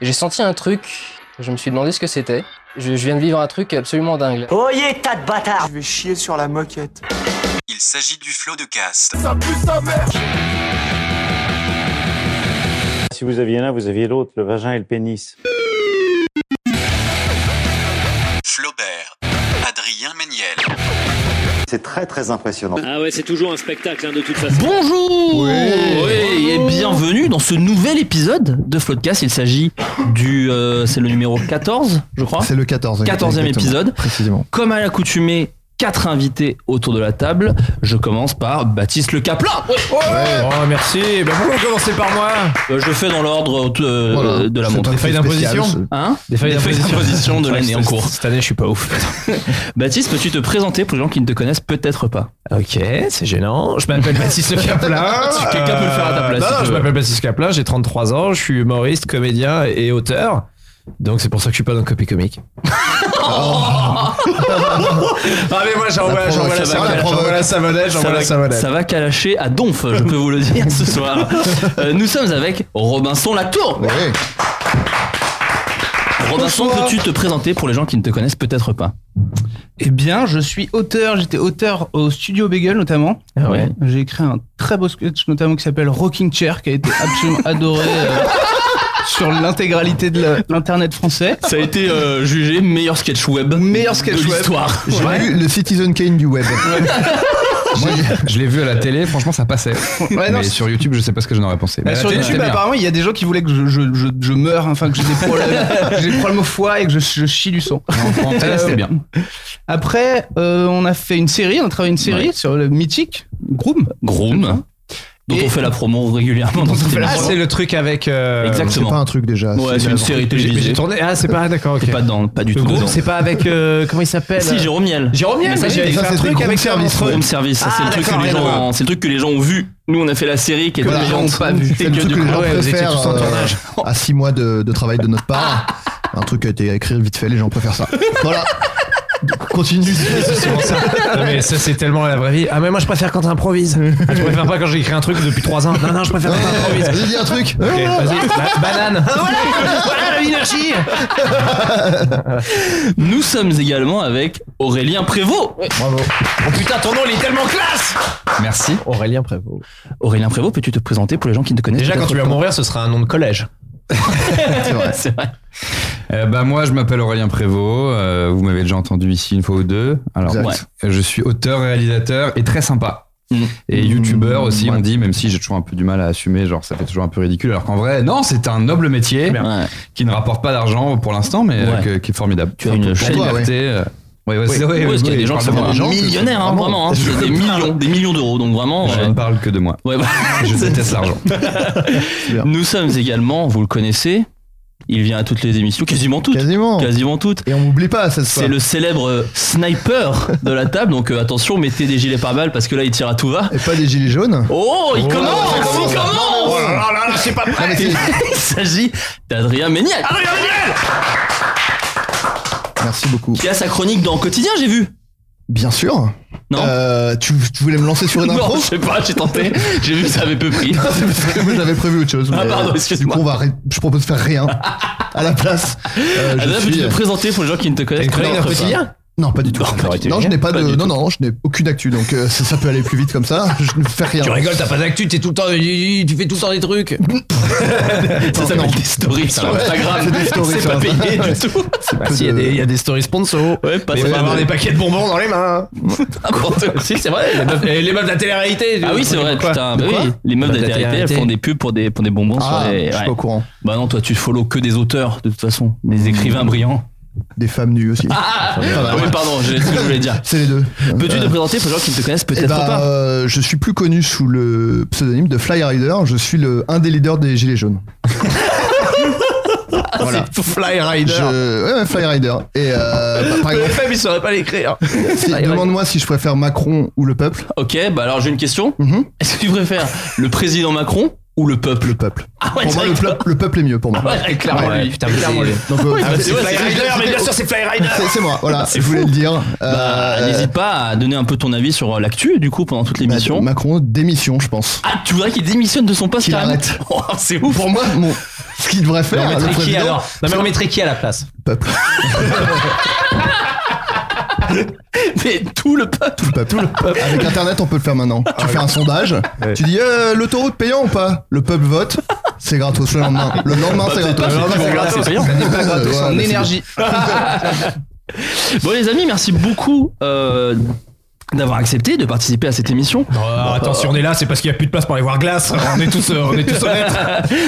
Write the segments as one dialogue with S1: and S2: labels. S1: J'ai senti un truc, je me suis demandé ce que c'était. Je, je viens de vivre un truc absolument dingue. là.
S2: Oyez, tas de bâtards
S3: Je vais chier sur la moquette.
S4: Il s'agit du flot de cast.
S5: Si vous aviez l'un, vous aviez l'autre, le vagin et le pénis.
S4: Flaubert. Adrien Méniel.
S6: C'est très très impressionnant.
S7: Ah ouais, c'est toujours un spectacle hein, de toute façon.
S8: Bonjour
S9: Ouais.
S8: Ouais, Et bienvenue dans ce nouvel épisode de Floodcast. Il s'agit du... euh, c'est le numéro 14, je crois.
S9: C'est le
S8: 14e
S9: 14. exactement,
S8: épisode.
S9: Précisément.
S8: Comme à l'accoutumée, quatre invités autour de la table. Je commence par Baptiste Le Caplin.
S10: Oh merci, bah pourquoi vous commencez par moi
S8: Euh, Je fais dans l'ordre euh,
S9: Voilà.
S8: de la
S9: C'est
S8: montre.
S9: un
S10: failles
S9: film
S10: d'imposition.
S9: spécial,
S8: Hein
S10: Des
S8: Des feuilles d'imposition de l'année en cours.
S10: Cette année, je suis pas ouf.
S8: Baptiste, peux-tu te présenter pour les gens qui ne te connaissent peut-être pas
S10: Ok, c'est gênant. Je m'appelle Baptiste Caplin.
S8: Tu- quelqu'un peut le faire à ta place,
S10: Euh, Non,
S8: si
S10: non,
S8: tu
S10: je
S8: veux.
S10: m'appelle Baptiste Caplin, j'ai 33 ans, je suis humoriste, comédien et auteur. Donc c'est pour ça que je suis pas dans Copy Comique.
S9: Oh.
S10: ah mais moi j'envoie
S9: provoque,
S10: j'envoie la
S9: ça va,
S10: savonnette,
S9: la provoque.
S10: j'envoie la
S11: Eh,
S10: savonnette, j'envoie la savonnette.
S8: ça va calacher à donf, je peux vous le dire ce soir. Euh, nous sommes avec Robinson Latour.
S9: Ouais.
S8: Robinson, peux-tu te présenter pour les gens qui ne te connaissent peut-être pas
S11: Eh bien, je suis auteur, j'étais auteur au studio Bagel notamment. Euh,
S10: Ah ouais.
S11: J'ai écrit un très beau sketch notamment qui s'appelle Rocking Chair qui a été absolument adoré euh, sur l'intégralité de la- l'internet français.
S8: Ça a été euh, jugé meilleur sketch web
S11: Meilleur sketch
S8: de
S11: web.
S8: l'histoire.
S9: J'ai lu le Citizen Kane du web.
S10: Moi, je l'ai vu à la télé, franchement ça passait.
S11: Ouais, non, c'est-
S10: YouTube, je sais pas ce que j'en aurais pensé.
S8: Bah,
S11: euh, sur YouTube, apparemment, il y a des gens qui voulaient que je, je, je, je meure, enfin que j'ai des problèmes, que j'ai des problèmes au foie et que je, je chie du sang. Euh,
S10: c'était bien.
S11: Après, euh, on a fait une série, on a travaillé une série sur le mythique Groom. Hein.
S8: Groom, dont
S11: Et-
S8: on fait la promo régulièrement dans cette
S10: Ah,
S8: émission.
S10: c'est le truc avec. euh,
S9: C'est pas
S8: Exactement.
S9: un truc déjà.
S8: Ouais, c'est une
S9: avant.
S8: série
S10: J'ai mais j'ai
S8: télévisée.
S10: tourné. Ah, c'est pas. ah, D'accord, ok.
S8: T'es pas dedans, pas du
S10: Le
S8: tout
S10: groupe,
S8: dedans.
S10: c'est pas avec. euh, comment il s'appelle
S8: Si, Jérôme Niel.
S10: Jérôme Niel,
S8: Mais ça,
S10: mais
S8: c'est-
S10: j'avais
S9: ça,
S10: fait un
S9: c'est
S10: truc
S9: des
S10: avec
S9: groupes services,
S10: Service.
S8: Home Service, ça, c'est
S10: Ah,
S8: le truc
S10: d'accord,
S8: que les
S10: rien à
S8: gens,
S10: voir.
S8: c'est le truc que les gens ont vu. Nous, on a fait la série qui était
S9: Voilà.
S8: les gens ont pas vu.
S9: C'est le truc que les gens
S10: ouais, vous étiez
S9: préfèrent
S10: tous en
S9: euh,
S10: tournage.
S9: à 6 mois de, de travail de notre part.
S8: Ah.
S9: un truc qui a été écrit vite fait, les gens préfèrent ça. Voilà. Continue.
S10: Non, mais ça, c'est tellement la vraie vie. Ah, mais moi, je préfère quand t'improvises. Ah, je préfère pas quand j'écris un truc depuis 3 ans. Non, non, je préfère quand t'improvises.
S9: Vas-y, dis un truc.
S10: Ok, vas-y, ba- Ah, banane. voilà, la monarchie.
S8: Nous sommes également avec Aurélien Prévost.
S9: Bravo.
S10: Oh putain, ton nom, il est tellement classe. Merci. Aurélien Prévost.
S8: Aurélien Prévost, peux-tu te présenter pour les gens qui ne te connaissent
S10: Déjà,
S8: peut-être
S10: quand tu vas
S8: pas
S10: mourir, ce sera un nom de collège.
S9: C'est vrai.
S8: C'est vrai.
S10: bah, moi, je m'appelle Aurélien Prévost. Euh, vous m'avez déjà entendu ici une fois ou deux. Alors,
S9: Exact.
S8: ouais.
S10: je suis auteur, réalisateur et très sympa.
S12: Mm.
S9: Et youtubeur aussi, on
S10: dit, même si j'ai toujours un peu du mal à assumer, genre ça fait toujours un peu ridicule. Alors qu'en vrai, non, c'est un noble
S9: Eh
S10: métier
S8: Ouais.
S10: qui ne rapporte pas d'argent pour l'instant, mais
S8: euh, Ouais.
S10: qui est formidable.
S8: Tu as une chaîne.
S9: toi, liberté,
S12: euh.
S10: Ouais,
S9: Oui. c'est-
S8: Ouais, parce qu'il y a des gens qui sont
S9: moi.
S8: vraiment
S9: Des gens que-
S8: millionnaires, hein,
S9: vraiment.
S8: vraiment. hein. C'est des millions, des millions d'euros, donc vraiment. euh,
S10: parle que de moi.
S8: ouais, bah, c'est-
S10: l'argent.
S9: bien.
S8: Nous sommes également, vous le connaissez, il vient à toutes les émissions, quasiment toutes,
S9: Quasiment.
S8: quasiment toutes.
S9: Et on m'oublie pas cette fois.
S8: C'est le célèbre euh, sniper de la table, donc euh, attention, mettez des gilets pare-balles parce que là il tire à tout va.
S9: Et pas des gilets jaunes.
S8: Oh, il
S9: Oh,
S8: commence,
S9: ça commence.
S8: il
S9: Oh là
S8: commence.
S9: là Non, mais c'est-
S8: Il s'agit d'Adrien Méniel
S9: Merci beaucoup.
S8: qui a sa chronique dans Quotidien, j'ai vu.
S9: Bien sûr.
S8: Non.
S9: Euh, tu, tu voulais me lancer sur une
S8: Non,
S9: impro
S8: je sais pas, j'ai tenté, j'ai vu que ça avait peu pris.
S9: C'est parce que moi, J'avais prévu autre chose.
S8: Ah,
S9: mais,
S8: pardon,
S9: euh, Du
S8: excuse-moi.
S9: coup, on va ré- je propose de faire rien à la place. Euh, je
S8: Adrien,
S9: suis-
S8: peux-tu te présenter pour les gens qui ne te connaissent
S10: Une chronique
S8: pas
S10: d'un quotidien
S9: Non, pas du tout.
S8: Non, ça aurait été
S9: Non, je
S8: génial.
S9: n'ai pas,
S8: Pas
S9: de.
S8: du
S9: Non,
S8: tout.
S9: non, je n'ai aucune actu, donc euh, ça, ça peut aller plus vite comme ça. Je ne fais rien.
S10: Tu rigoles, t'as pas d'actu, t'es tout le temps, tu fais tout le temps des trucs.
S8: Ça
S9: Non.
S8: s'appelle des stories sur
S9: Ouais, c'est
S8: Instagram.
S9: des stories
S8: C'est
S9: sur
S8: pas
S9: Instagram.
S8: payé du
S9: Ouais.
S8: tout.
S10: Ah, Il y, a des- y a des stories sponsors.
S8: euh, Ouais, pas
S10: Mais
S8: ça.
S10: faut avoir des paquets de bonbons dans les mains.
S8: N'importe quoi.
S10: si, c'est vrai. Les meufs, et les meufs de la télé-réalité.
S8: Ah oui, c'est vrai,
S10: Quoi
S8: putain.
S10: De
S8: bah
S10: quoi
S8: oui, les meufs
S10: Bah,
S8: de la télé, elles font des pubs pour des, pour des bonbons
S9: Ah,
S8: sur les.
S9: je suis
S8: ouais.
S9: pas au courant.
S8: Bah non, toi, tu follow que des auteurs, de toute façon.
S10: Mmh.
S8: Des écrivains brillants.
S9: Des femmes nues aussi.
S8: Ah, ah,
S9: Ah, bah,
S8: oui,
S9: ouais.
S8: pardon, je ce que je voulais dire.
S9: C'est les deux.
S8: Peux-tu te
S9: Euh,
S8: présenter pour les gens qui ne te connaissent
S9: eh
S8: peut-être
S9: ben,
S8: pas
S9: euh, je suis plus connu sous le pseudonyme de Fly Rider. Je suis le, un des leaders des Gilets jaunes. voilà.
S10: Fly Rider.
S9: Je... Ouais, ouais, Fly Rider. Et euh, bah, par
S10: Le
S9: exemple,
S10: FM, il saurait pas l'écrire.
S9: si- demande-moi si je préfère Macron ou le peuple.
S8: Ok, bah alors j'ai une question.
S9: Mhm.
S8: Est-ce que tu préfères le président Macron ou le peuple
S9: Le peuple.
S8: Ah ouais,
S9: pour moi, le,
S8: direct.
S9: peuple- le peuple est mieux pour moi.
S8: Ah ouais, clairement
S12: Ouais,
S8: lui.
S12: putain, mais
S8: Clairement,
S12: c'est-
S8: lui.
S9: Donc, euh,
S8: Oui, bah,
S9: c'est-
S8: c'est- ouais,
S9: c'est- Euh,
S8: c'est Rider, mais bien sûr,
S12: c'est Fly Rider
S9: c'est- c'est moi, voilà,
S8: C'est
S9: je voulais
S8: fou.
S9: le dire.
S8: Bah,
S9: Euh,
S8: N'hésite pas à donner un peu ton avis sur euh, l'actu, du coup, pendant toute l'émission.
S9: Macron, démission, je pense.
S8: Ah, tu voudrais qu'il démissionne de son poste
S9: Qu'il
S8: carrément
S9: arrête.
S8: Oh, C'est ouf
S9: Pour moi, mon- ce qu'il devrait
S12: on
S9: faire, le
S12: mettrait qui
S9: président,
S12: alors Non mais on mettrait qui à la place
S9: peuple,
S8: Mais tout le peuple
S9: tout le peuple. Avec Internet, on peut le faire maintenant. Tu fais un sondage,
S12: Ouais.
S9: tu dis euh, l'autoroute payant ou pas Le peuple vote, c'est gratos le lendemain. Le lendemain, c'est gratos.
S12: Ah,
S8: pas, hein,
S9: Le lendemain,
S8: c'est pas
S9: c'est gratos.
S8: payant.
S9: Ça n'est pas
S11: Pas
S9: gratos,
S11: de
S9: ouais,
S11: son
S9: mais c'est
S11: énergie.
S8: Bon les amis, merci beaucoup euh, d'avoir accepté de participer à cette émission.
S12: Attends si on est là c'est parce qu'il y a plus de place pour aller voir Glace On est tous euh, on est tous honnêtes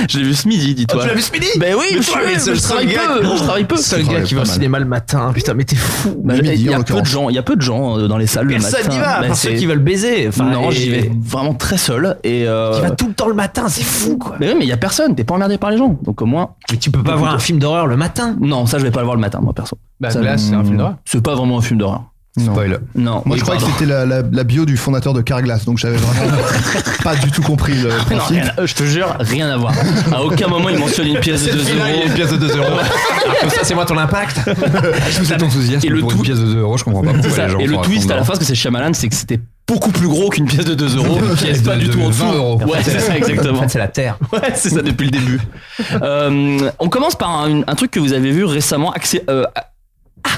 S8: Je l'ai vu ce midi, dis-toi.
S12: Ah, Tu l'as vu ce midi
S8: Ben oui, monsieur,
S12: mais c'est
S8: mais
S12: le
S8: je
S12: seul
S8: travaille
S12: gars-
S8: peu, je travaille peu.
S12: Seul gars
S9: travaille
S12: qui
S9: pas
S12: va au
S9: mal.
S12: cinéma le matin Putain mais t'es fou
S8: Bah,
S9: Le midi,
S8: il y
S9: en
S8: a peu de
S9: l'occurrence.
S8: gens, il y a peu de gens euh, dans les salles
S12: Personne
S8: le matin.
S12: n'y va
S8: Ben,
S12: Par
S8: c'est-
S12: ceux qui veulent baiser enfin,
S8: non,
S12: et-
S8: j'y vais vraiment très seul et. euh,
S12: Qui va tout le temps le matin C'est fou quoi
S8: Mais oui, mais il y a personne, t'es pas emmerdé par les gens. Donc au moins,
S12: Mais tu peux pas voir un film d'horreur le matin
S8: non, ça je vais pas le voir le matin, moi perso.
S11: Bah,
S8: Ça,
S11: Glace, c'est un film d'horreur.
S8: C'est pas vraiment un film d'horreur.
S9: Non. Spoil.
S8: Non.
S9: Moi,
S8: oui,
S9: je croyais que
S8: pardon.
S9: c'était la, la- la bio du fondateur de Carglass, donc j'avais vraiment pas du tout compris le
S8: Non,
S9: principe.
S8: rien à- je te jure, rien à voir. À aucun moment il mentionne une pièce de 2 euros.
S12: pièce de 2 euros ça c'est moi ton impact
S10: Ah, Je vous êtes enthousiaste
S8: Et le
S10: pour
S8: tout-
S10: une pièce de 2 euros, je comprends pas
S8: C'est
S10: pourquoi
S8: ça.
S10: les gens
S8: Et le
S10: font
S8: twist à la
S10: raconter.
S8: fin, parce que c'est Shyamalan, c'est que c'était beaucoup plus gros qu'une pièce de 2 euros, une pièce
S10: De-
S8: pas du
S10: de
S8: tout en dessous.
S10: 20 euros.
S8: Ouais, c'est ça,
S12: En
S8: exactement.
S12: fait c'est la terre
S8: Ouais, c'est ça depuis le début. Euh, on commence par un, un truc que vous avez vu récemment, accé- euh, ah,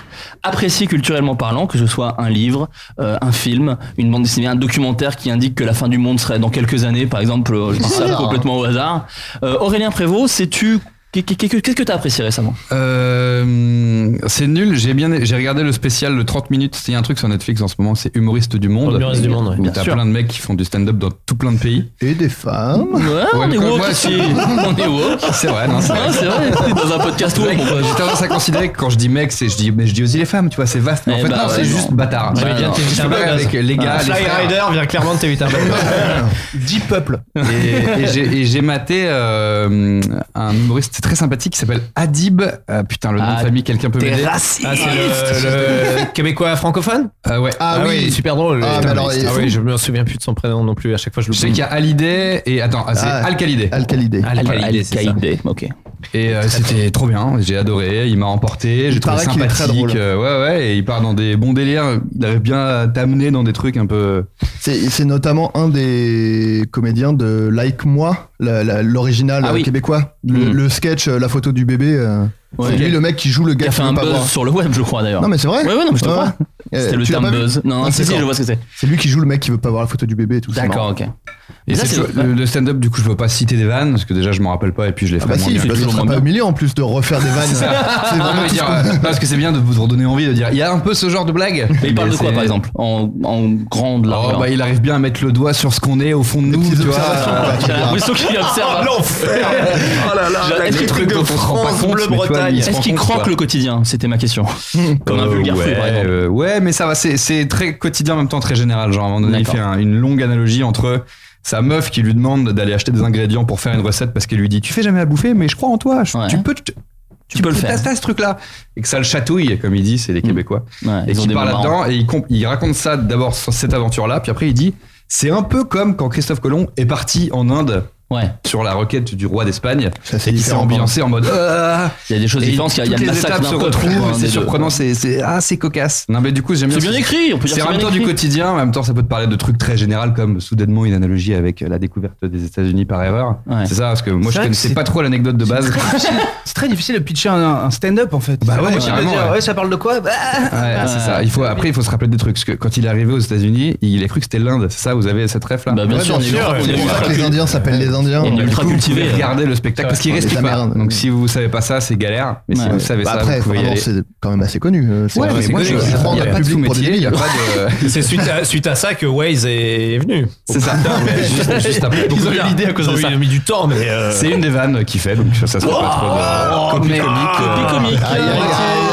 S8: apprécié culturellement parlant, que ce soit un livre, euh, un film, une bande dessinée, un documentaire qui indique que la fin du monde serait dans quelques années, par exemple, euh, je dis ça
S9: Ah.
S8: complètement au hasard. Euh, Aurélien Prévost, sais-tu qu'est- qu'est- qu'est- qu'est-ce que t'as apprécié récemment
S10: Euh, c'est nul, j'ai bien j'ai regardé le spécial le 30 minutes, il y a un truc sur Netflix en ce moment, c'est humoriste du monde.
S12: Humoriste du monde, ouais.
S10: Où
S8: Bien
S10: T'as
S8: sûr.
S10: plein de mecs qui font du stand-up dans tout plein de pays.
S9: Et des femmes.
S8: Ouais, Ah, on
S10: mais
S8: est
S10: comme
S8: woke
S10: moi,
S8: ici. On est woke.
S10: C'est vrai, non, c'est
S8: Ah,
S10: vrai.
S8: c'est vrai, t'es dans un podcast woke, mon pote.
S10: J'ai tendance à considérer que quand je dis mec, c'est je dis mais je dis aussi les femmes, tu vois, c'est vaste. Mais en
S8: Eh
S10: fait
S8: bah
S10: non,
S8: ouais,
S10: c'est
S8: non.
S10: juste bâtard.
S8: Ouais,
S10: J'ai
S8: non.
S10: bien été
S12: C'est un
S10: pas
S12: buzz.
S10: avec
S8: hein.
S10: les
S8: Ah,
S10: gars, les
S12: Fly
S10: frères.
S12: Rider vient clairement de t 8
S9: Dix peuples.
S10: Et, et j'ai- et j'ai maté euh, un humoriste très sympathique qui s'appelle Adib. Ah, putain, le nom
S8: Ah,
S10: de famille, quelqu'un peut m'aider.
S8: raciste.
S12: Ah, c'est le, le québécois francophone
S10: Ah ouais.
S9: Ah oui.
S10: super.
S12: Super drôle.
S9: Ah,
S12: Putain,
S9: mais alors,
S12: mais-
S9: il est
S12: ah
S9: fou.
S12: oui, je me souviens plus de son prénom non plus. À chaque fois, je
S10: Je sais
S12: l'oublie.
S10: qu'il y a Hallyday et attends, ah, c'est
S9: Ah.
S10: Al-Khalidé.
S9: Al-Khalidé.
S10: Al-Khalidé, c'est ça.
S8: Al-Qaïda, ok.
S10: Et euh, c'était trop bien, j'ai adoré, il m'a emporté, j'ai trouvé
S9: paraît qu'il est très
S10: sympathique.
S9: drôle.
S10: euh, ouais ouais, et il part dans des bons délires, il arrive bien à t'amener dans des trucs un peu
S9: C'est c'est notamment un des comédiens de Like Moi, la- la- l'original
S8: Ah oui.
S9: euh, québécois. Le,
S8: Mm.
S9: le sketch, euh, la photo du bébé, euh,
S8: Ouais.
S9: c'est lui le mec qui joue le
S8: Qui
S9: gars
S8: a
S9: qui
S8: fait
S9: veut
S8: un
S9: pas
S8: buzz
S9: voir.
S8: sur le web, je crois d'ailleurs.
S9: Non mais c'est vrai.
S8: Ouais, ouais, non, mais je te
S9: Ouais.
S8: crois.
S9: Euh,
S8: C'était le
S9: tu l'as
S8: terme
S9: pas vu
S8: buzz. Non, non,
S9: Ah,
S8: si, si,
S9: d'accord.
S8: je vois ce que c'est.
S9: C'est lui qui joue le mec qui veut pas voir la photo du bébé et tout. c'est
S8: D'accord,
S9: marrant.
S8: ok.
S10: Et
S8: Mais ça,
S10: c'est
S8: c'est
S10: toujours- le, le stand-up, du coup, je veux pas citer des vannes parce que déjà, je m'en rappelle pas et puis je les
S9: Ah
S10: ferai
S9: bah
S10: moins
S9: si,
S10: bien.
S9: parce que
S8: toujours
S9: ce serait
S8: moins
S9: pas
S8: bien.
S9: humiliant en plus de refaire des vannes. c'est
S10: Non,
S9: vraiment tout
S10: mais
S9: ce
S10: dire,
S9: qu'on-
S10: euh, parce que c'est bien de vous redonner envie de dire. Il y a un peu ce genre de blague.
S8: Mais il parle de quoi,
S10: c'est-
S8: par exemple En en grande
S10: Oh,
S8: largeur.
S10: bah, il arrive bien à mettre le doigt sur ce qu'on est au fond de
S9: Des
S10: nous,
S9: petites
S10: tu vois.
S9: observations,
S10: euh,
S9: quoi, tu
S8: J'ai
S9: vois.
S8: l'impression qu'il observe.
S12: Oh là là,
S8: Est-ce qu'il-
S10: trucs dont on se rend pas compte, mais tu vois, lui, il se
S8: Est-ce
S10: rend
S8: qu'il
S10: compte,
S8: croque
S10: quoi.
S8: le quotidien C'était ma question. Comme un
S10: Euh,
S8: vulgaire fou,
S10: ouais,
S8: par exemple.
S10: euh, ouais, mais ça va, c'est- c'est très quotidien en même temps très général. Genre, à un moment donné, il
S8: D'accord.
S10: fait un- une longue analogie entre sa meuf qui lui demande d'aller acheter des ingrédients pour faire une recette parce qu'elle lui dit Tu fais jamais à bouffer, mais je crois en toi, je-
S8: Ouais.
S10: tu peux. Mm. Tu,
S8: Tu peux le faire.
S10: t'as- t'as ce truc-là. Et que ça le chatouille, comme il dit, c'est les Québécois.
S8: Ouais,
S10: et
S8: ils ont
S10: qui
S8: des
S10: parle
S8: moments marrants.
S10: là-dedans et il, comp- il raconte ça d'abord sur cette aventure-là, puis après il dit c'est un peu comme quand Christophe Colomb est parti en Inde
S8: Ouais,
S10: sur la requête du roi d'Espagne
S9: Ça, c'est
S10: et qui s'est
S9: différent,
S10: ambiancé en mode Ah
S8: il y a des choses
S10: Et
S8: différentes. Il y a- il y a
S10: toutes
S8: le
S10: les
S8: massacre
S10: étapes
S8: d'un
S10: se
S8: pote, quoi,
S10: retrouvent,
S8: un
S10: c'est
S8: des deux.
S10: surprenant, c'est c'est- ah c'est cocasse. Non mais du coup j'aime
S8: C'est
S10: bien.
S8: bien
S10: ce-
S8: écrit, on peut dire
S10: C'est en
S8: bien
S10: même temps du
S8: écrit.
S10: quotidien, en même temps ça peut te parler de trucs très généraux comme soudainement une analogie avec la découverte des États-Unis par erreur.
S8: Ouais.
S10: C'est ça parce que
S11: C'est
S10: moi je
S11: vrai que
S10: connaissais
S11: c'est-
S10: pas trop l'anecdote de base.
S11: C'est très difficile de pitcher un, un stand-up en fait.
S10: Bah ouais,
S11: Moi, je sais pas
S10: carrément,
S11: dire,
S10: ouais.
S11: ouais, ça parle de quoi Bah,
S10: Ouais,
S8: Ah,
S10: c'est ça. Il faut, après, il faut se rappeler des trucs. Parce que quand il est arrivé aux États-Unis, il a cru que c'était l'Inde. C'est ça, vous avez cette ref là
S8: Bah, bien
S9: Ouais,
S8: sûr, on
S9: bien
S8: est
S9: sûr,
S8: ultra- on
S9: C'est
S8: est
S9: pour ça
S8: ultra
S9: que les Indiens s'appellent les Indiens.
S8: on est ultra
S10: Du coup, vous
S8: cultivé.
S10: pouvez regarder le spectacle parce qu'il
S9: Ouais,
S10: reste
S9: les
S10: pas.
S9: Amérindiens.
S10: Donc si vous savez pas ça, c'est galère. Mais si
S8: Ouais.
S10: vous savez
S9: Bah
S10: ça,
S9: après,
S10: vous pouvez y
S9: vraiment,
S10: aller.
S9: c'est quand même assez connu. euh, C'est
S10: Ouais, mais
S9: c'est
S10: moi, je-
S9: connu,
S10: je
S9: prends
S10: prends- il y a
S9: le
S10: pas de
S9: public pour des
S10: sous-métier, il y a
S9: débiles.
S10: pas de.
S12: C'est suite à, suite à ça que Waze est venu.
S10: C'est ça. Juste- juste après, beaucoup
S12: Ils ont
S10: plus
S12: eu
S10: tard.
S12: l'idée à cause de ça. Ils ont mis du temps, mais. euh,
S10: C'est une des vannes qui fait, donc ça se fait pas trop de.
S12: Oh, mais-
S8: Copie
S12: Ah,
S8: comique.
S9: aïe, aïe, aïe.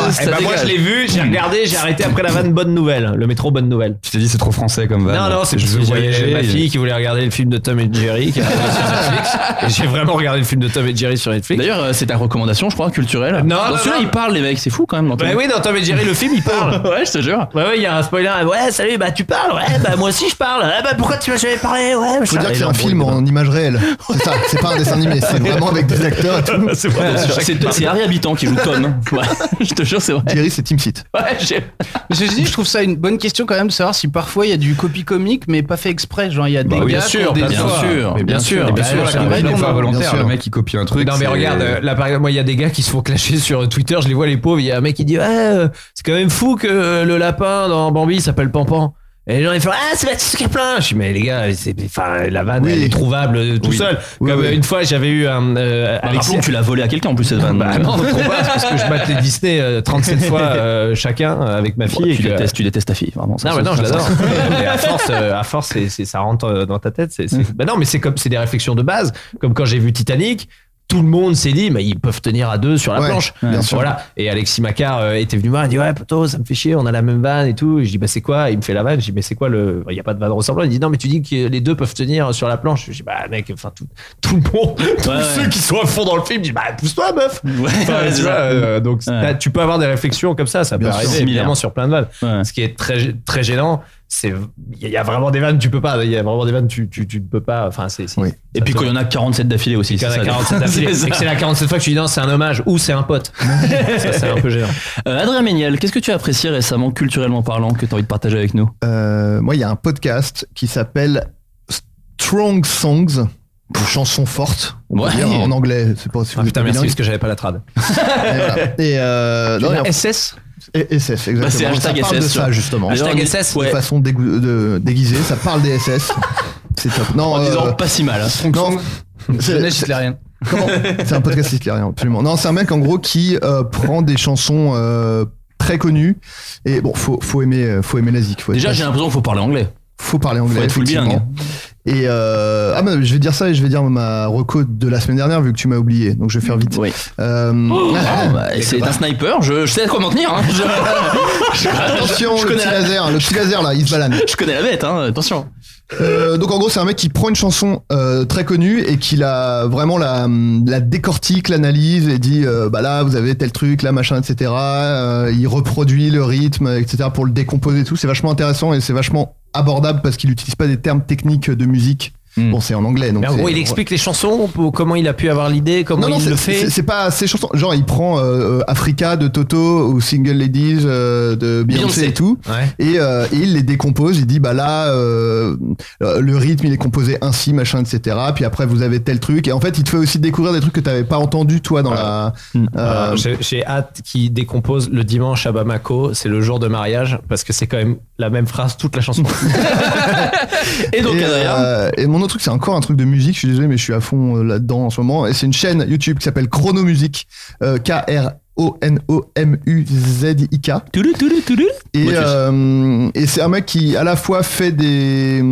S8: euh, ça
S12: eh ben, moi
S8: dégage.
S12: je l'ai vu, j'ai regardé, j'ai arrêté après la vanne Bonne Nouvelle, le métro Bonne Nouvelle.
S8: Bah
S10: Tu t'es dit, c'est trop français comme vanne.
S12: non, non, c'est
S10: Je
S12: parce
S10: veux
S12: que j'avais ma
S10: voyager.
S12: fille qui voulait regarder le film de Tom et Jerry. Qui a
S8: Netflix.
S2: Et J'ai vraiment regardé le film de Tom et Jerry sur Netflix.
S8: D'ailleurs, euh, c'est ta recommandation, je crois, culturelle.
S2: Non,
S8: Dans
S2: non,
S8: celui-là,
S2: non.
S8: ils parlent, les mecs, c'est fou quand même. Dans
S2: Bah oui, dans Tom et Jerry, le film, il parle.
S8: ouais, je te jure.
S2: Ouais, ouais, il y a un spoiler. Ouais, salut, bah tu parles. Ouais, bah moi aussi je parle. Ah, bah pourquoi tu m'as jamais parlé Ouais,
S9: Faut dire que c'est un film hein. en image réelle. C'est ça, c'est pas un dessin animé, c'est vraiment avec des acteurs et tout.
S2: C'est vrai.
S8: C'est c'est Harry Habitant qui joue Tom. hein. Ouais, je te jure, c'est vrai.
S9: Thierry, c'est Team Seat.
S8: Ouais, j'ai-
S13: Mais ceci dit, je trouve ça une bonne question quand même de savoir si parfois il y a du copie comique, mais pas fait exprès. Genre, il y a des
S10: Bah oui,
S13: gars
S10: bien
S13: qui ont
S2: sûr,
S13: des-
S2: bien
S8: bien
S2: sûr.
S8: sûr.
S2: Mais bien sûr,
S8: Bah,
S2: bien
S13: sûr,
S8: ouais,
S13: c'est
S10: C'est
S13: un
S8: ouais,
S13: vrai
S10: une
S8: ouais.
S13: combat.
S10: fois volontaire,
S9: Bien sûr.
S10: le mec il copie un truc.
S2: non mais
S10: c'est-
S2: regarde, euh, là par exemple, moi il y a des gars qui se font clasher sur euh, Twitter, je les vois les pauvres, il y a un mec qui dit ouais, euh, c'est quand même fou que euh, le lapin dans Bambi il s'appelle Pampan. Et les gens ils font ah c'est Baptiste Caplin. Je dis mais les gars, c'est enfin la vanne
S9: Oui.
S2: elle est trouvable euh, tout
S9: Oui.
S2: seul.
S9: Oui,
S2: Comme
S9: oui.
S2: euh, une fois j'avais eu un euh,
S8: Bah,
S2: Alexis-
S8: rappelons que tu l'as volé à quelqu'un en plus cette vanne.
S2: Bah non, faut qu'on passe, parce que je batte les Disney euh, 37 fois euh, chacun euh, avec ma fille.
S8: Ouais,
S2: et
S8: tu,
S2: que-
S8: détestes, tu détestes ta fille, vraiment. ça,
S2: Non,
S8: ça,
S2: mais non, je
S8: ça,
S2: l'adore.
S8: ça.
S2: mais à force, euh, à force c'est- c'est- ça rentre euh, dans ta tête. c'est- c'est- Bah non, mais c'est comme c'est des réflexions de base. Comme quand j'ai vu Titanic, tout le monde s'est dit, mais ils peuvent tenir à deux sur la
S9: Ouais,
S2: planche.
S9: bien sûr.
S2: Voilà. Et Alexis Macquart euh, était venu me voir, il dit ouais, poteau, ça me fait chier, on a la même vanne et tout. Et je dis bah c'est quoi Il me fait la vanne. Je dis mais c'est quoi le Il y a pas de vanne ressemblante. Il dit non, mais tu dis que les deux peuvent tenir sur la planche. Je dis bah mec, enfin tout, tout le monde, tous
S8: Ouais, ouais.
S2: ceux qui sont à fond dans le film, disent bah pousse-toi meuf.
S8: Ouais,
S2: Enfin,
S8: ouais,
S2: tu
S8: c'est
S2: vois,
S8: ça.
S2: euh, donc
S8: Ouais.
S2: t'as- tu peux avoir des réflexions comme ça, ça
S9: Bien
S2: peut
S9: sûr.
S2: arriver
S8: Similaire.
S2: évidemment sur plein de vannes.
S8: Ouais.
S2: Ce qui est très très gênant, c'est il y a vraiment des vannes tu peux pas, il y a vraiment des vannes tu tu, tu ne peux pas. Enfin c'est c'est-
S9: Oui.
S8: Et puis quand il y en a 47 d'affilée aussi.
S2: quand
S8: c'est
S2: il y en
S8: ça,
S2: a 47
S8: le-
S2: d'affilée,
S8: C'est
S2: et que c'est
S8: ça.
S2: la 47 fois que tu dis non c'est un hommage ou c'est un pote. ça c'est un peu gênant.
S8: Euh, Adrien Méniel, qu'est-ce que tu as apprécié récemment, culturellement parlant, que tu as envie de partager avec nous
S9: Euh, moi, il y a un podcast qui s'appelle Strong Songs, pour chansons fortes. on peut
S8: Ouais.
S9: dire En anglais, c'est pas si
S2: Ah,
S9: vous
S2: putain
S9: êtes
S2: merci
S9: bilingue.
S2: parce que j'avais pas la trad.
S9: Et, voilà. Et, euh, non, et en-
S13: SS
S9: et- SF, E- exactement.
S8: Bah, c'est hashtag
S9: ça parle de
S8: SS,
S9: ça,
S8: ouais.
S9: justement.
S8: Hashtag
S9: de
S8: SS ouais.
S9: façon dégo- de- déguisée, ça parle des SS. C'est top. Non,
S8: En disant
S9: euh,
S8: pas si mal. hein.
S9: non, c'est-
S13: Jeunesse hitlérienne.
S9: Comment C'est un podcast hitlérien, absolument. Non, c'est un mec en gros qui euh, prend des chansons euh, très connues. Et bon, faut, faut aimer, euh, faut aimer la zik. Faut être
S8: Déjà,
S9: pas-
S8: j'ai l'impression qu'il faut parler anglais.
S9: faut parler anglais.
S8: faut être full hein.
S9: effectivement.
S8: bilingue.
S9: Et euh, ah bah, je vais dire ça et je vais dire ma reco de la semaine dernière vu que tu m'as oublié. Donc je vais faire vite.
S8: Oui.
S9: Euh,
S8: Ah, bah, c'est un sniper, je, je sais à quoi m'en tenir. hein. Je, je-
S9: Attention,
S8: je
S9: le
S8: connais
S9: petit
S8: la-
S9: laser, le petit laser là, il se balade.
S8: je connais la bête, hein, attention.
S9: Euh, donc en gros, c'est un mec qui prend une chanson euh, très connue et qui la vraiment la, la décortique, l'analyse et dit euh, bah là vous avez tel truc, là machin, etc. Euh, il reproduit le rythme, etc. pour le décomposer et tout. C'est vachement intéressant et c'est vachement abordable parce qu'il n'utilise pas des termes techniques de musique.
S8: Hmm.
S9: Bon, c'est en anglais. Donc
S2: Mais en
S9: c'est-
S2: gros il explique les chansons, pour- comment il a pu avoir l'idée, comment
S9: Non, non,
S2: il le
S9: c'est-
S2: fait.
S9: c'est c'est pas ces chansons. Genre, il prend euh, euh, Africa de Toto ou Single Ladies euh, de
S8: Beyoncé.
S9: Beyoncé et tout.
S2: Ouais.
S9: Et, euh, et il les décompose. Il dit bah là euh, euh, le rythme il est composé ainsi machin etc. Puis après vous avez tel truc. Et en fait il te fait aussi découvrir des trucs que t'avais pas entendu toi dans la.
S8: Mm.
S9: euh,
S2: Euh, J'ai j'ai hâte qu'il décompose le dimanche à Bamako, c'est le jour de mariage, parce que c'est quand même la même phrase toute la chanson.
S8: Et donc,
S9: et,
S8: Adrien,
S9: euh, et mon autre truc, c'est encore un truc de musique. Je suis désolé, mais je suis à fond euh, là-dedans en ce moment. Et c'est une chaîne YouTube qui s'appelle Chrono Music, euh, K-R-O-N-O-M-U-Z-I-K.
S8: toulou, toulou, toulou.
S9: Et,
S8: Motus.
S9: euh, et c'est un mec qui à la fois fait des,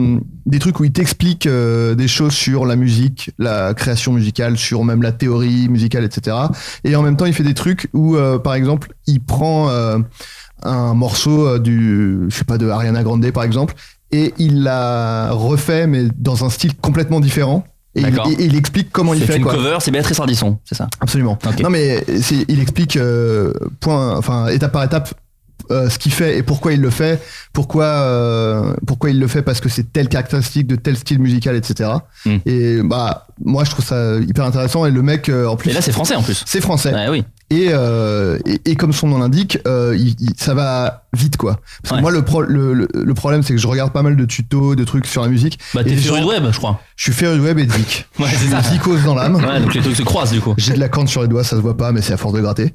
S9: des trucs où il t'explique euh, des choses sur la musique, la création musicale, sur même la théorie musicale, etc. Et en même temps, il fait des trucs où, euh, par exemple, il prend euh, un morceau euh, du, je sais pas, de Ariana Grande, par exemple, et il l'a refait, mais dans un style complètement différent. Et il,
S8: D'accord.
S9: et il explique comment il
S8: C'est
S9: fait.
S8: une
S9: quoi.
S8: cover, c'est Béatrice Ardisson, c'est ça
S9: Absolument.
S8: Ok.
S9: Non, mais c'est- il explique euh, point, enfin étape par étape. euh, ce qu'il fait et pourquoi il le fait, pourquoi euh, pourquoi il le fait parce que c'est telle caractéristique de tel style musical, etc.
S8: Hmm.
S9: Et bah moi je trouve ça hyper intéressant et le mec euh, en plus
S8: Et là, c'est français en plus.
S9: c'est français
S8: Ouais, oui.
S9: et, euh, et, et comme son nom l'indique, euh, il- il- ça va vite quoi. Parce
S8: Ouais.
S9: que moi le, pro- le, le- le problème c'est que je regarde pas mal de tutos, de trucs sur la musique.
S8: Bah,
S9: Et
S8: t'es
S9: les
S8: féru
S9: gens- Ah,
S8: de web, je crois.
S9: Je suis féru de web et de geek.
S8: Ouais,
S9: je
S8: c'est
S9: suis
S8: ça.
S9: geekos dans l'âme.
S8: Ouais, donc les trucs se croisent du coup.
S9: J'ai de la corne sur les doigts, ça se voit pas, mais c'est à force de gratter.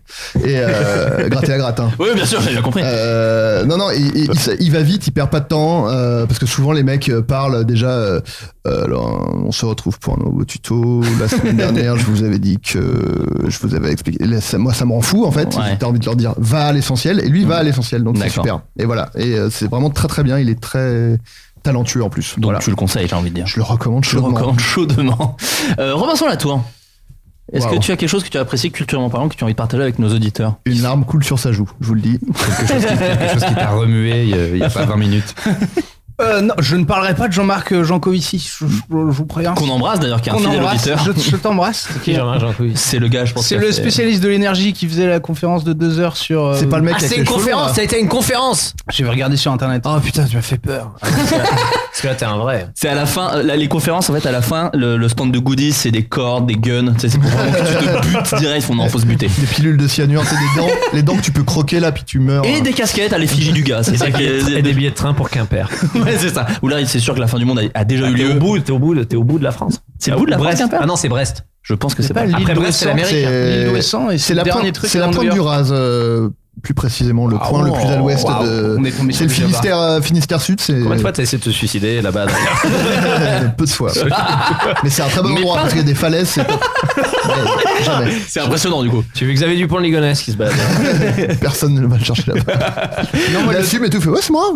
S9: Et euh, gratter à gratin.
S8: Oui, bien sûr, j'ai bien compris.
S9: Euh, non, non, il, il- il s- il va vite, il perd pas de temps, euh, parce que souvent les mecs euh, parlent déjà. euh, euh, alors, on se retrouve pour un nouveau tuto. La semaine dernière, je vous avais dit que je vous avais expliqué. Là, ça- moi, ça me rend fou en fait.
S8: Ouais. Mm.
S9: J'ai envie de leur dire va à l'essentiel, et lui va à l'essentiel, donc c'est
S8: D'accord.
S9: super. Et voilà, et euh, c'est vraiment très très bien. Il est très talentueux en plus.
S8: Donc
S9: voilà.
S8: tu le conseilles, j'ai envie de dire.
S9: Je le recommande
S8: Je le
S9: chaudement.
S8: recommande chaudement. Euh, Robinson Latour, est-ce
S9: Waouh.
S8: que tu as quelque chose que tu as apprécié culturellement parlant que tu as envie de partager avec nos auditeurs
S9: Une larme coule sur sa joue, je vous le dis.
S10: Quelque chose qui- quelque chose qui t'a remué il y a- il y a pas 20 minutes.
S8: Euh, non, je ne parlerai pas de Jean-Marc euh, Jancovici, je, je- je vous préviens.
S14: Qu'on embrasse d'ailleurs, qui est un
S8: Qu'on
S14: fidèle
S8: embrasse,
S14: auditeur.
S8: Je, je t'embrasse.
S2: C'est qui Jean-Marc Jancovici
S14: C'est le gars, je pense.
S8: C'est
S14: qui a
S8: le
S14: fait-
S8: spécialiste de l'énergie qui faisait la conférence de deux heures sur. euh,
S9: C'est pas le mec
S2: Ah,
S9: avec
S2: c'est
S9: les
S2: une
S9: cheveux longs,
S2: conférence,
S9: là.
S2: ça a été une conférence
S8: J'ai regardé sur internet.
S2: Oh putain, tu m'as fait peur. Parce que là, t'es un vrai.
S14: C'est à la fin, là, les conférences, en fait, à la fin, le, le stand de goodies, c'est des cordes, des guns. tu sais, C'est pour vraiment que tu te butes direct. Faut, non, faut se buter.
S9: Des pilules de cyanure, c'est des dents, les dents que tu peux croquer là, puis tu meurs.
S14: Et des casquettes à l'effigie du gars. C'est ça qui est.
S2: Et des billets de train pour Quimper.
S14: Ouais, c'est ça. Ou là, c'est sûr que la fin du monde a, a déjà eu
S2: Ah, T'es
S14: lieu.
S2: au bout, t'es au bout, de- t'es au bout de la France.
S14: C'est au bout de la
S2: Brest.
S14: France, Quimper
S2: Ah non, c'est Brest.
S14: Je pense que c'est pas.
S8: l'île
S2: Après, bref,
S8: d'Ouessant,
S2: c'est l'Amérique. hein,
S9: C'est- euh,
S8: L'île d'Ouessant et
S9: C'est
S8: c'est
S9: la
S8: le dernier
S9: pointe,
S8: truc.
S9: c'est la
S8: dans
S9: pointe
S8: New
S9: du
S8: York.
S9: Raz, euh, plus précisément le
S8: Ah,
S9: point le plus à
S8: wow,
S9: l'ouest
S8: wow,
S9: de.
S8: on est tombé sur
S9: C'est le
S8: du Java.
S9: Finistère, euh, Finistère Sud, c'est
S2: Combien de fois t'as essayé de te suicider là-bas d'ailleurs
S9: peu de fois. Mais c'est un très bon
S14: Mais
S9: endroit
S14: pas-
S9: parce qu'il y a des falaises. c'est pas- Ouais, jamais.
S14: C'est impressionnant du coup.
S2: Tu vu Xavier Dupont de Ligonnès qui se balade.
S9: Personne ne va le chercher là-bas. Non, il assume et tout fait. Ouais, c'est moi.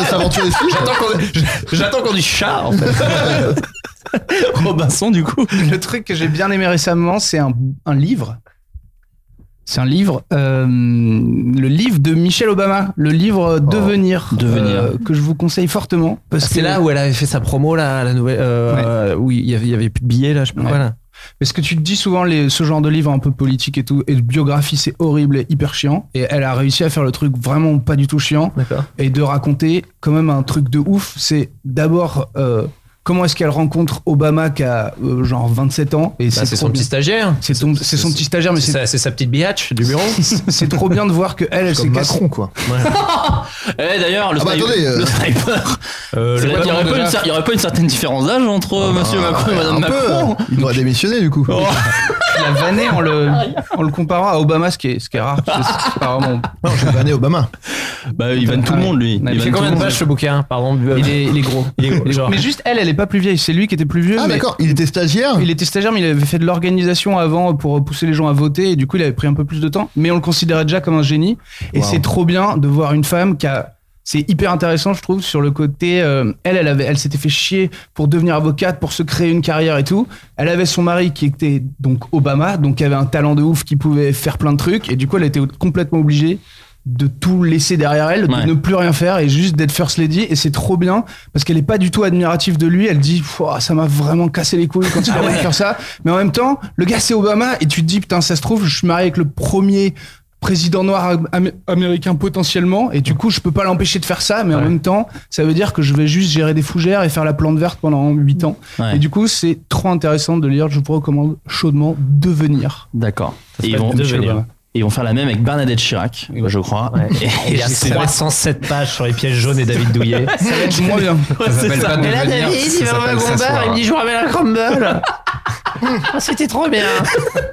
S9: Il s'aventure ici.
S14: J'attends qu'on dise chat en fait. Robinson du coup.
S8: Le truc que j'ai bien aimé récemment, c'est un, un livre. C'est un livre, euh, le livre de Michelle Obama, le livre Devenir,
S14: Oh.
S8: euh,
S14: Devenir. Ah,
S8: que je vous conseille fortement. parce
S2: C'est
S8: que-
S2: là où elle avait fait sa promo là, à la nouvelle, euh, où il y avait, il y avait plus de billets là, je sais pas
S8: Ouais.
S2: quoi, là.
S8: Parce que tu te dis souvent, les, ce genre de livre un peu politique et tout, et de biographie, c'est horrible et hyper chiant. Et elle a réussi à faire le truc vraiment pas du tout chiant
S2: D'accord.
S8: et de raconter quand même un truc de ouf. C'est d'abord euh, comment est-ce qu'elle rencontre Obama qui a euh, genre 27 ans. et
S2: Bah, c'est
S8: trop
S2: son
S8: bien.
S2: petit stagiaire.
S8: C'est ton- c'est son petit stagiaire, mais
S2: C'est
S8: c'est
S2: sa, c'est sa petite biatch du bureau.
S8: c'est trop bien de voir que elle, elle s'est
S9: Comme
S8: cassée.
S9: Macron, quoi.
S14: Eh d'ailleurs, le,
S9: Ah bah,
S14: sniper-
S9: attendez, euh.
S14: le sniper.
S2: Euh,
S14: C'est
S2: le
S14: vrai qu'il y aurait
S2: patron
S14: pas
S2: de
S14: une
S2: la-
S14: cer- Il n'y aurait, pas une certaine différence d'âge entre euh, monsieur Macron et madame
S9: Bah, Ah, Un peu, hein.
S14: Macron.
S9: Il doit démissionner du coup.
S8: la vanné en le, en le comparant à Obama, ce qui est, ce qui est rare. parce que c'est pas vraiment-
S9: Non, je vais vanner Obama.
S14: Bah, il vanne tout le monde lui.
S2: Il
S14: vanne
S2: fait
S14: tout le
S2: combien de
S14: monde.
S2: pages ce bouquin Pardon.
S8: il, est, il est gros.
S2: Il est gros, genre.
S8: Mais juste, elle, elle est pas plus vieille. C'est lui qui était plus vieux.
S9: Ah,
S8: mais
S9: d'accord. Il était
S14: Ah.
S9: stagiaire.
S8: il était stagiaire, mais il avait fait de l'organisation avant pour pousser les gens à voter. Et du coup, il avait pris un peu plus de temps. Mais on le considérait déjà comme un génie. Et c'est trop bien de voir une femme qui a. C'est hyper intéressant, je trouve, sur le côté. euh, elle, elle, avait, elle s'était fait chier pour devenir avocate, pour se créer une carrière et tout. Elle avait son mari qui était donc Obama, donc qui avait un talent de ouf, qui pouvait faire plein de trucs. Et du coup, elle était complètement obligée de tout laisser derrière elle,
S14: Ouais.
S8: de ne plus rien faire et juste d'être first lady. Et c'est trop bien parce qu'elle est pas du tout admirative de lui. Elle dit, Pouah, ça m'a vraiment cassé les couilles quand il a voulu faire ça. Mais en même temps, le gars c'est Obama et tu te dis, putain, ça se trouve, je suis marié avec le premier président noir am- am- américain potentiellement et du coup je peux pas l'empêcher de faire ça mais en
S2: Ouais.
S8: même temps ça veut dire que je vais juste gérer des fougères et faire la plante verte pendant 8 ans
S14: Ouais.
S8: et du coup c'est trop intéressant de lire je vous recommande chaudement devenir
S14: D'accord. Et ils
S2: s'appelle
S14: vont
S2: Devenir.
S14: Michel Obama. Et ils vont faire la même avec Bernadette Chirac, je crois. Et,
S2: Il y a
S14: c'est-
S2: 307 pages sur les pièges jaunes et David Douillet.
S8: ça va être moins bien
S2: Ça s'appelle pas
S8: Et
S2: Devenir, ça s'appelle S'asseoir.
S8: je vous ramène un crumble c'était trop bien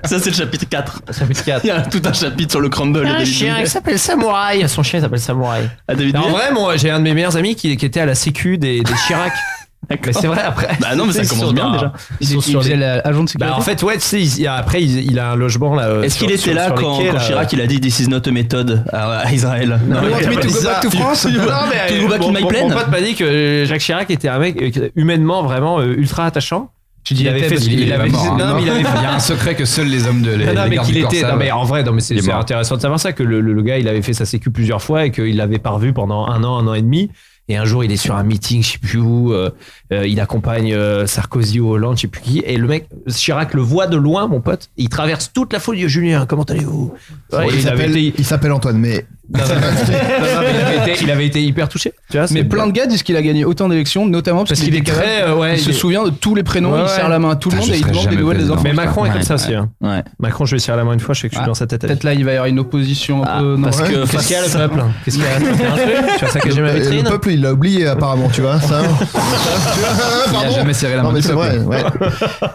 S14: ça, c'est le chapitre 4.
S2: Chapitre 4.
S14: Il y a tout un chapitre sur le
S2: Ah,
S14: crumble. et David Bowie.
S2: s'appelle Samouraï. Son chien s'appelle Samouraï.
S14: Ah, David
S2: En
S14: Bowie
S2: vrai, moi, j'ai un de mes meilleurs amis qui, qui était à la sécu des, des Chirac.
S14: D'accord.
S2: Mais c'est vrai, après.
S14: Bah non, mais ça
S2: Ils
S14: commence
S2: sont
S14: bien
S2: dans-
S14: déjà.
S2: Ils sont sur les-
S8: l'agent de sécurité
S2: Bah, en fait, ouais, tu sais, il- il- après, il, il a un logement là. euh,
S14: Est-ce
S2: sur-
S14: qu'il était
S2: sur-
S14: là
S2: sur les
S14: quand,
S2: quais,
S14: quand
S2: là.
S14: Chirac il a dit This is not a method à, à Israël
S2: Non, mais
S14: mais-
S2: want me to go back to
S8: France
S2: Non, mais euh,
S14: To go back
S2: bon,
S14: in my
S2: bon,
S14: plane.
S2: bon, pas de panique. euh, Jacques Chirac était un mec euh, humainement vraiment euh, ultra attachant. Tu dis, il, avait fait ce
S10: il
S2: qu'il
S10: est
S2: avait
S10: pas mort, hein.
S2: Non, mais il avait
S10: Il y a un secret que seuls les hommes de les,
S2: Non, non,
S10: les
S2: mais
S10: gardes
S2: qu'il
S10: du
S2: était.
S10: corps
S2: Non, mais
S10: savent.
S2: en vrai, non, mais c'est
S10: Il est
S2: c'est
S10: mort.
S2: intéressant de savoir ça que le, le- le gars, il avait fait sa sécu plusieurs fois et qu'il l'avait pas revu pendant un an, un an et demi. Et un jour, il est sur un meeting, je sais plus où. euh, euh, il accompagne euh, Sarkozy ou Hollande, je sais plus qui. Et le mec, Chirac le voit de loin, mon pote. et il traverse toute la foule. Il dit, Julien, comment allez-vous Ouais,
S9: Bon,
S2: et
S9: il
S2: il, avait
S9: s'appelle-
S2: été,
S9: il s'appelle Antoine, mais
S2: non, non, non, non, mais il avait été- il avait été hyper touché. Tu vois,
S8: mais plein de gars disent qu'il a gagné autant d'élections notamment parce,
S2: Parce qu'il est
S8: capable-
S2: très. euh, ouais,
S8: il
S2: il
S8: se
S2: est-
S8: souvient de tous les prénoms
S2: Ouais,
S8: il
S2: ouais.
S8: serre la main à tout le
S10: Putain,
S8: monde
S10: je
S8: et il
S10: serais
S8: demande des
S10: jamais
S8: nouvelles des
S10: président.
S8: enfants
S2: Mais Macron est
S14: Ouais,
S2: comme ça aussi. hein.
S14: Ouais.
S2: Macron, je vais serrer la main une fois, je sais que je suis
S8: Ah,
S2: dans sa tête à lui.
S8: peut-être là il va y avoir une opposition un
S14: Ah,
S8: peu non.
S14: parce que
S2: Qu'est-ce
S14: face
S2: qu'il y a le
S14: à-
S2: peuple Qu'est-ce qu'il y a T'as un truc Tu vas saccager ma
S9: Et
S2: vitrine
S9: euh, le peuple il l'a oublié apparemment, tu vois. Ça.
S10: Il a
S9: Pardon.
S10: jamais serré la
S9: Non
S10: main
S9: mais
S10: du
S9: c'est
S10: peuple.
S9: vrai,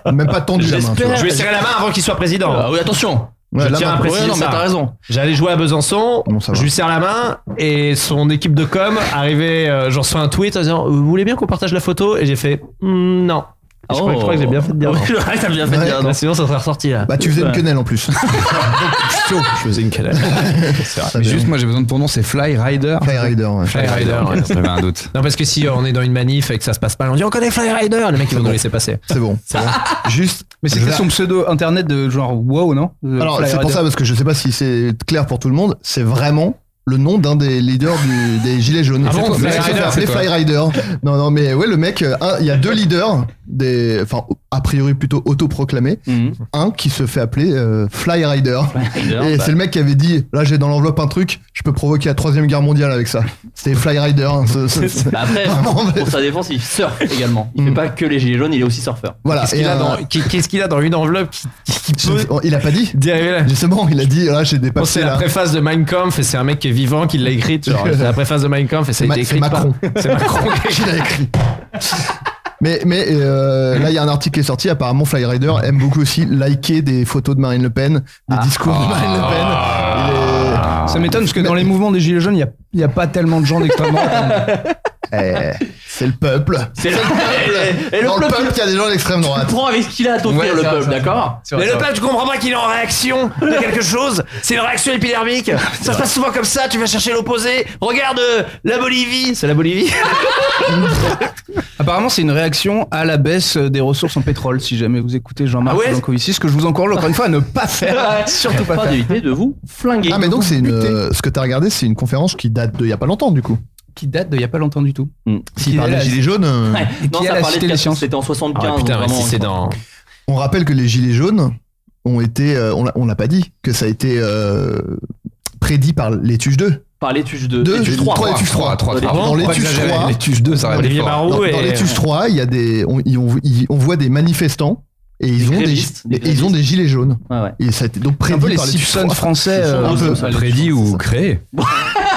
S9: ouais. Même pas tendu la main. tu vois.
S2: Je vais serrer la main avant qu'il soit président.
S14: Ah oui, attention.
S9: Ouais,
S2: je
S9: la
S2: tiens
S9: main.
S2: à
S14: Ouais,
S2: préciser
S14: non, mais
S2: ça.
S14: t'as raison.
S2: J'allais jouer à Besançon,
S9: Bon, ça va.
S2: je lui serre la main et son équipe de com arrivait, euh, j'en reçois un tweet en disant Vous voulez bien qu'on partage la photo Et j'ai fait "Hmm, Non. Et Je, crois, je crois que j'ai bien fait
S8: Oh.
S2: de dire non.
S14: Ouais, t'as bien fait de
S9: Ouais.
S14: dire non.
S2: Bah, sinon, ça serait ressorti là.
S9: Bah tu faisais une
S14: Ouais.
S9: quenelle en plus.
S2: je faisais une canale.
S9: Ça
S10: Mais
S9: fait-
S10: juste, moi j'ai besoin de ton nom, c'est Fly Rider.
S9: Fly Rider. ouais.
S2: Fly Rider. ouais.
S10: J'avais un doute.
S2: Non, parce que si euh, on est dans une manif et que ça se passe pas, on dit On connaît Fly Rider Les mecs, ils vont nous laisser passer.
S9: C'est bon. Juste.
S8: mais
S9: je
S8: c'était
S9: vais-
S8: son pseudo internet de genre wow non
S9: Euh, Alors c'est pour ça parce que je sais pas si c'est clair pour tout le monde. C'est vraiment le nom d'un des leaders du- des Gilets jaunes.
S10: Ah bon,
S9: Le mec
S10: Fly
S9: s'est fait
S10: Rider,
S9: appeler
S10: c'est
S9: Fly Rider. Non, non, mais ouais, le mec, euh, un- il y a deux leaders, des, enfin, a priori plutôt autoproclamés.
S8: Mhm.
S9: Un qui se fait appeler euh, Fly Rider. Et
S8: Bah,
S9: c'est le mec qui avait dit là j'ai dans l'enveloppe un truc, je peux provoquer la troisième guerre mondiale avec ça. C'était Fly Rider. hein, ce- ce- ce-
S8: bah après,
S9: Vraiment, mais-
S8: pour sa défense, il surfe également. Il
S9: Mm.
S8: fait pas que les gilets jaunes, il est aussi surfeur.
S9: voilà.
S2: Qu'est-ce
S9: Et
S2: qu'il a,
S9: un-
S2: dans- qu'est- qu'est-ce qu'il a dans une enveloppe qui, qui
S9: je-
S2: peut
S9: oh, il a pas dit.
S2: dériver là
S9: Justement, il a dit là j'ai des
S2: Bon, c'est
S9: papiers
S2: la
S9: là.
S2: préface de Mein Kampf et c'est un mec qui est vivant qui l'a écrite. genre, C'est la préface de Mein Kampf et ça a
S9: Ma-
S2: été
S9: c'est
S2: écrit par-
S9: Macron.
S2: C'est Macron.
S9: Qui l'a écrit. Mais, mais euh, là, il y a un article qui est sorti. Apparemment, Fly Rider aime beaucoup aussi liker des photos de Marine Le Pen, des discours de Marine Le Pen.
S15: Ça m'étonne parce que dans les mouvements des Gilets jaunes, il n'y a, pas tellement de gens d'extrême droite.
S9: Eh, c'est le peuple.
S8: C'est le peuple. Et, et le
S9: Dans le
S8: peuple,
S9: peuple, il y a des gens d'extrême
S8: il
S9: droite.
S8: prend avec ce qu'il a à
S2: Ouais,
S8: t'offrir, le
S2: ça,
S8: peuple,
S2: ça.
S8: d'accord
S2: Mais le peuple, tu comprends pas qu'il est en réaction de quelque chose C'est une réaction épidermique Ça se passe souvent comme ça, tu vas chercher l'opposé. Regarde euh, la Bolivie C'est la Bolivie
S15: Apparemment, c'est une réaction à la baisse des ressources en pétrole. Si jamais vous écoutez Jean-Marc
S8: Ah ouais
S15: Jancovici, ce que je vous encourage encore une fois à ne pas faire.
S8: Surtout pas d'éviter de vous flinguer.
S9: Ah, mais donc, c'est une,
S15: Putain.
S9: euh, ce que t'as regardé, c'est une conférence qui date de il y a pas longtemps, du coup.
S15: Qui date de il n'y a pas longtemps du tout.
S8: Mm.
S15: Qui
S9: S'il parle
S15: est
S9: des
S15: là,
S9: Gilets jaunes. euh,
S8: Ouais, non,
S15: qui est à
S8: ça
S15: la
S8: parlait
S15: Cité
S8: de
S15: des Sciences.
S8: C'était en 75.
S2: Ah, putain,
S8: donc
S2: mais si
S8: vraiment,
S2: c'est
S8: quoi.
S2: dans.
S9: On rappelle que les gilets jaunes ont été, euh, on l'a- on l'a pas dit, que ça a été euh, prédit par les Tuches 2.
S8: Par l'étude de.
S9: Deux,
S8: l'étude
S9: trois,
S8: trois.
S9: les tuches trois.
S8: Dans les
S10: trois.
S8: tuches
S9: Dans les
S10: Faut pas
S9: tuches
S10: exagérer,
S9: trois.
S10: Les tuches 2, ça
S2: Olivier
S10: arrive fort.
S2: Barou
S9: Dans,
S2: et.
S9: dans les Tuches 3, il y a des, on- ils, ont, ils- on voit des manifestants et ils,
S8: Des
S9: ont, des,
S8: grévistes, des
S9: et ils ont des gilets jaunes.
S8: Ouais, ouais.
S9: Et ça a été donc
S15: C'est un
S9: prédit
S15: peu les
S9: par les Tuches
S15: Simpsons
S9: 3.
S15: français.
S9: C'est
S15: euh,
S9: un peu
S10: Prédit ou créé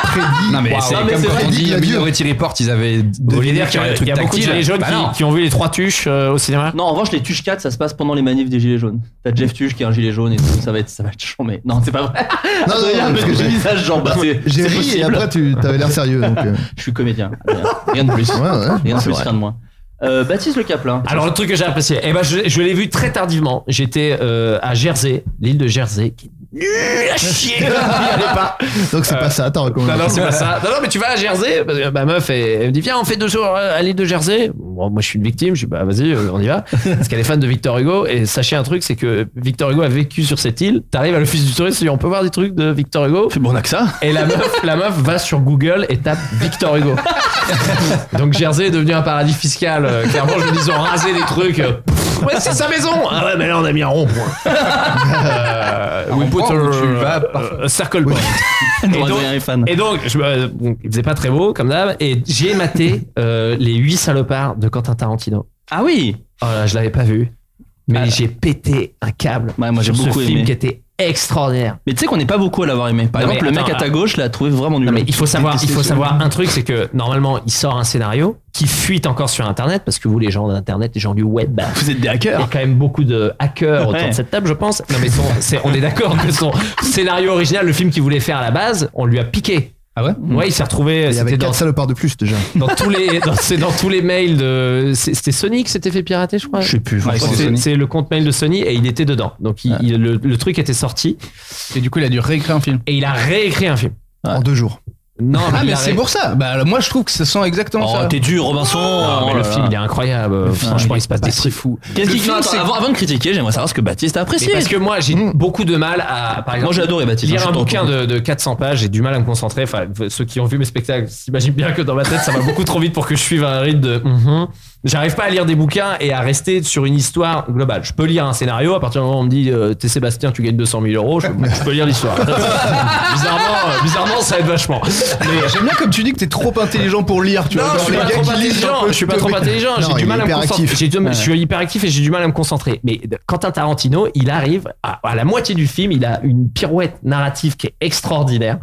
S9: prédit.
S10: Non, mais c'est
S8: Non, mais
S10: comme
S8: c'est
S10: quand
S8: vrai.
S10: on dit
S9: Prédit,
S10: Minority Report, ils avaient deviné qu'il y aurait des
S2: il
S10: trucs
S2: y a beaucoup de
S10: tactiles.
S2: gilets jaunes
S10: Bah
S2: qui,
S10: non.
S2: qui ont vu les trois tuches euh, au cinéma
S8: Non, en revanche, les tuches 4, ça se passe pendant les manifs des Gilets jaunes. T'as Jeff Tuche qui est un gilet jaune et tout, ça va être, ça va être chiant, mais non, c'est pas vrai.
S9: Non, non, non, parce que
S8: j'ai
S9: j'ai-
S8: mis ça, genre, bah, c'est-
S9: j'ai
S8: c'est
S9: ri et
S8: possible.
S9: après tu avais l'air sérieux. Donc, euh,
S8: Je suis comédien, rien, rien de plus.
S9: ouais, ouais,
S8: Rien de
S9: c'est
S8: plus,
S9: vrai.
S8: rien de moins. Euh, Baptiste Le Caplin.
S2: Alors le truc que j'ai apprécié, eh ben, je, je l'ai vu très tardivement. J'étais euh, à Jersey, l'île de Jersey, qui est nulle à chier. J'y allais pas.
S9: Donc c'est
S2: Euh,
S9: pas ça, t'as
S2: Non,
S9: recommandé.
S2: non, c'est pas ça. Non, non, mais tu vas à Jersey. Parce que ma meuf, elle, elle me dit Viens, on fait deux jours euh, à l'île de Jersey. Bon, moi, je suis une victime. Je dis Bah, vas-y, euh, on y va. Parce qu'elle est fan de Victor Hugo. Et sachez un truc c'est que Victor Hugo a vécu sur cette île. T'arrives à l'office du tourisme, tu dis, on peut voir des trucs de Victor Hugo.
S8: Bon, on a que ça.
S2: Et la meuf, la meuf va sur Google et tape Victor Hugo. Donc Jersey est devenu un paradis fiscal. Euh, Clairement, je me dis, ils ont rasé des trucs. Euh, pff, Ouais, c'est sa maison. Ah ouais, mais là, on a mis un rond-point. Euh, we put
S10: rond-point où
S2: a- euh,
S10: tu vas
S2: a circle point. Et donc,
S8: un fan.
S2: et donc, je, me- bon, il faisait pas très beau, comme d'hab, et j'ai maté euh, les huit salopards de Quentin Tarantino.
S8: Ah oui
S2: Oh là, je l'avais pas vu, mais
S8: Ah.
S2: j'ai pété un câble
S8: Ouais, moi, j'ai
S2: sur ce
S8: beaucoup
S2: film
S8: aimé.
S2: qui était extraordinaire.
S8: Mais tu sais qu'on n'est pas beaucoup à l'avoir aimé. Par
S2: Non,
S8: exemple,
S2: mais
S8: le mec
S2: attends, ah.
S8: à ta gauche l'a trouvé vraiment nul.
S2: Non, mais il faut savoir, il faut
S8: Détesté,
S2: savoir un truc, c'est que normalement, il sort un scénario qui fuite encore sur Internet, parce que vous, les gens d'Internet, les gens du web, bah,
S8: Vous êtes des
S2: il y a
S8: hackers.
S2: quand même beaucoup de hackers autour
S8: Ouais.
S2: de cette table, je pense. Non, mais son- c'est- on est d'accord que son scénario original, le film qu'il voulait faire à la base, on lui a piqué.
S15: Ah ouais
S2: Ouais, il s'est retrouvé.
S9: Il y
S2: C'était
S9: avait
S2: dans
S9: 4 salopards de plus déjà.
S2: dans tous les dans, c'est dans tous les mails de c'est- c'était Sony qui s'était fait pirater je crois
S8: Je sais plus.
S2: Ouais,
S8: je crois que
S2: c'est
S8: c'est-
S2: c'est le compte mail de Sony et il était dedans donc il- il- le, le truc était sorti
S15: Et du coup, il a dû réécrire un film.
S2: et il a réécrit un film
S8: Ouais.
S9: En deux jours.
S2: non
S15: Ah,
S2: il
S15: mais
S2: a
S15: c'est
S2: ré-
S15: pour ça. Bah, alors, moi, je trouve que ça sent exactement
S8: Oh,
S15: ça.
S8: t'es dur, Robinson.
S2: Non, mais
S8: Oh
S2: le
S8: là
S2: film
S8: là.
S2: il est incroyable franchement il se passe des trucs fous
S8: Qu'est-ce
S15: Le
S8: qu'il
S15: film,
S8: non, attends,
S15: c'est-
S8: avant, avant de critiquer, j'aimerais savoir ce que Baptiste a
S2: Mais
S8: apprécié.
S2: parce que moi j'ai beaucoup de mal à par exemple
S8: Moi j'ai adoré Baptiste.
S2: Lire
S8: hein,
S2: un
S8: je suis
S2: bouquin
S8: content.
S2: de, de 400 pages, j'ai du mal à me concentrer. Enfin, v- ceux qui ont vu mes spectacles s'imaginent bien que dans ma tête, ça va beaucoup trop vite pour que je suive un rythme de. mhm. J'arrive pas à lire des bouquins et à rester sur une histoire globale. Je peux lire un scénario, à partir du moment où on me dit euh, T'es Sébastien, tu gagnes 200 000 euros, je, je peux lire l'histoire. bizarrement, euh, bizarrement, ça aide vachement. Mais
S15: J'aime bien comme tu dis que t'es trop intelligent pour lire. Tu
S2: non,
S15: vois,
S2: je
S15: genre,
S2: suis
S15: les
S2: pas
S15: gars
S2: trop
S15: qui lisent un
S2: intelligent.
S15: peu,
S2: Je suis pas
S15: tu vois,
S2: trop
S15: mais-
S2: intelligent.
S9: Non,
S2: J'ai du
S9: il
S2: mal
S9: est
S2: à me concentrer.
S9: hyperactif.
S2: J'ai du- Je suis hyperactif et j'ai du mal à me concentrer. Mais de- Quentin Tarantino, il arrive à, à la moitié du film, il a une pirouette narrative qui est extraordinaire,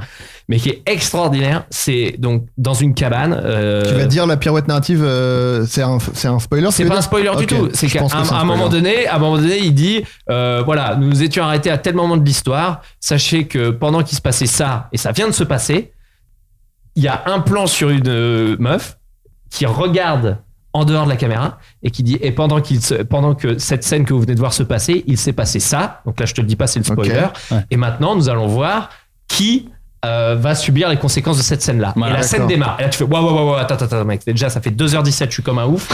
S2: mais qui est extraordinaire. C'est donc dans une cabane. euh,
S9: Tu vas dire la pirouette narrative, euh, c'est un, c'est un spoiler
S2: c'est
S9: tu veux
S2: pas un
S9: dire
S2: spoiler du
S9: Ok,
S2: tout. C'est
S9: je
S2: qu'à
S9: pense que
S2: un,
S9: c'est un
S2: à un moment
S9: spoiler.
S2: donné, à un moment donné, il dit euh, voilà, nous nous étions arrêtés à tel moment de l'histoire. Sachez que pendant qu'il se passait ça, et ça vient de se passer, il y a un plan sur une euh, meuf qui regarde en dehors de la caméra et qui dit et pendant qu'il se- pendant que cette scène que vous venez de voir se passer, il s'est passé ça. Donc là, je te le dis pas, c'est le spoiler.
S8: Ouais.
S2: Et maintenant, nous allons voir qui euh, va subir les conséquences de cette scène-là.
S8: Voilà,
S2: et la
S9: d'accord.
S2: scène démarre. Et là, tu fais waouh, waouh, waouh, attends, attends, attends, mec. Déjà, ça fait 2h17, je suis comme un ouf.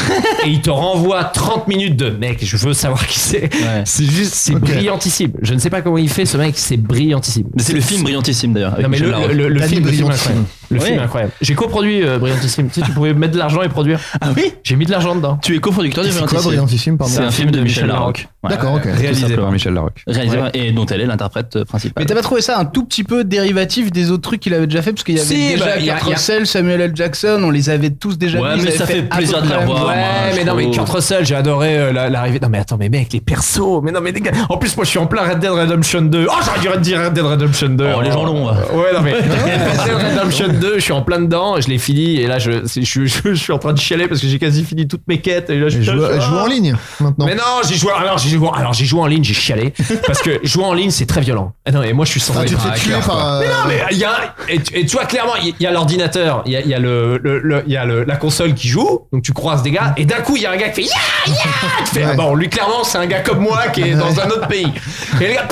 S2: et il te renvoie 30 minutes de mec, je veux savoir qui c'est. C'est juste, c'est
S9: Ok.
S2: brillantissime. Je ne sais pas comment il fait, ce mec, c'est brillantissime.
S8: Mais c'est le film brillantissime d'ailleurs. avec
S2: Non, mais
S8: Michel
S2: le,
S8: Larocque.
S2: le- le- le
S9: Danny
S2: film, le film
S9: Brillantissime.
S2: incroyable. Le
S8: Ouais.
S2: film incroyable. J'ai coproduit euh, Brillantissime. Tu sais, tu pouvais mettre de l'argent et produire.
S8: Ah oui
S2: J'ai mis de l'argent dedans.
S8: Tu es coproducteur de
S9: C'est quoi
S8: Brillantissime.
S9: Brillantissime, pardon
S8: C'est un film de Michel Larocque. Ouais.
S9: D'accord, ok.
S8: Tout
S10: Réalisé
S8: simplement.
S10: par Michel Larocque.
S8: Réalisé par- et dont elle est l'interprète euh, principale.
S16: Mais t'as pas trouvé ça un tout petit peu dérivatif des autres trucs qu'il avait déjà fait Parce qu'il y avait
S2: Si,
S16: déjà
S2: bah, il y a-
S16: Kurt
S2: il y a-
S16: Russell, Samuel L. Jackson, on les avait tous déjà
S8: Ouais,
S16: vus, ils
S8: mais
S16: avaient
S8: ça fait
S16: à peu
S8: plaisir de les
S16: près la même-
S8: revoir.
S2: Ouais,
S8: moi, je
S2: mais non, mais
S8: trouve.
S2: Kurt Russell, j'ai adoré euh, la- l'arrivée. Non, mais attends, mais mec, les persos. Mais non, mais les gars. En plus, moi, je suis en plein Red Dead Redemption 2. Oh, j'aurais dû dire Red Dead Redemption 2.
S8: Oh, les gens l'ont, ouais.
S2: Ouais, non, mais Red Dead Redemption 2, je suis en plein dedans. Je l'ai fini. Et là, je, c'est- je, je- je suis en train de chialer parce que j'ai quasi fini toutes mes quêtes. Et là, je
S9: Je
S2: suis
S9: joue,
S2: là, je-
S9: je joue en ligne maintenant.
S2: Mais non, j'ai joué. Alors, j'ai joué, alors, j'ai joué en ligne, j'ai chialé. parce que jouer en ligne, c'est très violent. Ah non, et moi, je suis sans
S9: Ah, tu te fais tuer par. euh,
S2: non, mais il y a, et, tu- et tu vois clairement, il y a l'ordinateur, il y a, il y a, le, le- le- il y a le- la console qui joue, donc tu croises des gars, et d'un coup, il y a un gars qui fait Yeah, yeah Tu fais,
S9: Ouais.
S2: ah bon, lui, clairement, c'est un gars comme moi qui est dans un autre pays. Et le gars,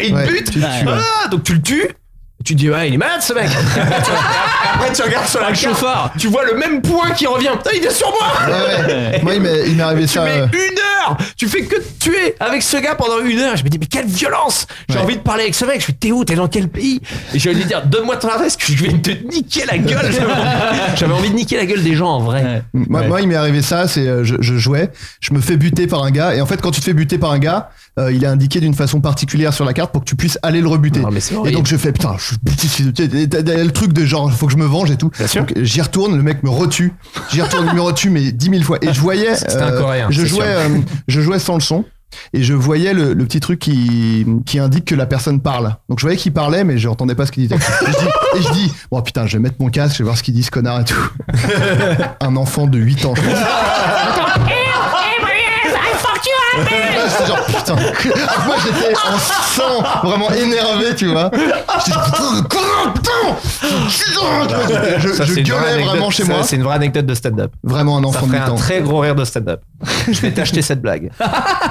S2: et il te
S9: ouais,
S2: bute,
S9: tu le tues, ouais.
S2: ah, donc tu le tues. et Tu te dis, ouais, il est malade ce mec! Et Après, tu regardes sur
S9: Ah,
S2: la chauffeur, tu vois le même point qui revient. Putain, il est sur moi!
S9: Ouais, ouais. Moi, il m'est il m'est arrivé
S2: Tu
S9: ça.
S2: mets
S9: euh,
S2: une heure Tu fais que te tuer avec ce gars pendant une heure Je me dis, mais quelle violence J'ai
S9: Ouais.
S2: envie de parler avec ce mec. Je suis t'es où T'es dans quel pays Et je vais lui dire, donne-moi ton adresse, que je vais te niquer la gueule. J'avais envie- J'avais envie de niquer la gueule des gens en vrai.
S9: Moi, moi, il m'est arrivé ça, c'est euh, je, je jouais, je me fais buter par un gars, et en fait, quand tu te fais buter par un gars, euh, il est indiqué d'une façon particulière sur la carte pour que tu puisses aller le rebuter.
S2: Non, mais c'est
S9: et
S2: horrible.
S9: donc je fais putain, je suis buté, c'est- t'as- t'as- t'as le truc de genre, faut que je me venge et tout.
S2: sûr.
S9: Donc, j'y retourne, le mec me retue, j'y retourne, il me retue mais dix mille fois. Et je voyais,
S2: C'était un Coréen,
S9: je
S2: c'est
S9: jouais,
S2: sûr.
S9: euh, je jouais sans le son. Et je voyais le, le petit truc qui, qui indique que la personne parle. Donc je voyais qu'il parlait, mais je n'entendais pas ce qu'il disait. Et je, dis, et je dis, bon putain, je vais mettre mon casque, je vais voir ce qu'il dit ce connard et tout. Un enfant de 8 ans, je pense. C'est genre putain. Alors, Moi j'étais en sang, vraiment énervé, tu vois. J'étais putain, comment, putain Je, je gueulais vraiment chez moi.
S2: une vraie anecdote de stand-up.
S9: Vraiment un enfant de 8 ans.
S2: gros rire de stand-up. Je vais t'acheter cette blague.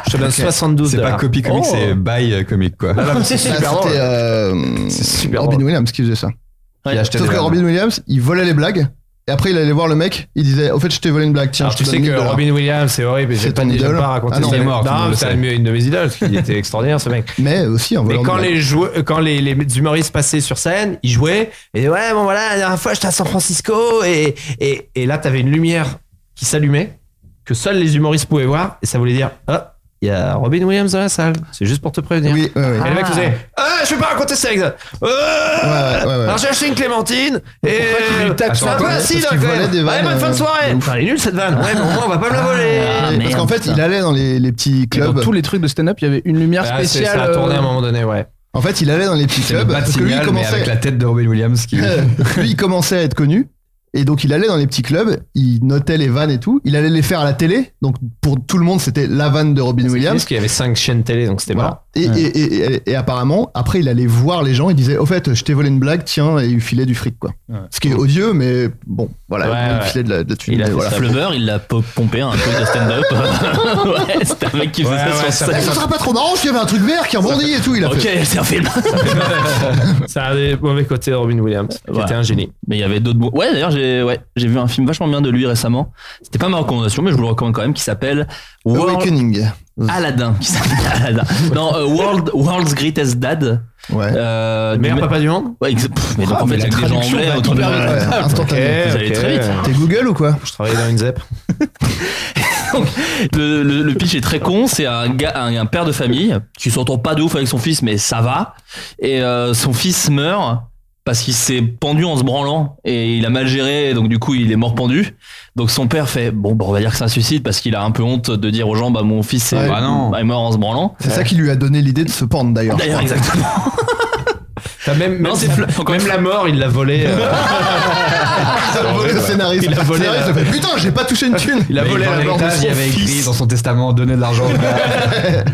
S2: Je te donne 72
S10: C'est pas copy comic, c'est by comic quoi.
S2: c'est
S9: Ah,
S2: super
S9: C'était euh,
S2: C'est super
S9: Robin
S2: drôle.
S9: Williams qui faisait ça.
S10: Il a acheté
S9: Sauf
S10: des
S9: que
S10: vannes.
S9: Robin Williams, il volait les blagues. Et après, il allait voir le mec, il disait Au fait, je t'ai volé une blague, tiens,
S2: Alors,
S9: je
S2: tu
S9: te
S2: sais
S9: donne
S2: que
S9: 1000 dollars.
S2: Robin Williams, c'est horrible, et
S9: C'est
S2: j'ai pas,
S9: ton
S2: j'aime
S9: idole
S2: pas raconter
S9: Ah non,
S2: ça.
S9: il est
S10: mort, tout le monde
S2: Non,
S10: le
S2: c'est
S10: sait.
S2: un- une de mes idoles, parce qu'il était extraordinaire ce mec.
S9: Mais aussi en
S2: Mais
S9: volant
S2: quand
S9: des blagues.
S2: les, joueurs, quand les, les humoristes passaient sur scène, ils jouaient, et ouais, bon voilà, la dernière fois j'étais à San Francisco, et, et, et là t'avais une lumière qui s'allumait, que seuls les humoristes pouvaient voir, et ça voulait dire, ah, il y a Robin Williams dans la salle, c'est juste pour te prévenir.
S9: Oui, ouais, ouais.
S2: Et le mec faisait Ah, je vais pas raconter ça, exact. Euh,
S9: ouais, ouais, ouais.
S2: Alors j'ai acheté une clémentine et.
S9: tu lui tapes sur
S2: Ah,
S9: la
S2: bah,
S9: tête
S2: si,
S9: Parce qu'il
S2: d'accord.
S9: volait des
S2: Ouais,
S9: vannes,
S2: bonne fin de
S9: euh,
S2: soirée.
S9: de ouf.
S2: Enfin, elle est nulle cette vanne. Ouais, mais au moins on va pas me la voler.
S8: Ah,
S9: Et- parce qu'en fait, il allait dans les, les petits
S16: Dans
S9: clubs.
S16: tous les trucs de stand-up, il y avait une lumière spéciale.
S2: ça a tourné à un
S16: euh,
S2: moment donné, ouais.
S9: En fait, il allait dans les petits
S10: C'est le
S9: clubs.
S10: bat
S9: Parce que lui, il
S10: signal, mais
S9: commençait.
S10: avec la tête de Robin Williams qui.
S9: Euh, lui, il commençait à être connu. Et donc, il allait dans les petits clubs, il notait les vannes et tout. Il allait les faire à la télé. Donc, pour tout le monde, c'était la vanne de Robin Williams.
S2: Parce qu'il y avait 5 chaînes télé, donc c'était marrant.
S9: Voilà. Et, et, et, et- et apparemment, après, il allait voir les gens. Il disait Au fait, je t'ai volé une blague, tiens, et il filait du fric, quoi. Ce qui est odieux, mais bon, voilà.
S2: Ouais,
S9: il
S2: ouais.
S9: filait de la, de la thune.
S8: Il a
S9: mais
S8: fait
S9: voilà.
S8: ça. Flubber, il l'a po- pompé à un truc de stand-up. ouais, c'était un mec qui faisait
S2: Ouais,
S8: ça
S2: ouais,
S8: sur
S9: Eh,
S8: scène.
S9: ça sera pas trop marrant, parce qu'il y avait un truc vert qui rebondit et tout. Il a
S8: Ok,
S9: fait.
S8: c'est un film.
S2: C'est un des mauvais côtés de Robin Williams, qui
S8: Voilà.
S2: était un génie.
S8: Mais il y avait d'autres. bons- Ouais, d'ailleurs, j'ai ouais, j'ai vu un film vachement bien de lui récemment. C'était pas ma recommandation, mais je vous le recommande quand même, qui s'appelle World...
S9: Awakening.
S8: Aladdin. Qui s'appelle Aladdin. Non, euh, World... World's Greatest Dad.
S9: Ouais.
S8: Euh,
S2: Meilleur
S8: du-
S2: papa du monde
S8: Ouais, exa- pff, mais donc
S2: Ah,
S8: en
S2: mais
S8: fait,
S2: la
S8: avec des gens
S2: traduction
S8: anglais
S2: va
S8: autour de
S2: hyper
S9: Ouais,
S8: moi.
S2: Ouais.
S9: instantané.
S8: Vous allez
S2: ok.
S8: très vite.
S9: T'es Google ou quoi
S2: Je travaillais dans une ZEP.
S8: Le, le- le pitch est très con, c'est un gars, un, un père de famille qui s'entend pas de ouf avec son fils, mais ça va. Et euh, son fils meurt parce qu'il s'est pendu en se branlant et il a mal géré, donc du coup il est mort pendu. Donc son père fait bon, bah, on va dire que c'est un suicide parce qu'il a un peu honte de dire aux gens bah mon fils est,
S9: Ouais.
S10: Bah non.
S8: est mort en se branlant.
S9: C'est ça qui lui a donné l'idée de se pendre d'ailleurs.
S8: D'ailleurs, exactement.
S2: T'as même, même,
S8: Non, c'est fl- encore
S2: même
S8: une
S2: la mort, il l'a volé. euh,
S9: Il a volé le scénariste.
S2: Il a volé
S9: Le scénariste
S2: la-
S9: a fait, Putain, j'ai pas touché une thune.
S2: il a
S10: Mais
S2: volé
S10: dans
S2: la mort de
S10: l'héritage,
S2: son
S10: il avait écrit
S2: fils.
S10: dans son testament donner de l'argent. au gars.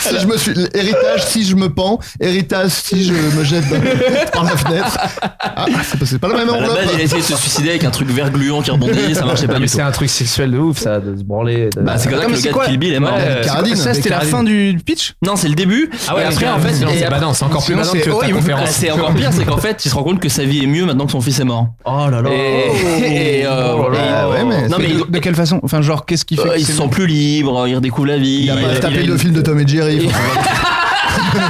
S9: Si je me suis héritage, si je me pends, héritage, si je me jette dans- par la fenêtre. Ah, c'est pas- c'est pas la même
S8: À la
S9: enveloppe.
S8: base, il a essayé de se suicider avec un truc vert gluant qui rebondit, ça marchait pas
S2: Mais
S8: du
S2: c'est
S8: tout.
S2: un truc sexuel de ouf, ça, de se branler. de-
S8: Bah, c'est comme
S16: Attends,
S8: ça que
S16: mais
S8: le
S16: c'est
S8: gars
S16: quoi
S8: de Kill Bill est mort.
S2: Ouais.
S9: Caradine.
S16: Ça, c'était la
S2: Caradine.
S16: fin du pitch
S8: Non, c'est le début.
S2: Ah ouais,
S8: et après, en fait,
S2: non,
S8: et
S2: c'est
S8: après-
S2: badant, c'est encore plus
S16: Sinon,
S2: badant
S16: c'est
S2: que ta
S16: horrible.
S2: conférence.
S8: c'est encore pire, c'est qu'en fait, il se rend compte que sa vie est mieux maintenant que son fils est mort.
S2: Oh là là.
S8: Et, et, euh,
S9: Oh là là,
S8: et-
S9: ouais, mais
S8: non
S9: c'est-
S8: mais
S10: de,
S8: ils,
S10: de quelle façon Enfin, genre, qu'est-ce qui fait
S8: euh,
S10: que
S8: ils
S10: c'est-
S8: se sentent plus libres, ils redécouvrent la vie.
S9: Il a pas
S8: il-
S9: tapé
S8: il-
S9: le film de Tom et Jerry. faut savoir.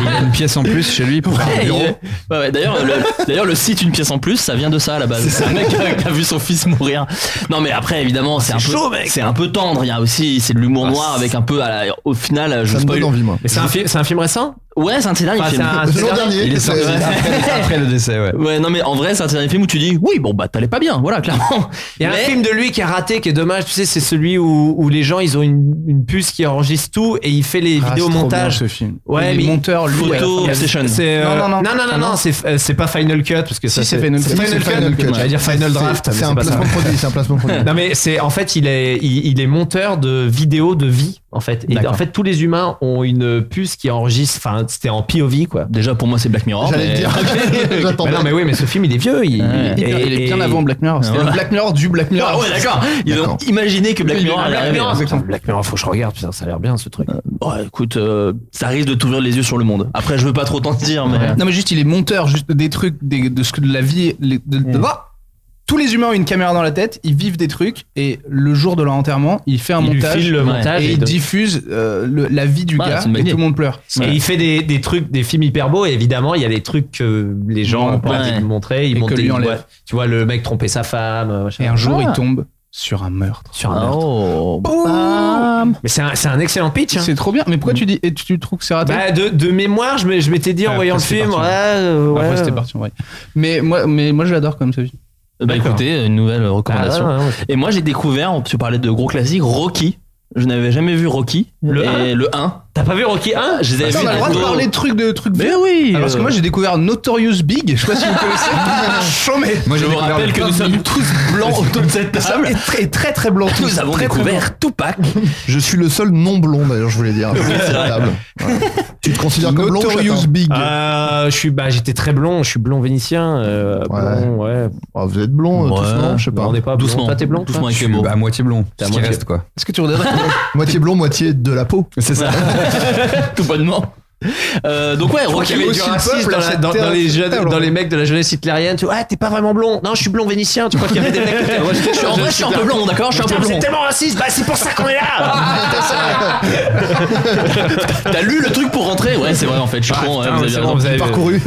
S17: Il a une pièce en plus chez lui pour un
S8: Ouais,
S17: bureau.
S8: ouais, ouais, D'ailleurs, le, d'ailleurs, le site Une pièce en plus, ça vient de ça à la base. C'est un mec qui a- qui a vu son fils mourir. Non, mais après, évidemment, c'est un peu, c'est un peu tendre. Il y a aussi, c'est de l'humour noir avec un peu, à la- au final, je
S9: Ah, Ça me donne
S8: spoil.
S9: envie, moi.
S2: Mais c'est un, fi- c'est un film récent
S8: Ouais, c'est un de ces derniers
S2: Enfin, c'est
S8: films.
S2: un-
S9: Le
S2: c'est
S9: jour
S2: un-
S9: dernier,
S17: Il est
S9: c'est-
S17: sorti
S9: c'est-
S17: après, après le décès, ouais.
S8: Ouais, non, mais en vrai, c'est un dernier film où tu dis, oui, bon, bah, t'allais pas bien, voilà, clairement.
S2: Il y a un
S8: Mais-
S2: film de lui qui a raté, qui est dommage, tu sais, c'est celui où, où les gens, ils ont une, une puce qui enregistre tout et il fait les
S10: Ah,
S2: vidéos
S10: c'est trop
S2: montage.
S10: bien, ce film.
S2: Ouais,
S10: les
S2: mais-
S10: monteurs, lui, ouais.
S8: Photo, session.
S2: C'est, euh,
S10: Non, non, non.
S2: non, non,
S10: Ah,
S2: non,
S10: non.
S2: c'est, euh, c'est pas Final Cut, parce que
S10: Si,
S2: ça,
S10: c'est Final Cut.
S2: c'est
S9: c'est
S2: Final Cut. J'allais dire Final
S9: C'est-
S2: Draft, mais
S9: C'est un
S2: c'est pas ça.
S9: placement de produit, c'est un placement de produit.
S2: Non mais c'est en fait il est il, il est monteur de vidéos de vie en fait et
S8: D'accord.
S2: en fait tous les humains ont une puce qui enregistre enfin c'était en POV quoi.
S8: Déjà, pour moi, c'est Black Mirror.
S9: J'allais
S8: mais-
S9: le dire.
S2: Mais
S9: J'attendais.
S2: Bah non mais oui mais ce film il est vieux il,
S8: Ouais.
S2: il-
S10: Il est
S2: et-
S10: bien
S2: et-
S10: avant Black Mirror. C'était
S8: voilà.
S10: le Black Mirror du Black Mirror.
S8: Ah ouais, d'accord. Ils ont
S9: D'accord.
S8: imaginé que Black
S10: Oui,
S8: Mirror allait
S10: Black
S8: arriver.
S10: Mirror,
S2: Putain,
S10: exactement.
S2: Black Mirror faut que je regarde putain ça a l'air bien ce truc.
S8: Bon, écoute, euh, ça risque de t'ouvrir les yeux sur le monde. Après, je veux pas trop t'en dire, mais.
S10: Non mais juste il est monteur juste des trucs des- de ce que de la vie les- de-
S8: Mm.
S10: de- Ah tous les humains ont une caméra dans la tête, ils vivent des trucs et le jour de leur enterrement, il fait un
S2: il lui
S10: montage
S2: file le
S8: ouais.
S2: montage
S10: et
S2: et,
S10: il
S2: de-
S10: diffuse euh, le- la vie du
S8: Ouais,
S10: gars
S8: Bah, c'est une bonne
S10: et
S8: idée.
S10: tout le monde pleure.
S2: et il fait des, des trucs des films hyper beaux et évidemment il y a des trucs que les gens
S8: Ouais.
S2: ont pas envie
S8: Ouais.
S2: de montrer ils
S10: Et
S2: montent
S10: que
S2: des-
S10: lui
S2: ouais.
S10: enlève.
S2: tu vois le mec tromper sa femme euh, machin.
S10: Et un jour,
S8: Ah.
S10: il tombe sur un meurtre.
S2: sur un meurtre.
S8: Oh.
S2: Mais c'est un, c'est un excellent pitch hein.
S10: C'est trop bien. Mais pourquoi tu dis et tu, tu trouves que c'est raté
S2: Bah, de, de mémoire, je m'ai- je m'étais dit en
S10: Ah, Après,
S2: voyant le
S10: c'est
S2: film, ouais,
S10: parti.
S2: euh, ouais.
S10: Après, c'était parti en vrai. Mais moi, mais moi, je l'adore comme ça.
S8: Bah
S2: D'accord.
S8: écoutez, une nouvelle
S2: Ah,
S8: recommandation.
S2: ouais, ouais.
S8: Et moi, j'ai découvert, tu parlais de gros classiques, Rocky. Je n'avais jamais vu Rocky.
S2: Le
S8: Et
S2: 1?
S8: le 1.
S2: T'as pas vu Rocky 1
S8: Je les avais
S10: Attends,
S8: vus
S10: on a le droit de
S8: ado.
S10: parler de trucs de trucs.
S8: Mais
S10: vieux.
S8: oui.
S10: Ah, parce que
S8: euh,
S10: moi, j'ai découvert Notorious Big. Je sais pas si vous connaissez. Chômé.
S17: Moi,
S8: je
S17: j'ai
S8: vous
S17: découvert
S8: rappelle
S17: le
S8: que
S17: Top
S8: nous sommes tous blancs autour de cette table.
S10: est très très très blanc.
S8: Nous avons
S10: Très, très
S8: découvert Tupac.
S9: Je suis le seul non blond d'ailleurs, je voulais dire.
S8: c'est vrai.
S9: Table. Voilà. Tu te considères comme blond
S10: Notorious
S9: Chatin
S10: Big.
S2: euh, je suis, bah, j'étais très blond, je suis blond vénitien. Euh,
S9: Ouais.
S2: blond, ouais.
S9: Ah, Vous êtes blond,
S8: Ouais.
S9: tous non, je sais pas.
S2: On n'est pas blond.
S8: Doucement.
S2: Toi, t'es blond toi
S8: Doucement
S17: Je
S8: avec les
S17: suis
S8: mots.
S17: à moitié blond,
S2: T'es à
S17: ce qui
S2: moitié-
S17: reste quoi.
S10: Est-ce que tu redonnerais
S9: Moitié blond, moitié de la peau.
S8: C'est ça. Tout bonnement. Euh, donc ouais,
S2: Rocky
S8: Rocky.
S2: avait du
S10: aussi le
S2: racisme Ah,
S10: peuple
S2: dans,
S10: à
S2: la-
S10: cette
S2: dans- dans
S10: terre,
S2: les
S10: cette
S2: jeunes,
S10: table,
S2: dans
S10: en
S2: les mecs de la jeunesse hitlérienne. Tu vois, ah, t'es pas vraiment blond. Non, je suis blond vénitien. Tu crois qu'il y avait des mecs qui étaient. Ouais,
S8: Je suis- En vrai, je suis un peu blanc, d'accord Je suis un peu
S2: Putain,
S8: blanc.
S2: C'est tellement raciste. Bah, c'est pour ça qu'on est là.
S8: T'as lu le truc pour rentrer Ouais, Ah, c'est vrai en fait. Je suis
S10: Ah,
S8: con. ouais,
S2: putain,
S8: vous avez
S2: c'est
S8: raison.
S2: bon, vous
S9: J'ai
S2: avez-
S9: parcouru.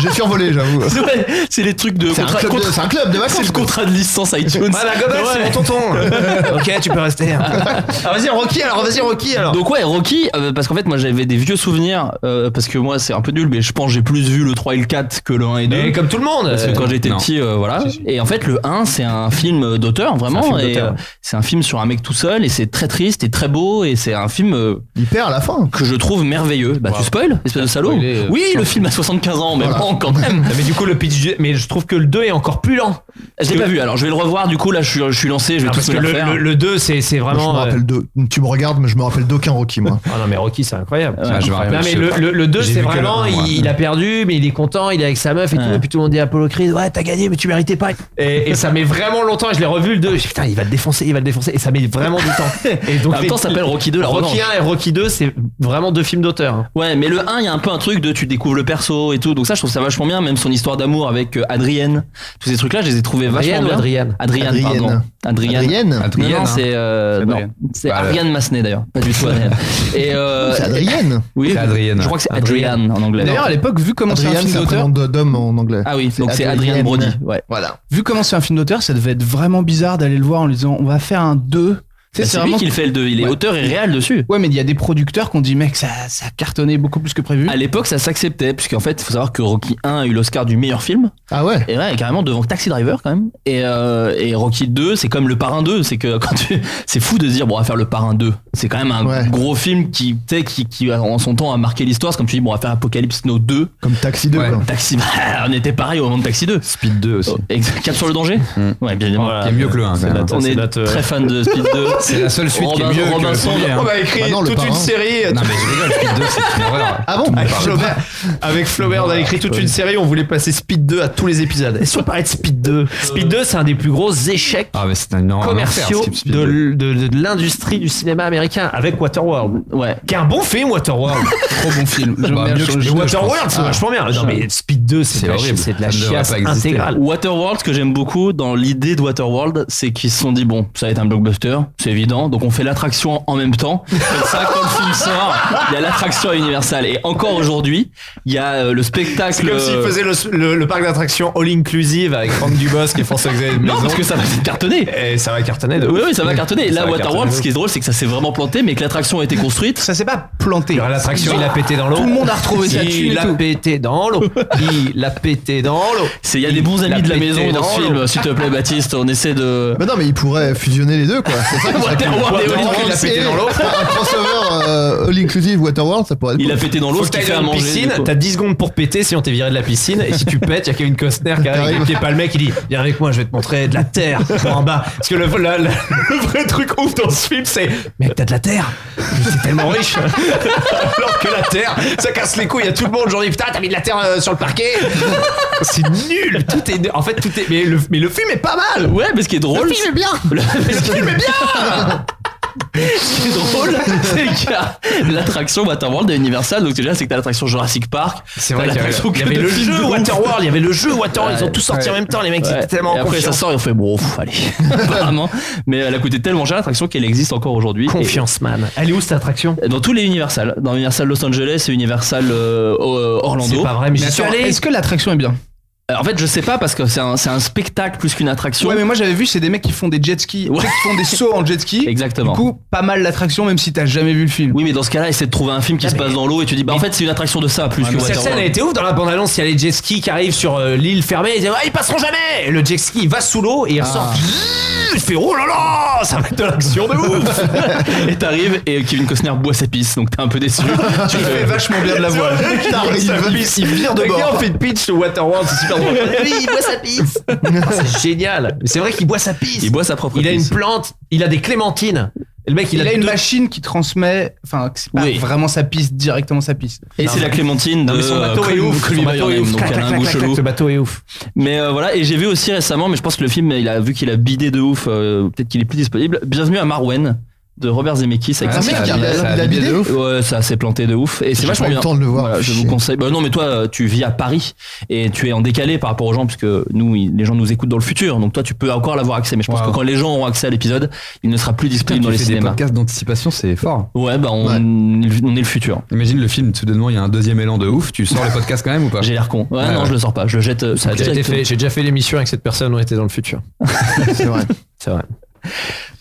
S9: J'ai survolé, j'avoue.
S8: C'est vrai, c'est les trucs de
S9: C'est un,
S8: contrat.
S9: club de-
S8: contrat-
S9: c'est un club de
S8: C'est
S9: vacances.
S8: le contrat de licence iTunes.
S2: Ah, la gobelle, c'est mon tonton. ok, tu peux rester. Ah, vas-y, Rocky, alors, vas-y, Rocky, alors.
S8: Donc ouais, Rocky, euh, parce qu'en fait moi j'avais des vieux souvenirs, euh, parce que moi c'est un peu nul, mais je pense que j'ai plus vu le 3 et le 4 que le 1 et 2.
S2: Mais comme tout le monde.
S8: Parce que quand j'étais
S17: non.
S8: petit, euh, voilà. Et en fait, le 1, c'est un film d'auteur,
S2: C'est un
S8: vraiment.
S2: film
S8: et,
S2: d'auteur,
S8: euh,
S2: ouais.
S8: C'est un film sur un mec tout seul, et c'est très triste et très beau, et c'est un film euh,
S9: Il perd à la fin.
S8: que je trouve merveilleux. Bah, tu spoil, espèce de salaud
S2: spoilé, euh,
S8: Oui, le film a 75 ans, mais
S9: Voilà.
S8: bon, quand même.
S2: Ah, mais du coup, le pitch du- Mais je trouve que le 2 est encore plus lent.
S8: Je l'ai
S2: que-
S8: pas vu, alors je vais le revoir, du coup, là, je suis, je suis lancé, je vais
S2: Ah,
S8: tout
S2: parce
S8: me
S2: que
S8: le
S2: le,
S8: faire.
S2: le, le 2, c'est c'est
S9: Moi, je
S2: vraiment.
S9: me rappelle de... Tu me regardes, mais je me rappelle d'aucun Rocky, moi.
S2: euh, Ah non, mais Rocky, c'est incroyable.
S8: Ouais,
S2: C'est
S17: Ah, je me
S2: incroyable.
S17: rappelle,
S2: Non, mais
S17: je sais
S2: le,
S17: pas.
S2: le, le 2,
S17: J'ai
S2: c'est
S17: vu que le
S2: vraiment.
S17: un,
S2: il,
S17: ouais.
S2: il a perdu, mais il est content, il est avec sa meuf et tout.
S8: Ouais.
S2: Et puis tout le monde dit à Apollo Creed, ouais, t'as gagné, mais tu méritais pas. Et, et ça met vraiment longtemps. Et je l'ai revu le 2. J'ai dit, putain, il va le défoncer, il va le défoncer. Et ça met vraiment du temps. Et
S8: En
S2: donc,
S8: même temps, ça s'appelle Rocky 2, la
S2: Rocky 1
S8: revanche.
S2: et Rocky 2, c'est vraiment deux films d'auteur. hein.
S8: Ouais, mais le 1, il y a un peu un truc de tu découvres le perso et tout, donc ça, je trouve ça vachement bien, même son histoire d'amour avec euh, Adrienne. Tous ces trucs-là, je les ai trouvés
S2: Adrienne
S8: vachement
S2: ou
S8: bien.
S2: Adrienne
S8: Adrienne,
S9: Adrienne.
S8: pardon. Adrienne.
S9: Adrienne.
S8: Non, non,
S17: Adrienne, hein.
S8: c'est euh,
S10: C'est
S8: non,
S10: Adrienne.
S8: c'est
S17: Bah,
S8: Ariane Massenet d'ailleurs, pas du tout Adrienne. Et euh,
S9: C'est Adrienne.
S8: oui,
S17: C'est Adrienne.
S8: Je crois que c'est Adrienne en anglais.
S10: D'ailleurs, à l'époque, vu comment c'est un
S9: Adrienne,
S10: film
S9: c'est un prénom
S10: d'auteur,
S9: de- d'homme en anglais.
S8: ah oui, donc c'est
S9: Adrienne.
S8: Adrienne Brody. Ouais.
S9: Voilà.
S10: vu comment c'est un film d'auteur, ça devait être vraiment bizarre d'aller le voir en lui disant on va faire un 2.
S8: Bah, c'est lui qui le fait le 2, il est
S10: Ouais.
S8: auteur et réel dessus.
S10: Ouais, mais il y a des producteurs qui ont dit mec, ça, ça a cartonné beaucoup plus que prévu.
S8: À l'époque, ça s'acceptait, puisqu'en fait, il faut savoir que Rocky 1 a eu l'Oscar du meilleur film,
S9: Ah ouais.
S8: et ouais, carrément devant Taxi Driver quand même. Et, euh, et Rocky 2, c'est comme le Parrain 2, c'est que quand tu, c'est fou de se dire bon, on va faire le Parrain 2. C'est quand même un
S9: Ouais.
S8: gros film qui, tu sais, qui, qui, en son temps a marqué l'histoire. C'est comme tu dis bon, on va faire Apocalypse Now 2.
S9: Comme Taxi 2.
S17: Ouais.
S9: quoi.
S8: Taxi, on était pareil au moment de Taxi 2.
S17: Speed 2 aussi.
S8: Oh, exact. Cap sur le danger
S17: Mm.
S8: Ouais, bien évidemment.
S17: Qui est mieux que le 1 quand même.
S2: notre-
S8: On
S2: c'est
S8: est
S2: notre, euh,
S8: très fan de Speed 2.
S10: C'est la seule suite qui est
S8: Robin- Oh,
S10: mieux que le
S8: Robinson,
S10: premier. hein.
S18: On a écrit
S9: Bah non, le
S18: toute une
S9: parrain.
S18: série.
S10: Non mais je rigole, Speed 2 c'est une horreur.
S9: Ah bon
S10: Tout le monde
S18: Avec
S10: parle.
S18: Flaubert, avec Flaubert, on a écrit toute une série, on voulait passer Speed 2 à tous les épisodes. Et si on parlait de Speed 2
S2: Speed 2, c'est un des plus gros échecs
S10: Ah mais c'est un énorme
S2: commerciaux de, l- de- de- de l'industrie du cinéma américain avec Waterworld.
S8: Ouais.
S2: Qui est un bon film, Waterworld.
S19: Trop bon film. Je
S10: Bah,
S19: merde,
S10: mieux
S19: je-
S10: que
S2: Et
S10: Speed 2, je
S2: Waterworld,
S10: pense.
S2: c'est vachement bien. Non, mais Speed 2, c'est
S10: C'est
S2: de la,
S10: horrible.
S2: c'est de la
S10: Ça ne devrait
S2: chiasse
S10: pas exister.
S2: intégrale.
S8: Waterworld, ce que j'aime beaucoup dans l'idée de Waterworld, c'est qu'ils se sont dit bon, ça va être un blockbuster, c'est évident, donc on fait l'attraction en même temps. Comme ça, quand le film sort, il y a l'attraction universelle. Et encore aujourd'hui, il y a euh, le spectacle.
S18: C'est comme s'il faisait le, le- le parc d'attractions all inclusive avec Franck Dubosc et François-Xavier
S8: Non,
S18: Maison.
S8: parce que ça va vite cartonner.
S18: Et ça va cartonner. De...
S8: euh, Oui, oui, ça va cartonner. Et
S18: Ça
S8: Là,
S18: va
S8: Waterworld,
S18: cartonner.
S8: ce qui est drôle, c'est que ça s'est vraiment planté, mais que l'attraction a été construite.
S19: Ça s'est pas planté.
S18: Il y aura l'attraction, il a
S2: pété dans l'eau.
S19: Tout le monde a retrouvé sa thune
S2: Il
S19: et
S2: l'a
S19: tout.
S2: pété dans l'eau. Il l'a pété dans l'eau.
S8: C'est il y a des bons
S2: Il a
S8: amis de la
S2: pété
S8: maison dans ce
S2: dans
S8: film, s'il te plaît, Baptiste. On essaie de.
S9: Bah non, mais ils pourraient fusionner les deux, quoi. C'est ça qui serait cool.
S8: Waterworld et
S9: Waterworld,
S8: Hollywood.
S9: c'est- Un crossover euh, all inclusive Waterworld, ça pourrait être.
S8: Il
S9: cool.
S8: a pété dans l'eau,
S18: Faut que
S8: ce qui
S18: t'ailles
S8: fait
S18: dans
S8: à
S18: une
S8: manger.
S18: piscine,
S8: du coup.
S2: T'as 10 secondes pour péter si on t'est viré de la piscine. Et si tu pètes, il y a Kevin Costner qui
S9: arrive,
S2: qui est pas le mec, il dit Viens avec moi, je vais te montrer de la terre en bas.
S18: Parce que le, la- la- le vrai truc ouf dans ce film, c'est
S2: Mec, t'as de la terre C'est tellement riche
S18: alors que la Terre, ça casse les couilles à tout le monde. J'en ai putain, t'as mis de la Terre euh, sur le parquet.
S2: C'est nul Tout est. En fait, tout est. Mais le, mais le film est pas mal
S8: Ouais, mais ce qui est drôle. Le film est bien Le film est bien Ce qui est drôle, c'est qu'il y a l'attraction Waterworld et Universal. Donc, déjà, c'est que t'as l'attraction Jurassic Park.
S2: C'est
S8: vrai qu'il y avait-
S2: Il y avait le jeu Waterworld, il y avait le jeu Waterworld, ils ont tous sorti en même temps, les mecs,
S8: Ouais.
S2: c'était tellement
S8: et après, ça sort et on fait bon, pff, allez, apparemment. Mais elle a coûté tellement cher l'attraction qu'elle existe encore aujourd'hui. Et-
S2: Confiance, man. Elle est où cette attraction
S8: Dans tous les Universal. Dans Universal Los Angeles et Universal euh, euh,
S2: C'est
S8: Orlando.
S2: pas vrai, mais
S19: Mais
S2: j'y suis
S19: attends,
S2: allé.
S19: Est-ce que l'attraction est bien
S8: Euh, En fait, je sais pas parce que c'est un, c'est un spectacle plus qu'une attraction.
S19: Ouais, mais moi j'avais vu, c'est des mecs qui font des jet skis,
S8: Ouais.
S19: tu sais, qui font des sauts en jet ski. Du
S8: Exactement.
S19: coup, pas mal l'attraction, même si t'as jamais vu le film.
S8: oui, mais dans ce cas-là, essaie de trouver un film qui se passe dans l'eau et tu dis, bah en fait, c'est une attraction de ça plus que
S2: Cette scène a
S8: Waterworld.
S2: été ouf dans la bande-annonce. Il y a les jet skis qui arrivent sur euh, l'île fermée. Ils disent ah, ils passeront jamais. Et le jet ski il va sous l'eau et il
S8: Ah.
S2: ressort. Il fait oh là là, ça va être de l'action de ouf.
S8: Et t'arrives et Kevin Costner boit sa pisse, donc t'es un peu déçu. tu
S18: Il fait vachement bien de la voile.
S9: Il
S10: Ah,
S9: vire de
S18: Le gars,
S9: bord.
S18: on fait pitch Waterworld, c'est super drôle.
S2: oui, il boit sa pisse. C'est génial. Mais C'est vrai qu'il boit sa pisse.
S8: Il boit sa propre
S2: Il a une
S8: pisse.
S2: plante. Il a des clémentines. Et le mec, il,
S19: Il,
S2: a,
S19: a une
S2: deux-
S19: machine qui transmet, enfin, que c'est pas
S8: Oui.
S19: vraiment sa piste, directement sa piste.
S8: Et c'est la clémentine de
S2: mais son bateau
S8: euh,
S2: est
S8: Cru-
S2: ouf,
S8: Cru-
S2: son bateau
S8: Bayonne,
S2: est ouf.
S8: donc
S2: Clac,
S8: elle a
S2: clac,
S8: un
S2: clac,
S8: goût
S2: clac,
S8: chelou.
S2: le bateau est ouf.
S8: Mais euh, voilà, et j'ai vu aussi récemment, mais je pense que le film, il a vu qu'il a bidé de ouf, euh, peut-être qu'il est plus disponible. Bienvenue à Marwen de Robert Zemeckis avec
S9: Ah,
S8: sa
S9: merde,
S8: fille.
S9: il a- il a bidé de ouf.
S8: Ouais, ça s'est planté de ouf et c'est
S9: J'ai
S8: vachement
S9: pas eu
S8: bien.
S9: le temps de le voir.
S8: Voilà, je vous
S9: Chier.
S8: conseille. Bah non, mais toi, euh, tu vis à Paris et tu es en décalé par rapport aux gens, puisque nous, il- les gens nous écoutent dans le futur. Donc toi, tu peux encore l'avoir accès. Mais je pense
S10: Wow.
S8: que quand les gens auront accès à l'épisode, il ne sera plus
S10: Putain,
S8: disponible
S10: tu
S8: dans les
S10: fais des
S8: cinémas.
S10: podcasts d'anticipation, c'est fort.
S8: Ouais, bah on,
S9: Ouais.
S8: on est le futur.
S10: Imagine le film, soudainement il y a un deuxième élan de ouf, tu sors le podcast quand même ou pas
S8: J'ai l'air con. Ah. Ouais,
S10: Ouais,
S8: non,
S10: ouais.
S8: je le sors pas. Je le jette. euh, Ça a déjà été fait.
S2: J'ai déjà fait l'émission avec cette personne. On était dans le futur.
S9: C'est vrai.
S2: C'est vrai.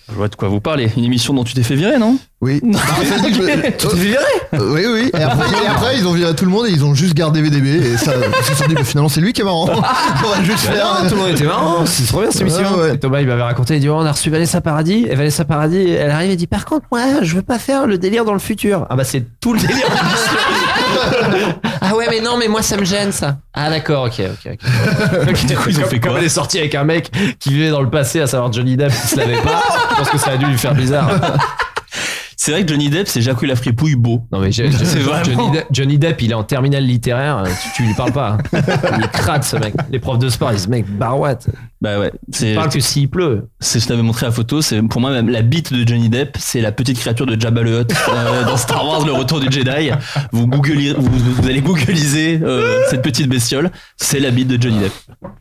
S8: Je vois de quoi vous parlez. Une émission dont tu t'es fait virer, non
S9: Oui. Ah, ça dit que je-
S2: Tu verrais
S9: Euh, Oui, oui. Et après, et après, ils ont viré tout le monde et ils ont juste gardé VDB. Et ça, ils se sont dit, bah, finalement, c'est lui qui est marrant. On va juste faire.
S2: Ah, Tout le monde était marrant. C'est trop bien cette émission.
S9: Ouais, ouais.
S2: Et Thomas, il m'avait raconté. Il dit oh, on a reçu Vanessa Paradis. Et Vanessa Paradis, elle arrive et dit par contre, moi, je veux pas faire le délire dans le futur. Ah bah c'est tout le délire. dans le futur. ah ouais, mais non, mais moi ça me gêne ça. Ah d'accord, ok, ok. ok. Donc, du coup, ils ont fait quoi Elle est sortie avec un mec qui vivait dans le passé, à savoir Johnny Depp, qui se l'avait pas. Je pense que ça a dû lui faire bizarre.
S8: C'est vrai que Johnny Depp, c'est Jacques la fripouille beau.
S2: Non mais j'ai- j'ai-
S8: C'est vraiment-
S2: Johnny, Depp, Johnny Depp, il est en terminale littéraire, tu, tu lui parles pas. hein. Il est crade ce mec. Les profs de sport, ils disent mec, barouette.
S8: Bah ouais. C'est.
S2: Parle que s'il pleut.
S8: c'est- Je t'avais montré la photo. C'est pour moi même la bite de Johnny Depp. C'est la petite créature de Jabba le Hutt euh, dans Star Wars Le Retour du Jedi. Vous googlez, vous, vous allez googliser euh, cette petite bestiole. C'est la bite de Johnny Depp.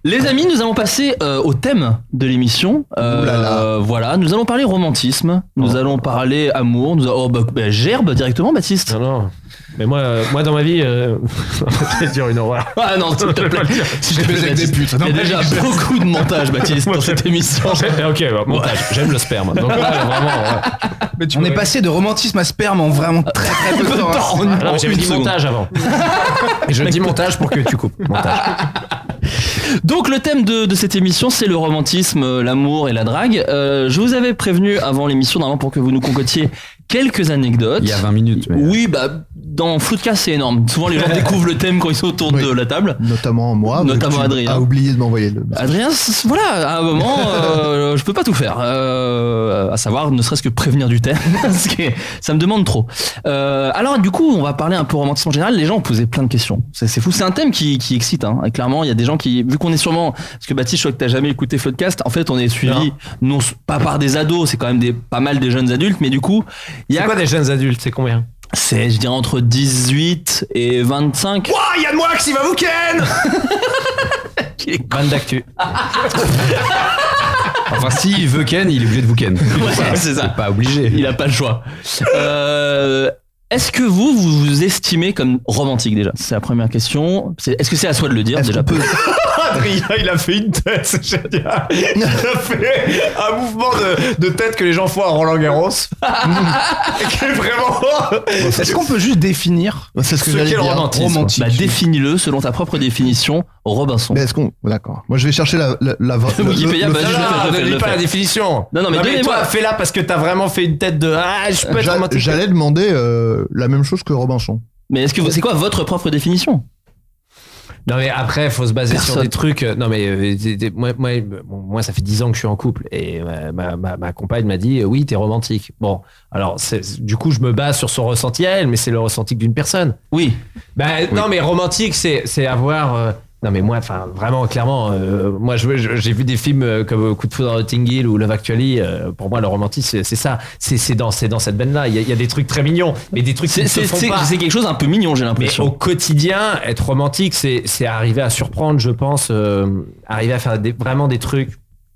S8: Les amis, nous allons passer euh, au thème de l'émission. Euh,
S9: Ouh là là. Oh.
S8: euh, voilà. Nous allons parler romantisme. Nous allons parler amour. Nous allons- oh, bah, bah, gerbe directement, Baptiste.
S2: Non non. Mais moi, euh, moi dans ma vie, euh... c'est dur une horreur.
S9: Oh.
S8: Ah non, s'il te plaît. Si je te plaît, Baptiste.
S10: putes.
S8: Il y a déjà beaucoup de montage, Baptiste, dans cette émission.
S2: ok, bah, montage. J'aime le sperme. Donc là, vraiment. ouais. Ah,
S19: On est passé de romantisme à sperme en vraiment très très peu de temps. hein.
S8: En-
S2: Ah non,
S20: Oh,
S8: en
S2: J'avais
S8: une
S2: dit
S8: seconde.
S2: montage avant. Et je dis montage pour que tu coupes. Montage.
S8: Donc le thème de, de cette émission, c'est le romantisme, euh, l'amour et la drague. Euh, je vous avais prévenu avant l'émission, normalement, pour que vous nous concoctiez quelques anecdotes.
S10: Il y a 20 minutes. mais-
S8: Oui, bah, dans Floodcast, c'est énorme. Souvent, les gens découvrent le thème quand ils sont autour de la table.
S9: Notamment moi.
S8: Notamment
S9: tu
S8: Adrien. Ah,
S9: A oublié de m'envoyer le.
S8: Adrien, c- c- voilà, à un moment, euh, je peux pas tout faire. Euh, à savoir, ne serait-ce que prévenir du thème, parce que ça me demande trop. Euh, alors, du coup, on va parler un peu romantisme en général. Les gens ont posé plein de questions. C'est c'est fou. C'est un thème qui, qui excite. Hein. Et clairement, il y a des gens qui, vu qu'on est sûrement, parce que Baptiste, je crois que t'as jamais écouté Floodcast. En fait, on est suivi non s- pas par des ados, c'est quand même des pas mal des jeunes adultes, mais du coup, il y a
S2: C'est quoi des jeunes adultes C'est combien
S8: C'est, je dirais, entre 18 et 25.
S20: Ouah, Yann Moix, il va vous ken
S8: Bande d'actu.
S10: Enfin, s'il veut Ken, il est obligé de vous Ken.
S8: Ouais, c'est ça.
S10: Pas obligé.
S8: Il a pas le choix. Euh, est-ce que vous, vous vous estimez comme romantique déjà C'est la première question. C'est- Est-ce que c'est à soi de le dire déjà
S20: Adrien, il a fait une tête, c'est génial. Il a fait un mouvement de, de tête que les gens font à Roland Garros. Et qui est vraiment.
S21: Est-ce qu'on peut juste définir
S9: C'est ce que
S20: Ce
S9: j'allais
S20: qu'est le
S9: dire.
S20: romantisme.
S8: Bah, définis-le selon ta propre définition, Robinson.
S9: Mais est-ce qu'on. D'accord. Moi, je vais chercher la. la, la, la-
S8: Wikipédia,
S9: le-
S8: bah,
S9: le-
S8: je-
S20: Non,
S8: le fais,
S20: non,
S8: le fais,
S20: ne
S8: le
S20: lis pas
S8: fais.
S20: la définition.
S8: Non, non, mais donnez-moi.
S20: toi, fais-la parce que t'as vraiment fait une tête de. Ah, je peux être
S9: Euh, j'a-
S20: romantique.
S9: J'allais demander euh, la même chose que Robinson.
S8: Mais est-ce que vous- c'est quoi votre propre définition
S2: Non mais après, faut se baser sur
S8: Personne.
S2: des trucs. euh, Non mais euh, des- des- moi, moi, euh, bon, moi, ça fait 10 ans que je suis en couple et euh, ma, ma, ma compagne m'a dit euh, oui, t'es romantique. Bon, alors c'est- du coup, je me base sur son ressenti à elle, mais c'est le ressenti d'une personne.
S8: Oui.
S2: Bah, Non mais romantique, c'est c'est avoir. euh, non mais moi, enfin vraiment clairement, euh, moi je veux- je- j'ai vu des films euh, comme Coup de foudre à Notting Hill ou Love Actually. euh, pour moi, le romantisme, c'est- c'est ça. C'est c'est dans c'est dans cette bande là. Il y, a- il y a des trucs très mignons, mais des trucs qui
S8: C'est
S2: ne se
S8: c'est-
S2: font
S8: c'est-
S2: pas.
S8: c'est quelque chose un peu mignon, j'ai
S2: Mais au
S8: l'impression.
S2: quotidien, être romantique, c'est c'est arriver à surprendre, je pense, euh, arriver à faire des- vraiment des trucs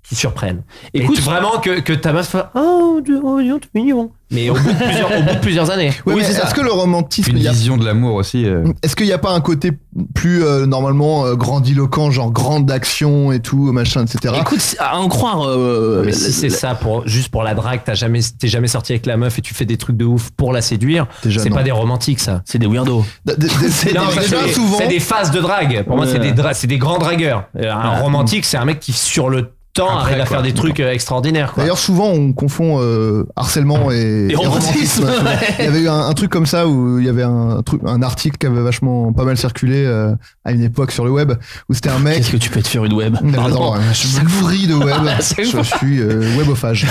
S2: qui surprennent.
S8: Écoute-
S2: Écoute, vraiment que, que ta meuf fasse Oh, tu- oh, dis donc, t'es mignon. Mais au bout de plusieurs, au bout de plusieurs années. Oui,
S9: Ouais, mais
S2: c'est ça.
S9: est-ce que le romantisme.
S10: Une
S9: il y a- Oh
S10: vision de l'amour aussi. euh.
S9: Est-ce qu'il n'y a pas un côté plus euh, normalement euh, grandiloquent, genre grande action et tout, machin, etc.
S8: Écoute, c'est- à en croire. euh,
S2: Mais
S8: la-
S2: si c'est
S8: la-
S2: ça, pour, juste pour la drague, t'as jamais- t'es jamais, sorti avec la meuf et tu fais des trucs de ouf pour la séduire,
S9: Déjà,
S2: c'est
S9: non.
S2: pas des romantiques, ça.
S8: c'est des weirdos.
S9: D- d- d-
S2: Non,
S9: déjà,
S2: parce que c'est
S9: souvent.
S2: c'est des phases de drague. Pour moi,
S8: Ouais.
S2: c'est des, dra- c'est des grands dragueurs. Euh, Un romantique, c'est un mec qui, sur le temps,
S10: Après,
S2: arrive à
S10: quoi.
S2: faire des trucs euh, extraordinaires. quoi.
S9: D'ailleurs, souvent, on confond euh, harcèlement et, et
S8: romantisme,
S9: souvent.
S8: ouais.
S9: Il y avait eu un, un truc comme ça où il y avait un, truc, un article qui avait vachement pas mal circulé euh, à une époque sur le web où c'était un mec.
S8: Qu'est-ce que tu peux te faire une web
S9: Mais
S8: Pardon.
S9: j'adore, je me nourris de web.
S8: Chaque
S9: je
S8: fois.
S9: suis euh, webophage.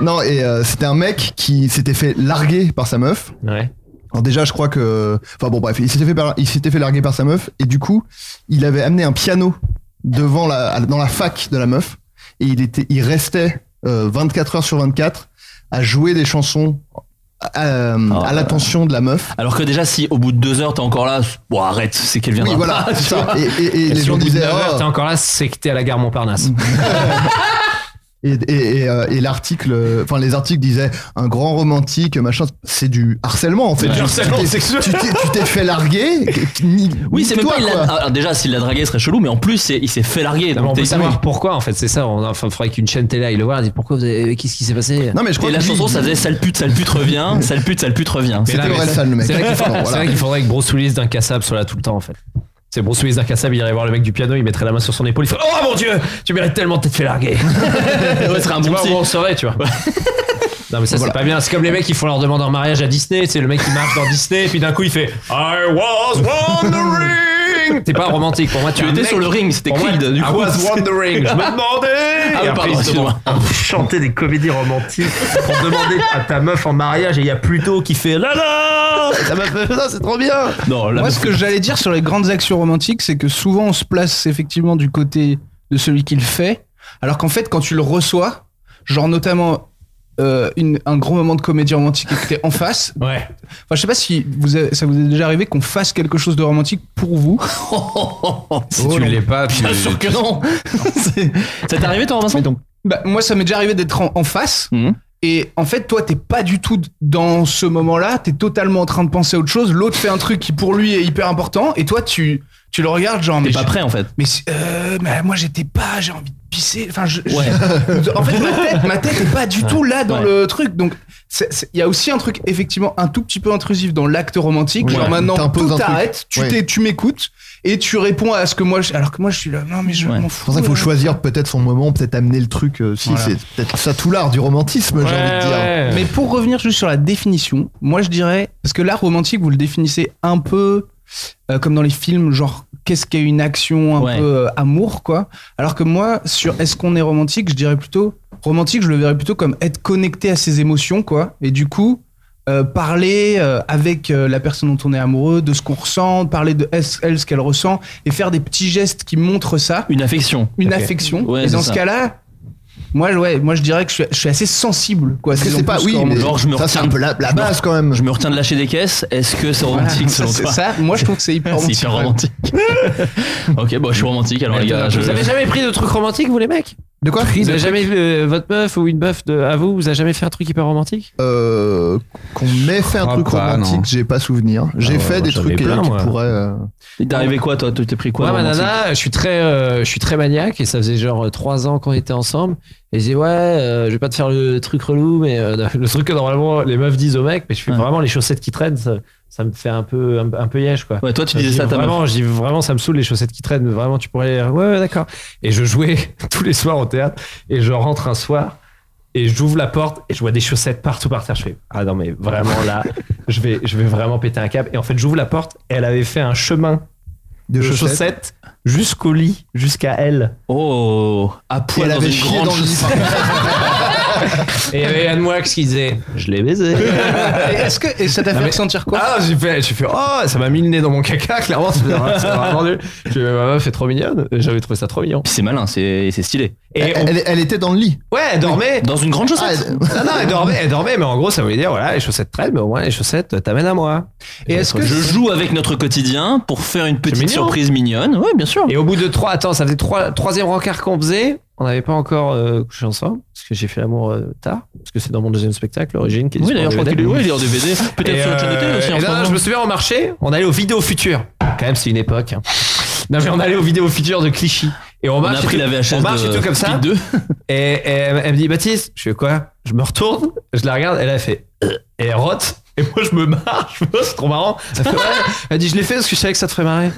S9: non, et euh, c'était un mec qui s'était fait larguer par sa meuf.
S2: Ouais.
S9: Alors déjà, je crois que, enfin bon, bref, il s'était fait, par- il s'était fait larguer par sa meuf et du coup, il avait amené un piano devant la, à- dans la fac de la meuf et il était, il restait euh, 24 heures sur 24 à jouer des chansons à, euh, à-
S8: Oh
S9: à l'attention de la meuf.
S8: Alors que déjà, si au bout de deux heures, t'es encore là, bon, arrête, c'est qu'elle viendra.
S9: Oui, voilà,
S8: pas,
S9: c'est
S8: tu
S9: ça.
S8: vois.
S9: Et, et- et
S2: Et
S9: les
S2: si au
S9: gens
S2: bout de
S9: disaient,
S2: neuf heures,
S9: oh.
S2: t'es
S8: hein.
S2: encore là, c'est que t'es à la gare Montparnasse.
S9: et, et, et, euh, et l'article, euh, enfin les articles disaient un grand romantique, machin, c'est du harcèlement en fait.
S8: C'est du
S9: Tu-
S8: harcèlement
S9: tu t'es-
S8: sexuel.
S9: Tu t'es tu t'es fait larguer. ni-
S8: Oui, c'est même pas.
S9: nique-toi,
S8: il l'a-
S9: quoi.
S8: Alors déjà, s'il l'a dragué, ce serait chelou, mais en plus, c'est- il s'est fait larguer.
S2: Non,
S8: donc
S2: mais Ah, on
S8: t'es-
S2: peut savoir pourquoi en fait, c'est ça. On, enfin, faudrait qu'une chaîne télé aille le voir et dise pourquoi vous avez- euh, qu'est-ce qui s'est passé
S9: Non mais je crois
S8: Et la
S9: que lui,
S8: chanson, ça faisait sale pute, sale pute revient, sale pute, sale pute revient.
S2: Mais là,
S9: C'était
S2: mais
S9: Orelsan le mec.
S2: C'est vrai qu'il faudrait,
S9: Bon,
S2: c'est
S9: voilà.
S2: vrai qu'il faudrait que Bruce Willis d'incassable soit là tout le temps en fait. C'est Bruce Willis d'incassable, il irait voir le mec du piano, il mettrait la main sur son épaule, il ferait Oh mon dieu, tu mérites tellement de t'être fait larguer.
S8: Ouais, ce serait un
S2: tu
S8: bon
S2: vois,
S8: signe.
S2: on saurait, tu vois. Non mais ça
S9: Voilà.
S2: c'est pas bien, c'est comme les mecs qui font leur demande en mariage à Disney, c'est le mec qui marche dans Disney et puis d'un coup il fait I was wondering T'es pas romantique, pour moi tu
S8: Tu
S2: es un
S8: étais
S2: mec-
S8: sur le ring, c'était
S2: pour moi,
S8: Creed, Ah, du
S2: I
S8: coup.
S2: was
S20: Wondering, je me demandais.
S8: Ah, oui, pardon, excuse-moi.
S2: chanter des comédies romantiques pour demander à ta meuf en mariage et il y a Pluto qui fait la la
S20: Ça m'a fait ça, c'est trop bien.
S8: Non, là,
S21: Moi, ce que j'allais dire sur les grandes actions romantiques, c'est que souvent on se place effectivement du côté de celui qui le fait, alors qu'en fait, quand tu le reçois, genre notamment euh, une- un gros moment de comédie romantique que t'es en face.
S2: Ouais.
S21: Enfin, je sais pas si vous avez- ça vous est déjà arrivé qu'on fasse quelque chose de romantique pour vous.
S10: Si tu l'es pas, tu.
S2: Ah,
S8: Bien sûr que non. C'est- Ça t'est arrivé, toi, Robinson
S21: Bah, moi, ça m'est déjà arrivé d'être en, en face.
S8: Mhm.
S21: Et en fait, toi, t'es pas du tout dans ce moment-là. T'es totalement en train de penser à autre chose. L'autre fait un truc qui pour lui est hyper important. Et toi, tu, tu le regardes genre.
S8: T'es
S21: mais
S8: pas
S21: j'ai-
S8: prêt, en fait.
S21: Mais, c'est- euh, mais moi, j'étais pas. J'ai envie de
S9: pisser. Enfin, je, je-
S8: Ouais.
S9: en fait, ma tête, ma tête est pas du tout là dans
S8: Ouais.
S9: le truc. Donc, c'est- c'est- il y a aussi un truc effectivement un tout petit peu intrusif dans l'acte romantique.
S22: Ouais.
S9: Genre maintenant,
S22: T'imposes
S9: tout
S22: un truc.
S9: t'arrête, tu
S22: Ouais.
S9: t'es- tu m'écoutes et tu réponds à ce que moi. je- alors que moi, je suis là. Non, mais je
S8: Ouais.
S9: m'en
S22: C'est
S9: fous.
S22: pour ça qu'il faut
S9: là.
S22: choisir peut-être son moment, peut-être amener le truc. euh, si,
S9: Voilà.
S22: c'est peut-être ça tout l'art du romantisme, j'ai envie de dire.
S9: Mais pour revenir juste sur la définition, moi je dirais, parce que l'art romantique, vous le définissez un peu euh, comme dans les films, genre qu'est-ce qu'est une action, un
S8: Ouais.
S9: peu euh, amour, quoi. Alors que moi, sur est-ce qu'on est romantique, je dirais plutôt, romantique, je le verrais plutôt comme être connecté à ses émotions, quoi. Et du coup, euh, parler euh, avec euh, la personne dont on est amoureux, de ce qu'on ressent, parler de elle, elle, ce qu'elle ressent, et faire des petits gestes qui montrent ça
S8: Une affection.
S9: une
S2: Ok.
S9: affection.
S8: Ouais,
S9: et dans
S8: c'est
S9: ce
S8: ça.
S9: cas-là, moi, ouais, moi je dirais que je suis, je suis assez sensible. Quoi,
S22: Parce que
S9: disons
S22: c'est pas,
S9: plus
S22: oui,
S9: qu'en-
S22: mais
S8: genre, je me
S22: ça c'est
S8: retiens.
S22: un peu la, la
S8: Je me-
S22: base quand même.
S8: Je me retiens de lâcher des caisses. Est-ce que c'est
S9: Voilà,
S8: romantique
S9: ça,
S8: selon
S9: c'est-
S8: toi
S9: ça, moi je trouve que c'est hyper
S8: C'est
S9: romantique.
S8: hyper romantique. ok, bon, je suis romantique alors les gars. Je...
S2: Vous avez jamais pris de trucs romantiques, vous les mecs
S9: De quoi
S2: Vous avez jamais euh, votre meuf ou une meuf de, à vous Vous avez jamais fait un truc hyper romantique
S22: Euh, qu'on m'ait fait un
S2: Ah
S10: crois
S22: truc
S10: pas, non.
S22: romantique, j'ai pas souvenir. J'ai
S2: bah, ouais,
S22: fait
S2: moi,
S22: des
S2: j'en ai
S22: trucs qui
S2: plein, moi.
S22: pourraient. euh,
S8: Il t'est arrivé quoi toi Tu t'es pris quoi
S2: Ouais, ma
S8: romantique
S2: nana, je suis très, euh, je suis très maniaque et ça faisait genre euh, trois ans qu'on était ensemble. Et je dis ouais, euh, je vais pas te faire le truc relou, mais euh, le truc que normalement les meufs disent aux mecs, mais je fais
S8: Ouais.
S2: vraiment les chaussettes qui traînent, ça, ça me fait un peu, un, un peu yèche quoi.
S8: Ouais, toi tu
S2: Je
S8: disais
S2: dis
S8: ça à ta meuf.
S2: vraiment, je dis vraiment, ça me saoule les chaussettes qui traînent. Vraiment, tu pourrais. Ouais, ouais, d'accord. Et je jouais tous les soirs au théâtre et je rentre un soir et j'ouvre la porte et je vois des chaussettes partout par terre. Je fais ah non mais vraiment là, je vais, je vais vraiment péter un câble. Et en fait, j'ouvre la porte et elle avait fait un chemin
S22: de
S2: de
S22: chaussettes.
S2: chaussettes, jusqu'au lit, jusqu'à elle.
S8: Oh, à poil
S22: elle
S8: dans
S22: avait
S8: une
S22: chié
S8: grande
S22: dans le lit.
S8: chaussette.
S2: Et il y avait Anne Moix qui disait je l'ai baisé.
S9: Et Est-ce que et ça t'a fait
S2: mais-
S9: ressentir quoi
S2: Ah, j'ai fait, j'ai fait, oh, ça m'a mis le nez dans mon caca, clairement, c'est vraiment nul. Je fais, ma meuf est trop mignonne, j'avais trouvé ça trop mignon.
S8: C'est malin, c'est c'est stylé.
S2: Et on-
S22: Elle, elle était dans le lit.
S2: ouais, elle dormait,
S8: Dans une grande
S22: Ah,
S8: chaussette.
S22: elle-
S2: Non, non, elle dormait, elle dormait, mais en gros, ça voulait dire, voilà, les chaussettes traînent, mais au moins, les chaussettes t'amènent à moi.
S9: Et est-ce que
S8: je joue avec notre quotidien pour faire une petite
S2: mignon.
S8: surprise mignonne. Ouais, bien sûr.
S2: Et au bout de trois, attends, ça faisait trois, troisième rencard qu'on faisait, on n'avait pas encore euh, couché ensemble, parce que j'ai fait l'amour euh, tard, parce que c'est dans mon deuxième spectacle, Origine, qui est
S8: Oui, d'ailleurs, je
S2: disponible
S8: crois
S2: en
S8: qu'il
S2: DVD.
S8: est ouais, il est en DVD. Peut-être
S2: Et,
S8: sur le chaîne de télé
S2: euh,
S8: aussi. hein,
S2: et
S8: en ce
S2: non, non,
S8: moment.
S2: je me souviens, on marchait, on allait au Vidéo Futur. Quand même, c'est une époque. hein. Non, mais on allait au Vidéo Futur de Clichy. Et on
S8: On
S2: marche.
S8: a
S2: et
S8: pris
S2: tout.
S8: la VHS
S2: on marche
S8: de
S2: et tout comme ça.
S8: Speed 2.
S2: Et, et elle, elle me dit, Baptiste, je fais quoi Je me retourne, je la regarde, elle a fait. Euh Et elle rote. Et moi, je me marre. Je me dis, c'est trop marrant. Elle, fait, ouais. Elle dit, je l'ai fait parce que je savais que ça te ferait marrer.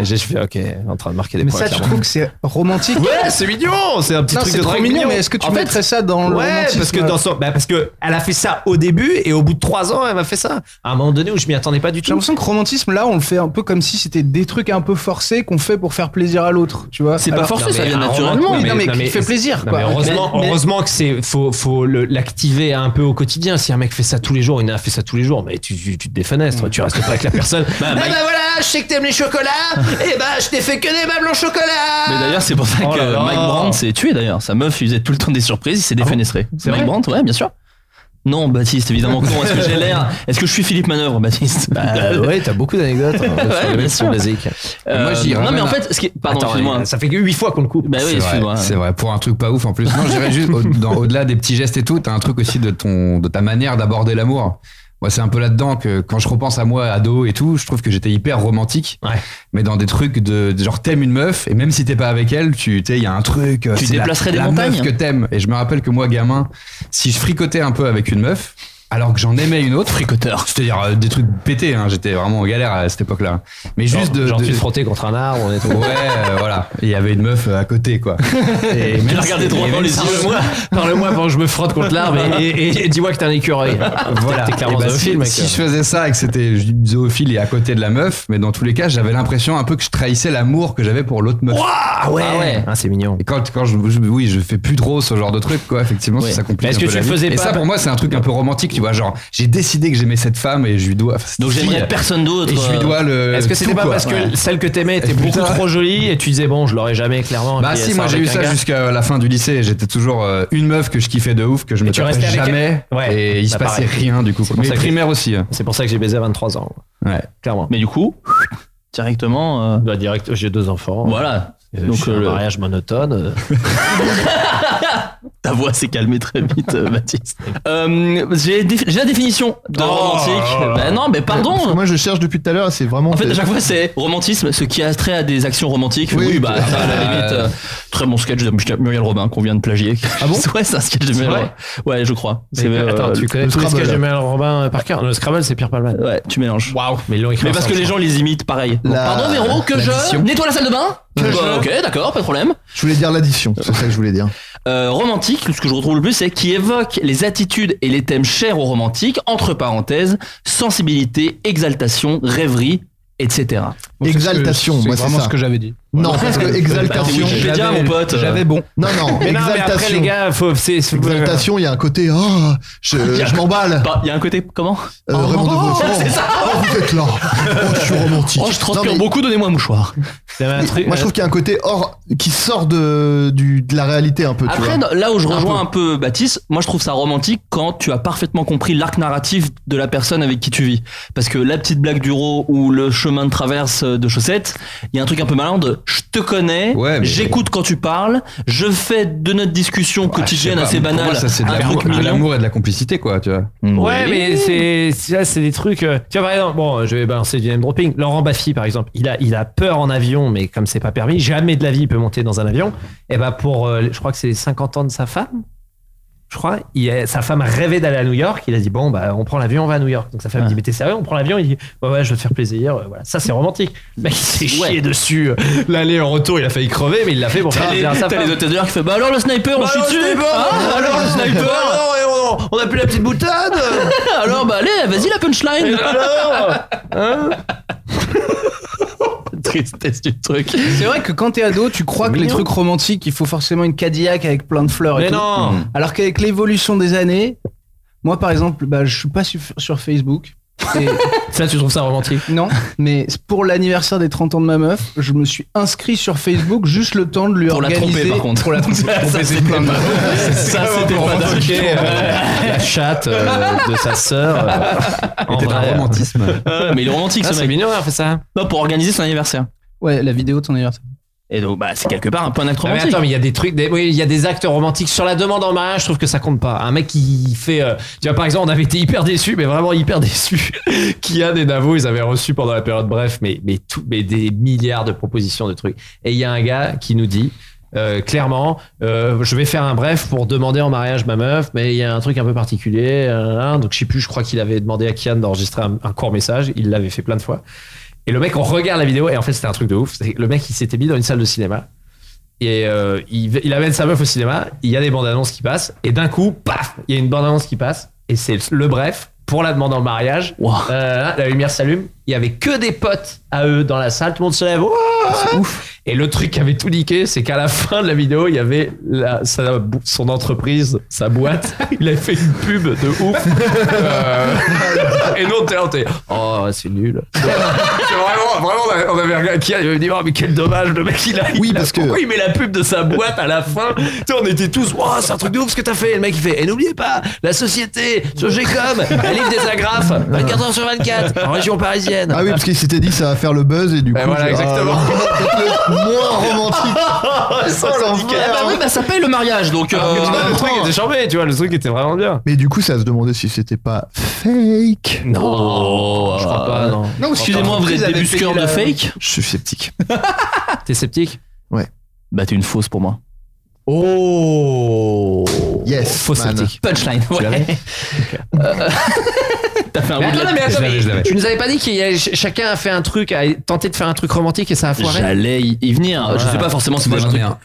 S2: et j'ai- je fais, ok, elle est en train de marquer des
S9: Mais
S2: points.
S9: ça, tu
S2: clairement.
S9: trouves que c'est romantique
S2: Ouais, c'est mignon. C'est un petit
S9: Non,
S2: truc
S9: c'est
S2: de
S9: trop
S2: drague
S9: mignon, mais est-ce que tu
S2: En fait,
S9: mettrais ça dans le
S2: Ouais,
S9: romantisme
S2: parce que dans son, bah parce que elle a fait ça au début et au bout de trois ans, elle m'a fait ça. À un moment donné où je m'y attendais pas du
S9: J'ai
S2: tout.
S9: l'impression que romantisme, là, on le fait un peu comme si c'était des trucs un peu forcés qu'on fait pour faire plaisir à l'autre, tu vois.
S8: C'est pas
S9: Alors-
S8: forcé,
S2: non,
S8: ça
S2: mais
S8: vient
S2: un
S8: naturellement.
S2: roman,
S9: Oui,
S2: mais-
S9: non, mais,
S2: non, mais-
S9: qui fait plaisir,
S2: Non,
S9: quoi.
S2: Bah, mais heureusement,
S9: Mais- mais-
S2: heureusement que c'est faut faut le- l'activer un peu au quotidien. Si un mec fait ça tous les jours, une nana fait ça tous les jours, mais tu tu, tu te défenestres, tu restes pas avec la personne.
S8: Bah,
S2: Eh
S8: Mike-
S2: ben voilà, je sais que t'aimes les chocolats. et ben je t'ai fait que des meubles au chocolat.
S8: Mais d'ailleurs, c'est pour ça
S2: Oh
S8: que
S2: là là. Ah
S8: Mike Brandt s'est tué d'ailleurs. Sa meuf, il faisait tout le temps des surprises, il s'est défenestré.
S2: C'est
S8: Mike
S2: vrai
S8: Brandt, ouais, bien sûr. Non, Baptiste, évidemment que non. Est-ce que j'ai l'air Est-ce que je suis Philippe Manœuvre, Baptiste Euh,
S2: Bah, ouais, t'as beaucoup d'anecdotes hein, sur
S8: Ouais,
S2: les
S8: bien
S2: mecs qui sont
S8: sûr.
S2: basiques.
S8: Euh,
S10: moi, j'y
S8: Non,
S10: ramène
S8: mais en
S10: un-
S8: fait, ce qui est- pardon,
S2: hein. Attends,
S8: excuse-moi.
S2: Ça fait que huit fois qu'on le coupe.
S8: Bah oui,
S10: C'est vrai,
S8: excuse-moi.
S10: C'est vrai, pour un truc pas ouf en plus. Non, je dirais juste, au- dans- au-delà des petits gestes et tout, t'as un truc aussi de, ton, de ta manière d'aborder l'amour. Moi, c'est un peu là-dedans que quand je repense à moi, ado et tout, je trouve que j'étais hyper romantique.
S2: Ouais.
S10: Mais dans des trucs de, de genre, t'aimes une meuf, et même si t'es pas avec elle, tu sais, il y a un truc. euh,
S8: Tu
S10: c'est la-
S8: déplacerais des
S10: la
S8: montagnes.
S10: meuf que t'aimes. Et je me rappelle que moi, gamin, si je fricotais un peu avec une meuf, alors que j'en aimais une autre.
S8: Fricoteur.
S10: C'est-à-dire euh, des trucs pétés, hein, j'étais vraiment en galère à cette époque-là. Mais juste de.
S2: genre
S10: de-
S2: tu te frottais contre un arbre, on est tombé.
S10: Ouais, euh, voilà. Et Il y avait une meuf euh, à côté, quoi. Et
S8: Tu
S10: même
S8: l'as regardé
S10: si-
S8: droit
S10: et
S8: dans
S10: même
S8: les
S10: si-
S8: yeux.
S2: Parle-moi, parle-moi avant que je me frotte contre l'arbre et, et- et dis-moi que t'es un écureuil.
S10: Voilà.
S2: T'es clairement
S10: Et bah,
S2: dans le
S10: si,
S2: film, mec.
S10: si je faisais ça et que c'était une zoophile et à côté de la meuf, mais dans tous les cas, j'avais l'impression un peu que je trahissais l'amour que j'avais pour l'autre meuf.
S2: Ah ouais,
S8: Ah ouais.
S2: Ah, c'est mignon.
S10: Et quand, quand je, je- oui, je fais plus trop ce genre de truc, quoi, effectivement,
S8: Ouais.
S10: ça complique.
S2: Mais est-ce
S10: un
S2: que
S10: peu
S2: tu
S10: la
S2: le
S10: vie.
S2: faisais
S10: Et
S2: pas
S10: ça, pour moi, c'est un truc un peu romantique, tu vois. Genre, j'ai décidé que j'aimais cette femme et je lui dois. enfin, cette
S8: Donc
S10: fille,
S8: j'aimerais personne d'autre.
S10: Et je lui
S8: euh,
S10: dois le.
S2: Est-ce que
S10: tout,
S2: c'était pas
S10: quoi.
S2: parce que
S10: Ouais.
S2: celle que t'aimais était
S10: Putain.
S2: beaucoup trop jolie et tu disais bon, je l'aurais jamais clairement.
S10: Bah
S2: puis
S10: si,
S2: elle
S10: moi
S2: sort
S10: j'ai eu
S2: avec un
S10: ça
S2: gars.
S10: jusqu'à la fin du lycée. J'étais toujours euh, une meuf que je kiffais de ouf, que je
S2: Et
S10: me
S2: tu
S10: tapais
S2: restais avec
S10: jamais.
S2: elle Ouais.
S10: Et il se
S2: Bah,
S10: passait
S2: pareil.
S10: rien du coup.
S2: C'est pour
S10: Mais
S2: ça que-
S10: primaire aussi. hein.
S2: C'est pour ça que j'ai baisé à 23 ans.
S10: Ouais.
S2: Clairement.
S8: Mais du coup, directement. euh,
S2: Bah direct, j'ai deux enfants.
S8: Voilà.
S2: Donc,
S8: Donc, euh,
S2: un
S8: le-
S2: mariage monotone. euh,
S8: Ta voix s'est calmée très vite, euh, Baptiste. Euh, J'ai dé- j'ai la définition
S2: Oh.
S8: de romantique. Bah non, mais
S9: Parce que
S8: pardon.
S9: Moi, je cherche depuis tout à l'heure, et c'est vraiment.
S8: En fait, à chaque fois, c'est romantisme, ce qui a trait à des actions romantiques. Oui, bah, à la limite, euh, très bon sketch de Muriel Robin qu'on vient de plagier. Ah bon Ouais, c'est un sketch de Muriel
S2: vrai
S8: Robin. Ouais, je crois.
S2: Mais
S8: C'est, euh,
S2: attends, tu connais
S8: le
S2: tous les
S8: Scrabble.
S2: sketchs de Mel Robin euh, par cœur Le Scrabble, c'est Pierre Palman.
S8: Ouais, tu mélanges.
S2: Waouh. Mais ils l'ont écrit
S8: Mais parce que
S2: ensemble,
S8: les
S2: je
S8: gens les imitent pareil.
S2: La-
S8: Pardon, Véro, que je
S2: l'addition.
S8: nettoie la salle de bain
S9: Que
S8: Bah,
S9: je-
S8: Ok, d'accord, pas de problème.
S9: Je voulais dire l'addition, c'est ça que je voulais dire.
S8: Euh, romantique, ce que je retrouve le plus, c'est qui évoque les attitudes et les thèmes chers aux romantiques, entre parenthèses, sensibilité, exaltation, rêverie, etc.
S23: c'est
S9: Exaltation,
S23: ce que-
S9: moi,
S23: c'est
S9: c'est
S23: vraiment
S9: ça.
S23: ce que j'avais dit.
S9: Non, parce que exaltation.
S8: Bah, Wikipédia,
S9: J'avais-
S8: mon pote.
S23: J'avais bon.
S9: Non, non,
S2: Mais non, mais après,
S9: exaltation.
S2: les gars, faut. c'est- c'est-
S9: Exaltation, il y a un côté, oh, je, je m'emballe.
S8: Bah, Il y a un côté, comment
S9: Euh, Raymond Devos.
S8: oh,
S9: Oh,
S8: c'est ça.
S9: oh, vous êtes là. Oh, je suis romantique.
S8: Oh, je transpire
S9: Non, mais
S8: beaucoup, donnez-moi un mouchoir.
S2: Il y avait un truc-
S9: Moi, je trouve qu'il y a un côté hors, qui sort de, du, de la réalité un peu. tu vois.
S8: Après, non, là où je rejoins un peu. Baptiste, moi je trouve ça romantique quand tu as parfaitement compris l'arc narratif de la personne avec qui tu vis. Parce que la petite blague du ro ou le chemin de traverse de chaussettes, il y a un truc un peu malin de je te connais,
S10: Ouais, mais-
S8: j'écoute quand tu parles, je fais de notre discussion quotidienne
S10: Ah, je sais
S8: assez
S10: pas, pour
S8: banale
S10: moi, ça, c'est de
S8: un
S10: l'amour-
S8: truc
S10: de
S8: mignon.
S10: l'amour et de la complicité, quoi, tu vois.
S2: Ouais,
S8: Oui.
S2: mais c'est ça, c'est des trucs. euh, Tu vois, par exemple, bon, je vais balancer du name dropping. Laurent Baffy, par exemple, il a, il a peur en avion, mais comme c'est pas permis, jamais de la vie il peut monter dans un avion. Et ben pour, euh, je crois que c'est les 50 ans de sa femme. Je crois, il a- sa femme rêvait d'aller à New York. Il a dit bon, bah, on prend l'avion, on va à New York. Donc sa femme
S8: Ouais.
S2: dit mais t'es sérieux, on prend l'avion. Il dit ouais, ouais, je veux te faire plaisir. Euh, Voilà, ça c'est romantique. Le mec, il s'est
S8: Ouais.
S2: chié dessus. L'aller en retour, il a failli crever, mais il l'a fait pour faire
S8: T'as les,
S2: plaisir à sa
S8: t'as
S2: femme.
S8: les hôtels de l'air qui fait bah alors le sniper, on
S2: Bah
S8: chie
S2: alors,
S8: dessus
S2: le sniper,
S8: Ah, alors le sniper
S2: on a plus la petite boutade.
S8: Alors bah allez, vas-y la punchline Hein Tristesse du truc.
S23: C'est vrai que quand t'es ado, tu crois que les trucs romantiques, il faut forcément une Cadillac avec plein de fleurs et
S2: Mais
S23: tout. Mmh.
S2: non.
S23: Alors qu'avec l'évolution des années, moi par exemple, bah, je suis pas sur, sur Facebook. Et-
S2: Ça, tu trouves ça romantique
S23: non, mais pour l'anniversaire des 30 ans de ma meuf, je me suis inscrit sur Facebook juste le temps de lui
S8: Pour la
S23: organiser.
S8: tromper par contre. Pour la tromper, ça c'était pas Ça c'était pas dingue. Euh,
S2: la chatte euh, de sa sœur.
S10: C'était de un romantisme.
S8: Ouais, Mais il est romantique ce
S2: Ah, c'est
S8: mec.
S2: mignon d'avoir fait ça.
S8: Non, pour organiser son anniversaire.
S23: Ouais, la vidéo de ton anniversaire.
S8: Et donc bah c'est quelque part un peu un acte
S2: Ah, mais
S8: romantique.
S2: attends, mais il y a des trucs, des- oui, il y a des actes romantiques sur la demande en mariage. Je trouve que ça compte pas. Un mec qui fait, euh, tu vois, par exemple, on avait été hyper déçus, mais vraiment hyper déçus. Kian et Navo, ils avaient reçu pendant la période bref, mais mais tout, mais des milliards de propositions de trucs. Et il y a un gars qui nous dit. euh, clairement, euh, je vais faire un bref pour demander en mariage ma meuf, mais il y a un truc un peu particulier. euh, donc je sais plus, je crois qu'il avait demandé à Kian d'enregistrer un- un court message. Il l'avait fait plein de fois. Et le mec, on regarde la vidéo, et en fait, c'était un truc de ouf. C'est- Le mec, il s'était mis dans une salle de cinéma. Et euh, il, il amène sa meuf au cinéma, il y a des bandes annonces qui passent, et d'un coup, paf, il y a une bande annonce qui passe, et c'est le bref pour la demande en mariage.
S8: Wow.
S2: Euh, la lumière s'allume, il y avait que des potes à eux dans la salle, tout le monde se lève. Ouah Et le truc qui avait tout niqué, c'est qu'à la fin de la vidéo, il y avait la- sa- son entreprise, sa boîte, il avait fait une pub de ouf. Euh, et nous, on était là, on était, oh, c'est nul.
S24: C'est Vraiment, vraiment, on avait- on avait regardé qui avait dit, oh, mais quel dommage, le mec, il a.
S9: Oui,
S24: il a-
S9: parce que-
S24: pourquoi il met la pub de sa boîte
S2: à la fin, tu sais, on était tous, oh, c'est un truc de ouf ce que t'as fait. Et le mec, il fait, et n'oubliez pas, la société, sur Gécom, elle livre des agrafes, 24 heures sur 24, en région parisienne.
S9: Ah oui, parce qu'il s'était dit ça va faire le buzz et du coup.
S24: Et voilà,
S9: je- ah,
S24: exactement.
S9: peut-être le moins romantique.
S2: ça,
S9: Oh,
S2: c'est
S9: l'enfer.
S8: Ah bah oui, bah ça paye le mariage donc. euh,
S2: Alors que, Ah, tu vois, le truc était chambé, tu vois, le truc était vraiment bien.
S9: Mais du coup, ça se demandait si c'était pas fake.
S8: Oh,
S2: Je crois pas, non.
S9: Non,
S8: Excusez-moi, vous êtes des busqueurs de fake
S9: Je suis sceptique.
S2: T'es sceptique
S8: Bah t'es une fausse pour moi.
S2: Oh
S9: Yes,
S2: Faux
S9: man.
S2: sceptique.
S8: Punchline, ouais. Euh, T'as fait un
S2: Mais
S8: bout de
S2: attends,
S8: la
S2: mais attends,
S10: Je
S2: mais
S10: l'avais, je l'avais.
S2: tu nous avais pas dit qu'il y a- ch- chacun a fait un truc, a tenté de faire un truc romantique et ça a foiré
S8: J'allais y y venir. Je
S2: Voilà.
S8: sais pas forcément si
S10: Moi,
S8: t'as un
S10: j'en ai
S8: truc.
S10: un.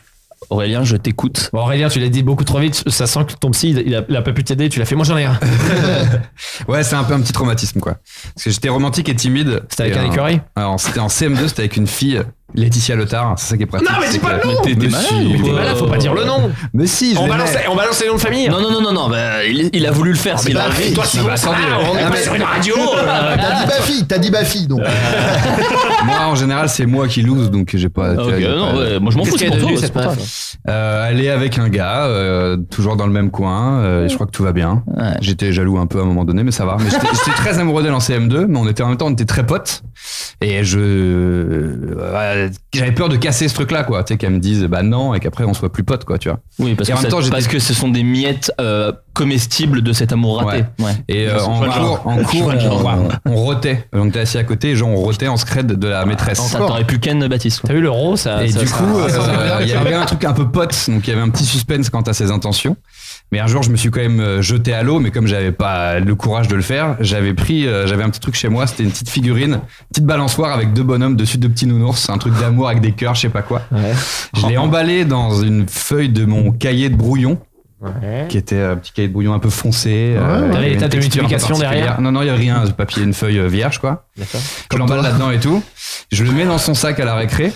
S8: Aurélien, je t'écoute.
S2: Bon, Aurélien, tu l'as dit beaucoup trop vite, ça sent que ton psy, il il a, il a pas pu t'aider, tu l'as fait, moi j'en ai un.
S10: Ouais, c'est un peu un petit traumatisme, quoi. Parce que j'étais romantique et timide.
S2: C'était avec
S10: Et,
S2: un
S10: euh,
S2: écureuil
S10: Alors, c'était en CM2, c'était avec une fille, Laetitia Lothar. C'est ça qui est pratique.
S2: Non, mais dis
S10: c'est
S2: pas
S10: que-
S2: le nom
S10: Mais
S8: T'es
S10: si,
S8: malade
S10: mais
S8: ou
S10: t'es
S8: quoi
S2: Voilà, faut pas dire le nom.
S10: Mais si, je
S2: On
S10: l'aimais.
S2: balance, on balance les noms de famille.
S8: Non, non, non, non, non, bah, il, il a voulu le faire, c'est la vie.
S2: toi, tu
S10: Ah, bah,
S2: vois ça,
S10: attendez,
S2: on est
S10: ah,
S2: pas
S10: mais-
S2: sur une radio.
S9: T'as dit Bafi, t'as dit Bafi donc.
S10: Moi, en en général, c'est moi qui lose, donc j'ai
S2: Ah,
S10: pas.
S8: Ok, bah, non, ouais, moi, je m'en fous, c'est pour
S10: bah, Qu'est-ce qu'elle est
S8: toi,
S10: devenue,
S8: c'est
S10: cette
S8: pour toi.
S10: meuf Euh, Elle est avec un gars, euh, toujours dans le même coin. euh, et je crois que tout va bien. J'étais jaloux un peu à un moment donné, mais ça va. Mais j'étais j'étais très amoureux d'elle en CM2, mais on était en même temps, on était très potes. Et je, euh, j'avais peur de casser ce truc-là, quoi. Tu sais qu'elle me dise, bah non, et qu'après on soit plus potes, quoi, tu vois.
S8: Oui, parce,
S10: Et
S8: que,
S10: en même
S8: ça-
S10: temps, j'étais-
S8: parce que ce sont des miettes euh, comestibles de cet amour raté.
S10: Ouais.
S8: Ouais.
S10: Et euh,
S8: Je
S10: en,
S8: vois Bah, le genre.
S10: cours, en
S8: Je
S10: cours,
S8: vois le genre.
S10: on, on rotait. On était assis à côté, et genre on rotait en scred de la maîtresse.
S8: Ça, t'aurais pu Ken Baptiste. T'as
S12: vu le rose ça
S10: Et
S12: ça-
S10: du
S12: ça-
S10: coup, euh,
S12: ça- ça-
S10: il y avait un truc un peu pote, donc il y avait un petit suspense quant à ses intentions. Mais un jour, je me suis quand même euh, jeté à l'eau, mais comme j'avais pas le courage de le faire, j'avais pris, euh, j'avais un petit truc chez moi, c'était une petite figurine, petite balançoire avec deux bonhommes dessus deux petits nounours, un truc d'amour avec des cœurs, je sais pas quoi. Je l'ai emballé dans une feuille de mon cahier de brouillon. Qui était euh, un petit cahier de brouillon un peu foncé. euh,
S12: Ouais.
S10: avec
S12: T'avais
S10: une
S12: les tas de
S10: texture un peu
S12: multiplications derrière
S10: particulière. Non, non, il n'y a rien. Le papier, une feuille euh, vierge, quoi. Je l'emballe là-dedans et tout. Je le mets dans son sac à la récré.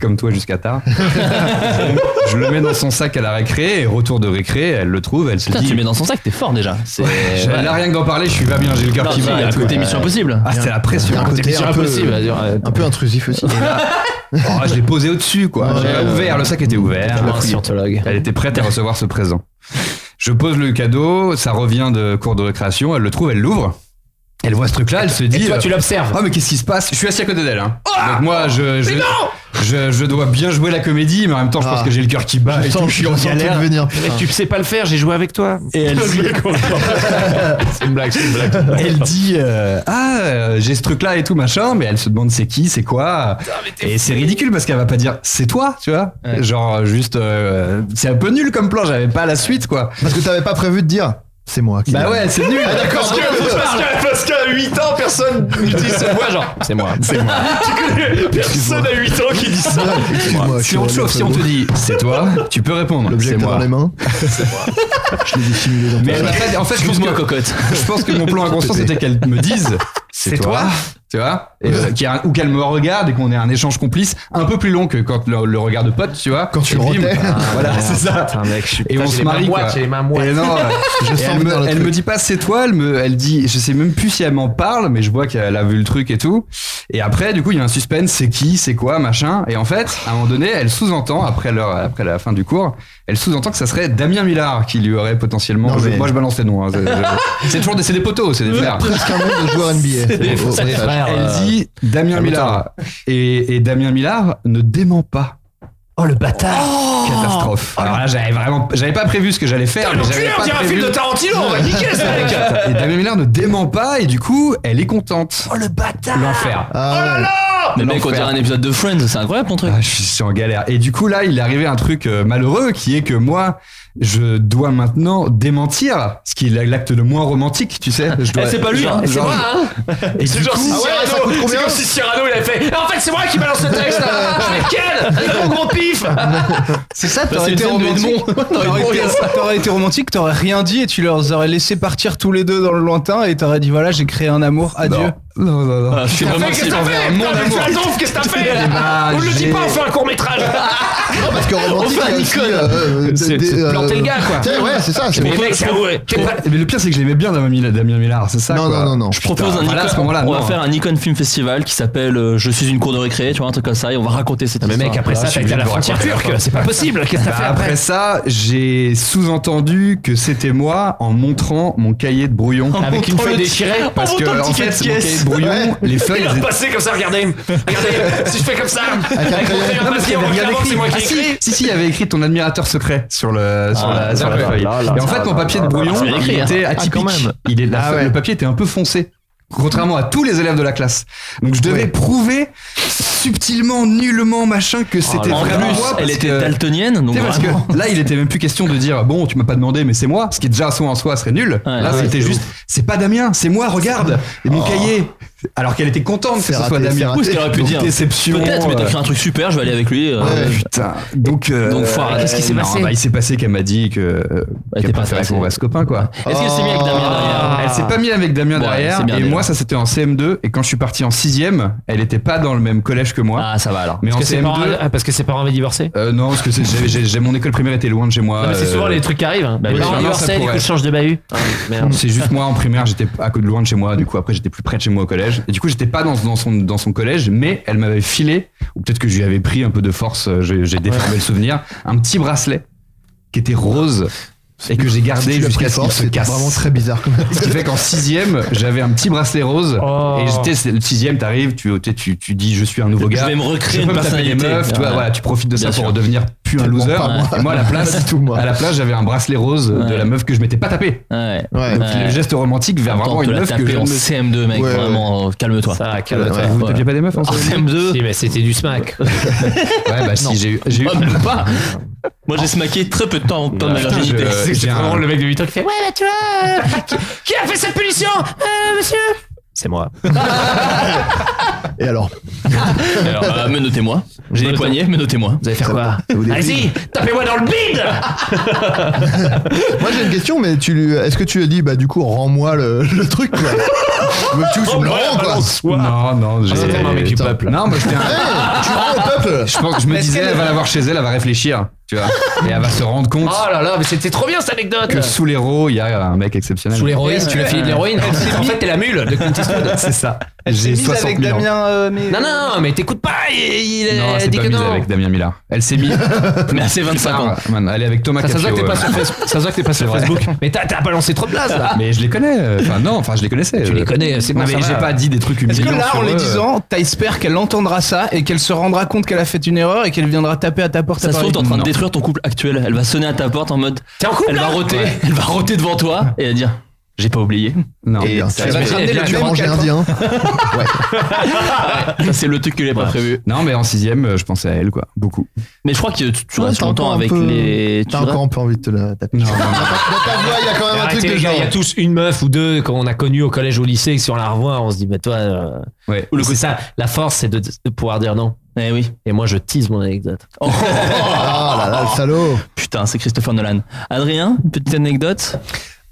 S10: Comme toi jusqu'à tard. je le mets dans son sac à la récré et retour de récré, elle le trouve, elle se
S8: Putain,
S10: dit.
S8: tu le mets dans son sac, t'es fort déjà. C'est-
S10: J'ai-
S8: ouais.
S10: Là, rien que d'en parler, je suis pas bien, j'ai le cœur
S8: Non,
S10: qui
S8: si, il
S10: bat.
S8: y a
S10: et
S8: un
S10: tout.
S8: côté Mission Impossible.
S10: Ah, c'était la
S9: Il y
S10: pression.
S9: a un côté
S10: Mission
S9: un peu,
S10: Impossible.
S2: euh,
S9: un peu intrusif aussi.
S10: Oh, je l'ai posé au-dessus, quoi.
S9: Ouais,
S10: J'ai
S9: ouais,
S10: ouvert,
S9: ouais.
S10: le sac était ouvert. Ah,
S12: Un scientologue.
S10: Elle était prête à recevoir ce présent. Je pose le cadeau, ça revient de cours de récréation, elle le trouve, elle l'ouvre. Elle voit ce truc-là, elle se dit.
S12: toi,
S10: euh,
S12: tu l'observes.
S10: Ah, mais qu'est-ce qui se passe Je suis assis à côté d'elle. hein. Donc moi, je, je, je, je dois bien jouer la comédie, mais en même temps, je pense
S9: Ah.
S10: que j'ai le cœur qui bat
S9: Je
S10: et
S9: sens-
S10: tout, je suis
S9: je
S10: en
S9: sens le
S10: galère.
S9: truc venir, putain.
S10: Et tu-
S12: sais pas le faire, j'ai joué avec toi.
S10: Et elle dit, c'est une blague, c'est une blague. Elle dit euh, ah euh, j'ai ce truc là et tout machin, mais elle se demande c'est qui, c'est quoi. Et c'est ridicule parce qu'elle va pas dire c'est toi, tu vois. Genre euh, juste euh, c'est un peu nul comme plan, j'avais pas la suite quoi.
S9: Parce que t'avais pas prévu de dire, c'est moi qui.
S10: Bah ouais, c'est nul.
S9: Ah, d'accord,
S25: Parce que-
S9: donc, euh,
S25: parce que- parce qu'à 8 ans, personne n'utilise cette voix, genre.
S10: C'est moi.
S9: C'est moi.
S25: Tu connais personne à 8 ans qui dit ça.
S9: Excuse-moi,
S10: Si on te chauffe, si on te dit c'est toi, tu peux répondre
S9: L'objet
S10: c'est
S9: que t'as dans
S10: moi.
S9: les mains. Je l'ai dissimulé dans
S10: Mais
S9: ta
S10: elle m'a pas- en fait, je pense
S8: Excuse-moi,
S10: que-
S8: cocotte.
S10: je pense que mon plan inconscient c'était qu'elle me dise c'est toi, tu vois et, euh, qu'il y a un- ou qu'elle me regarde et qu'on ait un échange complice un peu plus long que quand le, le regard de pote tu vois quand
S9: tu rotais.
S10: Ah,
S25: Ah,
S10: voilà c'est ça et on se marie quoi.
S12: J'ai les mains
S10: et
S12: moites.
S10: non, euh,
S9: Je
S10: et
S9: sens
S10: elle,
S9: venir
S10: me,
S9: le
S10: elle
S9: truc.
S10: me dit pas c'est toi, elle me, elle dit, je sais même plus si elle m'en parle, mais je vois qu'elle a vu le truc et tout. Et après, du coup, il y a un suspense, c'est qui, c'est quoi, machin. Et en fait, à un moment donné, elle sous-entend après leur, après la fin du cours, elle sous-entend que ça serait Damien Millard qui lui aurait potentiellement.
S9: Non,
S10: je-
S9: mais-
S10: moi, je balance les noms. hein, c'est- je- c'est toujours des, c'est des poteaux, c'est des frères.
S9: Presque un nom de joueur
S10: des
S9: NBA. Au-
S10: faux
S9: au passage.
S12: frères,
S10: Elle
S12: euh,
S10: dit Damien Millard et, et Damien Millard ne dément pas.
S12: Oh le bâtard.
S8: Ah.
S10: Catastrophe. Alors là, j'avais vraiment, j'avais pas prévu ce que j'allais faire. mais j'avais pas prévu.
S25: Tarantino, on va niquer ce mec.
S10: Et Damien Millard ne dément pas et du coup, elle est contente. Oh le bâtard L'enfer.
S9: Ah ouais.
S8: Mais mec, on dirait un épisode de Friends, c'est incroyable ton truc.
S10: Ah, je suis je suis en galère. Et du coup, là, il est arrivé un truc euh, malheureux qui est que moi, je dois maintenant démentir, ce qui est l'acte le moins romantique, tu sais. Je dois,
S8: Eh, c'est pas lui,
S10: genre-
S8: hein, c'est
S10: genre-
S8: moi, hein.
S10: Et du coup,
S9: Ah ouais, ça coûte combien
S25: si Cyrano il avait fait Ah, En fait, c'est moi qui balance le texte là. Je vais Ken Avec mon gros pif
S10: c'est ça,
S25: c'est
S10: t'aurais
S25: le
S10: été
S25: film de
S10: romantique.
S11: T'aurais
S10: T'aurais été-
S11: été- T'aurais été romantique, t'aurais rien dit et tu leur aurais laissé partir tous les deux dans le lointain et t'aurais dit voilà, j'ai créé un amour, adieu.
S10: Non, non, non.
S8: Ah, je suis
S25: T'as
S8: vraiment
S25: fait, Qu'est-ce que
S8: cible
S25: t'as
S8: envers
S25: fait
S8: mon
S25: Putain, mais
S8: amour.
S25: Fladouf, qu'est-ce que t'as fait
S10: bah,
S25: On le dit
S10: j'ai-
S25: pas, on fait un court métrage
S9: Parce que romantique,
S8: Enfin,
S9: il y a aussi,
S8: Nicole.
S9: euh, des-
S8: C'est-
S9: des,
S8: c'est
S9: euh,
S8: planter le gars, quoi.
S9: tiens, Ouais, c'est ça. c'est
S8: Mais
S9: pour-
S8: mec, c'est
S10: Mais le pire, c'est que je l'aimais bien, Damien Millard- Damien Millard, c'est ça
S9: Non,
S10: quoi.
S9: non, non, non.
S8: Je propose un
S10: Voilà, à ce
S8: Nikon,
S10: moment-là,
S8: on va
S10: non.
S8: faire un Nikon Film Festival qui s'appelle euh, Je suis une cour de récré, tu vois, un truc comme ça, et on va raconter cette
S12: Mais
S8: histoire.
S12: mec, après ça, t'as été à la frontière turque. C'est pas possible. Qu'est-ce que t'as
S10: Bah,
S12: fait
S10: après
S12: après
S10: ça, j'ai sous-entendu que c'était moi en montrant mon cahier de brouillon.
S12: Avec une feuille déchirée.
S10: Parce que, en fait, mon cahier de brouillon,
S9: Ouais.
S10: les feuilles,
S25: Il
S10: elles
S25: a
S10: étaient-
S25: passé comme ça, regardez Regardez, si je fais comme ça
S9: Avec un crayon.
S25: crayon à
S10: Non, parce
S25: papier,
S10: qu'il y
S25: on
S10: avait rien
S25: regarde avant que
S10: écrit.
S25: c'est moi qui
S10: Ah, si,
S25: écris.
S10: si, si, il y avait écrit ton admirateur secret sur le, sur
S12: Ah,
S10: la, sur la
S12: là,
S10: feuille.
S12: là, là,
S10: Et en
S12: là,
S10: fait,
S12: là,
S10: mon papier de brouillon,
S8: c'est écrit,
S10: il
S8: hein.
S10: était
S12: Ah, quand
S10: atypique.
S12: même.
S10: Il est, la
S9: Ah,
S10: feuille-
S9: ouais.
S10: Le papier était un peu foncé. Contrairement à tous les élèves de la classe. Donc, je devais
S9: Ouais.
S10: prouver subtilement, nullement, machin, que c'était
S8: en
S10: vraiment
S8: plus,
S10: moi. parce
S8: elle était
S10: que-
S8: daltonienne, donc
S10: Tu sais, parce
S8: vraiment.
S10: que là, il était même plus question de dire bon, tu m'as pas demandé, mais c'est moi, ce qui déjà soit en soi serait nul.
S8: Ouais,
S10: là,
S8: ouais,
S10: c'était
S8: c'est Oh.
S10: juste, c'est pas Damien, c'est moi, regarde, et mon cahier. Alors qu'elle était contente que
S9: C'est
S10: ce soit
S9: raté, c'est
S10: Damien.
S9: raté.
S8: Ou ce qu'elle aurait pu
S10: Donc,
S8: dire.
S10: Déception.
S8: Peut-être, mais t'as
S10: euh,
S8: créé un truc super, je vais aller avec lui. euh,
S9: Ouais.
S10: Putain. Donc, euh,
S8: Donc, foiré. Qu'est-ce qui s'est
S10: non,
S8: passé
S10: bah, Il s'est passé qu'elle m'a dit que. euh,
S8: Elle
S10: qu'elle
S8: était pas
S10: préférait
S8: intéressée.
S10: qu'on reste copains, quoi.
S8: Est-ce qu'elle s'est mise avec Damien derrière
S10: Elle s'est pas mise avec Damien
S8: Bon,
S10: derrière.
S8: c'est bien
S10: et
S8: déjà.
S10: moi, ça c'était en CM2. Et quand je suis parti en 6ème, elle était pas dans le même collège que moi.
S8: Ah, ça va alors.
S10: mais en
S12: Parce que ses
S10: CM2.
S12: parents- ah, Parce que ses parents avaient divorcé.
S10: euh, non, parce que c'est- j'ai- j'ai- j'ai- mon école primaire était loin de chez moi.
S12: Non, mais c'est souvent
S10: euh,
S12: les trucs qui arrivent. hein.
S8: bah,
S12: Les
S8: bien
S12: parents
S8: sûr.
S10: Non, ça
S12: divorcés, du coup,
S10: pourrait.
S12: je change de bahut. Ah, Merde.
S10: C'est juste moi en primaire, j'étais à côté loin de chez moi, du coup après j'étais plus près de chez moi au collège. collège. Et du coup, j'étais pas dans, dans, son, dans son collège, mais elle m'avait filé, ou peut-être que je lui avais pris un peu de force, euh, j'ai j'ai déformé le souvenir, un petit bracelet qui était rose et que j'ai
S9: Si
S10: gardé
S9: tu l'as
S10: jusqu'à
S9: pris
S10: ce qu'il
S9: fort,
S10: se
S9: c'était
S10: casse.
S9: vraiment très bizarre comme
S10: Ce qui fait qu'en sixième, j'avais un petit bracelet rose. Et j'étais c'est le sixième, t'arrives, tu, tu, tu, tu dis je suis un nouveau
S8: Oh. Je
S10: gars.
S8: vais me recréer
S10: je peux
S8: une
S10: taper les
S8: personnalité.
S10: meufs, tu, vois,
S8: Ouais.
S10: voilà, tu profites de ça
S8: Bien
S10: pour
S8: sûr.
S10: devenir plus un
S8: Tellement
S10: loser.
S8: pas moi.
S10: Et moi à la
S8: Pas
S10: place,
S8: du tout, moi.
S10: à la place, j'avais un bracelet rose de
S8: Ouais.
S10: la meuf que je m'étais pas tapé. Donc,
S8: Ouais.
S10: le geste romantique vers
S8: Attends,
S10: vraiment
S8: on te
S10: une
S8: l'a
S10: meuf que
S8: tapé
S10: je
S8: en
S10: me-
S8: CM2, mec,
S10: Ouais, ouais.
S8: vraiment, euh, calme-toi.
S2: Ça,
S10: calme-toi. Vous ne tapiez pas des meufs en
S8: en CM2
S10: CM2?
S2: Si, mais c'était du smack.
S10: Ouais, bah si, j'ai eu. j'ai eu-
S8: Ah, même pas. Moi, j'ai smaqué très peu de temps en temps de ma
S10: Putain,
S8: virginité.
S10: je- j'ai un-
S2: le mec de 8 ans qui fait Ouais, bah tu vois, euh, qui, qui a fait cette punition Euh, Monsieur C'est moi.
S9: Et alors
S8: Alors, euh, me notez-moi. J'ai des poignets, me notez-moi.
S2: Vous allez faire quoi
S9: vous déprime
S2: Allez-y, tapez-moi dans le bide
S9: Moi j'ai une question, mais tu lui- est-ce que tu as dit bah du coup rends-moi le, le truc quoi Tu veux que tu me le rends quoi
S10: Non, non, j'ai.
S2: c'était un mec du
S10: Euh, Attends.
S2: peuple.
S10: Non, moi j'étais un-
S9: Hey, Tu rends au peuple
S10: Je pense que je me disais, elle va l'avoir chez elle, elle va réfléchir, tu vois. Et elle va se rendre compte
S2: Oh là là, mais c'était trop bien cette anecdote
S10: que sous les rots, il y a un mec euh, exceptionnel.
S2: Sous l'héroïne, tu l'as filé de l'héroïne. En fait, t'es la mule de Clint Eastwood.
S10: C'est ça.
S26: Elle s'est
S10: J'ai
S26: mise
S10: 60
S26: avec
S10: 000 ans.
S26: Damien. euh, mais-
S2: Non, non, mais t'écoutes pas, il, il
S10: Non,
S2: a
S10: elle s'est
S2: dit
S10: pas
S2: que
S10: mise
S2: non.
S10: avec Damien Millard. Elle s'est mise.
S8: Mais à ses 25 ans.
S10: Man, elle est avec Thomas
S2: Ça, ça se voit
S10: Capio,
S2: que t'es pas
S10: euh.
S2: sur Facebook. Ça se voit que t'es pas sur
S10: C'est vrai.
S2: Facebook. Mais t'as t'as balancé trop de blase là.
S10: Mais je les connais. euh, Enfin, non, enfin, je les connaissais.
S2: Tu
S10: Je-
S2: les connais, c'est bon,
S10: Non,
S2: ça
S10: mais
S2: va.
S10: j'ai pas dit des trucs humiliants.
S26: Est-ce que là, en
S10: sur
S26: les
S10: eux.
S26: disant, t'espères qu'elle entendra ça et qu'elle se rendra compte qu'elle a fait une erreur et qu'elle viendra taper à ta porte
S8: Ça
S26: à
S8: se
S26: Paris
S8: trouve, t'es en train de
S10: Non.
S8: détruire ton couple actuel. Elle va sonner à ta porte en mode.
S2: T'es en couple
S8: Elle va
S2: là
S8: roter,
S2: Ouais.
S8: elle va roter devant toi et elle va dire J'ai pas oublié.
S10: Non.
S9: Eh bien,
S10: Et-
S9: tu vas
S8: va te ramener
S9: tu
S8: le
S9: vas
S8: même
S9: manger
S8: quatre,
S9: indien.
S8: Ça, c'est le truc que j'ai pas prévu.
S10: Non, mais en sixième, euh, je pensais à elle, quoi. Beaucoup.
S8: Mais je crois que tu, tu
S9: Ouais,
S8: restes
S9: t'as encore
S8: longtemps
S9: un
S8: avec
S9: peu-
S8: les. Tu
S9: T'as
S8: restes-
S9: encore un peu envie de te la taper.
S10: Non, non, non.
S9: Dans ta voix, il y a quand même un
S2: Arrêtez,
S9: truc de
S2: les gars,
S9: genre.
S2: il y a tous une meuf ou deux qu'on a connue au collège ou au lycée, et si on la revoit, on se dit, bah toi, euh,
S10: Ouais.
S2: c'est ça, la force, c'est de, de pouvoir dire non.
S8: Eh oui.
S2: Et moi, je tease mon anecdote.
S8: Oh,
S9: Ah là là, le salaud
S8: Putain, c'est Christopher Nolan. Adrien, une petite anecdote.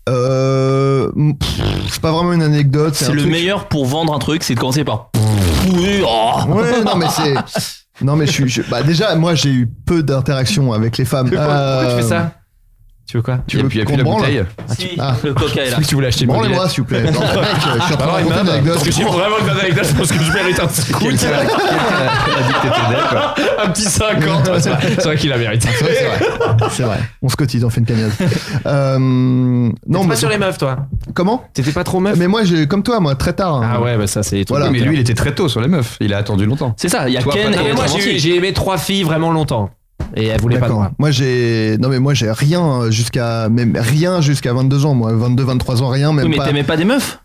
S9: Euh, pff, c'est pas vraiment une anecdote, c'est
S8: C'est
S9: un
S8: le
S9: truc.
S8: meilleur pour vendre un truc, c'est de commencer par. Oui, oh.
S9: Ouais, non mais c'est. Non mais je suis. je- Bah déjà, moi j'ai eu peu d'interactions avec les femmes.
S2: Pourquoi tu
S9: Euh,
S2: fais ça Tu veux quoi
S10: Tu
S9: veux
S10: veux plus la
S9: qu'on branle
S10: bouteille
S8: Si,
S9: ah.
S8: le coca est là.
S2: Parce que tu voulais acheter une
S9: Branlez-moi s'il vous plaît. Non, mec, je suis en train de raconter une anecdote.
S2: vraiment une bonne anecdote, je pense que je mérite un petit coup.
S10: Quelqu'un a- quelqu'un a dit que t'étais dead, quoi.
S2: Un petit 50, ouais, c'est vrai, c'est vrai qu'il la mérite.
S9: C'est vrai, c'est vrai. C'est vrai. On se cotise, on fait une cagnotte. Euh, non
S2: T'es
S9: mais
S2: pas sur les meufs, toi.
S9: comment
S2: T'étais pas trop meuf.
S9: Mais moi j'ai comme toi, moi très tard. hein.
S2: Ah ouais, bah ça, c'est les trucs.
S9: Voilà.
S10: Oui, mais lui, il était très tôt sur les meufs. Il a attendu longtemps.
S8: C'est ça, il y a
S10: Toi,
S8: Ken
S10: pas
S2: Non, Ah,
S8: et
S2: mais moi,
S8: Laurent
S2: j'ai eu-
S8: Tiff.
S2: j'ai aimé trois filles vraiment longtemps. Et elles voulaient pas de
S9: D'accord.
S2: moi.
S9: Moi j'ai non mais moi j'ai rien jusqu'à même rien jusqu'à 22 ans moi 22 23 ans rien même
S8: Oui, mais
S9: pas
S8: t'aimais pas des meufs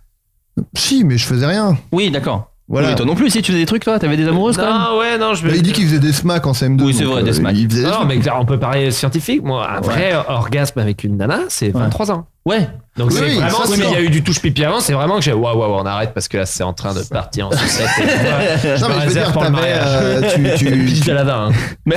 S9: si mais je faisais rien
S8: Oui, d'accord.
S9: voilà
S8: Oui, mais toi non plus, si tu faisais des trucs, toi, t'avais des amoureuses quand même.
S2: Non, ouais, non, je
S9: Bah, il dit qu'il faisait des smacks en CM2
S8: Oui, c'est
S9: donc,
S8: vrai, des
S9: euh,
S8: smacks.
S9: il faisait des
S2: Non,
S9: smacks.
S2: mais là, on peut parler scientifique. Moi, un vrai orgasme avec une nana, c'est 23 ans.
S8: Ouais.
S2: Donc
S9: Oui,
S2: c'est
S9: oui,
S2: vraiment,
S9: ça,
S2: oui,
S9: c'est
S2: mais il y a
S9: sûr.
S2: eu du touche pipi avant, c'est vraiment que j'ai waouh, waouh, on arrête parce que là, c'est en train de partir en sucette. Et, ouais, je
S9: Non,
S2: me
S9: mais je veux
S2: réserve
S9: dire,
S2: pour le
S9: t'avais,
S2: mariage.
S9: euh, tu, tu,
S2: Pige
S9: tu-
S2: d'Aladin. hein.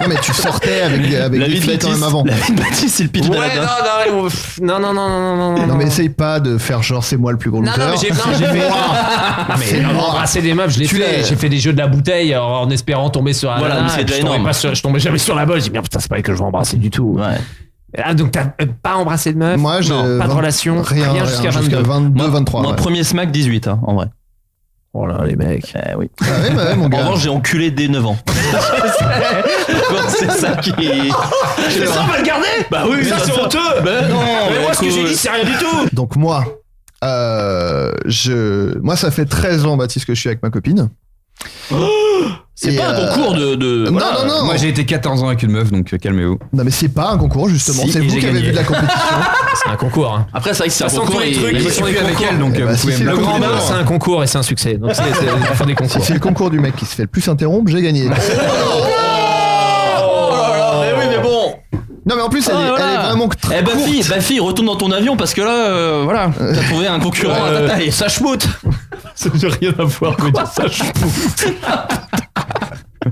S9: non, mais tu sortais avec, des- avec
S8: La
S9: des
S8: vie de
S9: filles quand
S8: Baptiste,
S9: même avant.
S8: la vie de Baptiste, c'est le pitch
S2: Ouais,
S8: de
S2: non,
S8: la dinde.
S2: non, ouais, pff, non, non, non, non, non, non,
S9: Non, mais essaye pas de faire genre c'est moi le plus gros
S2: Non, non, mais
S9: loser.
S2: j'ai non, j'ai fait. Non, mais
S9: C'est
S2: non,
S9: moi.
S2: embrasser des meufs, je l'ai
S9: Tu l'as-
S2: fait. J'ai fait des jeux de la bouteille en, en espérant tomber sur un.
S8: Voilà,
S2: nana,
S8: mais c'est
S2: et
S8: déjà
S2: je tombais
S8: énorme.
S2: pas sur- je tombais jamais sur la bosse. J'ai dit, merde, putain, c'est pas elle que je vais embrasser du tout.
S8: Ouais.
S2: Ah, donc t'as euh, pas embrassé de meuf
S9: Moi, j'ai
S2: non, pas de
S9: 20
S2: relation, rien,
S9: Rien, rien,
S2: jusqu'à
S9: jusqu'à
S2: 22.
S9: 22, 23.
S8: Moi,
S9: ouais.
S8: premier smack, 18, hein, en vrai. Oh là, les mecs. Eh oui.
S9: Ah ouais, bah ouais, mon
S8: En
S9: gars.
S8: revanche, j'ai enculé dès 9 ans. c'est ça qui.
S2: Mais Ah, ça, on va le garder
S8: Bah oui,
S2: Ça, c'est honteux
S8: Ben non, mais écoute,
S2: c'est rien du tout
S9: Donc, moi, euh, je... moi, ça fait 13 ans, Baptiste, que je suis avec ma copine.
S8: C'est
S9: Et,
S8: pas
S9: euh,
S8: un concours de. de-
S9: non,
S8: voilà.
S9: non, non.
S10: Moi, j'ai été 14 ans avec une meuf, donc euh, calmez-vous.
S9: Non, mais c'est pas un concours, justement.
S2: Si,
S9: c'est
S2: et
S9: vous
S2: j'ai
S9: qui avez
S2: gagné.
S9: vu de la compétition.
S2: C'est un concours. hein.
S8: Après, c'est vrai que c'est un
S2: De toute façon,
S8: concours.
S2: tous les
S8: et-
S2: trucs,
S8: et-
S2: ils
S10: Je
S2: sont
S10: suis
S2: des
S10: plus avec
S2: concours.
S10: elle, donc
S9: Eh
S10: euh,
S9: bah,
S10: vous
S9: si
S10: pouvez
S9: c'est
S10: me
S9: le
S2: Le grand
S9: concours.
S2: bain, c'est un concours et c'est un succès. Donc, c'est- c'est- ils font des
S9: si
S2: concours.
S9: c'est le concours du mec qui se fait le plus interrompre, j'ai gagné.
S8: Oh là là, mais oui, mais bon.
S9: non, mais en plus, elle,
S8: Ah,
S9: est,
S8: voilà.
S9: elle est vraiment très
S8: Eh, bah,
S9: courte.
S8: fille, bah, fille, retourne dans ton avion parce que là, euh, voilà, t'as trouvé un concurrent à ta taille. Ça schmoute.
S12: Ah,
S2: Ça n'a rien à voir, mais ça, je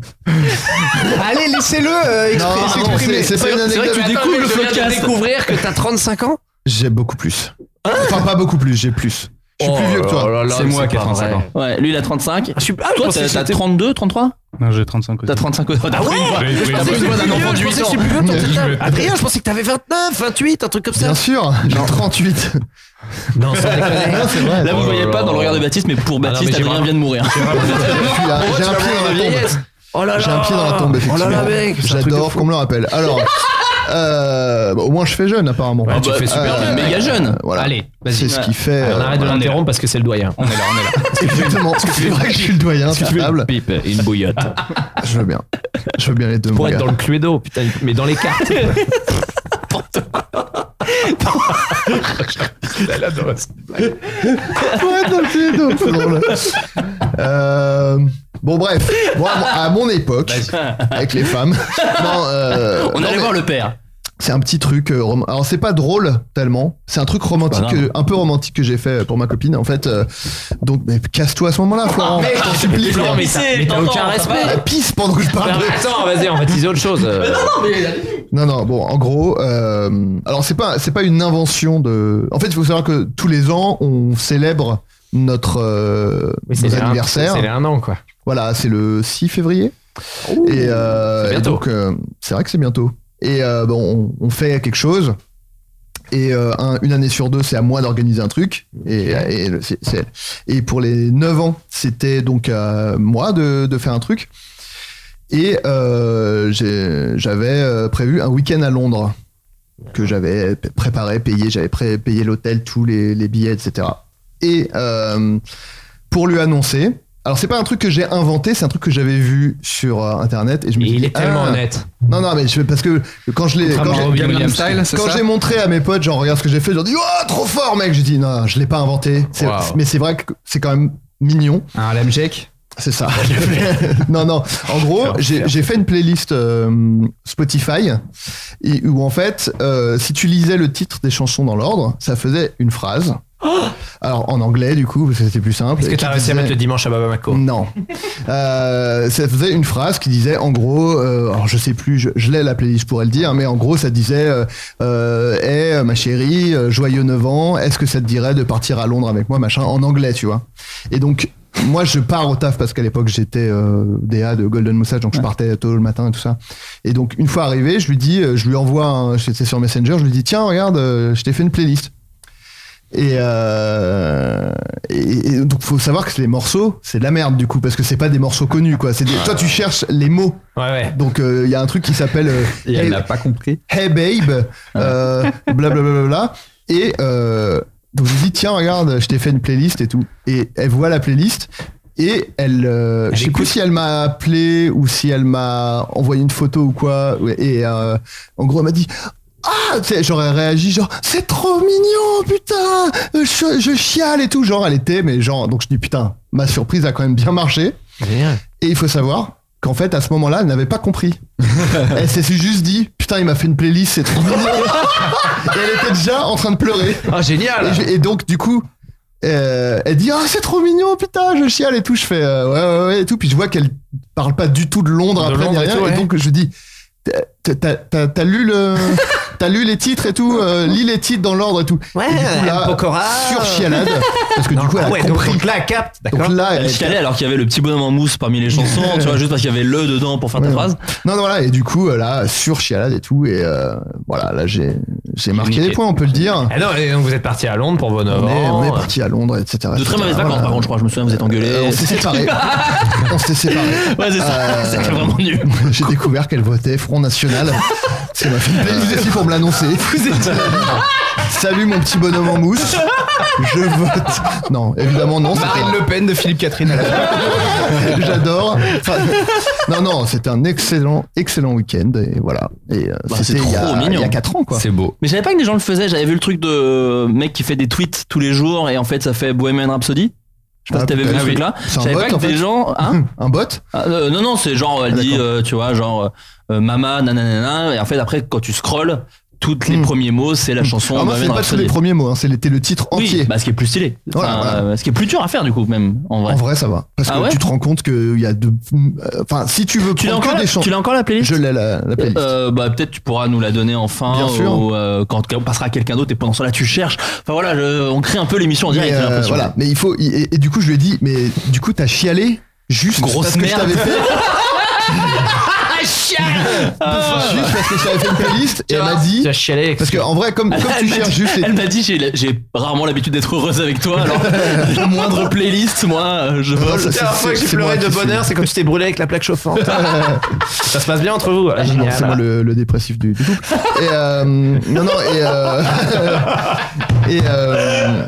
S26: Allez, laissez-le euh,
S9: Non,
S26: exprimer-
S9: non,
S26: s'exprimer.
S9: c'est- c'est pas une
S8: C'est vrai
S9: anecdote.
S8: que tu découvres le podcast.
S2: découvrir que t'as 35 ans
S9: J'ai beaucoup plus. Enfin, pas beaucoup plus, j'ai plus.
S8: Oh
S9: Je suis plus vieux que toi.
S10: C'est moi qui ai 35 ans.
S8: Ouais, lui, il a 35.
S2: Je suis- Ah, je
S8: Toi,
S2: pensais
S8: t'as
S2: que
S8: t'as
S2: c'était-
S8: 32, 33
S11: Non, j'ai 35 aussi.
S8: T'as 35 aussi. Ah ouais
S11: J'ai- j'ai-
S8: Je pensais que
S11: j'ai-
S8: tu
S11: j'ai-
S8: étais plus vieux, je pensais que j'étais plus vieux, toi, putain. Euh, Adrien, je pensais que t'avais 29, 28, un truc comme ça.
S9: Bien sûr, j'ai 38.
S8: Non,
S9: sans déconner. Non, c'est vrai.
S8: Là, Ah, vous
S9: Oh
S8: voyez
S9: là
S8: pas
S9: là.
S8: dans le regard de Baptiste, mais pour
S9: Ah non,
S8: Baptiste,
S9: mais j'ai
S8: Adrien
S9: vraiment-
S8: vient de mourir.
S9: j'ai vraiment- Je suis là, j'ai un pied dans la tombe.
S8: Oh là là
S9: J'ai un pied dans la tombe,
S8: Oh
S9: effectivement.
S8: là là, mec c'est un truc de
S9: J'adore
S8: fou.
S9: qu'on me le rappelle. Alors, euh, bah, au moins je fais jeune, apparemment. Euh,
S8: Ah, tu bah, fais super jeune, méga jeune.
S9: Voilà.
S12: Allez, vas-y.
S9: C'est ce qui fait.
S12: Allez, on
S9: euh,
S12: arrête de
S9: voilà.
S12: l'interrompre parce que c'est le doyen. On est là, on est là.
S9: Exactement. C'est vrai que je suis le doyen
S12: Est-ce que
S9: de
S12: tu
S9: la
S12: veux une
S9: table. Ah,
S12: pipe et une bouillotte
S9: Je veux bien. Je veux bien les deux. mon
S12: Pour
S9: gars.
S12: être dans le cluedo, putain, mais dans les cartes.
S9: Ouais, non, c'est drôle, c'est drôle. Euh, Bon bref, Moi, à mon- à mon époque, avec les femmes, non, euh,
S8: On
S9: non,
S8: allait
S9: mais
S8: voir le père.
S9: c'est un petit truc. euh, rom- Alors c'est pas drôle tellement, c'est un truc romantique,
S8: grave.
S9: que- un peu romantique que j'ai fait pour ma copine en fait. euh, Donc mais casse-toi à ce moment-là,
S8: Ah,
S9: Florent.
S12: mec,
S9: je t'en
S12: mais
S9: supplie.
S12: Florent, mais t'as- mais t'as aucun respect.
S9: Ah, Pisse pendant que je parle. de-
S12: Attends, vas-y, on va teaser autre chose.
S9: Non, non, bon, en gros, euh, alors c'est pas, c'est pas une invention de. En fait, il faut savoir que tous les ans, on célèbre notre euh,
S12: Oui, c'est
S9: nos
S12: les un-
S9: anniversaires.
S12: C'est les un an, quoi.
S9: Voilà, c'est le 6 février. et, euh,
S12: c'est bientôt.
S9: et donc, euh, c'est vrai que c'est bientôt. Et euh, bon, on, on fait quelque chose. Et euh, un- une année sur deux, c'est à moi d'organiser un truc. Et, et le- c'est- c'est- et pour les 9 ans, c'était donc à moi de, de faire un truc. Et euh, j'ai- j'avais euh, prévu un week-end à Londres que j'avais p- préparé, payé, j'avais pré- payé l'hôtel, tous les, les billets, etc. Et euh, pour lui annoncer, alors c'est pas un truc que j'ai inventé, c'est un truc que j'avais vu sur euh, internet et je me
S12: Et
S9: suis
S12: il
S9: dit,
S12: est tellement
S9: ah.
S12: honnête.
S9: Non non mais je, parce que quand je l'ai quand
S12: Contrairement à Robin
S9: j'ai-
S10: Gangnam
S12: Williams.
S10: Style, c'est
S9: quand
S10: ça
S9: j'ai montré à mes potes, genre regarde ce que j'ai fait, ils ont dit oh trop fort mec, j'ai dit non je l'ai pas inventé, C'est-
S10: Wow.
S9: mais c'est vrai que c'est quand même mignon.
S10: Un lamb jack
S9: C'est ça. non, non. En gros, j'ai j'ai fait une playlist euh, Spotify et- où en fait, euh, si tu lisais le titre des chansons dans l'ordre, ça faisait une phrase. Alors en anglais, du coup, parce que c'était plus simple.
S12: Oh Est-ce que
S9: Et
S12: t'as
S9: qui
S12: réussi à
S9: disait-
S12: mettre le dimanche à Baba Mako
S9: Non. Euh, ça faisait une phrase qui disait en gros, euh, alors je sais plus, je, je l'ai la playlist, je pourrais le dire, mais en gros ça disait, euh, euh, Hey, ma chérie, euh, joyeux 9 ans, est-ce que ça te dirait de partir à Londres avec moi, machin, en anglais, tu vois. Et donc moi je pars au taf parce qu'à l'époque j'étais euh, DA de Golden Moustache, donc je partais tôt le matin et tout ça. Et donc une fois arrivé, je lui dis, euh, je lui envoie, un- c'était sur Messenger, je lui dis tiens regarde, euh, je t'ai fait une playlist. Et, euh, et, et donc faut savoir que les morceaux, c'est de la merde du coup parce que c'est pas des morceaux connus quoi. C'est des- toi tu cherches les mots.
S12: Ouais, ouais.
S9: Donc il y a un truc qui s'appelle euh,
S10: Et
S9: hey,
S10: elle n'a pas compris.
S9: hey babe, euh, blablabla et euh, donc je lui dis tiens regarde, je t'ai fait une playlist et tout. Et elle voit la playlist. Et elle, euh, je sais plus si elle m'a appelé ou si elle m'a envoyé une photo ou quoi. ouais, Et euh, en gros, elle m'a dit ah, tu sais, j'aurais réagi genre c'est trop mignon, putain, euh, je, je chiale et tout, genre elle était, mais genre donc je dis putain, ma surprise a quand même bien marché.
S12: Génial.
S9: Et il faut savoir qu'en fait à ce moment-là, elle n'avait pas compris. elle s'est juste dit putain, il m'a fait une playlist, c'est trop mignon. et elle était déjà en train de pleurer.
S12: Ah, génial
S9: Et, je- et donc, du coup, euh, elle dit Ah, c'est trop mignon, putain, je chiale et tout. Je fais euh, Ouais, ouais, ouais, et tout. Puis je vois qu'elle parle pas du tout de Londres
S12: De
S9: après, ni
S12: Londres et
S9: rien.
S12: tout, ouais.
S9: Et donc, je dis T'as- t'as- T'as t'as lu le. T'as lu les titres et tout, euh, lis les titres dans l'ordre et tout.
S12: Ouais,
S9: Et du coup, là,
S12: M. Pokora.
S9: sur chialade, parce que du coup, elle a
S12: Ah ouais, donc,
S9: compris.
S12: donc là, elle capte, d'accord
S9: donc là,
S8: Elle
S9: elle-
S8: chialait alors qu'il y avait le petit bonhomme en mousse parmi les chansons, tu vois, juste parce qu'il y avait le dedans pour faire ta
S9: Ouais.
S8: phrase.
S9: non, non, voilà, et du coup, euh, là, sur chialade et tout, et euh, voilà, là, j'ai j'ai marqué
S12: niqué.
S9: les points, on peut le dire.
S12: Ah non, et donc vous êtes parti à Londres pour vos 9
S9: On est,
S12: ans.
S9: on est parti à Londres, etc.
S8: Oh. De
S9: etc.,
S8: très mauvaises
S9: voilà.
S8: vacances, par contre, je crois. Je me souviens, vous êtes
S9: Euh,
S8: engueulés.
S9: on s'est séparés. on s'est séparés.
S8: Ouais, c'est ça.
S9: Euh,
S8: C'était vraiment nul.
S9: J'ai découvert qu'elle votait Front National. C'est ma fille plaisir aussi pour me l'annoncer. Salut mon petit bonhomme en mousse. Je vote. Non, évidemment non. c'était-
S25: Marine Le Pen de Philippe Catherine. à la-
S9: J'adore. Enfin, non, non, c'était un excellent, excellent week-end et voilà. Et euh,
S8: Bah, c'est
S9: c'était il y,
S8: trop
S9: a- il
S8: mignon.
S9: y a 4 ans quoi.
S10: C'est beau.
S8: Mais je savais pas que les gens le faisaient. J'avais vu le truc de euh, mec qui fait des tweets tous les jours et en fait ça fait Bohemian Rhapsody. Je sais pas
S9: Ah,
S8: si t'avais vu
S9: peut-être.
S8: ce truc-là.
S9: C'est
S8: Je
S9: un
S8: savais
S9: bot,
S8: pas que
S9: en
S8: des
S9: fait.
S8: gens. Hein
S9: Un bot
S8: Ah, euh, non, non, c'est genre, elle
S9: Ah,
S8: dit,
S9: d'accord.
S8: euh, tu vois, genre, euh, euh, Mama, nanana, et en fait, après, quand tu scrolles, tous les
S9: Mm.
S8: premiers mots, c'est la chanson.
S9: Alors Ah, moi,
S8: Bohemian
S9: c'est pas tous
S8: Rhapsody.
S9: les premiers mots, hein, c'était le titre
S8: Oui,
S9: entier.
S8: bah, ce qui est plus stylé. Enfin,
S9: Voilà, voilà.
S8: euh, Ce qui est plus dur à faire, du coup, même, en vrai.
S9: En vrai, ça va. Parce
S8: Ah
S9: que
S8: ouais
S9: tu te rends compte qu'il y a de. Enfin, si tu veux
S8: Tu l'as
S9: prendre
S8: encore,
S9: que
S8: la-
S9: des chansons.
S8: tu l'as encore la playlist
S9: Je l'ai la, la playlist.
S8: Euh, bah peut-être tu pourras nous la donner enfin
S9: Bien sûr.
S8: ou euh, quand on passera à quelqu'un d'autre et pendant cela tu cherches enfin voilà je- on crée un peu l'émission en direct
S9: mais,
S8: j'ai
S9: euh,
S8: l'impression.
S9: voilà. mais il faut. Et, et du coup, je lui ai dit, mais du coup, t'as chialé juste
S8: Grosse
S9: parce que je
S8: merde.
S9: t'avais fait. Juste parce que j'avais fait une playlist et elle m'a dit. Parce que en vrai, comme, comme tu
S8: m'a
S9: cherches
S8: dit-
S9: juste les-
S8: Elle m'a dit j'ai j'ai rarement l'habitude d'être heureuse avec toi, alors la moindre playlist, moi, euh, je vole.
S10: La dernière fois que j'ai pleuré de bonheur, c'est quand tu t'es brûlé avec la plaque chauffante.
S9: Ça
S10: se passe bien entre vous.
S9: Ah, non,
S10: génial.
S9: C'est moi le, le dépressif du, du couple. Et euh, non, non, et. euh, et euh,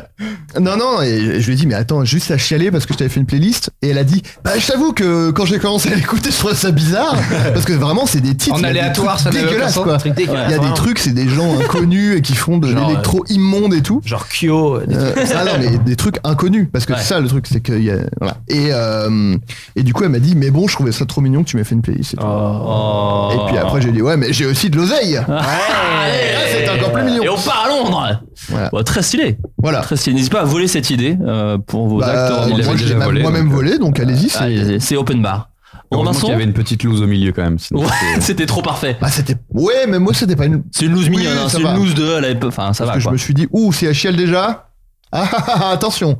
S9: non, non, et je lui ai dit, mais attends, juste à chialer parce que je t'avais fait une playlist. Et elle a dit, bah, je t'avoue que quand j'ai commencé à l'écouter, je trouvais ça bizarre. Parce que vraiment, c'est des titres.
S10: En
S9: il y a des
S10: aléatoire,
S9: trucs
S10: ça n'avait
S9: dégueulasses,
S10: aucun sens,
S9: quoi.
S10: des trucs
S9: Il y
S10: dégueulasses,
S9: a des
S12: hein.
S10: vraiment.
S9: trucs, c'est des gens inconnus et qui font de
S10: Genre, euh,
S9: l'électro immonde et tout.
S10: Genre Kyo. des
S9: Euh,
S10: trucs-
S9: ah non, mais des trucs inconnus. Parce que
S10: Ouais.
S9: c'est ça le truc, c'est que. il Y a, voilà. et, euh, et du coup, elle m'a dit, mais bon, je trouvais ça trop mignon que tu m'aies fait une playlist. et tout.
S10: Oh.
S8: Oh.
S9: Et puis après, j'ai dit, ouais, mais j'ai aussi de l'oseille.
S8: c'est
S9: encore plus mignon.
S8: Ah, Et on part à Londres Bah, Très stylé.
S9: Voilà.
S8: Très stylé. N'hésitez pas à voler cette idée euh, pour vos
S9: Bah,
S8: acteurs.
S9: moi, je l'ai même- moi-même
S8: euh,
S9: volé, donc allez-y. c'est-
S8: Allez, C'est open bar.
S27: Heureusement
S8: Robinson
S27: qu'il y avait une petite loose au milieu quand même. sinon
S8: Ouais,
S27: c'était-
S8: c'était trop parfait.
S9: Ah, c'était. Ouais, mais moi, c'était pas une.
S8: C'est une loose
S9: Oui,
S8: mignonne, hein,
S9: ça
S8: c'est une
S9: va.
S8: loose de. elle avait peu- Enfin, ça
S9: Parce
S8: va
S9: que je
S8: quoi.
S9: me suis dit, ouh, c'est à chiel déjà. Ah, ah, ah, ah, attention.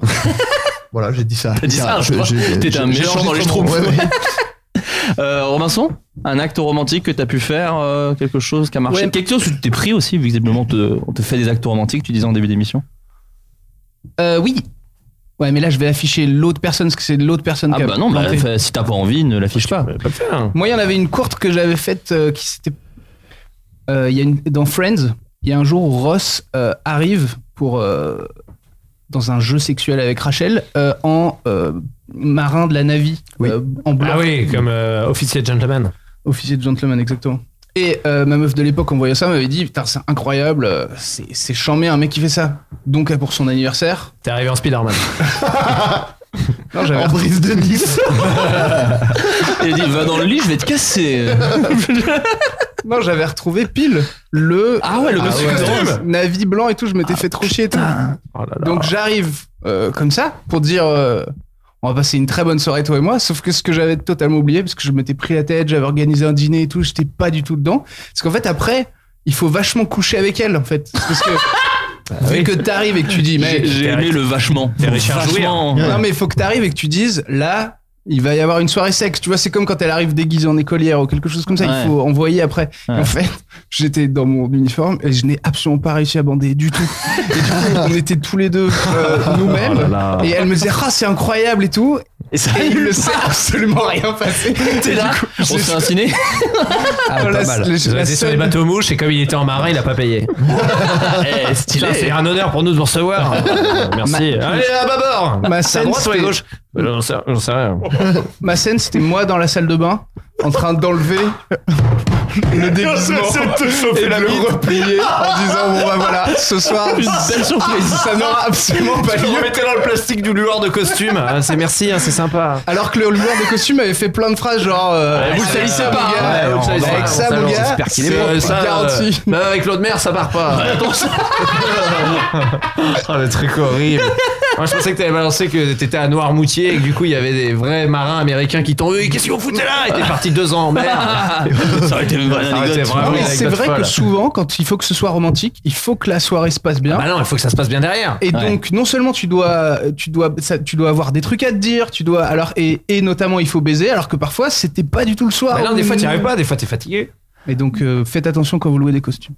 S9: voilà, j'ai dit ça.
S8: T'as dit ça,
S9: Je-
S8: toi
S9: j'ai-
S8: T'étais un
S9: j'ai
S8: méchant
S9: changé
S8: dans les
S9: son nom,
S8: schtroumpfs.
S9: ouais, ouais.
S8: Euh, Robinson, un acte romantique que t'as pu faire, euh, quelque chose qui a marché
S28: Ouais.
S8: Quelque chose que tu t'es pris aussi, visiblement, on te- on te fait des actes romantiques, tu disais en début d'émission
S10: Euh, oui. Ouais, mais là, je vais afficher l'autre personne, parce que c'est l'autre personne
S8: Ah
S10: qui a
S8: bah non, bah,
S10: planté.
S8: fa- si t'as pas envie, ne l'affiche pas. hein.
S10: Moi, il y en avait une courte que j'avais faite euh, qui c'était. euh, il y a une... Dans Friends, il y a un jour où Ross euh, arrive pour. euh, dans un jeu sexuel avec Rachel euh, en euh, marin de la Navy. euh, en blanc.
S2: Ah oui, comme euh, officier de gentleman.
S10: Officier de gentleman, exactement. Et euh, ma meuf de l'époque, en voyant ça, m'avait dit Putain, c'est incroyable, euh, c'est c'est chambé un mec qui fait ça. Donc, euh, pour son anniversaire.
S2: T'es arrivé en Spider-Man.
S10: Non, j'avais
S9: En brise de Nice.
S8: Il dit va dans le lit, je vais te casser.
S10: Non, j'avais retrouvé pile le.
S8: Ah ouais, le monsieur costume.
S10: Navi blanc et tout, je m'étais fait trop chier et tout.
S2: Oh
S10: Donc j'arrive euh, comme ça pour dire euh, on va passer une très bonne soirée, toi et moi. Sauf que ce que j'avais totalement oublié, parce que je m'étais pris la tête, j'avais organisé un dîner et tout, j'étais pas du tout dedans. Parce qu'en fait, après, il faut vachement coucher avec elle, en fait. Parce que. Vu
S8: oui.
S10: que t'arrives et que tu dis, mec,
S8: J'ai aimé le vachement. Vachement.
S10: hein. non, mais faut que t'arrives et que tu dises, là, il va y avoir une soirée sexe. Tu vois, c'est comme quand elle arrive déguisée en écolière ou quelque chose comme ça.
S8: Ouais.
S10: Il faut envoyer après. Et
S8: Ouais.
S10: en fait, j'étais dans mon uniforme et je n'ai absolument pas réussi à bander du tout. Et du coup, on était tous les deux euh, nous-mêmes.
S8: Oh là là.
S10: et elle me disait, ah, c'est incroyable et tout.
S8: Et ça,
S10: Et il ne s'est absolument rien passé.
S8: T'es
S10: Et
S8: là,
S10: du coup,
S8: on
S10: j'ai-
S8: se fait un ciné
S2: Ah, pas
S10: la-
S2: mal.
S10: la-
S2: Ils ont
S10: la
S2: été sur
S10: seule-
S2: les bateaux mouches et comme il était en marin, il a pas payé.
S8: Eh,
S2: Putain, C'est
S8: Stylé.
S2: un honneur pour nous de vous recevoir. Euh, Merci. Allez, à bâbord
S10: Ma
S2: C'est à
S10: scène,
S2: droite ou à
S10: c'était-
S2: gauche Euh, J'en sais j'en sais rien.
S10: Ma scène, c'était moi dans la salle de bain, en train d'enlever le déguisement et de le replier en disant bon bah voilà, ce soir,
S8: Une belle surprise.
S10: ça n'aura absolument pas
S2: Vous
S10: lieu.
S2: mettez dans le plastique du lueur de costume. Ah, C'est merci, hein, c'est sympa.
S10: Alors que le loueur de costume avait fait plein de phrases genre euh,
S2: Ouais,
S10: vous le
S2: c'est
S10: salissez
S2: ça,
S10: mon gars,
S2: ouais, on
S10: Vous le salissez.
S2: s'en
S10: avec
S2: va,
S10: ça
S2: on
S10: mon
S2: s'en va,
S10: gars,
S2: j'espère qu'il est
S10: c'est
S2: bon,
S10: euh,
S2: ça, euh,
S10: garanti.
S2: Même avec l'eau de mer, ça part pas. oh, le truc horrible. Moi, je pensais que t'avais balancé que t'étais à Noirmoutier et que du coup, il y avait des vrais marins américains qui t'ont eu. Qu'est-ce que vous foutez là Et t'es parti deux ans en mer.
S8: Ça aurait été une bonne
S2: Ça aurait été
S8: anecdote.
S2: vraiment
S10: Non, mais
S2: une
S10: c'est
S2: anecdote
S10: vrai que
S2: folle.
S10: souvent quand il faut que ce soit romantique, il faut que la soirée se passe bien.
S2: Bah non, il faut que ça se passe bien derrière.
S10: Et
S8: Ouais.
S10: donc non seulement tu dois tu dois ça- tu dois avoir des trucs à te dire, tu dois alors et, et notamment il faut baiser alors que parfois c'était pas du tout le soir.
S2: Bah non, des fois, t'y arrives pas, des fois, t'es fatigué.
S10: Mais donc euh, faites attention quand vous louez des costumes.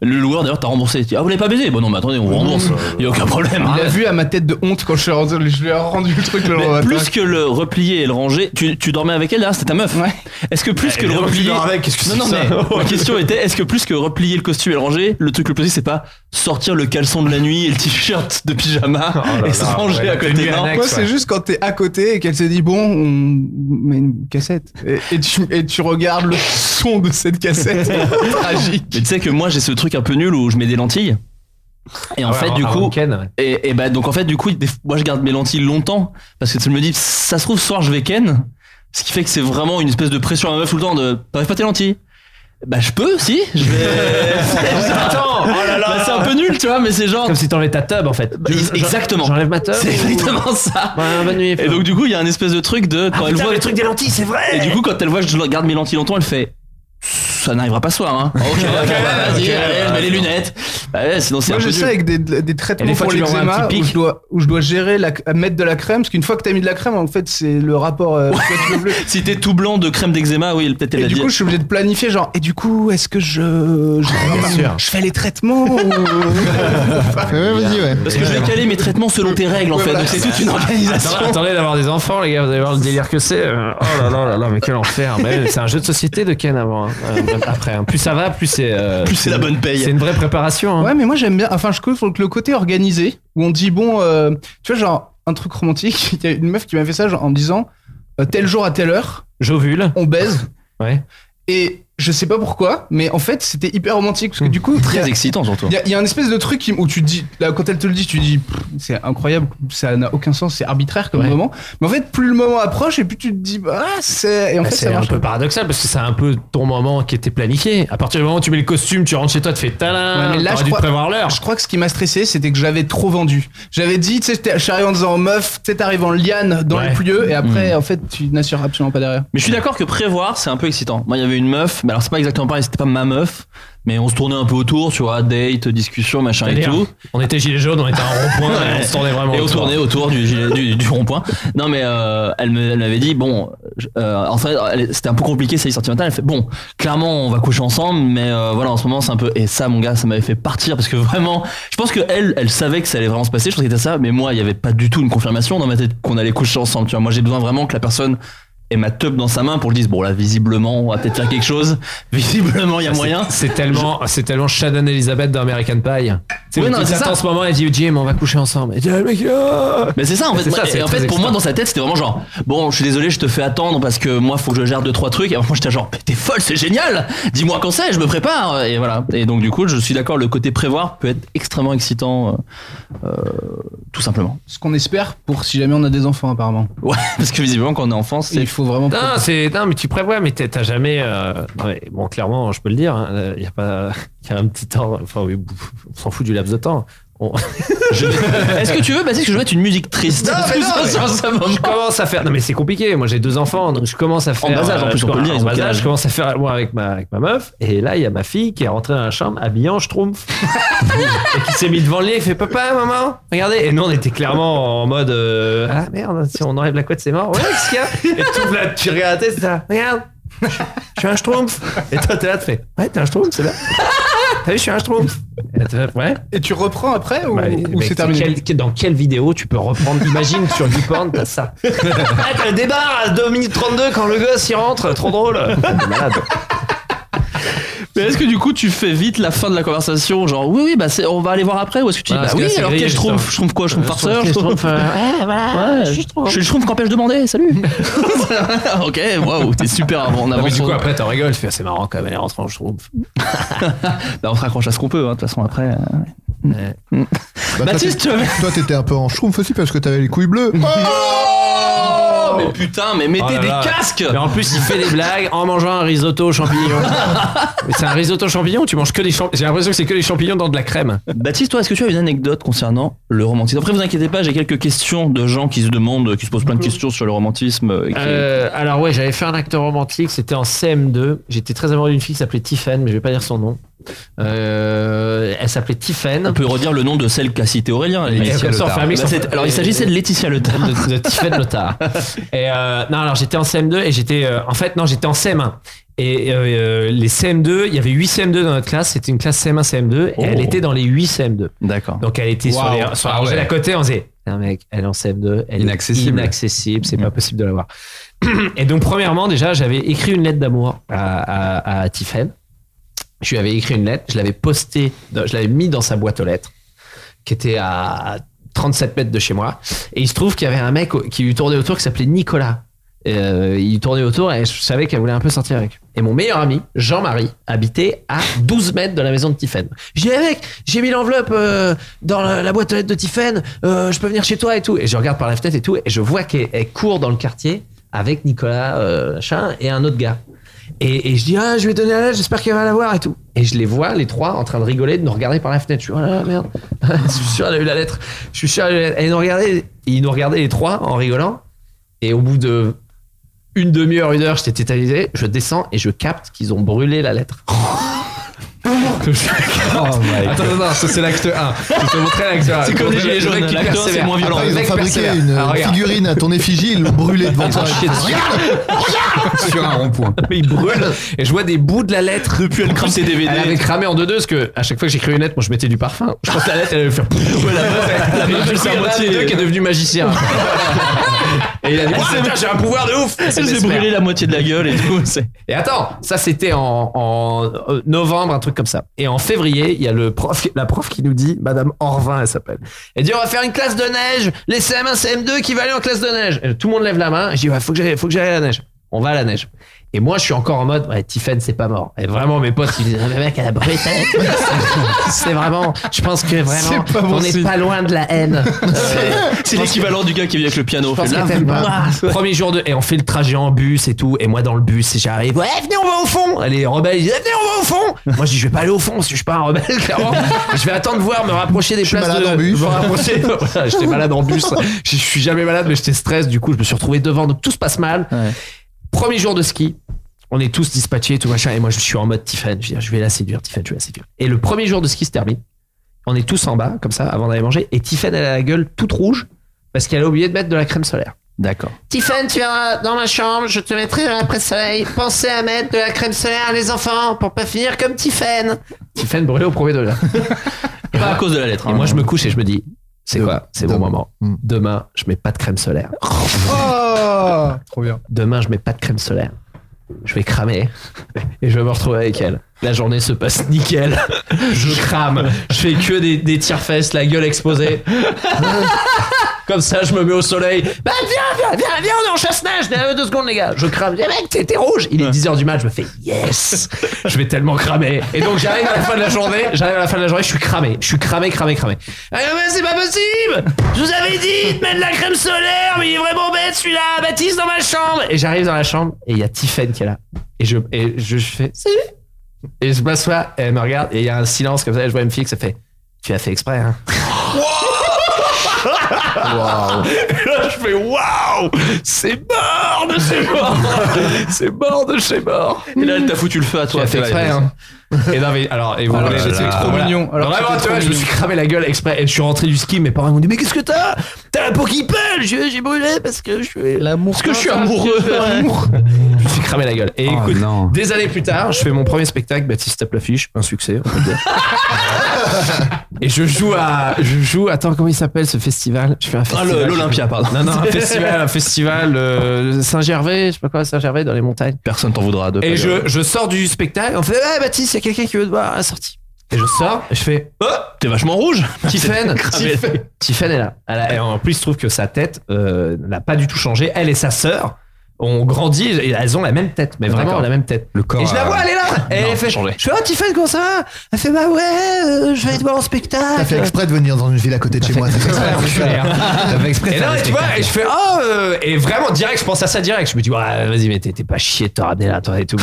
S8: Le loueur d'ailleurs t'as remboursé. Tu dis, Ah vous l'avez pas baisé Bon non mais attendez on vous rembourse. Il y a aucun problème.
S9: Ah,
S10: Il a vu à ma tête de honte quand je suis rendu- je lui ai rendu le truc le
S8: Ah Mais
S10: lendemain matin.
S8: plus que le replier et le ranger, tu, tu dormais avec elle là, c'était ta meuf.
S10: Ouais.
S8: Est-ce que plus que le
S2: évidemment que tu
S8: replier,
S2: dors avec, qu'est-ce que
S8: non
S2: c'est
S8: non
S2: que
S8: mais
S2: ça
S8: ma question était, est-ce que plus que replier le costume et le ranger, le truc le plus possible c'est pas sortir le caleçon de la nuit et le t-shirt de pyjama
S2: Oh
S8: et se ranger à côté d'un.
S10: Moi, c'est juste quand t'es à côté et qu'elle se dit bon, on met une cassette et, et tu et tu regardes le son de cette cassette. Tragique.
S8: Mais tu sais que moi j'ai ce truc un peu nul où je mets des lentilles. Et en fait, du
S2: Ah,
S8: coup, et, et bah, donc en fait, du coup, des- moi je garde mes lentilles longtemps parce que tu me dis, ça se trouve, ce soir je vais ken. Ce qui fait que c'est vraiment une espèce de pression à ma meuf tout le temps de, t'arrives pas tes lentilles. Bah, je peux, si, je vais. C'est-
S2: Attends, oh là là.
S8: Bah, c'est un peu nul, tu vois, mais c'est genre.
S2: Comme si t'enlevais ta tub en fait.
S8: Bah, ex- exactement.
S2: J'enlève ma tub.
S8: C'est exactement ça.
S2: Ouais, bonne nuit.
S8: Et donc, du coup, il y a un espèce de truc de. Quand elle voit.
S2: Ah, le truc des lentilles, c'est vrai.
S8: Et du coup, quand elle voit que je garde mes lentilles longtemps, elle fait. Ça n'arrivera pas ce soir, hein. Ok, ok, bah, vas-y, allez, je mets les lunettes. ouais, sinon c'est
S9: Moi,
S8: un
S9: je
S8: peu
S9: sais
S8: nul.
S9: avec des, des traitements
S8: Et des fois,
S9: pour
S8: tu lui envoies un
S9: l'eczéma
S8: petit
S9: où
S8: pic.
S9: je dois, où je dois gérer la, à mettre de la crème, parce qu'une fois que t'as mis de la crème, en fait, c'est le rapport. euh,
S8: si t'es tout blanc de crème d'eczéma, oui, peut-être elle
S9: et
S8: va
S9: du
S8: dire.
S9: coup, je suis obligé de planifier, genre, et du coup, est-ce que je. Je,
S8: bien sûr.
S9: je fais les traitements ou...
S10: vas-y, ouais.
S8: Parce que je vais caler mes traitements selon tes règles en fait, donc c'est toute une organisation.
S2: Attendez, attendez d'avoir des enfants, les gars, vous allez voir le délire que c'est. Euh, Oh là là là là, mais quel enfer. Mais c'est un jeu de société de Ken avant. hein. Euh, Après, hein. plus ça va, plus c'est. euh,
S8: Plus c'est la bonne paye.
S2: C'est une vraie préparation. hein.
S9: Ouais, mais moi j'aime bien. Enfin, je trouve que le côté organisé, où on dit, bon, euh, tu vois, genre, un truc romantique, il y a une meuf qui m'a fait ça genre, en me disant, euh, tel jour à telle heure,
S2: J'ovule.
S9: on baise.
S2: Ouais.
S9: Et je sais pas pourquoi, mais en fait, c'était hyper romantique, parce que du coup. il y
S8: Hmm. Très
S9: a-
S8: excitant surtout.
S9: Il y, a- il y a un espèce de truc qui- où tu te dis, là, quand elle te le dit, tu te dis, Pff, c'est incroyable, ça n'a aucun sens, c'est arbitraire comme
S2: Ouais.
S9: moment. Mais en fait, plus le moment approche, et plus tu te dis, bah, ah, c'est. Et en
S2: Bah,
S9: fait,
S2: c'est
S9: ça
S2: un
S9: marche.
S2: peu paradoxal parce que c'est un peu ton moment qui était planifié. À partir du moment où tu mets le costume, tu rentres chez toi, tu fais
S9: Ouais,
S2: talin,
S9: mais là,
S2: t'aurais dû
S9: je
S2: te
S9: crois-
S2: prévoir l'heure.
S9: Je crois que ce qui m'a stressé, c'était que j'avais trop vendu. J'avais dit, tu sais, j'étais- je suis arrivé en disant meuf, tu sais, t'arrives en liane dans
S2: Ouais. Mm.
S9: le pouilleux, et après, en fait, tu n'assures absolument pas derrière.
S8: Mais je suis d'accord que prévoir, c'est un peu excitant. Moi, il y avait une meuf, mais alors c'est pas exactement pareil, c'était pas ma meuf, mais on se tournait un peu autour, tu vois, date, discussion, machin et
S2: C'est-à-dire,
S8: tout.
S2: On était gilet jaune, on était à un rond-point, et on se tournait vraiment.
S8: Et on
S2: autour.
S8: tournait autour du, gilet- du, du rond-point. Non, mais euh, elle me- elle m'avait dit, bon, je- euh, en fait, elle- c'était un peu compliqué sa vie sentimentale. Elle fait, bon, clairement, on va coucher ensemble, mais euh, voilà, en ce moment, c'est un peu. Et ça, mon gars, ça m'avait fait partir parce que vraiment, je pense que elle, elle savait que ça allait vraiment se passer. Je pense que c'était ça, mais moi, il y avait pas du tout une confirmation dans ma tête qu'on allait coucher ensemble. Tu vois, moi, j'ai besoin vraiment que la personne ait ma teub dans sa main pour le dire, bon, là, visiblement, on va peut-être faire quelque chose. Visiblement, il y a
S2: Ah, C'est-
S8: moyen.
S2: C'est tellement, c'est tellement Shannon Elizabeth dans American Pie. C'est
S8: Oui,
S2: oui,
S8: non, c'est ça.
S2: en ce moment, elle dit Jim, on va coucher ensemble. Et dit, Ah, le mec, ah
S8: Mais c'est ça en fait.
S2: C'est
S8: Moi-
S2: ça, c'est
S8: et en
S2: très
S8: fait, pour
S2: excitant.
S8: moi, dans sa tête, c'était vraiment genre bon, je suis désolé, je te fais attendre parce que moi, faut que je gère deux trois trucs. Et moi, j'étais genre, mais t'es folle, c'est génial. Dis-moi quand c'est, je me prépare. Et voilà. Et donc du coup, je suis d'accord, le côté prévoir peut être extrêmement excitant, euh, euh, tout simplement.
S9: Ce qu'on espère pour si jamais on a des enfants, apparemment.
S8: Ouais, parce que visiblement, quand on est enfant, c'est
S9: Il faut vraiment.
S2: Non, c'est, non, mais tu prévois, mais t'as t'as jamais. euh, non, mais bon, clairement, je peux le dire, il y a pas. Il y a un petit temps. Enfin, oui, on s'en fout du laps de temps. On-
S8: Je- Est-ce que tu veux, Baptiste, que je mette une musique triste
S2: Non, mais non, mais-
S8: Sur ce moment.
S2: je commence à faire. Non, mais c'est compliqué. Moi, j'ai deux enfants, donc je commence à faire.
S8: bas âge, en
S2: euh,
S8: plus,
S2: je
S8: on peut
S2: commence-
S8: le dire, ils
S2: en
S8: ont
S2: bas
S8: quel
S2: âge,
S8: âge
S2: je commence à faire l'amour avec ma, avec ma meuf. Et là, il y a ma fille qui est rentrée dans la chambre habillée en schtroumpf. et qui s'est mis devant le lit et fait Papa, maman, regardez. Et nous, on était clairement en mode euh, Ah merde, si on enlève la couette, c'est mort. Ouais, qu'est-ce qu'il y a Et tout, là, tu regardes la tête, c'est ça. Regarde, je suis un schtroumpf. Et toi, t'es là, tu fais Ouais, t'es un schtroumpf, c'est là. T'as vu, je suis un schtroumpf. Et t'es là, Ouais.
S9: Et tu reprends après ou,
S2: Bah,
S9: ou
S2: mec,
S9: c'est terminé
S2: quel- quel- dans quelle vidéo tu peux reprendre Imagine sur YouPorn, t'as ça. Ah, t'as le débarre à 2 minutes 32 quand le gosse y rentre, trop drôle.
S8: Mais est-ce que du coup, tu fais vite la fin de la conversation, genre oui, oui, bah c'est- on va aller voir après, ou est-ce que tu dis
S2: Ouais,
S8: bah
S2: parce que
S8: oui,
S2: là, c'est
S8: alors
S2: grillé,
S8: qu'est-ce que je trouve,
S2: ça.
S8: je trouve quoi, je trouve farceur, je
S2: Je
S8: trouve.
S2: trouve, euh, ouais, voilà, je suis trop-
S8: Je suis le schtroumpf qu'empêche de demander, salut Ok, waouh, t'es super avant,
S2: Non,
S8: on
S2: mais
S8: avance.
S2: du coup,
S8: au-
S2: après, t'en rigoles, tu fais, c'est marrant quand même, elle est rentrée en schtroumpf.
S8: Bah, on se raccroche à ce qu'on peut, hein, de toute façon, après. euh,
S10: Bah, toi,
S8: Baptiste, tu
S10: t'étais- Toi, t'étais un peu en schtroumpf aussi parce que t'avais les couilles bleues.
S8: Oh, mais putain, mais mettez
S2: Oh là
S8: des
S2: là.
S8: casques
S2: Mais en plus, il fait des blagues en mangeant un risotto aux champignons. Mais c'est un risotto champignon, tu manges que des champignons. J'ai l'impression que c'est que des champignons dans de la crème.
S8: Baptiste, toi, est-ce que tu as une anecdote concernant le romantisme Après, vous inquiétez pas, j'ai quelques questions de gens qui se demandent, qui se posent plein de questions sur le romantisme. euh, et qui-
S2: Euh, alors ouais, j'avais fait un acte romantique, c'était en CM2. J'étais très amoureux d'une fille qui s'appelait Tiffen, mais je vais pas dire son nom. Euh, elle s'appelait Tiffen.
S8: On peut redire le nom de celle qu'a cité Aurélien. à
S2: Et
S8: l'émission.
S2: comme ça, on fait un mix
S8: Bah,
S2: entre-
S8: c'est- alors, il s'agissait de Laetitia Le Tard.
S2: de, de Tiffen Lothar. Et euh, non, alors j'étais en CM2 et j'étais euh, en fait non, j'étais en CM1. Et euh, les CM2, il y avait 8 CM2 dans notre classe, c'était une classe CM1 CM2 et
S8: Oh.
S2: elle était dans les 8 CM2.
S8: D'accord.
S2: Donc elle était sur
S29: Waouh.
S2: les sur la
S29: Ah
S2: rangée
S29: ouais.
S2: d'à côté, on disait un mec, elle est en CM2, elle
S29: Inaccessible. Mm.
S2: est inaccessible, c'est pas possible de la voir. Et donc premièrement déjà, j'avais écrit une lettre d'amour à, à, à Tiffen. Je lui avais écrit une lettre, je l'avais postée, dans- je l'avais mis dans sa boîte aux lettres, qui était à 37 mètres de chez moi. Et il se trouve qu'il y avait un mec au- qui lui tournait autour qui s'appelait Nicolas. Euh, il tournait autour et je savais qu'elle voulait un peu sortir avec. Et mon meilleur ami, Jean-Marie, habitait à 12 mètres de la maison de Tiffen. Je dis, Eh mec, j'ai mis l'enveloppe euh, dans la, la boîte aux lettres de Tiffen, euh, je peux venir chez toi et tout. Et je regarde par la fenêtre et tout, et je vois qu'elle elle court dans le quartier avec Nicolas euh, machin, et un autre gars. Et, et je dis, ah, je vais donner la lettre, j'espère qu'elle va la voir et tout. Et je les vois, les trois, en train de rigoler, de nous regarder par la fenêtre. Je suis, oh là là, merde. je suis sûr, elle a eu la lettre. Je suis sûr, elle a eu la lettre. Et ils nous regardaient, ils nous regardaient les trois en rigolant. Et au bout de une demi-heure, une heure, j'étais tétanisé. Je descends et je capte qu'ils ont brûlé la lettre. que je.
S10: Oh my
S2: Attends,
S10: God.
S2: non, non, ça c'est l'acte 1. Je te montrerai l'acte 1.
S10: C'est comme les gilets jaunes, l'acte un, c'est moins violent.
S9: Après, ils ont
S10: Mec
S9: fabriqué
S10: persévère.
S9: une
S10: Ah, regarde.
S9: figurine à ton effigie, ils l'ont brûlée devant toi.
S10: sur un rond-point.
S2: Mais il brûle. Et je vois des bouts de la lettre. Depuis, elle crame ses DVD. euh, Elle avait cramé en deux-deux parce que à chaque fois que j'écrivais une lettre, moi je mettais du parfum. Je pense que la lettre, elle allait faire. Ouais, la meuf, elle- la meuf, elle s'est à moitié deux qui est devenu magicien. Et il a dit
S8: Elle
S2: Ouah,
S8: s'est-
S2: putain, j'ai un pouvoir de ouf
S8: Elle s'est
S2: Mesmer.
S8: brûlée la moitié de la gueule et tout. c'est-
S2: Et attends, ça c'était en, en, euh, novembre, un truc comme ça. Et en février, il y a le prof, la prof qui nous dit, Madame Orvin, elle s'appelle. Elle dit, on va faire une classe de neige, les CM1, CM2 qui va aller en classe de neige. Et tout le monde lève la main, je dis, ouais, faut que j'aille, faut que j'aille à la neige. On va à la neige. Et moi, je suis encore en mode, ouais, Tiffen, c'est pas mort. Et vraiment, mes potes, ils disent, ah, mais mec, elle a brûlé sa lettre. C'est vraiment, je pense que vraiment,
S8: C'est pas bon
S2: on n'est
S8: signe.
S2: pas loin de la haine. Euh,
S8: C'est l'équivalent du gars qui vient avec le piano.
S2: Je pense
S8: fait
S2: que
S8: là.
S2: t'aimes pas.
S8: Ouah.
S2: Premier jour de. Et on fait le trajet en bus et tout. Et moi, dans le bus, et j'arrive. Ouais, venez, on va au fond. Elle est rebelle. Je dis, venez, on va au fond. Moi, je dis, je vais pas aller au fond. parce que Je suis pas un rebelle, clairement. Je vais attendre de voir, me rapprocher des places.
S9: malade
S2: de,
S9: en bus.
S2: me rapprocher. Voilà, j'étais malade en bus. Je je suis jamais malade, mais j'étais stress. Du coup, je me suis retrouvé devant. Donc, tout se passe mal. Premier jour de ski. On est tous dispatchés, tout machin. Et moi, je suis en mode Tiffany. Je, veux dire, je vais la séduire, Tiffany, je vais la séduire. Et le premier jour de ski se termine. On est tous en bas, comme ça, avant d'aller manger. Et Tiffany, elle a la gueule toute rouge parce qu'elle a oublié de mettre de la crème solaire.
S8: D'accord.
S2: Tiffany, tu iras dans ma chambre, je te mettrai de la crème soleil. Pensez à mettre de la crème solaire, les enfants, pour pas finir comme Tiffany. Tiffany brûlée au premier degré.
S8: Pas à cause de la lettre. hein.
S2: Et moi, je me couche et je me dis, c'est quoi C'est bon moment. Demain, je mets pas de crème solaire.
S25: Oh
S2: Trop bien. Demain, je mets pas de crème solaire. Je vais cramer et je vais me retrouver avec elle. La journée se passe nickel. Je crame. Je fais que des, des tire-fesses, la gueule exposée. Comme ça, je me mets au soleil. Bah, viens, viens, viens, viens, on est en chasse-neige. Derrière deux secondes, les gars. Je crame. Eh, mec, t'es t'es rouge. Il est 10h du mat. Je me fais yes. Je vais tellement cramer. Et donc, j'arrive à la fin de la journée. J'arrive à la fin de la journée. Je suis cramé. Je suis cramé, cramé, cramé. Ah, mais c'est pas possible. Je vous avais dit de mettre de la crème solaire, mais il est vraiment bête celui-là. Baptiste dans ma chambre. Et j'arrive dans la chambre et il y a Tiffen qui est là. Et je, et je fais salut. Et je m'assois, elle me regarde et il y a un silence comme ça. Et je vois une fille qui se fait Tu as fait exprès, hein. Et là, je fais waouh, c'est mort de chez mort, c'est mort de chez mort.
S8: Et là, elle t'a foutu le feu à
S2: Tu
S8: toi.
S2: as fait
S8: Fais
S2: exprès,
S8: la-
S2: hein. Ah Et non, mais alors, et voilà,
S8: là
S2: j'étais
S8: là.
S2: trop
S8: Voilà.
S2: mignon.
S8: Alors,
S2: Vraiment,
S8: c'était
S2: tu
S8: trop
S2: vois, je me
S8: mignon.
S2: suis cramé la gueule exprès et je suis rentré du ski. Mes parents m'ont dit, mais qu'est-ce que t'as T'as la peau qui pèle Je- J'ai brûlé parce que je suis. Ah, L'amour. Parce que je suis amoureux. Je me suis cramé la gueule. Et
S10: Oh,
S2: écoute,
S10: non.
S2: des années plus tard, je fais mon premier spectacle, Baptiste tape l'affiche, un succès, on peut le dire. Et je joue à, je joue, attends, comment il s'appelle ce festival Je fais un festival.
S8: Ah, le- l'Olympia, pardon.
S2: Non, non, un festival, un festival euh, Saint-Gervais, je sais pas quoi, Saint-Gervais dans les montagnes.
S8: Personne t'en voudra de
S2: Et je, je sors du spectacle, on fait, ouais, Baptiste, il y a quelqu'un qui veut te voir à la sortie. Et je sors, et je fais, oh,
S8: T'es vachement rouge.
S2: Tiffen,
S8: Cramé.
S2: Tiffen, Tiffen est là. Elle a- et en plus, il se trouve que sa tête euh, n'a pas du tout changé. Elle et sa sœur ont grandi, et elles ont la même tête, mais vraiment
S10: D'accord.
S2: la même tête.
S10: Le corps.
S2: Et je la
S10: a-
S2: vois, elle est là Et
S8: Non,
S2: elle fait,
S8: changé.
S2: je fais, oh Tiffany, comment ça va Elle fait, bah ouais, euh, je vais aller te voir en spectacle.
S9: T'as fait exprès de venir dans une ville à côté de chez moi. t'as fait exprès.
S2: T'as fait exprès. Et là, tu vois, et je fais, oh, euh, et vraiment direct, je pense à ça direct. Je me dis, ouais, vas-y, mais t'es t'es pas chier de te ramener là, toi et tout.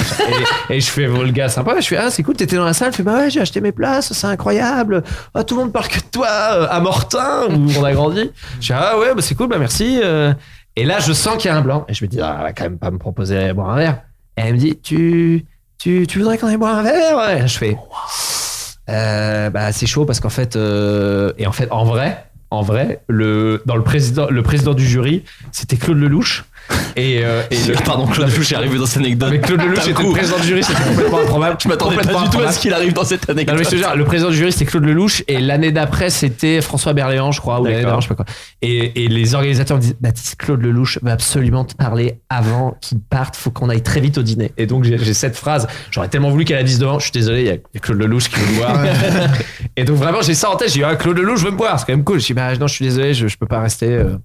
S2: et, et je fais, oh, le gars, sympa. Je fais, ah, c'est cool, t'étais dans la salle. Je fais, bah ouais, j'ai acheté mes places, c'est incroyable. Ah, tout le monde parle que de toi, euh, à Mortain, où on a grandi. Je fais, ah ouais, bah c'est cool, bah merci. euh. Et là, je sens qu'il y a un blanc. Et je me dis, ah, elle va quand même pas me proposer d'aller boire un verre. Et elle me dit, tu, tu, tu voudrais qu'on aille boire un verre Et là, Je fais, euh, bah, c'est chaud parce qu'en fait, euh, et en fait, en vrai, en vrai, le, dans le président, le président du jury, c'était Claude Lelouch. Et, euh, et le-
S8: Pardon, Claude Lelouch est arrivé dans cette anecdote.
S2: mais Claude Lelouch
S8: D'un
S2: était
S8: coup.
S2: le président du jury, c'était complètement improbable.
S8: Je m'attendais
S2: Complètement
S8: pas du tout à
S2: improbable.
S8: ce qu'il arrive dans cette
S2: Non,
S8: anecdote.
S2: mais je te jure, le président du jury c'était Claude Lelouch et l'année d'après c'était François Berléand, je crois, ou l'année
S8: D'accord.
S2: d'avant, je sais pas quoi. Et, et les organisateurs me disent Baptiste Claude Lelouch va absolument te parler avant qu'il parte, faut qu'on aille très vite au dîner. Et donc j'ai j'ai cette phrase, j'aurais tellement voulu qu'elle la dise devant, je suis désolé, il y a- il y a Claude Lelouch qui veut me voir. et donc vraiment j'ai ça en tête, j'ai dit ah, Claude Lelouch veut me voir, c'est quand même cool. Je dis bah non, je suis désolé, je, je peux pas rester, euh,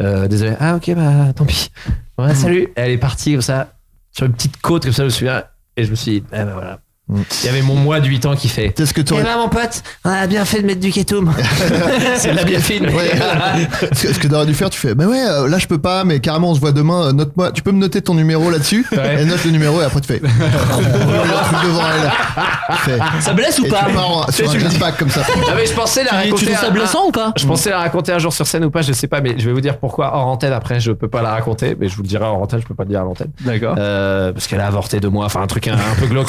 S2: euh, désolé. Ah ok, bah tant pis. Ouais, salut. Et Elle est partie comme ça, sur une petite côte comme ça, je me souviens, et je me suis dit, ah bah voilà. Il y avait mon moi de 8 ans qui fait.
S9: C'est ce que
S2: Eh
S9: t'aurais-
S2: ben mon pote, on a bien fait de mettre du ketum. c'est de la biafine.
S9: Ouais. Ce que- ce que t'aurais dû faire, tu fais, bah ouais, euh, là je peux pas, mais carrément on se voit demain, euh, note-moi, tu peux me noter ton numéro là-dessus,
S2: Ouais.
S9: et note le numéro et après tu fais. Tu le truc devant elle. Tu fais-
S8: Ça blesse ou
S9: et
S8: pas
S9: tu pars en- sur un jetpack comme ça.
S2: Ah mais je pensais la
S8: Tu dis-
S2: raconter.
S8: Tu trouves
S2: un-
S8: ça blessant ou pas
S2: Je pensais la raconter un jour sur scène ou pas, je sais pas, mais je vais vous dire pourquoi hors antenne après, je peux pas la raconter, mais je vous le dirai hors antenne, je peux pas le dire à l'antenne.
S8: D'accord.
S2: Euh, parce qu'elle a avorté de moi, enfin un truc un, un peu glauque.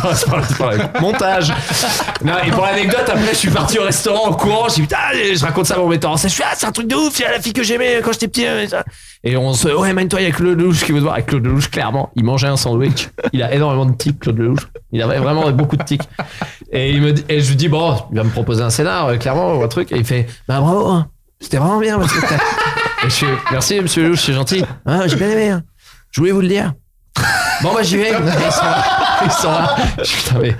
S2: Non, c'est pas vrai, c'est pas vrai. Montage. Non, et pour l'anecdote, après, je suis parti au restaurant en courant. J'ai dit, putain, je raconte ça à mon metteur en scène. Je suis, ah, c'est un truc de ouf. Il y a la fille que j'aimais quand j'étais petit. euh, ça. Et on se, ouais, mène-toi, il y a Claude Lelouch qui veut te voir. Et Claude Lelouch, clairement, il mangeait un sandwich. Il a énormément de tics, Claude Lelouch. Il avait vraiment beaucoup de tics. Et, il me, dit- et je lui dis, bon, il va me proposer un scénar, euh, clairement, ou un truc. Et il fait, bah, bravo, hein. c'était vraiment bien. votre spectacle. Et je suis, merci, monsieur Lelouch, c'est gentil. Ah, j'ai bien aimé. hein. Je voulais vous le dire. Bon, bah, j'y vais. Ils sont là. Ils sont là. Je suis, putain, mais.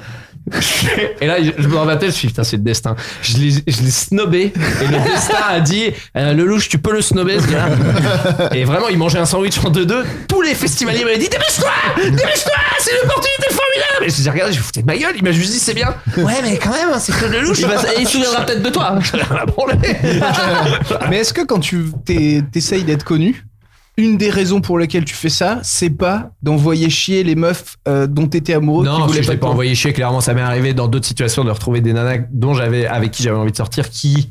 S2: Et là, je je me rabattais, je me suis dit, putain, c'est le destin. Je l'ai je l'ai snobé. Et le destin a dit, euh, Lelouch, tu peux le snobber, ce gars. Et vraiment, il mangeait un sandwich en 2-2. Tous les festivaliers m'avaient dit, dépêche-toi! Dépêche-toi! C'est une opportunité formidable! Et je dis, regarde, je foutais de ma gueule. Il m'a juste dit, c'est bien. Ouais, mais quand même, hein, c'est Claude Lelouch.
S8: Il va- il se souviendra peut-être
S2: de toi.
S11: Mais est-ce que quand tu t'es- t'essayes d'être connu, une des raisons pour lesquelles tu fais ça, c'est pas d'envoyer chier les meufs euh, dont t'étais amoureux qui
S2: Non, je
S11: voulaient
S2: l'ai pas,
S11: de toi.
S2: envoyé chier. Clairement, ça m'est arrivé dans d'autres situations de retrouver des nanas dont j'avais, avec qui j'avais envie de sortir, qui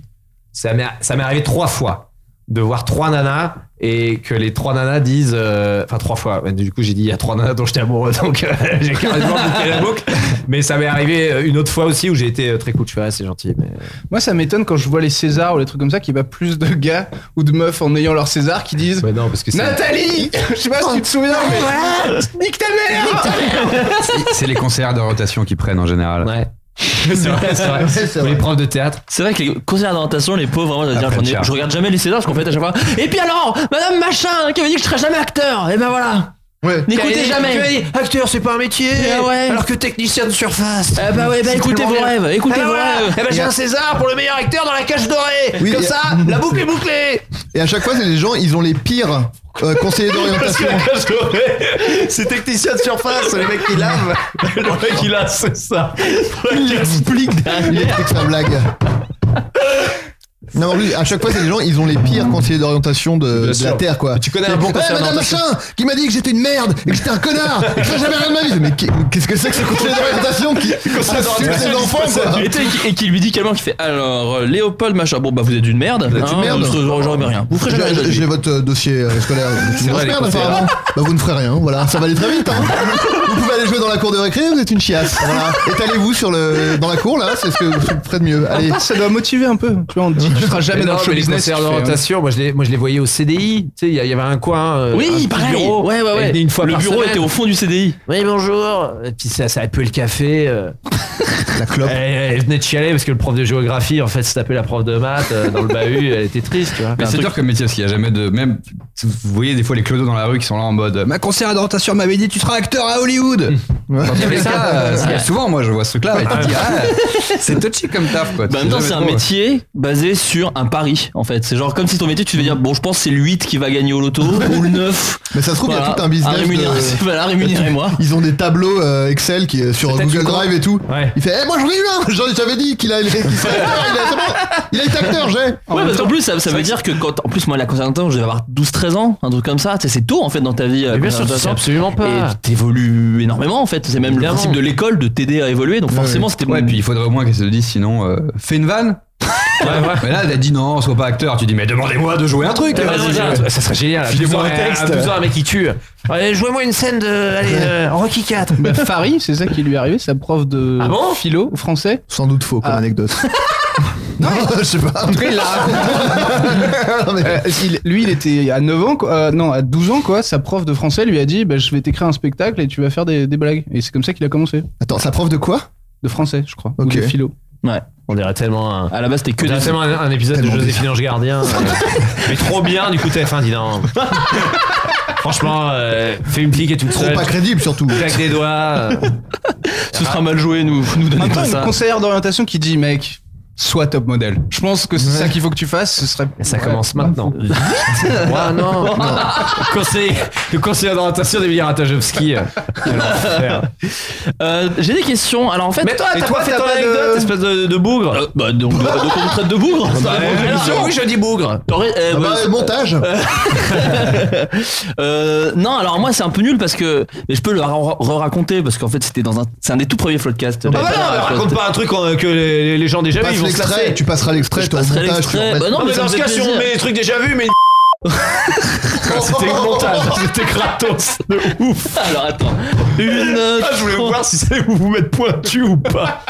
S2: ça m'est, ça m'est arrivé trois fois de voir trois nanas et que les trois nanas disent, euh, enfin trois fois. Ouais, Du coup, j'ai dit il y a trois nanas dont j'étais amoureux, donc euh, j'ai carrément bouclé la boucle. Mais ça m'est arrivé euh, une autre fois aussi où j'ai été euh, très cool. Tu vois, c'est gentil, mais
S11: Moi, ça m'étonne quand je vois les Césars ou les trucs comme ça, qu'il y a plus de gars ou de meufs en ayant leur César qui disent
S2: non, parce que c'est-
S11: Nathalie Je sais pas si tu te souviens, mais. Nique ta mère
S10: C'est- C'est les concerts de rotation qui prennent en général.
S2: Ouais. c'est vrai, c'est vrai. Pour les profs de théâtre.
S8: C'est vrai que les concerts d'orientation, les pauvres, vraiment, je, veux dire,
S2: Après,
S8: j'en ai-
S2: tiens.
S8: je regarde jamais les Césars parce qu'en fait, à chaque fois.
S30: Et puis alors, Madame Machin, qui avait dit que je serais jamais acteur,
S2: Eh
S30: et ben voilà. N'écoutez jamais.
S2: acteur, c'est pas un métier.
S30: Eh ouais.
S2: Alors que technicien de surface.
S30: Eh bah ouais, bah
S2: C'est
S30: écoutez vos
S2: primordial.
S30: rêves, écoutez
S2: Eh
S30: vos
S2: voilà.
S30: rêves.
S2: Eh ben j'ai un César pour le meilleur acteur dans la cage dorée.
S9: Oui,
S2: Comme
S9: et-
S2: ça, la boucle est bouclée.
S9: Et à chaque fois, c'est les gens, ils ont les pires euh, conseillers
S2: Parce que
S9: d'orientation.
S2: la cage dorée, c'est technicien de surface, les mecs qui lavent. Le mec qui lave, c'est ça. Il
S9: explique derrière. sa blague. Non, mais en plus, à chaque fois, c'est les gens, ils ont les pires conseillers d'orientation de, de la
S2: sûr.
S9: Terre, quoi.
S2: Tu connais un bon
S9: Eh,
S2: conseiller
S9: Madame
S2: d'orientation.
S9: Machin, qui m'a dit que j'étais une merde, et que j'étais un connard, et que je ferais jamais rien de ma vie. Mais qu'est- qu'est-ce que c'est que ce conseiller d'orientation qui Ah,
S2: Conseiller
S9: insulte
S2: d'orientation,
S9: les
S2: il se
S9: enfants,
S2: passe à
S9: quoi
S8: Et, tu sais, et qui- et qui lui dit calmement qui fait alors euh, Léopold machin bon bah vous êtes une merde
S9: Vous êtes une merde.
S8: vous serez- j'aurais rien vous ferez jamais rien de votre
S9: J'ai
S8: vie.
S9: j'ai votre euh, dossier euh, scolaire. Vous êtes
S8: C'est
S9: une
S8: vrai,
S9: grosse
S8: les
S9: merde,
S8: conseillers.
S9: apparemment. Bah, vous ne ferez rien, voilà. Ça va aller très vite, hein. Vous pouvez aller jouer dans la cour de récré, vous êtes une chiasse. Voilà. Étalez-vous sur le, dans la cour, là. C'est ce que vous ferez de mieux. Allez.
S11: Ça doit motiver un peu. Tu vois, on te dit, tu seras jamais
S2: Mais
S11: Ah, dans
S2: non,
S11: le show
S2: mais les
S11: business.
S2: concerts
S11: tu fais, hein.
S2: d'orientation, moi je les, moi je les voyais au CDI. Tu sais, il y, a- il y avait un coin. euh,
S9: Ah,
S8: Oui,
S2: un petit
S8: pareil.
S2: Bureau,
S8: Ouais, ouais,
S2: Elle
S8: ouais.
S2: venait Une fois
S8: Le
S2: par
S8: bureau
S2: semaine.
S8: était au fond du CDI.
S2: Oui, bonjour. Et puis ça, ça a pué le café. euh.
S9: La clope.
S2: Elle, elle venait de chialer parce que le prof de géographie, en fait, se tapait la prof de maths euh, dans le bahut. Elle était triste, tu vois.
S10: Mais
S2: Un
S10: c'est
S2: truc-
S10: dur comme métier parce qu'il n'y a jamais de. Même, vous voyez des fois les clodos dans la rue qui sont là en mode Ma conseillère d'orientation m'avait dit tu seras acteur à Hollywood Quand tu fais ça, euh, ça arrive souvent moi je vois ce truc là et tu te dis Ah, c'est touchy comme taf quoi.
S8: Bah, en
S10: Tu
S8: même temps,
S10: sais
S8: c'est un
S10: jamais trop.
S8: métier basé sur un pari, en fait. C'est genre comme si ton métier, tu devais dire, bon, je pense que c'est le 8 qui va gagner au loto, ou le 9.
S10: euh.
S9: Mais ça se trouve, il y a
S8: Voilà.
S9: tout un business.
S8: Ah, rémunérez-
S9: de-
S8: Voilà, rémunérez-moi.
S9: Ils ont des tableaux euh, Excel qui euh, sur
S8: Peut-être
S9: Google
S8: sous-
S9: Drive et tout.
S2: Ouais.
S9: Il fait, eh, moi j'en ai eu un. J'en- J'avais dit qu'il a, qu'il serait acteur, il a, c'est bon. Il a été acteur, j'ai.
S8: Ouais, parce qu'en plus, ça, ça veut dire que quand. En plus, moi, la conservatoire, je devais avoir 12-13 ans, un truc comme ça. Tu sais, C'est tôt, en fait, dans ta vie. euh,
S2: Mais bien sûr, tu
S8: conservateur.
S2: sens absolument pas.
S8: Et tu t'évolues énormément, en fait. C'est même
S2: Évidemment.
S8: le principe de l'école de t'aider à évoluer. Donc, forcément, c'était.
S10: Ouais, puis il faudrait au moins qu'elle se dise sinon euh, fais une vanne Mais là elle a dit non, sois pas acteur. Tu dis mais demandez-moi de jouer un truc.
S2: Ouais,
S10: Vas-y,
S2: vas-y,
S10: je-
S2: vas-y. Ça serait génial. à 12
S10: Filez-moi
S2: ans,
S10: un
S2: à-
S10: texte.
S2: À 12 ans, un mec qui tue. Allez, jouez-moi une scène de allez, euh, Rocky 4.
S11: Bah, Farid, c'est ça qui lui est arrivé, sa prof de
S2: Ah bon
S11: philo français.
S9: Sans doute faux comme anecdote. non, je sais pas. Ah. En tout cas, il l'a raconté.
S11: Euh, il- lui, il était à 9 ans, quoi, euh, non, à 12 ans, quoi. Sa prof de français lui a dit bah, Je vais t'écrire un spectacle et tu vas faire des, des blagues. Et c'est comme ça qu'il a commencé.
S9: Attends, sa prof de quoi
S11: De français, je crois.
S9: Ok.
S11: Ou de philo.
S8: Ouais.
S2: On dirait tellement un.
S8: À la base, c'était que
S2: on dirait
S8: des.
S2: tellement un, un épisode de
S8: Tellement
S2: Joséphine Ange Gardien. euh, mais trop bien, du coup, TF1, dis donc. Franchement, euh, fais une clique et tu me
S9: Trop pas crédible, surtout.
S2: Claque des doigts. euh.
S8: Ce sera mal joué, nous. Nous
S11: En
S8: donnez
S11: même temps,
S8: pas
S11: une
S8: ça.
S11: conseillère d'orientation qui dit Mec, sois top modèle. Je pense que c'est ça qu'il faut que tu fasses. Ce serait.
S2: Ça commence maintenant. Ouah, non, non. Conseil, le conseiller d'orientation d'Emilie Ratajowski. euh, quel enfer.
S8: Euh, J'ai des questions. Alors, en fait.
S2: Mais toi,
S11: Et
S2: t'as
S11: toi,
S2: pas fait
S11: t'as
S2: ton
S11: pas de-
S2: anecdote, espèce de, de bougre.
S8: Euh, bah, donc, donc on me traite de bougre.
S2: Bah, euh, oui, je dis bougre.
S8: T'aurais- eh,
S9: Ah
S8: bah,
S9: bah, montage.
S8: Euh, non, alors moi c'est un peu nul parce que mais je peux le ra- re-raconter parce qu'en fait c'était dans un c'est un des tout premiers floodcasts.
S2: Ah bah non, mais raconte pas un truc euh, que les, les gens déjà
S11: Bah,
S2: vus,
S9: Passe
S2: ils vont se
S9: l'extrait,
S2: lasser.
S9: tu passeras l'extrait,
S8: Je
S9: toi, au
S8: passerai
S9: montage. tu
S8: l'extrait.
S9: remettras-
S8: Bah non,
S2: Non,
S8: mais
S2: mais
S8: ça
S2: dans
S8: me
S2: ce
S8: fait
S2: cas, si on
S8: plaisir.
S2: met les trucs déjà vus, mais C'était le montage, c'était gratos de ouf.
S8: Alors attends,
S2: une. Ah, je voulais voir si ça vous vous mettre pointu ou pas.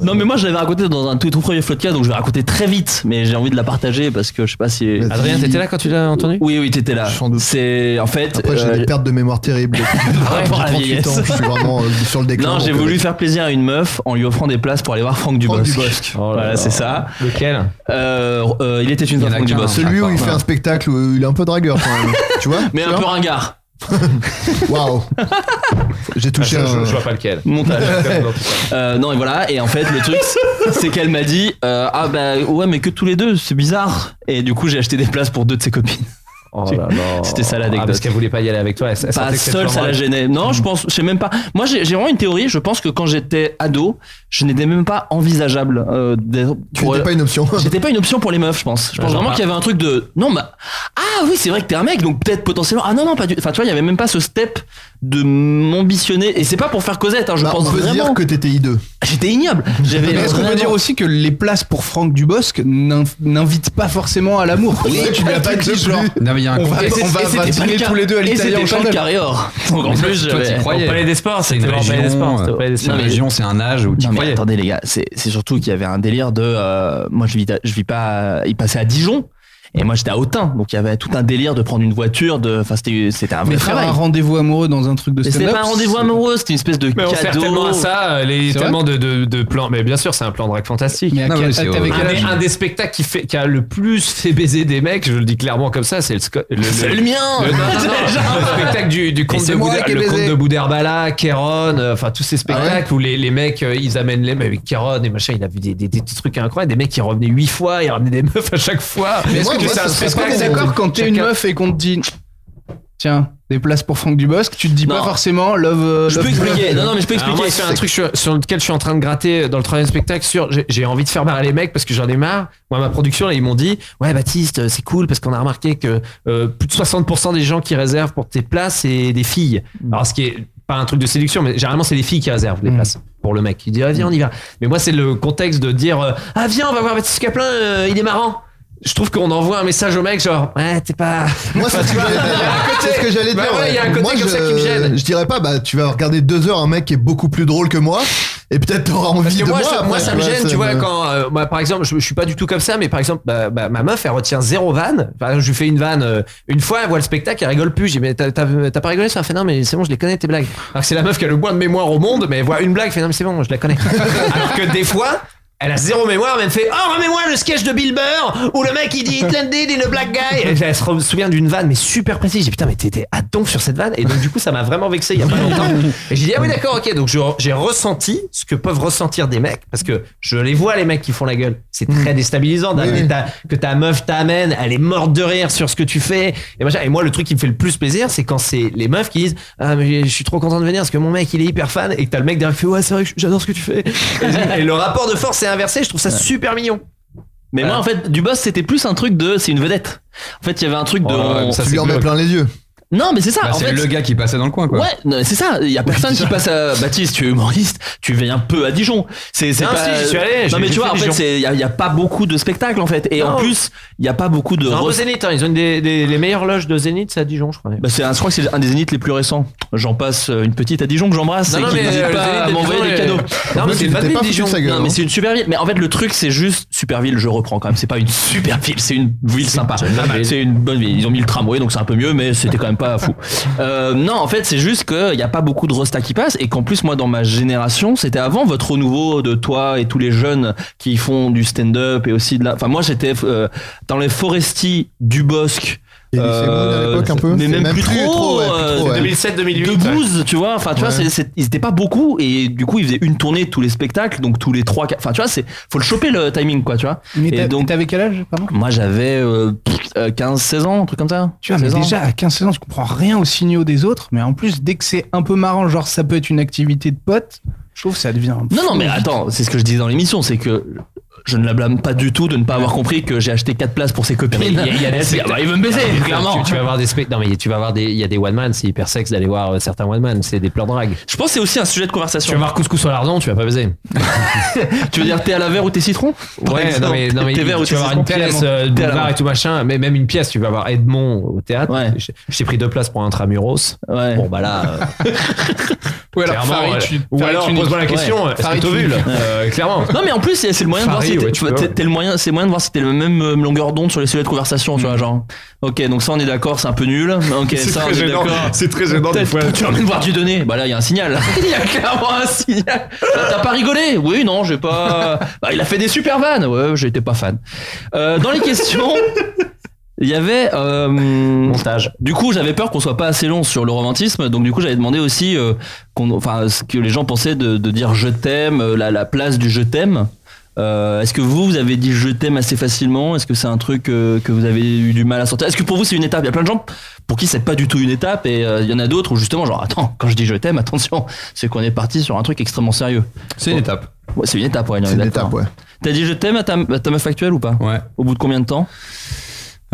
S8: Non mais moi je l'avais raconté dans un tout, tout premier podcast donc je vais raconter très vite mais j'ai envie de la partager parce que je sais pas si
S2: Adrien, t'étais là quand tu l'as entendu
S8: Oui oui t'étais là. C'est en fait
S9: Après, j'ai
S8: euh,
S9: des pertes de mémoire terribles.
S8: par rapport à la
S9: 38 ans,
S8: vieillesse.
S9: je suis vraiment euh, sur le déclin.
S8: non j'ai
S9: donc, euh,
S8: voulu faire plaisir à une meuf en lui offrant des places pour aller voir Franck Dubosc. voilà c'est ça.
S2: Oh Lequel
S8: Euh, euh, il était une fois Franck Dubosc.
S9: Celui où il fait un spectacle où il est un peu dragueur quand même. tu vois
S8: Mais un peu ringard.
S9: Waouh J'ai touché
S2: Ah, je-
S9: un. Eh.
S2: je- je vois pas lequel. Ah,
S8: Montage.
S2: Dans
S8: Euh, non et voilà et en fait le truc c'est qu'elle m'a dit euh, ah bah ouais mais que tous les deux c'est bizarre et du coup j'ai acheté des places pour deux de ses copines.
S2: Oh là là.
S8: C'était ça
S2: Ah,
S8: l'anecdote.
S2: parce qu'elle voulait pas y aller avec toi. Elle, elle
S8: pas
S2: sentait que Mm. cette
S8: seule, ça
S2: chambre-
S8: la gênait. Non, je pense, je sais même pas. Moi, j'ai j'ai vraiment une théorie. Je pense que quand j'étais ado, je n'étais même pas envisageable. Euh, d'être-
S9: Tu
S8: pour-
S9: n'étais pas une option.
S8: J'étais pas une option pour les meufs, je pense. Je
S2: Ouais,
S8: pense
S2: genre
S8: vraiment
S2: pas.
S8: qu'il y avait un truc de non, bah ah oui, c'est vrai que t'es un mec, donc peut-être potentiellement. Ah non, non, pas du. Enfin, tu vois, il y avait même pas ce step de m'ambitionner. Et c'est pas pour faire Cosette. hein, je
S9: Bah,
S8: pense
S9: on peut
S8: vraiment.
S9: dire que t'étais hideux.
S8: J'étais ignoble. J'avais.
S11: Mais est-ce qu'on peut
S8: vraiment-
S11: dire aussi que les places pour Franck Dubosc n'in- n'invitent pas forcément à l'amour
S8: Oui,
S11: Parce que tu lui as pas dit genre
S10: Non, mais il y a un
S11: on va,
S10: contexte.
S11: on va
S8: et c'était pas
S11: vacciner
S8: le cas-
S11: tous les deux à
S8: et
S11: l'italien
S8: c'était
S11: en
S8: pas le
S11: chandelle.
S8: Carrior. Donc en
S10: Mais toi,
S8: plus,
S10: toi, t'y
S8: j'avais-
S10: croyais.
S2: Au Palais des Sports, c'est
S10: Une
S2: exactement au Palais des
S10: région,
S2: Sports,
S10: euh,
S2: c'était au Palais des Sports.
S8: Non,
S10: Une
S8: mais-
S10: région, c'est un âge où tu
S8: Non mais
S10: croyais.
S8: attendez les gars, c'est c'est surtout qu'il y avait un délire de euh, moi je vis à- je vis pas à- il passait à Dijon et moi j'étais à Autun donc il y avait tout un délire de prendre une voiture de enfin c'était c'était un vrai
S11: Mais faire
S8: travail.
S11: un rendez-vous amoureux dans un truc de
S8: Mais c'était
S11: stand-up
S8: pas un rendez-vous amoureux, c'était une espèce de
S2: Mais on sert
S8: cadeau.
S2: tellement à ça, euh, les,
S11: C'est
S2: tellement de, de, de plans. Mais bien sûr, c'est un plan de drague fantastique.
S11: Mais à
S10: Non,
S11: quel-
S10: mais c'est
S11: t'avais
S10: horrible.
S11: quel
S2: Un, des,
S11: âge
S2: Ah, un des spectacles qui, fait, qui a le plus fait baiser des mecs, je le dis clairement comme ça, c'est le, sco- le,
S8: C'est le mien.
S2: le- non, non, non, le spectacle du, du conte
S11: c'est
S2: de
S11: moi
S2: Bouder-
S11: qui ai
S2: le conte
S11: baisé.
S2: de Bouderbala, Kéron, euh, enfin tous ces spectacles où les, les mecs euh, ils amènent les mecs avec Kéron et machin, il a vu des, des, des petits trucs incroyables, des mecs qui revenaient huit fois, ils ramenaient des meufs à chaque fois.
S11: Mais est-ce
S9: Moi,
S11: que tu
S9: moi,
S11: sais,
S9: ça serait
S11: est-ce qu'on
S9: pas
S11: est
S9: mon-
S11: d'accord quand t'es une
S2: chacun-
S11: meuf et qu'on te dit tiens des places pour Franck Dubosc tu te dis
S8: Non.
S11: pas forcément love euh,
S8: Je peux
S11: love
S8: expliquer. Non non mais je peux
S2: Alors Ah, moi,
S8: expliquer.
S2: c'est un truc sur, sur lequel je suis en train de gratter euh, dans le troisième spectacle. Sur, j'ai- j'ai envie de faire marrer les mecs parce que j'en ai marre. Moi, ma production, là, ils m'ont dit, ouais, Baptiste, euh, c'est cool parce qu'on a remarqué que euh, plus de 60% des gens qui réservent pour tes places, c'est des filles. Alors, ce qui est pas un truc de séduction, mais généralement, c'est des filles qui réservent les places pour le mec. Il dit, ah, viens, on y va. Mais moi, c'est le contexte de dire, euh, ah, viens, on va voir Baptiste Caplin, euh, il est marrant. Je trouve qu'on envoie un message au mec, genre, ouais, t'es pas.
S9: Moi, c'est ce que j'allais dire. C'est ce que j'allais
S2: Bah
S9: dire.
S2: ouais, il y a un côté
S9: Moi,
S2: comme
S9: je,
S2: ça qui me gêne.
S9: Je dirais pas, bah, tu vas regarder deux heures un mec qui est beaucoup plus drôle que moi, et peut-être t'auras envie
S2: Parce que
S9: de
S2: moi,
S9: moi.
S2: ça-
S9: après,
S2: moi, ça me gêne, tu vois, quand, euh, moi, par exemple, je, je suis pas du tout comme ça, mais par exemple, bah, bah, ma meuf, elle retient zéro vanne. Par exemple, je lui fais une vanne euh, une fois, elle voit le spectacle, elle rigole plus. J'ai, dit, mais t'as, t'as- t'as pas rigolé, ça Elle fait non, mais c'est bon, je les connais tes blagues. Alors que c'est la meuf qui a le moins de mémoire au monde, mais elle voit une blague, elle fait non, mais c'est bon, je la connais. Alors que des fois, elle a zéro mémoire, mais elle me fait Oh, remets-moi le sketch de Bill Burr où le mec il dit It landed in a black guy. Et elle se re- souvient d'une vanne, mais super précise. J'ai dit Putain, mais t'étais à donf sur cette vanne. Et donc, du coup, ça m'a vraiment vexé il y a pas longtemps. Et j'ai dit Ah oui, d'accord, ok. Donc, je- j'ai ressenti ce que peuvent ressentir des mecs parce que je les vois, les mecs qui font la gueule. C'est
S8: Mm.
S2: très déstabilisant d'amener
S9: Oui.
S2: ta- que ta meuf t'amène, elle est morte de rire sur ce que tu fais. Et, machin. et moi, le truc qui me fait le plus plaisir, c'est quand c'est les meufs qui disent Ah, mais je suis trop content de venir parce que mon mec il est hyper fan. Et que t'as le mec derrière qui fait Ouais, c'est vrai que j'adore ce que tu fais. Et le rapport de force est inversé, je trouve ça super mignon.
S8: Mais moi en fait du boss c'était plus un truc de c'est une vedette. En fait il y avait un truc de
S10: Oh, ouais, mais ça,
S9: tu
S10: c'est
S9: lui en mets
S10: glauque.
S9: plein les yeux.
S8: non mais c'est ça
S10: Bah,
S8: en
S10: c'est
S8: fait
S10: le gars qui passait dans le coin, quoi.
S8: Ouais, non, c'est ça. Il y a personne qui passe à Baptiste. Tu es humoriste. Tu viens un peu à Dijon. C'est c'est
S2: Non,
S8: pas.
S2: si, j'y suis allé, j'ai-
S8: non mais
S2: j'ai
S8: tu vois,
S2: fait
S8: en fait,
S2: Dijon.
S8: c'est- il y, a- il y a pas beaucoup de spectacles en fait. Et en
S2: Non.
S8: plus, il y a pas beaucoup de.
S2: Ils ont un
S8: re-
S2: beau Zénith, hein. ils ont une des, des- les meilleures loges de Zénith, c'est à Dijon, je crois.
S8: Bah, c'est un, je crois que c'est un des zéniths les plus récents. J'en passe euh, une petite à Dijon que j'embrasse
S2: Non,
S8: et
S2: non,
S8: qui
S2: mais,
S8: n'hésite
S2: euh, le
S8: pas
S2: Zénith
S8: à
S2: de
S8: m'envoyer
S2: Dijon
S8: des
S2: est-
S8: cadeaux.
S2: Non, mais c'est une vanne
S9: t'es pas
S2: de
S9: foutu de
S2: Dijon.
S9: sa gueule.
S8: Non mais c'est une super ville. Mais en fait le truc c'est juste super ville. Je reprends quand même. C'est pas une super ville. C'est une ville sympa. Ah, C'est une bonne ville. Ils ont mis le tramway donc c'est un peu mieux. Mais c'était quand même pas fou. Euh, non en fait c'est juste qu'il y a pas beaucoup de rostas qui passent et qu'en plus moi dans ma génération c'était avant votre renouveau de toi et tous les jeunes qui font du stand-up et aussi de la. Enfin moi j'étais euh, dans les forestiers du bosque. euh,
S9: Et Elie Semoun, à
S2: Euh,
S9: l'époque, un peu
S8: mais
S9: C'est
S8: même, plus, trop,
S9: ouais, plus
S8: euh,
S9: trop, ouais.
S2: 2007-2008.
S8: de 12 tu vois enfin tu vois
S9: Ouais.
S8: c'est- c'est- ils étaient pas beaucoup et du coup ils faisaient une tournée de tous les spectacles donc tous les trois quatre- enfin tu vois c'est faut le choper le timing quoi tu vois
S11: mais
S8: et
S11: t'as-
S8: donc
S11: t'avais quel âge pardon
S8: moi j'avais euh, pff, euh, 15 16 ans un truc comme ça
S11: Tu vois, Ah, mais
S8: 16 ans.
S11: déjà à 15 ans, tu comprends rien aux signaux des autres, mais en plus, dès que c'est un peu marrant, genre ça peut être une activité de pote, je trouve que ça devient.
S8: non non mais attends c'est ce que je disais dans l'émission c'est que je ne la blâme pas du tout de ne pas avoir compris que j'ai acheté 4 places pour ses copines.
S2: Mais il y a- il y a des
S8: Elle se dit, ah
S2: spectacles.
S8: bah, il veut me baiser,
S2: Non, mais tu-
S8: clairement.
S2: Tu, vas avoir des spect- Non, mais tu vas avoir des. Il y a des one man. C'est hyper sexe d'aller voir euh, certains one man. C'est des plans drague.
S8: Je pense que c'est aussi un sujet de conversation.
S2: Tu vas voir couscous à lardon, tu vas pas baiser.
S8: tu veux dire thé à la verre ou thé citron Par
S2: Ouais,
S8: exemple.
S2: non mais, non, mais
S8: Thé vert ou
S2: tu
S8: thé
S2: vas avoir une
S8: citron,
S2: pièce,
S8: carrément.
S2: euh,
S8: Thé à la
S2: boulevard
S8: main.
S2: et tout machin, mais même une pièce, tu vas avoir Edmond au théâtre. Je, je t'ai pris deux places pour un Tramuros. Bon bah là. euh,
S25: Ou alors,
S2: clairement,
S25: Farid,
S2: euh,
S25: tu-
S2: ou
S25: Farid,
S2: alors
S25: tu-
S2: pose-moi la question.
S25: Ouais.
S2: est-ce que
S25: Farid,
S2: t'as
S25: tu-
S2: vu, là
S25: Ouais.
S2: Euh, Clairement.
S8: Non mais en plus c'est c'est le moyen
S2: Farid,
S8: de voir
S2: ouais,
S8: si
S2: tu
S8: t'es-
S2: peux.
S8: t'es- t'es le moyen c'est le moyen de voir si t'es le même euh, longueur d'onde sur les sujets de conversation
S2: Mm.
S8: tu vois genre ok donc ça on est d'accord c'est un peu nul ok
S25: C'est
S8: ça on
S25: très
S8: est
S25: gênant.
S8: d'accord
S25: C'est très gênant, des
S8: Peut-être,
S25: fois.
S8: tu vas même voir du donné bah là il y a un signal il y a clairement un signal Bah, t'as pas rigolé oui non j'ai pas bah, il a fait des super vannes ouais j'étais pas fan Euh, dans les questions il y avait montage. Du coup, j'avais peur qu'on soit pas assez long sur le romantisme, donc du coup, j'avais demandé aussi euh, qu'on- enfin, ce que les gens pensaient de, de dire je t'aime, euh, la, la place du je t'aime. Euh, Est-ce que vous, vous avez dit je t'aime assez facilement Est-ce que c'est un truc euh, que vous avez eu du mal à sortir Est-ce que pour vous, c'est une étape Il y a plein de gens pour qui c'est pas du tout une étape, et euh, il y en a d'autres où justement, genre, attends, quand je dis je t'aime, attention, c'est qu'on est parti sur un truc extrêmement sérieux.
S10: C'est une étape.
S8: Ouais, c'est une étape, ouais.
S9: C'est une étape, ouais.
S8: T'as dit je t'aime à ta, à ta meuf actuelle ou pas
S10: Ouais.
S8: Au bout de combien de temps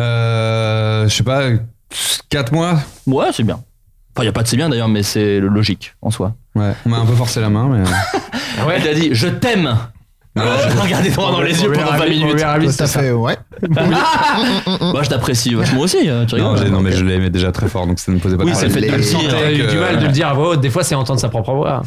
S10: Euh, je sais pas, 4 mois
S8: Ouais, c'est bien. Enfin, y a pas de c'est bien d'ailleurs, mais c'est logique en soi.
S10: Ouais, on m'a un peu forcé la main, mais. euh,
S8: ouais, t'as dit je t'aime.
S10: Ah
S8: Regardez droit dans les yeux pendant 20 minutes.
S9: Tout à fait, ouais.
S8: Moi, je t'apprécie vachement aussi. euh, Tu
S10: Non,
S8: rigoles.
S10: j'ai- non, mais je l'aimais déjà très fort, donc ça ne posait pas
S8: Oui,
S10: de
S8: c'est le
S10: problème.
S8: fait de le dire.
S10: sentais
S2: T'as eu
S10: que-
S2: du mal de le dire à voix haute. Des fois, c'est entendre sa propre voix.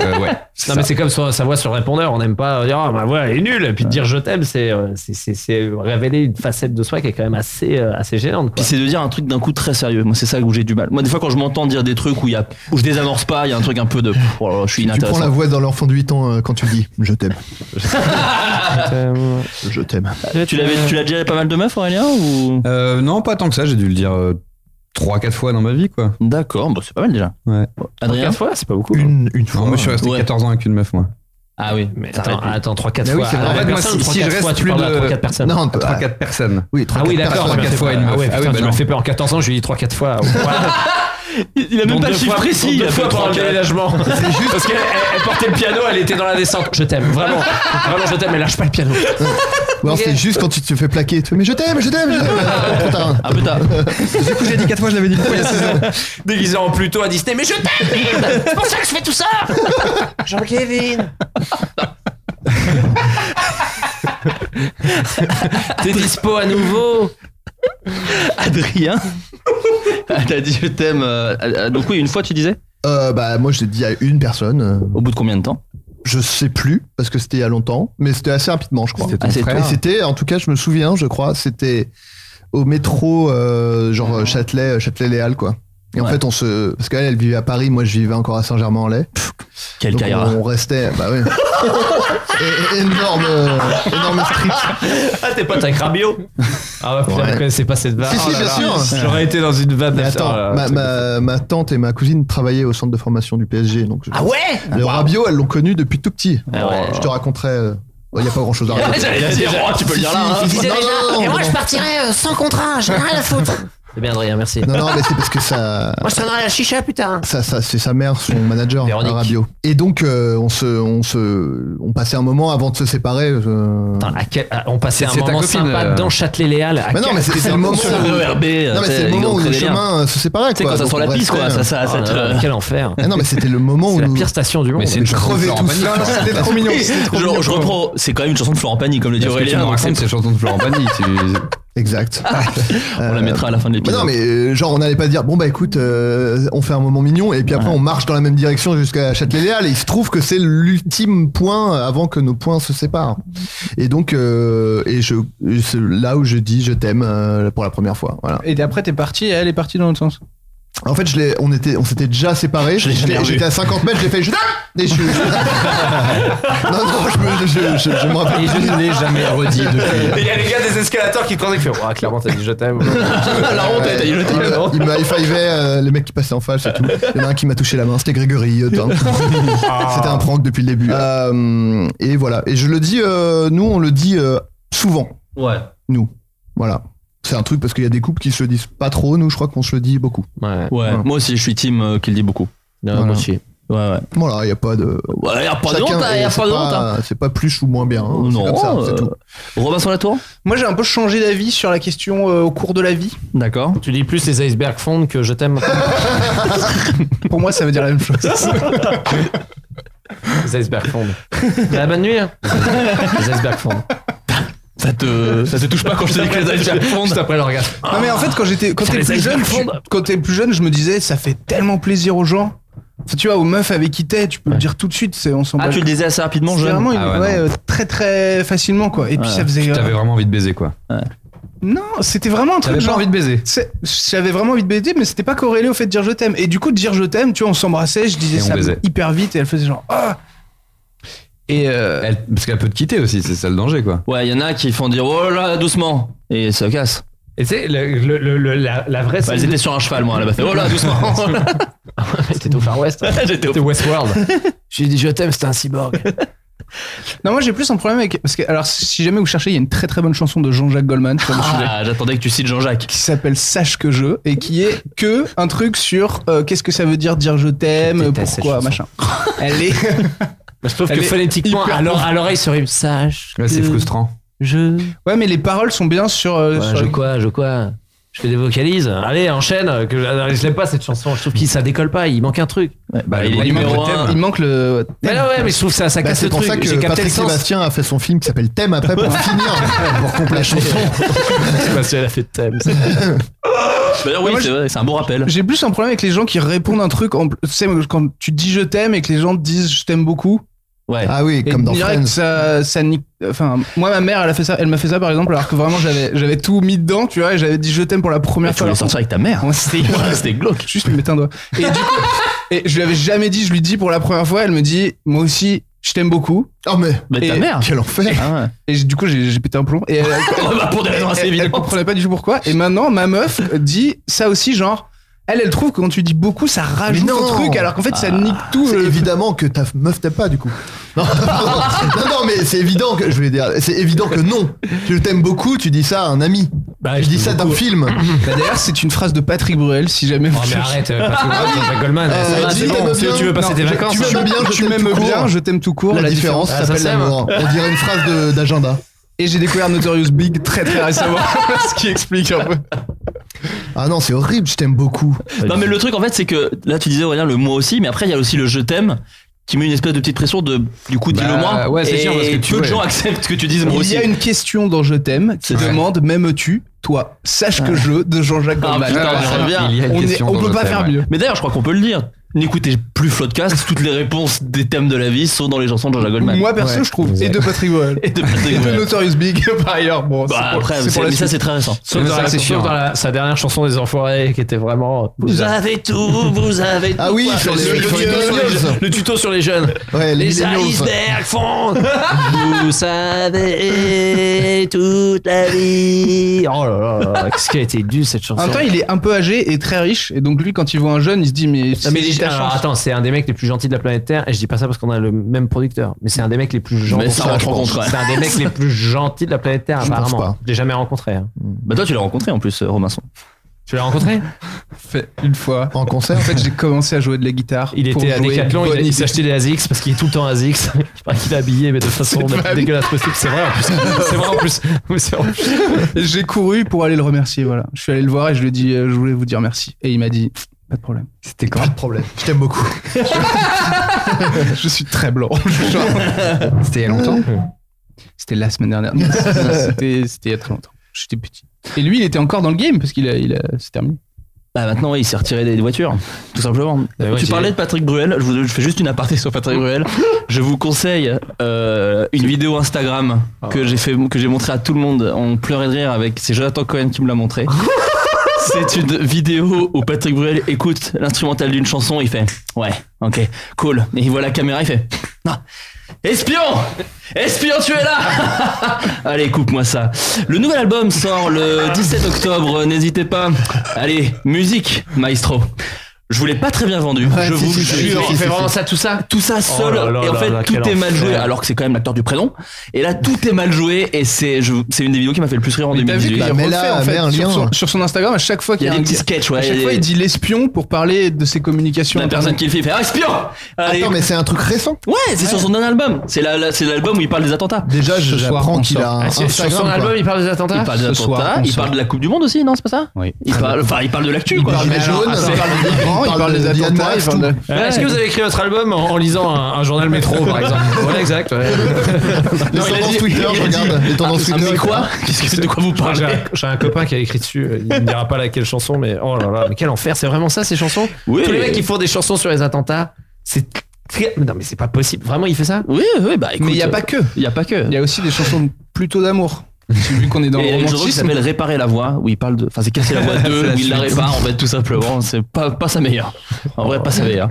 S10: Euh, ouais.
S2: Non, mais c'est comme sur- sa voix sur le répondeur. On n'aime pas dire Ah, ma voix elle est nulle. Et puis de dire je t'aime, c'est euh, c'est- c'est- c'est révéler une facette de soi qui est quand même assez, euh, assez gênante.
S8: Puis c'est de dire un truc d'un coup très sérieux. Moi, c'est ça où j'ai du mal. Moi, des fois, quand je m'entends dire des trucs où, il y a, où je désamorce pas, il y a un truc un peu de. pff, oh là là, je suis
S9: Tu prends la
S8: inintéressant.
S9: voix dans l'enfant de 8 ans euh, quand tu dis je t'aime.
S2: euh,
S9: Je t'aime.
S8: Tu l'avais- tu l'as déjà pas mal de meufs, Aurélien ou...
S10: Euh, Non, pas tant que ça, j'ai dû le dire 3-4 fois dans ma vie, quoi.
S8: D'accord, bah, c'est pas mal déjà.
S10: Ouais.
S8: Adrien
S2: Quatre fois, c'est pas
S11: Oh.
S2: beaucoup.
S9: Une, fois.
S10: Non, moi, je suis resté 14 ans avec une meuf, moi.
S8: Ah oui,
S2: mais attends, attends 3-4
S9: Bah
S10: Mais
S2: fois.
S10: oui, c'est
S2: à
S10: vrai.
S2: Ah, la
S10: En fait,
S2: même
S10: moi,
S2: personne,
S10: si-
S2: trois,
S10: si je
S2: quatre
S10: reste
S2: fois, tu
S10: plus
S2: parles à
S10: de-
S2: trois, quatre personnes.
S10: Non, à trois, quatre personnes.
S9: Oui,
S2: Ah oui, d'accord. je
S10: Trois,
S2: me
S10: quatre
S2: fais
S10: fois,
S2: pas-
S10: une meuf.
S2: Ah ouais,
S10: Ah oui,
S2: putain,
S10: bah
S2: tu
S10: non.
S2: m'as fait peur en 14 ans, je lui ai dit 3-4 fois.
S8: Il a
S2: même pas le chiffre précis, il a fait trois, quatre. C'est juste- Parce qu'elle elle- elle portait le piano, elle était dans la descente. Je t'aime, vraiment. Vraiment, je t'aime, elle lâche pas le piano.
S9: Ou alors c'est juste quand tu te fais plaquer. Tu fais, mais je t'aime, je t'aime, je t'aime. Trop tard.
S8: Ah putain.
S9: Du coup, j'ai dit 4 fois, je l'avais dit une fois il y a 16 ans.
S2: Déguisé en Pluto à Disney, mais je t'aime merde C'est pour ça que je fais tout ça Jean-Kevin T'es dispo à nouveau
S8: Adrien Ah, T'as dit je t'aime. euh, euh, donc, oui, une fois, tu disais
S9: Euh, bah, moi, j'ai dit à une personne.
S8: Au bout de combien de temps
S9: Je sais plus, parce que c'était il y a longtemps, mais c'était assez rapidement, je crois.
S10: C'était ton
S9: Assez
S10: frère.
S9: Et c'était, en tout cas, je me souviens, je crois, c'était au métro, euh, genre
S11: Ah.
S9: euh, Châtelet, Châtelet-Léal, quoi. Et en
S8: Ouais.
S9: fait, on se. Parce qu'elle, elle vivait à Paris, moi, je vivais encore à Saint-Germain-en-Laye.
S8: Quel
S9: Donc,
S8: carrière.
S9: on, on restait. Bah oui. É- énorme, euh, énorme strip.
S2: Ah, t'es pote avec Rabio Ah bah putain,
S9: Ouais.
S2: vous connaissez pas cette Oh vanne
S9: Si, si,
S8: Oh
S9: bien sûr.
S2: J'aurais été dans une vanne
S9: Mais attends,
S2: Ah,
S9: ma,
S2: c'est-
S9: ma- Euh, ma tante et ma cousine travaillaient au centre de formation du PSG. Donc je-
S2: Ah ouais
S9: Le Rabiot, elles l'ont connu depuis tout petit.
S8: Ah ouais.
S9: Je te raconterai. euh, Il n'y a pas grand chose à raconter.
S8: J'allais dire, oh, tu peux le dire là. hein.
S9: Si, si, si, non, non, non, non.
S30: partirais euh, sans contrat, j'en ai rien à foutre.
S2: C'est bien, Adrien, merci.
S9: Non, non, mais c'est parce que ça.
S30: Moi, je traînerai à la chicha, putain.
S9: Ça, ça, c'est sa mère, son manager,
S2: Véronique.
S9: Rabiot. Et donc, euh, on se, on se, on passait un moment avant de se séparer. euh,
S2: Attends, à quel- à- on passait un
S9: C'est ta
S2: moment
S9: copine,
S2: sympa
S9: euh.
S2: dans Châtelet-Léal. À
S9: Mais non,
S2: quel-
S9: mais c'est- c'est
S2: quel
S9: le moment
S2: sur
S9: où-
S2: ERB,
S9: Non, mais
S2: tu sais,
S9: c'est le
S2: les
S9: moment
S2: gants
S9: où le
S2: très bien.
S9: chemin euh, se séparait.
S2: Tu sais, quand
S9: quoi.
S2: ça
S9: Donc,
S2: sent
S9: on
S2: la pisse,
S9: restait,
S2: quoi, ça, ça,
S9: euh,
S2: ça te-
S9: euh,
S2: Ah, Quel enfer.
S9: Ah non, mais c'était le moment où.
S2: C'est la
S9: nous-
S2: pire station du monde.
S10: Mais c'est une
S9: Je
S10: chanson de
S9: crevais
S10: Florent
S9: tout
S10: Pagny.
S9: seul, c'était trop mignon. c'était trop mignon.
S8: Je, je reprends, c'est quand même une chanson de Florent Pagny, comme le dit
S10: Parce que tu
S8: Aurélien.
S10: nous
S8: donc
S10: racontes ces chansons de Florent Pagny. tu-
S9: Exact.
S8: On la mettra à la fin de
S9: Mais
S8: l'épisode.
S9: non, mais euh, genre, on n'allait pas dire, bon, bah écoute, euh, on fait un moment mignon, et puis après, on marche dans la même direction jusqu'à Châtelet-Léal, et il se trouve que c'est l'ultime point avant que nos points se séparent. Et donc, euh, et je, c'est là où je dis, je t'aime euh, pour la première fois. Voilà.
S11: Et après, t'es parti et elle est partie dans l'autre sens.
S9: En fait, je l'ai- on était, on s'était déjà séparés.
S8: Je l'ai jamais
S9: J'étais
S8: revu.
S9: j'étais à 50 mètres, j'ai fait, je t'aime! Et je, je- non, non, je me, je, je, je me rappelle.
S2: Et je ne l'ai jamais redit
S25: Et
S2: depuis.
S25: il y a les gars des escalators qui prennent et qui font
S2: Ah, clairement, t'as dit je t'aime.
S8: La honte, elle t'a dit, je t'aime.
S9: Euh, il me high-fivait, euh, les mecs qui passaient en face et tout. Il y en a un qui m'a touché la main, c'était Grégory. euh, tain. c'était un prank depuis le début. Ah. Euh, et voilà. Et je le dis, euh, nous, on le dit euh, souvent,
S8: Ouais.
S9: nous. Voilà. C'est un truc parce qu'il y a des couples qui se le disent pas trop, nous, je crois qu'on se le dit beaucoup.
S2: Ouais.
S8: Ouais, moi aussi, je suis team euh, qui le dit beaucoup.
S2: Non,
S9: Voilà.
S2: moi aussi.
S8: ouais.
S31: Voilà, il n'y a pas de.
S8: Ouais, y a pas de
S31: Chacun
S8: honte, hein, y a
S31: est-
S8: pas de
S31: c'est
S8: honte, hein.
S31: C'est pas plus ou moins bien. hein, c'est
S8: Non,
S31: comme ça, c'est
S8: euh,
S31: tout.
S8: Robinson Latour
S9: Moi, j'ai un peu changé d'avis sur la question euh, au cours de la vie.
S8: D'accord.
S2: Tu dis plus les icebergs fondent que je t'aime.
S9: Pour moi, ça veut dire la même chose.
S2: les icebergs fondent. La bonne nuit. hein. les icebergs fondent.
S8: Ça te, ça te touche pas quand je te dis que les icebergs fondent
S2: Juste après le regard.
S9: Non mais en fait quand j'étais quand
S2: Putain,
S9: t'es
S2: les
S9: plus jeune,
S2: icebergs
S9: tu-
S2: fondent.
S9: quand t'es plus jeune, je me disais ça fait tellement plaisir aux gens. Enfin, tu vois aux meufs avec qui t'es, tu peux le dire tout de suite, c'est on s'en
S8: Ah,
S9: bat
S8: tu le
S9: les-
S8: disais assez rapidement,
S9: C'est
S8: jeune
S9: vraiment une-
S10: Ah ouais,
S9: ouais,
S10: non.
S9: euh, très très facilement quoi. Et puis ça faisait euh,
S10: T'avais vraiment envie de baiser, quoi.
S9: non, c'était vraiment un truc
S10: T'avais pas
S9: genre
S10: envie de baiser.
S9: c'est- J'avais vraiment envie de baiser, mais c'était pas corrélé au fait de dire je t'aime. Et du coup, de dire je t'aime, tu vois, on s'embrassait, je disais
S10: Et on
S9: ça
S10: baisait.
S9: hyper vite, et elle faisait genre ah. Et euh,
S10: Elle- parce qu'elle peut te quitter aussi, c'est ça le danger, quoi.
S8: Ouais, il y en a qui font dire oh là doucement et ça casse.
S2: Et tu sais, le- le- le- le- la, la vraie.
S8: Bah, elles étaient sur un cheval, moi, là-bas. Fait, Oh là, doucement.
S2: T'étais au Far West. hein.
S8: J'étais au-
S2: T'étais Westworld. J'ai dit je t'aime, c'était un cyborg.
S9: non, moi j'ai plus un problème avec parce que alors si jamais vous cherchez, il y a une très très bonne chanson de Jean-Jacques Goldman sur le sujet.
S8: Ah, j'attendais que tu cites Jean-Jacques.
S9: qui s'appelle Sache que je et qui est que un truc sur euh, qu'est-ce que ça veut dire dire je
S2: Je
S9: t'aime,
S2: déteste
S9: pourquoi,
S2: cette
S9: machin. Elle est.
S2: Je trouve
S9: Elle
S2: Bah, que
S9: est
S2: phonétiquement,
S9: hyper
S2: à l'or-
S9: profonde.
S2: à l'oreille, sur une sage.
S10: Ouais, c'est frustrant.
S2: Je.
S9: Ouais, mais les paroles sont bien sur. euh,
S2: Ouais,
S9: sur-
S2: je quoi, je quoi Je fais des vocalises. Allez, enchaîne. Que je, je l'aime pas cette chanson. Je trouve que ça décolle pas. Il manque un truc.
S10: Bah,
S8: il
S10: le-
S8: est
S10: il
S8: numéro
S10: manque le
S8: un.
S10: thème.
S9: Il manque le.
S2: Mais là, ouais, mais je trouve que ça, ça
S31: Bah,
S2: casse
S31: c'est
S2: le
S31: pour
S2: truc.
S31: ça
S2: J'ai
S31: que
S2: capté le
S31: Patrick
S2: sens.
S31: Sébastien a fait son film qui s'appelle Thème après pour finir, pour compléter la chanson.
S2: Sébastien, elle a fait de thème.
S8: D'ailleurs, Bah, oui,
S9: Moi,
S8: c'est
S9: je-
S8: vrai, c'est un bon rappel.
S9: J'ai plus un problème avec les gens qui répondent un truc. En... Tu sais, quand tu dis je t'aime et que les gens te disent je t'aime beaucoup.
S8: Ouais.
S31: Ah oui,
S9: Et
S31: comme dans
S9: direct,
S31: Friends.
S9: ça, ça nique- Enfin, moi, ma mère, elle a fait ça. Elle m'a fait ça, par exemple, alors que vraiment, j'avais, j'avais tout mis dedans, tu vois. et J'avais dit je t'aime pour la première
S31: Ah,
S8: Tu
S9: fois.
S8: voulais
S9: alors
S8: sortir avec ta mère.
S9: qu'on- Ouais, Ah, c'était-
S8: Ouais, C'était glauque.
S9: Juste lui mettre un doigt. Et du coup, et je lui avais jamais dit, je lui dis pour la première fois, elle me dit, moi aussi, je t'aime beaucoup.
S31: Oh mais
S8: Mais ta
S9: Et-
S8: mère.
S31: quel enfer
S8: Ah ouais.
S9: Et j'ai- du coup, j'ai j'ai pété un plomb. Et euh, elle,
S8: Ouais, bah, pour des
S31: Ah,
S8: raisons assez
S9: elle- elle
S8: évidentes.
S9: comprenait pas du tout pourquoi. Et maintenant, ma meuf dit ça aussi, genre, elle, elle trouve que quand tu dis beaucoup, ça rajoute
S31: Mais non. Ah,
S9: un truc, alors qu'en fait, ça nique tout.
S31: C'est
S9: le-
S31: évidemment que ta meuf t'aime pas du coup. Non, non, non, mais c'est évident que je voulais dire, c'est évident que non. Tu t'aimes beaucoup, tu dis ça à un ami.
S9: Ah,
S2: Bah,
S31: tu
S2: je
S31: dis
S2: t'aime
S31: ça d'un
S2: beaucoup.
S31: film.
S9: Bah, D'ailleurs, c'est une phrase de Patrick Bruel, si jamais
S2: Oh,
S9: vous
S2: mais
S9: cherchez.
S2: arrête, euh, Patrick Goldman, Jean-Jacques
S31: Euh,
S2: Goldman, ça va,
S31: dis,
S2: c'est
S31: t'aimes
S2: bon. Si
S31: bien.
S2: tu veux passer
S31: Non,
S2: tes
S31: je-
S2: vacances,
S31: tu
S2: hein.
S31: m'aimes bien, je
S9: tu
S31: t'aime
S9: m'aimes
S31: tout court.
S9: bien, je t'aime tout court.
S31: La, différence,
S2: différence. Ah,
S31: ça
S2: ça
S31: s'appelle
S2: s'aime.
S31: l'amour. On dirait une phrase de- d'agenda.
S9: Et j'ai découvert Notorious Big très très récemment, ce qui explique un peu.
S31: Ah non, c'est horrible, je t'aime beaucoup.
S8: Non, mais le truc, en fait, c'est que là, tu disais, Aurélien, le moi aussi, mais après, il y a aussi le je t'aime qui met une espèce de petite pression de du coup, dis-le moi.
S10: Bah, ouais, c'est
S8: Et
S10: sûr, parce que tu
S8: peu de
S10: vois,
S8: gens acceptent que tu dises moi
S9: Il
S8: aussi.
S9: y a une question dans Je t'aime qui
S8: Ouais.
S9: demande M'aimes-tu Toi, sache que je de Jean-Jacques
S8: Ah,
S9: Goldman.
S8: putain,
S9: Voilà.
S8: je reviens.
S10: Il y a une
S9: on est-
S10: question
S9: on
S10: dans
S9: peut
S10: le
S9: pas
S10: thème,
S9: faire
S10: ouais.
S9: mieux.
S8: Mais d'ailleurs, je crois qu'on peut le dire. N'écoutez plus Floodcast, toutes les réponses des thèmes de la vie sont dans les chansons de Jean-Jacques Goldman.
S9: Moi perso, je trouve. Et de Patrick Bruel.
S8: Et de Patrick
S9: Et de
S8: Bruel.
S9: Notorious Big par ailleurs. Bon,
S8: Bah,
S9: c'est pour-
S8: après,
S9: c'est
S8: c'est-
S9: pour la
S8: mais ça,
S9: suite.
S8: c'est très récent.
S2: Sauf
S10: Mais
S2: dans,
S10: c'est
S2: la,
S10: vrai que c'est
S2: sauf
S10: chiant.
S2: dans la- sa dernière chanson des Enfoirés qui était vraiment.
S8: Vous avez tout, vous avez tout.
S31: Ah oui, sur les- sur
S8: le,
S31: les
S8: tuto sur les
S31: millennials.
S8: jeunes- le tuto sur les jeunes.
S31: Ouais, les
S8: Les
S31: millennials.
S8: icebergs fondent. vous savez toute la vie.
S2: Oh là là là, qu'est-ce qu'elle a été due cette chanson.
S9: En même temps, il est un peu âgé et très riche. Et donc, lui, quand il voit un jeune, il se dit Mais
S2: Non,
S9: c'est
S2: mais
S9: ta
S2: déjà, alors,
S9: chance.
S2: attends, c'est un des mecs les plus gentils de la planète Terre. Et je dis pas ça parce qu'on a le même producteur, mais c'est un des mecs les plus gentils.
S8: Mais ça, on
S2: je
S8: rentre en
S2: pense.
S8: contrat.
S2: C'est un des mecs les plus gentils de la planète Terre,
S31: Je pense
S2: apparemment.
S31: pas.
S2: Je l'ai jamais rencontré. hein.
S8: Bah toi, tu l'as rencontré en plus, euh, Robinson.
S2: Tu l'as rencontré
S9: Fait une fois.
S31: En concert
S9: En fait, j'ai commencé à jouer de la guitare.
S2: Il
S9: pour
S2: était à
S9: jouer
S2: Decathlon, il, a-
S9: Bonnie
S2: il s'est acheté des ASICS parce qu'il est tout le temps ASICS. Je crois qu'il est habillé, mais de façon la plus dégueulasse possible. C'est vrai en plus. C'est vrai en plus. Oui, c'est vrai en plus.
S9: Et J'ai couru pour aller le remercier. Voilà. Je suis allé le voir et je lui ai dit euh, Je voulais vous dire merci. Et il m'a dit Pas de problème.
S31: C'était quand Pas de problème. Je t'aime beaucoup.
S9: Je suis très blanc.
S10: C'était il y a longtemps.
S9: C'était la semaine dernière. Non, C'était c'était il y a très longtemps. J'étais petit. Et lui, il était encore dans le game parce qu'il a, il a, c'est terminé.
S8: Bah maintenant, ouais, il s'est retiré des voitures, tout simplement.
S2: Ah ouais,
S8: tu
S2: j'ai-
S8: parlais de Patrick Bruel, je, vous, je fais juste une aparté sur Patrick Bruel. Je vous conseille euh, une vidéo Instagram que j'ai fait, que j'ai montré à tout le monde. On pleurait de rire avec, c'est Jonathan Cohen qui me l'a montré. C'est une vidéo où Patrick Bruel écoute l'instrumental d'une chanson, il fait ouais, ok, cool. Et il voit la caméra, il fait non. Espion Espion, tu es là Allez, coupe-moi ça. Le nouvel album sort le 17 octobre, n'hésitez pas. Allez, musique, maestro. Je vous l'ai pas très bien vendu.
S2: Ouais,
S8: je
S2: si,
S8: vous
S2: si, si,
S8: jure.
S2: si, si, Il fait si, vraiment si. ça, tout ça
S8: Tout ça
S2: Oh
S8: seul.
S2: là là
S8: et en
S2: là
S8: fait,
S2: là,
S8: tout
S2: quel
S8: est mal
S2: enfer.
S8: joué, alors que c'est quand même l'acteur du prénom. Et là, tout est mal joué. Et c'est je- c'est une des vidéos qui m'a fait le plus rire en
S11: T'as vu
S8: 2018.
S11: qu'il refait, en fait, sur, son, sur son Instagram, à chaque fois qu'il
S8: Il y a
S11: un
S8: des petits sketchs, ouais,
S11: à chaque
S8: il y a
S11: fois
S8: des-
S11: il dit l'espion pour parler de ses communications.
S8: La personne qui le fait, il fait Ah, espion Allez.
S11: Attends, mais
S9: c'est un truc récent.
S8: Ouais, c'est sur son album. C'est la- la- c'est l'album où il parle des attentats.
S9: Déjà, je- j'apprends qu'il a un
S8: Ah, c'est-
S9: Instagram, quoi.
S2: Ah.
S8: Il parle des
S9: Ce soir,
S8: attentats,
S9: on
S8: il
S9: sort.
S8: parle de la Coupe du Monde aussi, non C'est pas ça
S2: Oui.
S8: Il parle, enfin, il parle de l'actu,
S2: Il
S8: quoi.
S2: parle des
S8: Mais
S2: jaunes,
S8: alors, attends,
S2: il parle des migrants, il parle de Diane Masse, tout.
S8: Ouais.
S2: Est-ce que vous avez écrit votre album en, en lisant un, un journal métro, par exemple Voilà, exact. ouais. Non, il a dit- il a dit- Ah, mais quoi
S8: Qu'est-ce que c'est de quoi vous
S2: parlez Ah, J'ai un copain qui a écrit dessus, euh, il ne dira pas laquelle chanson, mais oh là là, mais quel enfer, c'est vraiment ça ces chansons
S8: Oui.
S2: Tous les mecs qui font des chansons sur les attentats, c'est. très- Non, mais c'est pas possible, vraiment il fait ça
S8: Oui, oui, bah
S11: Mais il n'y a pas que.
S8: Il y a pas que.
S11: Il y a aussi des chansons plutôt d'amour. Vu qu'on est dans
S8: Et
S11: le
S8: il y a une chanson qui
S11: romantisme.
S8: s'appelle Réparer la voix, où il parle de. Enfin, c'est Casser la voix 2,
S11: C'est la
S8: où il la
S11: suite.
S8: répare, en fait, tout simplement. C'est pas, pas sa meilleure. En vrai, pas sa meilleure.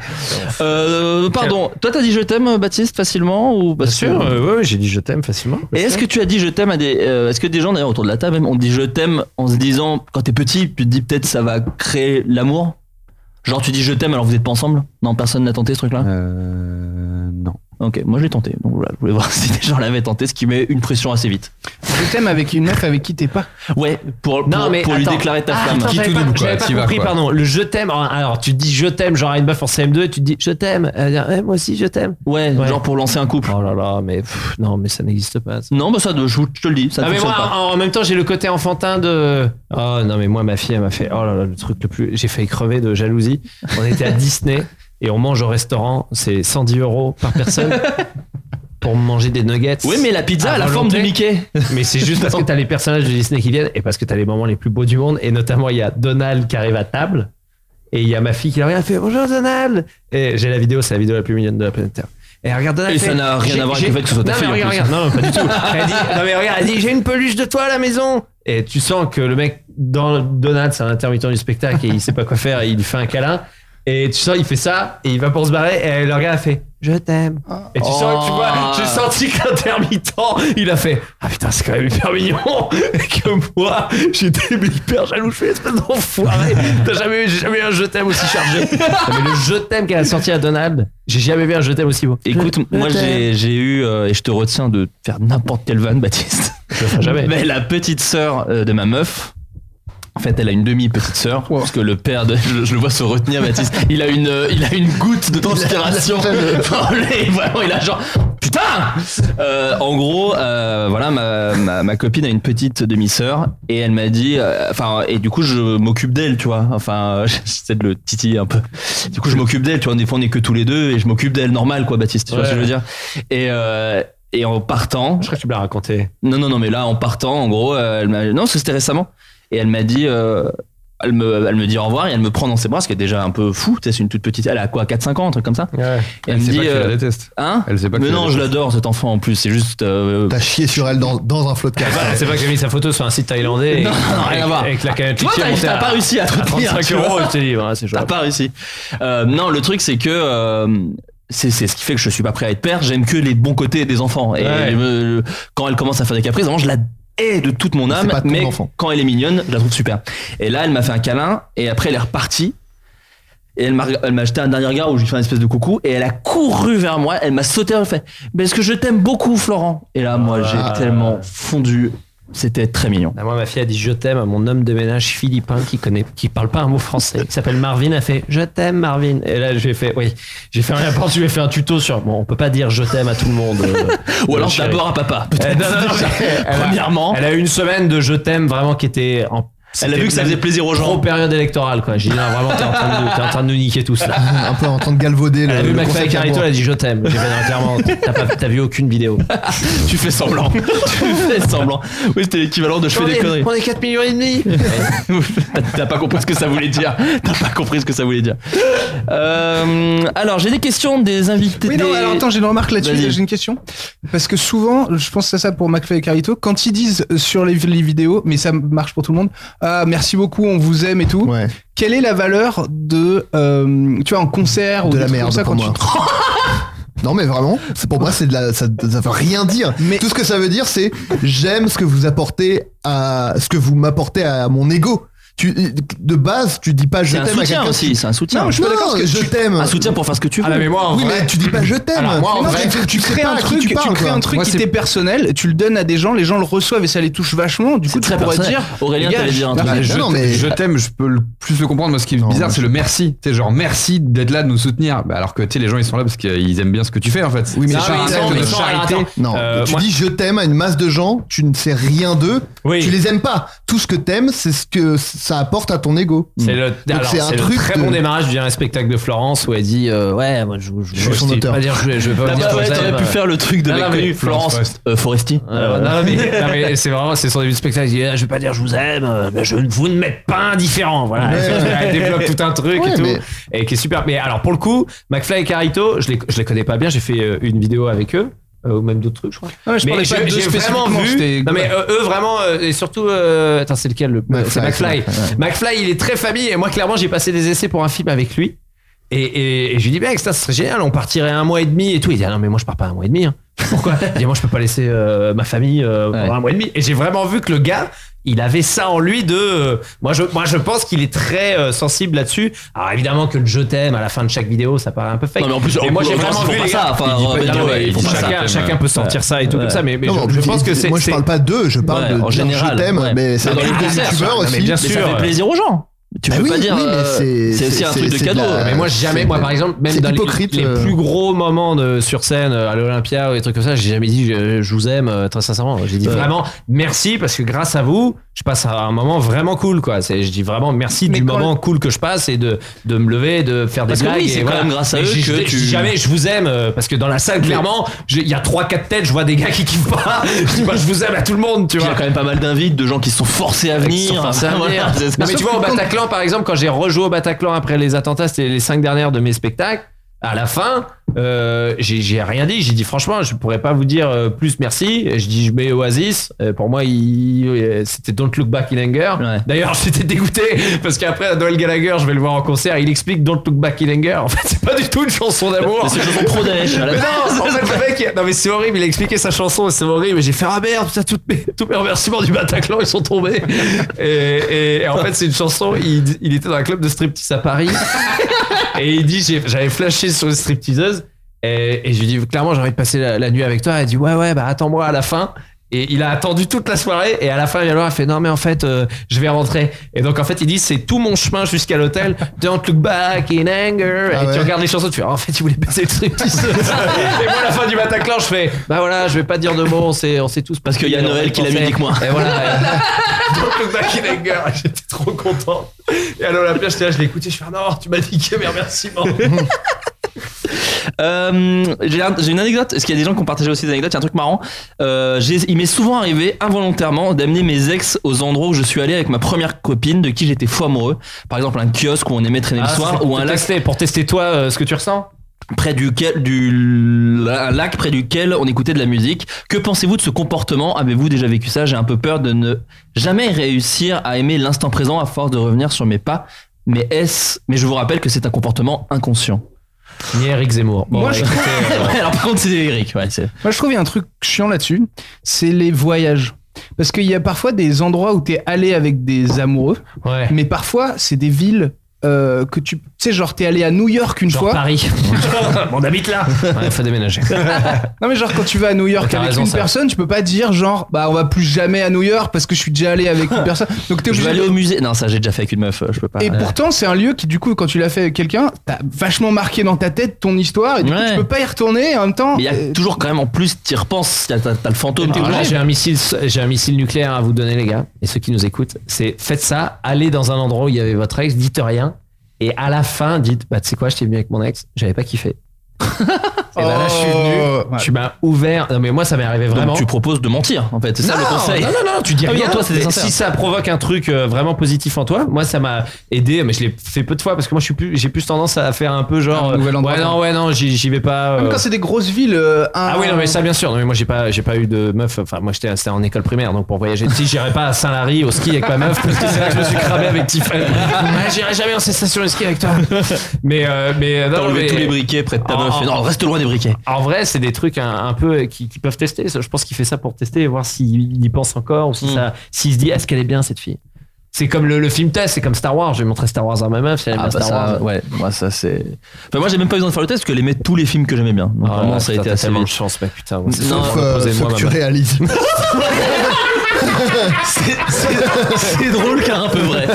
S8: Euh, pardon, toi, t'as dit je t'aime, Baptiste, facilement ou Bien
S2: sûr, euh, ouais, j'ai dit je t'aime facilement.
S8: Et est-ce que tu as dit je t'aime à des. euh, est-ce que des gens, d'ailleurs, autour de la table, même, ont dit je t'aime en se disant, quand t'es petit, tu te dis peut-être ça va créer l'amour Genre, tu dis je t'aime alors vous êtes pas ensemble Non, personne n'a tenté ce truc-là
S10: Euh,
S2: Non.
S8: Ok, moi je l'ai tenté. Donc voilà, je voulais voir si des gens l'avaient tenté, ce qui met une pression assez vite.
S11: Je t'aime avec une meuf avec qui t'es pas.
S8: Ouais, pour,
S2: Non,
S8: pour-
S2: mais
S8: pour lui
S2: attends.
S8: déclarer ta
S2: Ah,
S8: flamme.
S2: attends, j'avais pas- J'avais pas compris, pardon. Le je t'aime. Alors, alors, tu dis je t'aime, genre à une meuf en CM2, tu te dis je t'aime. Elle dit Eh, moi aussi je t'aime.
S8: Ouais, genre pour lancer un couple.
S2: Oh là là, mais pff, non, mais ça n'existe pas. ça.
S8: Non, bah ça, de- je, vous- je te le dis, ça
S2: Ah, mais
S8: fonctionne
S2: moi,
S8: pas.
S2: en, en même temps, j'ai le côté enfantin de. Oh non, mais moi, ma fille, elle m'a fait. Oh là là, le truc le plus. J'ai failli crever de jalousie. On était à Disney et on mange au restaurant. C'est 110 euros par personne. Pour manger des nuggets.
S8: Oui, mais la pizza
S2: à
S8: a la forme de
S2: Ah, bah, volonté.
S8: Mickey.
S2: Mais c'est juste parce que t'as les personnages de Disney qui viennent et parce que t'as les moments les plus beaux du monde. Et notamment, il y a Donald qui arrive à table et il y a ma fille qui la regarde et fait Bonjour Donald Et j'ai la vidéo, c'est la vidéo la plus mignonne de la planète Terre. Et regarde Donald.
S8: Et
S2: fait,
S8: ça n'a rien
S2: J'ai-
S8: à voir avec
S2: j'ai-
S8: le fait que ce soit ta
S2: non,
S8: fille,
S2: mais
S8: en
S2: regarde,
S8: plus.
S2: regarde, non, pas du tout. Elle dit, non, mais regarde, elle dit J'ai une peluche de toi à la maison Et tu sens que le mec, dans Donald, c'est un intermittent du spectacle et il sait pas quoi faire et il lui fait un câlin. Et tu sens, il fait ça et il va pour se barrer et elle le regarde, elle fait Je t'aime. Et tu sens, tu
S8: Oh.
S2: vois, j'ai senti que l'intermittent, il a fait Ah putain, c'est quand même hyper mignon. Et que moi, j'étais mais hyper jaloux, je fais espèce d'enfoiré. T'as jamais, j'ai jamais eu un je t'aime aussi chargé. Non, mais le je t'aime qu'elle a sorti à Donald, j'ai jamais vu un je t'aime aussi beau.
S8: Écoute,
S2: Je
S8: moi j'ai
S2: t'aime.
S8: j'ai eu, euh, et je te retiens de faire n'importe quelle vanne, Baptiste.
S2: Je le ferai jamais.
S8: Mais la petite sœur euh, de ma meuf. En fait, elle a une demi-petite sœur, parce que le père, de, je, je le vois se retenir, Baptiste. Il a une, euh, il a une goutte de transpiration.
S30: il a fait le-
S8: Enfin, il est vraiment, il a genre, putain. Euh, en gros, euh, voilà, ma, ma, ma copine a une petite demi-sœur et elle m'a dit, euh, enfin, et du coup, je m'occupe d'elle, tu vois. Enfin, euh, j'essaie de le titiller un peu. Du coup, je m'occupe d'elle, tu vois. Des fois, on est que tous les deux et je m'occupe d'elle, normal, quoi, Baptiste. Tu vois
S2: Ouais.
S8: ce que je veux dire Et euh, et en partant, je
S2: crois que tu me l'as raconté.
S8: Non, non, non, mais là, en partant, en gros, euh, elle m'a, non, parce que c'était récemment, et elle m'a dit. euh, elle me, elle me dit au revoir et elle me prend dans ses bras, ce qui est déjà un peu fou. tu sais, C'est une toute petite. Elle a quoi, 4-5 ans, un truc comme ça Et
S10: Elle
S8: me
S10: sait
S8: dit.
S10: pas que tu la
S8: euh,
S10: détestes.
S8: Hein
S10: Elle sait pas que
S8: Mais
S10: tu la
S8: non, je
S10: détestes.
S8: l'adore cet enfant en plus. C'est juste. euh,
S9: T'as chié sur elle dans, dans un flot de café.
S2: c'est pas qu'elle a mis sa photo sur un site thaïlandais. et-
S8: Non, non, rien à voir.
S2: Avec la canette
S8: Toi,
S2: laitière
S8: t'as-
S2: montée
S8: t'as
S2: à-
S8: pas réussi à te
S2: à
S8: retenir,
S2: 35
S8: tu vois.
S2: euros, je te dis, voilà, c'est
S8: T'as
S2: jouable.
S8: pas réussi. Euh, non, le truc c'est que euh, c'est c'est ce qui fait que je suis pas prêt à être père. J'aime que les bons côtés des enfants. Et
S2: Ouais.
S8: euh, quand elle commence à faire des caprices, vraiment, je la hais de toute mon
S2: Mais
S8: âme.
S2: c'est pas ton
S8: Mais
S2: enfant.
S8: quand elle est mignonne, je la trouve super. Et là, elle m'a fait un câlin et après elle est repartie. Et elle m'a, elle m'a jeté un dernier regard où je lui fais un espèce de coucou et elle a couru vers moi, elle m'a sauté, elle fait Mais est-ce que je t'aime beaucoup, Florent Et là, moi,
S2: Ah.
S8: j'ai tellement fondu. C'était très mignon.
S2: Ah, moi, ma fille a dit je t'aime à mon homme de ménage philippin qui connaît, qui parle pas un mot français, qui s'appelle Marvin, a fait je t'aime Marvin. Et là, j'ai fait oui, j'ai fait un rapport, je lui ai fait un tuto sur bon, on peut pas dire je t'aime à tout le monde. euh,
S8: Ou
S2: euh,
S8: alors
S2: chérie.
S8: d'abord à papa.
S2: Eh,
S8: peut-être.
S2: non, non, non, mais elle a-
S8: Premièrement.
S2: elle a eu une semaine de je t'aime vraiment qui était en.
S8: Elle a vu que ça
S2: c'était
S8: faisait plaisir aux gens.
S2: Trop période électorale quoi. J'ai dit non, vraiment t'es en, train de, nous- t'es en train de nous niquer tous là.
S9: un peu en train de galvauder le.
S2: Elle a vu
S9: le
S2: McFly et
S9: concept
S2: Carlito,
S9: d'amour.
S2: elle a dit je t'aime. J'ai fait non, clairement, t'as pas- t'as vu aucune vidéo.
S8: tu fais semblant. tu fais semblant. Oui, c'était l'équivalent de je fais des conneries.
S2: 4 millions et demi.
S8: T'as pas compris ce que ça voulait dire. T'as pas compris ce que ça voulait dire. Euh, alors, j'ai des questions des invités.
S11: Oui, non,
S8: des-
S11: alors attends, j'ai une remarque là-dessus,
S8: Vas-y.
S11: j'ai une question. Parce que souvent, je pense à ça pour McFly et Carito, quand ils disent euh, sur les, les vidéos, mais ça marche pour tout le monde, ah, merci beaucoup, on vous aime et tout, quelle est la valeur de, euh, tu vois, en concert ou
S9: de
S11: des
S9: la
S11: trucs
S9: merde
S11: comme ça,
S9: pour
S11: quand
S9: moi.
S11: tu te-
S9: Non mais vraiment, c'est pour moi c'est de la, ça, ça veut rien dire. tout ce que ça veut dire c'est j'aime ce que vous apportez à ce que vous m'apportez à mon ego. tu, de base, tu dis pas je
S8: C'est un
S9: t'aime à
S8: soutien
S9: quelqu'un.
S8: aussi, c'est un soutien.
S9: Non, je suis pas
S8: Non,
S9: d'accord parce que
S8: je
S9: je t'aime.
S8: un soutien pour faire ce que tu veux. Ah, mais moi, en
S9: Oui,
S8: vrai-
S9: mais tu dis pas je t'aime.
S8: Alors, moi, en
S9: Non,
S8: vrai,
S9: tu- tu
S11: crées un truc, tu, crées un truc qui t'est personnel, et tu le donnes à des gens, les gens le reçoivent et ça les touche vachement. Du coup, tu
S10: très
S11: pourrais
S10: personnel.
S11: dire.
S10: Aurélien,
S11: les gars,
S10: t'allais dire un
S11: je-
S10: truc.
S11: bah,
S10: Je-
S11: non,
S10: non, mais- je t'aime, je peux le plus le comprendre. Moi, ce qui est bizarre, c'est le merci. Tu sais, genre merci d'être là, de nous soutenir. Bah, alors que tu sais, les gens, ils sont là parce qu'ils aiment bien ce que tu fais, en fait.
S9: Oui, mais
S10: C'est
S9: c'est
S10: pas
S9: pas
S10: un
S9: raison,
S10: acte
S9: mais
S10: de
S9: sans-
S10: charité.
S9: attends, Non,
S10: Euh,
S9: tu
S10: moi-
S9: dis je t'aime à une masse de gens, tu ne sais rien d'eux, tu les aimes pas. Tout ce que t'aimes, c'est ce que ça apporte à ton ego.
S2: C'est
S9: Mm.
S2: le,
S9: Donc
S2: alors,
S9: c'est un
S2: c'est le
S9: truc
S2: très
S9: de-
S2: bon démarrage du dernier spectacle de Florence où elle dit euh, Ouais, moi, je, je,
S9: Je suis son
S2: je-
S9: auteur.
S2: Pas dire, je, je vais pas
S8: T'as
S2: dire
S8: pas-
S2: je
S8: ouais, t'aurais
S2: t'aime.
S8: pu faire le truc de
S2: Non,
S8: mec
S2: non, mais-
S8: connu, Florence
S2: Forest.
S8: euh, Foresti.
S2: Euh, non, mais, non, mais c'est vraiment c'est son début de spectacle. Il dit, Ah, je vais pas dire je vous aime, euh, mais je, vous ne m'êtes pas indifférent. Voilà,
S10: Ouais.
S2: elle développe tout un truc
S10: Ouais,
S2: et tout,
S10: mais-
S2: et qui est super. Mais alors pour le coup, McFly et Carito, je les, je les connais pas bien. J'ai fait euh, une vidéo avec eux. euh, ou même d'autres trucs, je crois.
S11: Ah ouais, je parlais
S2: j'ai-
S11: pas d'eux
S2: j'ai vraiment
S11: spécifiquement,
S2: vu.
S11: c'était-
S2: Non, mais euh, eux vraiment, euh, et surtout, euh, attends, c'est lequel le
S11: McFly,
S2: C'est McFly.
S11: c'est McFly, ouais.
S2: McFly, il est très famille. Et moi, clairement, j'ai passé des essais pour un film avec lui. Et, et, et je lui dis, mec, ça ce serait génial, on partirait un mois et demi et tout. Il dit, ah non, mais moi, je pars pas un mois et demi. hein. Pourquoi Il dit, moi, je peux pas laisser euh, ma famille euh, pendant un mois et demi. Et j'ai vraiment vu que le gars, il avait ça en lui de. euh, moi, je, moi, je pense qu'il est très euh, sensible là-dessus. Alors, évidemment, que le je t'aime à la fin de chaque vidéo, ça paraît un peu fake.
S8: Non, mais en plus,
S2: Et
S8: en
S2: moi,
S8: plus,
S2: j'ai
S8: en plus,
S2: vraiment
S8: ils
S2: vu
S8: font
S2: les
S8: pas ça,
S2: gars.
S8: enfin,
S2: Il dit pas-
S8: Romain
S2: non,
S8: Duris,
S2: mais
S8: ils font pas
S2: chacun-
S8: ça,
S2: Chacun
S8: t'aimes.
S2: peut sentir ça et tout
S8: Ouais.
S2: comme ça. Mais mais
S9: Non,
S2: je
S9: mais en
S2: je
S9: plus,
S2: pense que c'est.
S9: Moi, je
S2: c'est-
S9: parle pas d'eux, je parle
S2: Ouais,
S9: de
S2: en
S9: dire
S2: général,
S9: Je t'aime,
S2: ouais.
S9: mais
S2: Mais
S9: ça
S2: dans les concerts, ça, non, mais
S9: aussi.
S2: bien
S8: Mais ça
S2: sûr.
S8: fait plaisir aux gens. Tu
S9: Bah
S8: peux
S9: oui,
S8: pas dire.
S9: oui, mais
S8: euh,
S9: c'est-
S8: C'est aussi un
S9: c'est-
S8: truc de
S9: c'est de
S8: cadeau.
S9: la-
S2: Ah, Mais moi jamais,
S9: c'est-
S2: moi par exemple, même
S9: c'est
S2: dans les-
S9: hypocrite,
S2: les,
S9: euh.
S2: plus gros moments de, sur scène euh, à l'Olympia ou des trucs comme ça, j'ai jamais dit je, je vous aime euh, très sincèrement. J'ai dit
S11: Ouais.
S2: vraiment merci parce que grâce à vous, je passe à un moment vraiment cool quoi. C'est, je dis vraiment merci du moment cool que je passe et de, de me lever, de faire des
S8: Parce que
S2: blagues.
S8: oui,
S2: et
S8: c'est quand
S2: voilà.
S8: même grâce à
S2: Mais
S8: eux
S2: j'ai-
S8: que
S2: j'ai-
S8: tu-
S2: j'ai jamais je vous aime euh, parce que dans la salle clairement, j'ai- il y a trois quatre têtes, je vois des gars qui kiffent pas. je dis pas je vous aime à tout le monde, tu
S8: Il y
S2: vois.
S8: a quand même pas mal d'invites de gens qui se sont forcés à venir.
S2: Enfin, c'est un délire.
S8: Voilà, c'est-
S2: Non, mais tu vois, au Bataclan, par exemple, quand j'ai rejoué au Bataclan après les attentats, c'était les cinq dernières de mes spectacles. À la fin, euh, j'ai j'ai rien dit. J'ai dit franchement, je pourrais pas vous dire euh, plus merci. Et Je dis je mets Oasis. Euh, pour moi, il- euh, c'était Don't Look Back in Anger. D'ailleurs, j'étais dégoûté parce qu'après Noël Gallagher, je vais le voir en concert. Il explique Don't Look Back in Anger. En fait, c'est pas du tout une chanson d'amour.
S8: Mais c'est une chanson pro Daesh, à la
S2: Mais
S8: base.
S2: non, en fait, le mec, il- non mais c'est horrible, il a expliqué sa chanson et c'est horrible. Et j'ai fait ah merde, putain, toutes mes, tous mes remerciements du Bataclan ils sont tombés. Et, et- et en fait, c'est une chanson, il, il était dans un club de striptease à Paris et il dit j'ai- j'avais flashé sur une stripteaseuse et, et je lui dis clairement j'ai envie de passer la, la nuit avec toi. Elle dit ouais, ouais, bah attends-moi à la fin. Et il a attendu toute la soirée et à la fin, il a fait non mais en fait euh, je vais rentrer. Et donc en fait il dit c'est tout mon chemin jusqu'à l'hôtel. Don't look back in anger.
S10: Ah
S2: et
S10: ouais.
S2: tu regardes les chansons, tu fais en fait il voulait passer le striptease. et moi à la fin du Bataclan je fais bah voilà je vais pas dire de mots on sait on sait tous parce
S8: qu'il y a Noël qui l'a
S2: mis
S8: mieux dit que moi.
S2: Et voilà. et- Don't look back in anger. J'étais trop content. Et à l'Olympia j'étais là je l'ai écouté je fais ah non tu m'as niqué mes remerciements.
S8: Euh, J'ai un- j'ai une anecdote. Est-ce qu'il y a des gens qui ont partagé aussi des anecdotes Il y a un truc marrant. Euh, j'ai- il m'est souvent arrivé involontairement d'amener mes ex aux endroits où je suis allé avec ma première copine de qui j'étais fou amoureux. Par exemple, un kiosque où on aimait traîner
S2: Ah,
S8: le soir
S2: c'est
S8: ou
S2: pour
S8: un
S2: te
S8: lac.
S2: tester, pour tester toi euh, ce que tu ressens
S8: près duquel du un lac près duquel on écoutait de la musique. Que pensez-vous de ce comportement Avez-vous déjà vécu ça J'ai un peu peur de ne jamais réussir à aimer l'instant présent à force de revenir sur mes pas. Mais est-ce Mais je vous rappelle que c'est un comportement inconscient.
S2: Ni Eric Zemmour.
S11: Moi,
S8: bah,
S11: je trouve-
S8: Ouais, alors par contre c'est Eric. Ouais, c'est-
S11: Moi, je trouve qu'il y a un truc chiant là-dessus, c'est les voyages. Parce qu'il y a parfois des endroits où t'es allé avec des amoureux, mais parfois, c'est des villes euh, que tu... Tu sais, genre, t'es allé à New York une fois.
S2: Paris. on habite là. Il faut déménager.
S11: non, mais genre, quand tu vas à New York
S2: T'as
S11: avec
S2: raison,
S11: une
S2: ça.
S11: personne, tu peux pas dire, genre, bah, on va plus jamais à New York parce que je suis déjà allé avec une personne. Donc, t'es
S8: je
S11: obligé
S8: vais
S11: de-
S8: aller au musée. Non, ça j'ai déjà fait avec une meuf. Je peux pas.
S11: Et
S8: Ouais.
S11: pourtant, c'est un lieu qui, du coup, quand tu l'as fait avec quelqu'un, t'as vachement marqué dans ta tête ton histoire et du coup,
S8: Ouais.
S11: tu peux pas y retourner et en même temps.
S8: Mais il y a toujours quand même en plus, t'y repenses, t'as t'as- t'as le fantôme.
S2: Alors là, j'ai un missile, j'ai un missile nucléaire à vous donner, les gars, et ceux qui nous écoutent, c'est faites ça, allez dans un endroit où il y avait votre ex, dites rien, et à la fin, dites, bah tu sais quoi, j'étais venu avec mon ex, j'avais pas kiffé. et
S8: eh ben
S2: bah, là, je
S11: Oh.
S2: suis venu, tu m'as ouvert. Non, mais moi, ça m'est arrivé
S8: Oh. Donc,
S2: vraiment.
S8: tu proposes de mentir en fait. C'est ça
S2: Non,
S8: le conseil.
S2: Non, non, non, tu dis
S8: Ah oui,
S2: rien.
S8: non, toi, c'était
S2: mais
S8: sincère.
S2: si ça provoque un truc euh, vraiment positif en toi, moi, ça m'a aidé, mais je l'ai fait peu de fois parce que moi, je suis plus, j'ai plus tendance à faire un peu genre, euh, ouais, non, ouais, non, j'y j'y vais pas.
S11: Même
S2: euh,
S11: quand c'est des grosses villes. euh, un-
S2: ah oui, non, mais ça, bien sûr. Non, mais moi, j'ai pas, j'ai pas eu de meuf. Enfin, moi, j'étais c'était en école primaire, donc pour voyager. Si j'irais pas à Saint-Lary au ski avec ma meuf, parce que c'est là que je me suis cramé avec Tiffany. Ouais, Ah, j'irai jamais en cessation de ski avec toi. Mais, euh, mais,
S8: T'as
S2: non,
S8: enlevé
S2: mais-
S8: tous les briquets près de ta
S2: En-
S8: meuf. Et Non, reste loin des briquets.
S2: En vrai, c'est des trucs un, un peu euh, qui, qui peuvent
S8: Hmm.
S2: tester. Je pense qu'il fait ça pour tester et voir s'il y pense encore ou si ça, s'il se dit, est-ce qu'elle est bien cette fille C'est comme le, le film test, c'est comme Star Wars. Je vais montrer Star Wars à ma meuf, si elle aime
S8: Ah,
S2: bien
S8: bah,
S2: Star
S8: ça,
S2: Wars.
S8: ouais, moi ça c'est. Enfin, moi j'ai même pas besoin de faire le test parce que les mettre tous les films que j'aimais bien. Donc,
S2: Ah,
S8: vraiment, ça a
S2: putain,
S8: été
S2: t'as
S8: assez
S2: tellement
S8: vite.
S2: de chance, mec, putain.
S8: Non,
S9: Sauf,
S8: non,
S9: euh,
S8: posez-moi,
S9: sauf que
S8: ma
S9: tu
S8: meuf.
S9: réalises.
S8: C'est- C'est drôle car un peu vrai.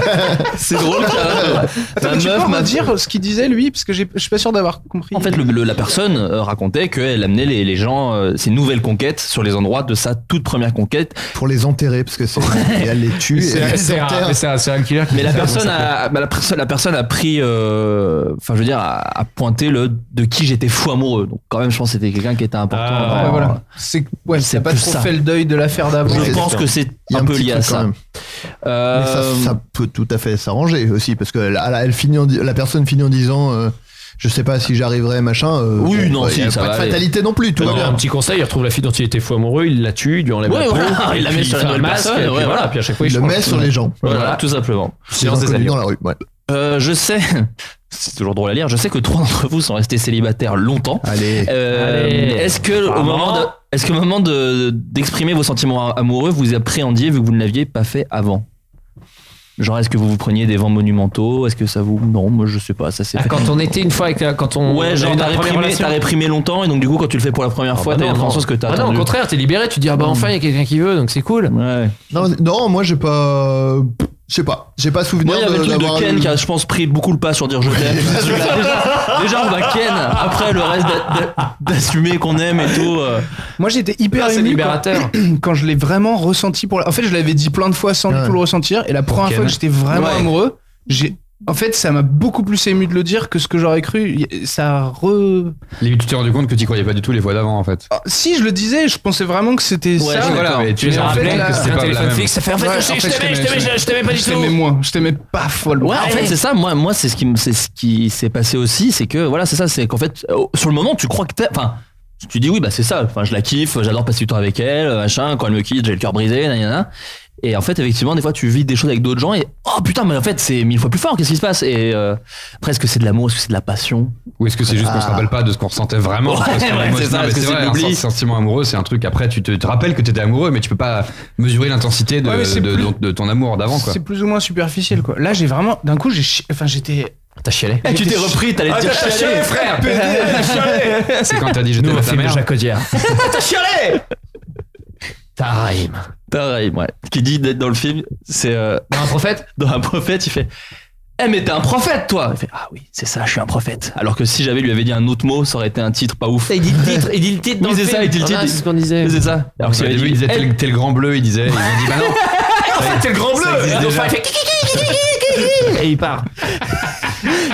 S8: C'est drôle car un peu vrai.
S11: Attends,
S8: Ma
S11: mais tu peux
S8: meuf m'a dit-
S11: redire ce qu'il disait lui Parce que j'ai- je suis pas sûr d'avoir compris.
S8: En fait, le- le- la personne euh, racontait qu'elle amenait les, les gens, euh, ses nouvelles conquêtes sur les endroits de sa toute première conquête.
S9: Pour les enterrer, parce que c'est. et elle les tue. et elle les enterre.
S2: un killer
S8: Mais la personne, a, bah, la, personne, la personne a pris, euh, enfin je veux dire, a, a pointé le de qui j'étais fou amoureux. Donc quand même, je pense que c'était quelqu'un qui était important.
S11: Ah, ouais, voilà. C'est ouais,
S8: c'est
S11: t'as pas
S8: plus
S11: trop
S8: ça.
S11: fait le deuil de l'affaire d'avant.
S8: Je pense que c'est
S9: Il y a
S8: un,
S9: un
S8: peu
S9: petit
S8: lié à
S9: truc quand
S8: ça.
S9: même.
S8: Euh,
S9: Mais ça, ça peut tout à fait s'arranger aussi, parce que la, la- elle finit en di- la personne finit en disant euh, Je sais pas si j'arriverai, machin. euh,
S2: Oui,
S9: bon,
S2: non,
S9: il y a
S2: si, ça
S9: pas
S2: va
S9: de
S2: aller.
S9: fatalité non plus, tout va
S2: Non,
S9: bien.
S2: Un petit conseil, il retrouve la fille dont il était fou amoureux, il la tue, il lui enlève
S8: Ouais,
S2: la peau,
S8: voilà,
S2: et
S8: il la
S2: puis
S8: met sur
S2: fait
S8: la
S2: un
S8: nouvelle
S2: masque,
S8: personne,
S2: et puis
S8: ouais,
S2: voilà,
S8: voilà.
S2: puis à chaque fois
S9: Il le
S2: change.
S9: met sur les gens.
S2: Voilà,
S8: Voilà, tout simplement.
S9: Les
S2: Séance des
S9: inconnus
S2: aliens.
S9: dans la rue, ouais.
S8: Euh, je sais, c'est toujours drôle à lire. Je sais que trois d'entre vous sont restés célibataires longtemps.
S9: Allez.
S8: Euh,
S2: Allez.
S8: Est-ce que au
S2: Apparemment.
S8: moment de- est-ce que au moment de- d'exprimer vos sentiments amoureux, vous appréhendiez vu que vous ne l'aviez pas fait avant Genre, est-ce que vous vous preniez des vents monumentaux Est-ce que ça vous Non, moi je sais pas. Ça c'est
S2: Ah, Quand on était une fois avec la- quand on on a
S8: ouais, genre
S2: eu
S8: t'as
S2: notre première
S8: réprimé,
S2: relation.
S8: t'as réprimé longtemps et donc du coup quand tu le fais pour la première fois,
S2: Ah bah
S8: t'as
S2: non, non.
S8: l'impression que t'as
S2: Ah non, au
S8: attendu.
S2: contraire, t'es libéré, tu dis ah bah enfin il y a quelqu'un qui veut, donc c'est cool.
S8: Ouais.
S9: Non, non, moi j'ai pas. euh, Je sais pas. J'ai pas souvenir
S8: Moi, il y avait
S9: de-
S8: le truc
S9: d'avoir
S8: de Ken
S9: eu-
S8: qui a, je pense, pris beaucoup le pas sur dire je t'aime. Ce truc-là, déjà, déjà, on va Ken, après le reste d'a- d'a- d'assumer qu'on aime et tout. euh.
S11: Moi j'étais hyper
S2: Ah, c'est
S11: ému
S2: libérateur.
S11: quand, quand je l'ai vraiment ressenti pour la- En fait je l'avais dit plein de fois sans
S9: Ouais.
S11: du tout le ressentir et la première
S2: Ken.
S11: fois que j'étais vraiment
S8: Ouais.
S11: amoureux, j'ai en fait ça m'a beaucoup plus ému de le dire que ce que j'aurais cru. Y- Ça a re...
S10: Limite, tu t'es rendu compte que tu croyais pas du tout les fois d'avant en fait.
S11: Ah, Si je le disais, je pensais vraiment que c'était
S8: Ouais,
S11: ça.
S8: je-
S10: Voilà, mais tu
S11: Mais
S10: les as
S11: en fait,
S10: rappelés
S11: là,
S10: que c'était
S2: un
S10: pas la
S2: téléphone
S10: même.
S2: fixe, ça fait en fait,
S11: Ouais,
S2: je
S11: en
S2: sais,
S11: fait,
S2: je t'aimais,
S11: je
S2: je t'aimais,
S11: t'aimais,
S2: je t'aimais pas du
S11: Je
S2: tout.
S11: t'aimais moins, je t'aimais pas folle.
S8: Ouais, en fait, c'est ça. Moi, moi, c'est ce qui, me- c'est ce qui s'est passé aussi, c'est que voilà, c'est ça, c'est qu'en fait, euh, sur le moment, tu crois que t'as, enfin, tu dis oui, bah c'est ça. Enfin, je la kiffe, j'adore passer du temps avec elle, machin. Quand elle me quitte, j'ai le cœur brisé, nan, nan, nan. Et en fait, effectivement, des fois, tu vis des choses avec d'autres gens et oh putain, mais en fait, c'est mille fois plus fort. Qu'est-ce qui se passe Et euh, après, est-ce que c'est de l'amour, est-ce que c'est de la passion
S10: Ou est-ce que c'est juste qu'on se rappelle pas de ce qu'on ressentait vraiment
S8: Ouais,
S10: parce que
S8: ouais,
S10: moi,
S8: c'est
S10: je-
S8: ça,
S10: non,
S8: parce
S10: mais
S8: que
S10: c'est
S8: c'est
S10: vrai,
S8: de
S10: un
S8: l'oubli.
S10: sen- sentiment amoureux, c'est un truc. Après, tu te, te rappelles que t'étais amoureux, mais tu peux pas mesurer l'intensité de,
S11: Ouais, mais c'est
S10: de-
S11: plus-
S10: de- de ton amour d'avant quoi.
S11: C'est plus ou moins superficiel quoi. Là j'ai vraiment. D'un coup j'ai. chi- Enfin j'étais.
S2: T'as chialé.
S8: Eh, Tu t'es repris, t'allais te dire
S10: t'as
S8: chialer.
S10: frère C'est quand t'as dit j'étais
S2: Nouveau
S10: ma ta
S2: film de
S10: mère.
S2: Jacques Audiard.
S8: T'as chialé
S2: Tarim.
S8: Pareil, ouais. Ce Qui dit d'être dans le film, c'est euh,
S2: Dans un prophète
S8: dans un prophète, il fait Eh, mais t'es un prophète, toi Il fait Ah oui, c'est ça, je suis un prophète. Alors que si j'avais lui avait dit un autre mot, ça aurait été un titre pas ouf.
S2: Il dit le titre, il dit le titre dans
S8: Oui,
S2: le
S8: c'est ça,
S2: film.
S8: il dit le
S2: Ah,
S8: titre.
S2: C'est ce qu'on disait.
S8: C'est ça. Alors
S10: Alors
S8: que si
S10: qu'au
S8: elle avait
S10: début,
S8: dit
S10: ils disaient t'es
S8: Eh,
S10: le- t'es le grand bleu, ils disaient. Ils ont dit bah non.
S2: En fait, t'es le grand bleu.
S10: existe
S2: Et
S10: déjà.
S2: enfin, il fait kiki, kiki, kiki, kiki, kiki. Et il part.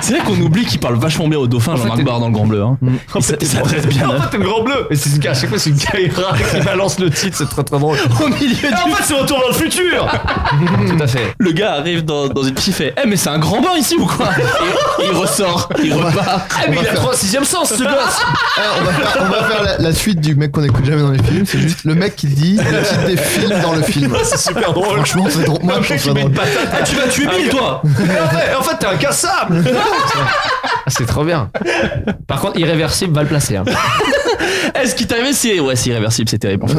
S8: C'est vrai qu'on oublie qu'il parle vachement bien au dauphin, Jean-Marc Barre dans le Grand Bleu. Hein. Il s'a- il s'adresse bien à-
S2: Mm. t'es le grand bleu. Et c'est à chaque fois, c'est une caïra qui balance le titre. C'est très très drôle.
S8: au milieu du...
S2: En fait, c'est retour dans le futur. Tout à fait.
S8: Le gars arrive dans, dans une pièce, il fait Eh, mais c'est un grand bain ici ou quoi Et il ressort, il repart.
S2: Ah, mais il a trois sixième sens, ce gosse.
S9: Ah, on, va faire, on va faire la, la suite du mec qu'on écoute jamais dans les films. C'est juste le mec qui dit le titre des films dans le film.
S2: C'est super drôle.
S9: Franchement, c'est drôle. Moi, je trouve ça drôle.
S8: Ah, tu vas tuer Bill, toi
S2: en fait, t'es incassable. Ah, C'est trop bien. Par contre, irréversible va le placer. hein.
S8: Est-ce ce qui t'est arrivé C'est. Ouais, c'est irréversible, c'est terrible en fait.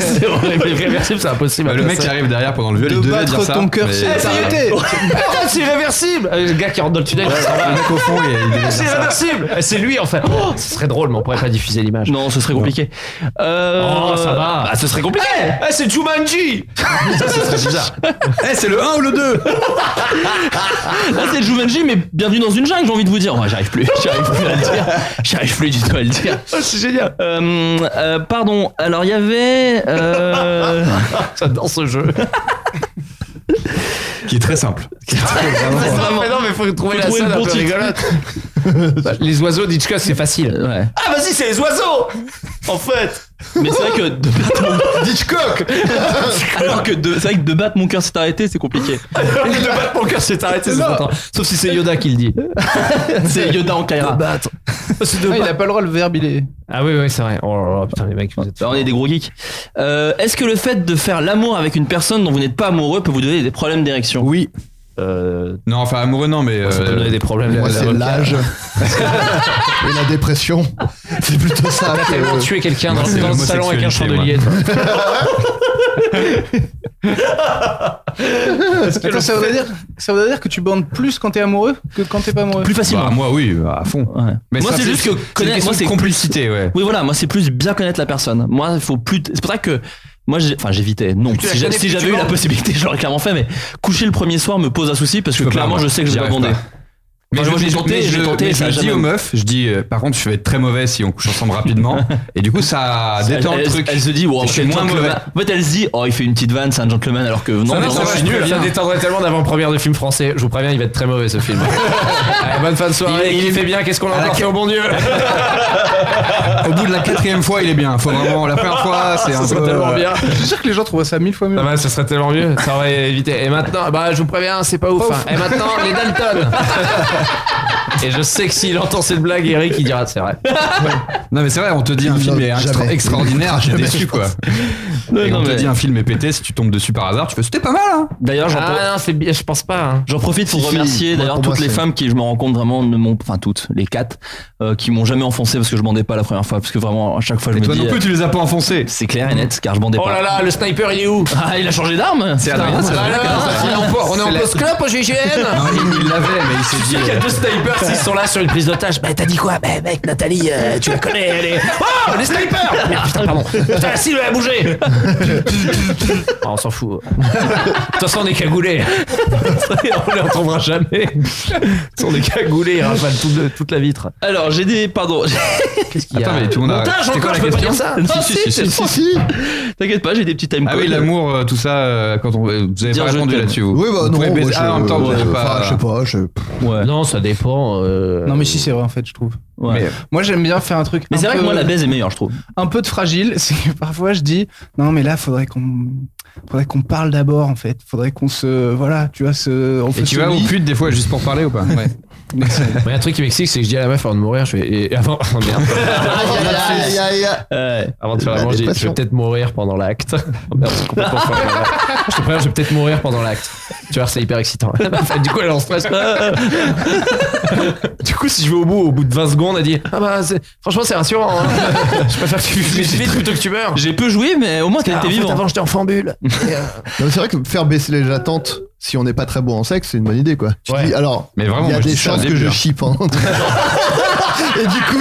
S8: c'est horrible.
S2: Irréversible, c'est impossible.
S10: Bah,
S2: à
S10: Le mec
S2: placer.
S10: qui arrive derrière pendant le viol,
S11: De
S10: il devait
S11: battre
S10: dire ça.
S11: ton cœur,
S10: mais-
S8: Ah,
S11: c'est-
S2: Arrêtez. Arrête, c'est irréversible. Euh, Le gars qui rentre dans le tunnel, il s'en va.
S10: Le mec au fond, il- il devait dire
S2: C'est
S10: ça.
S2: irréversible. Et C'est lui en fait. Oh, ce serait drôle, mais on pourrait pas diffuser l'image.
S8: Non, ce serait compliqué. Euh...
S2: Oh, ça va.
S8: Bah, ce serait compliqué.
S2: Eh, c'est Jumanji. Ça, ce serait bizarre.
S10: Eh, c'est le 1 ou le 2
S8: Là, c'est Jumanji, mais bienvenue dans une jungle, j'ai envie de vous dire. Moi, j'arrive plus. J'arrive plus à le dire. J'arrive plus du tout à le dire.
S2: C'est génial.
S8: Euh, euh, pardon. Alors, il y avait. Euh...
S2: J'adore ce jeu.
S10: Qui est très simple.
S8: vraiment-
S2: Mais non, mais faut trouver
S8: trouver
S2: Ah la
S8: le
S2: scène
S8: bon
S2: un peu
S8: titre.
S2: rigolote. Bah, Les oiseaux d'Hitchcock, c'est facile.
S8: Ouais.
S2: Ah, vas-y, c'est les oiseaux En fait
S8: Mais c'est vrai que de battre
S9: Hitchcock
S8: mon... alors que de... c'est vrai que de battre mon cœur s'est arrêté, c'est compliqué.
S2: Le battre mon cœur s'est arrêté, c'est important. Sauf si c'est Yoda qui le dit.
S8: C'est Yoda en Kaira.
S2: C'est de
S11: Ah, il
S2: battre.
S11: a pas le droit le verbe il est.
S2: Ah oui, oui, c'est vrai. Oh là là, putain, les mecs, vous êtes.
S8: Bah, on est des gros geeks. Euh, Est-ce que le fait de faire l'amour avec une personne dont vous n'êtes pas amoureux peut vous donner des problèmes d'érection
S10: Oui.
S8: euh,
S10: Non, enfin amoureux, non, mais.
S8: ça peut
S10: euh,
S8: donner des problèmes.
S10: la- la-
S9: Et la dépression, c'est plutôt ça.
S2: T'as
S9: que-
S8: Euh,
S2: tellement tué quelqu'un dans,
S9: C'est
S2: dans le salon avec un chandelier. toi.
S11: Attends, ça, voudrait dire, ça voudrait dire que tu bandes plus quand t'es amoureux que quand t'es pas amoureux
S8: Plus facilement.
S10: Bah, moi, oui, à fond. Mais
S8: moi,
S10: ça,
S8: c'est juste que
S10: c'est une
S8: connaître. Moi,
S10: question de
S8: c'est
S10: complicité,
S8: plus-
S10: ouais.
S8: Oui, voilà. Moi, c'est plus bien connaître la personne. Moi, il faut plus. C'est pour ça que. Moi, j'ai- enfin, j'évitais. Non,
S2: Plus tu la
S8: si j'a-
S2: connais,
S8: si
S2: plus
S8: j'avais
S2: tu
S8: eu la
S2: bandes.
S8: possibilité, je l'aurais clairement fait. Mais coucher le premier soir me pose un souci parce que
S10: peux pas,
S8: clairement,
S10: moi.
S8: je sais que je
S10: J'y
S8: vais pas
S10: arrive
S8: bander.
S10: pas. Mais
S8: Enfin,
S10: je,
S8: moi,
S10: mais
S8: j'ai
S10: je-
S8: tenté,
S10: mais
S8: je
S10: je-
S8: l'ai tenté,
S10: mais
S8: ça
S10: je
S8: a
S10: dis
S8: jamais-
S10: aux meufs, je dis euh, par contre, je vais être très mauvais si on couche ensemble rapidement. Et du coup, ça
S8: Elle,
S10: détend le
S8: elle-
S10: truc.
S8: elle se dit, wow,
S10: je suis moins mauvais.
S8: En fait, elle se dit, oh, il fait une petite vanne, c'est un gentleman, alors que non,
S2: Ça,
S8: mais
S2: non,
S8: non,
S2: ça,
S8: je suis
S2: va,
S8: nul.
S2: ça détendrait tellement d'avant-première de film français. Je vous préviens, il va être très mauvais ce film. Allez, bonne fin de soirée. Il, fait bien. Qu'est-ce qu'on a encore fait au bon Dieu
S10: Au bout de la quatrième fois, il est bien. Faut vraiment, la première fois, c'est
S2: Ça
S10: un
S2: serait
S10: peu. euh,
S2: tellement bien.
S11: Je suis sûr que les gens trouvent ça mille fois mieux.
S2: Ça va, ça serait tellement mieux. Ça aurait évité. Et maintenant, bah, je vous préviens, c'est pas ouf.
S11: Pas
S2: hein.
S11: ouf.
S2: Et maintenant, les Dalton. Et je sais que s'il entend cette blague, Eric, il dira, c'est vrai.
S10: Non, mais c'est vrai, on te dit un film est extra-
S2: jamais.
S10: extraordinaire, j'ai
S2: Jamais, je
S10: déçu quoi. Et
S2: non,
S10: on te
S2: mais-
S10: dit un film est pété, si tu tombes dessus par hasard, tu peux. C'était pas mal, hein
S8: D'ailleurs, j'en
S2: Ah non, c'est bien, je pense pas. hein.
S8: J'en profite pour
S2: Si, si,
S8: remercier
S2: moi,
S8: d'ailleurs
S2: pour
S8: toutes
S2: moi,
S8: les
S2: c'est-
S8: femmes qui, je me rends compte vraiment, ne m'ont, enfin toutes, les quatre, euh, qui m'ont jamais enfoncé parce que je bandais pas la première fois, parce que vraiment à chaque fois je
S10: Et
S8: me
S10: toi
S8: dis. euh,
S10: non plus, tu les as pas enfoncés.
S8: C'est clair et net, car je bandais
S2: Oh
S8: pas.
S2: là là, le sniper, il est où
S8: Ah, il a changé d'arme
S2: C'est
S8: Putain,
S2: Adrien, c'est
S8: voilà.
S2: Adrien.
S8: Ah,
S2: Il est en po- On est
S8: c'est
S2: en
S8: la-
S2: post-club au GGN
S10: Non, il il l'avait, mais il s'est
S2: Tu
S10: dit.
S2: sais qu'il y a deux snipers s'ils sont là sur une prise d'otage. Bah t'as dit quoi Bah mec Nathalie, euh, tu la connais, elle est. Oh les snipers Merde, putain pardon. Putain la cible elle a bougé Ah, On s'en fout. De toute façon on est cagoulés. on les retrouvera jamais. on est cagoulés, ils rafalent tout le- toute la vitre.
S8: Alors j'ai des. Pardon. Qu'est-ce
S2: qu'il y a Attends, mais tout le monde a- Montage, c'était encore, quoi la je peux pas question dire ça.
S8: Non,
S2: Si,
S8: si,
S2: si,
S8: c'est
S2: si,
S8: bon. T'inquiète pas, j'ai des petits time
S10: Ah oui,
S8: codes.
S10: l'amour, euh, tout ça, euh, quand on. euh, Vous avez
S8: Dire
S10: pas
S8: je
S10: répondu
S8: t'aime.
S10: là-dessus. vous.
S9: Oui, bah
S10: Vous
S9: non,
S10: pouvez
S9: moi,
S10: baiser-
S9: je,
S10: Ah, en même temps, vous
S9: ouais,
S10: avez
S9: enfin,
S10: pas.
S9: je sais pas, je-
S8: Ouais.
S2: Non, ça dépend. euh,
S11: Non mais si c'est vrai en fait je trouve.
S8: Ouais. Mais,
S11: Moi j'aime bien faire un truc. un
S8: c'est vrai que
S11: peu-
S8: moi la baise est meilleure, je trouve.
S11: un peu de fragile, c'est que parfois je dis non mais là faudrait qu'on faudrait qu'on parle d'abord en fait, faudrait qu'on se voilà, tu vois se on
S10: Et
S11: fait
S10: tu
S11: ce
S10: vas au
S11: lit.
S10: pute des fois juste pour parler ou pas Ouais.
S2: Moi, y a un truc qui m'explique, c'est que je dis à la meuf avant de mourir, je fais. Et avant. oh, merde.
S9: Aïe, aïe, aïe, aïe.
S8: Ouais.
S2: Avant de faire
S9: La
S2: la manger, je
S9: dépression.
S2: vais peut-être mourir pendant l'acte. Oh merde, c'est complètement faux. Je te préviens, je vais peut-être mourir pendant l'acte. Tu vois, c'est hyper excitant. du coup, elle est en stress. du coup, si je vais au bout, au bout de 20 secondes, elle dit Ah bah, c'est- franchement, c'est rassurant. hein. je préfère que tu finisses vite plutôt que tu meurs.
S8: J'ai peu joué, mais au moins t'es
S2: Ah, en
S8: t'es
S2: fait,
S8: vivant.
S2: Avant, j'étais en fambule. Et, euh,
S9: Non, mais c'est vrai que faire baisser les attentes si on n'est pas très bon en sexe, c'est une bonne idée quoi. Tu te dis alors, il
S10: Mais vraiment,
S9: y a
S10: moi, je
S9: des
S10: dis ça au
S9: chances que
S10: début,
S9: je
S10: hein.
S9: chie pendant. Et du coup,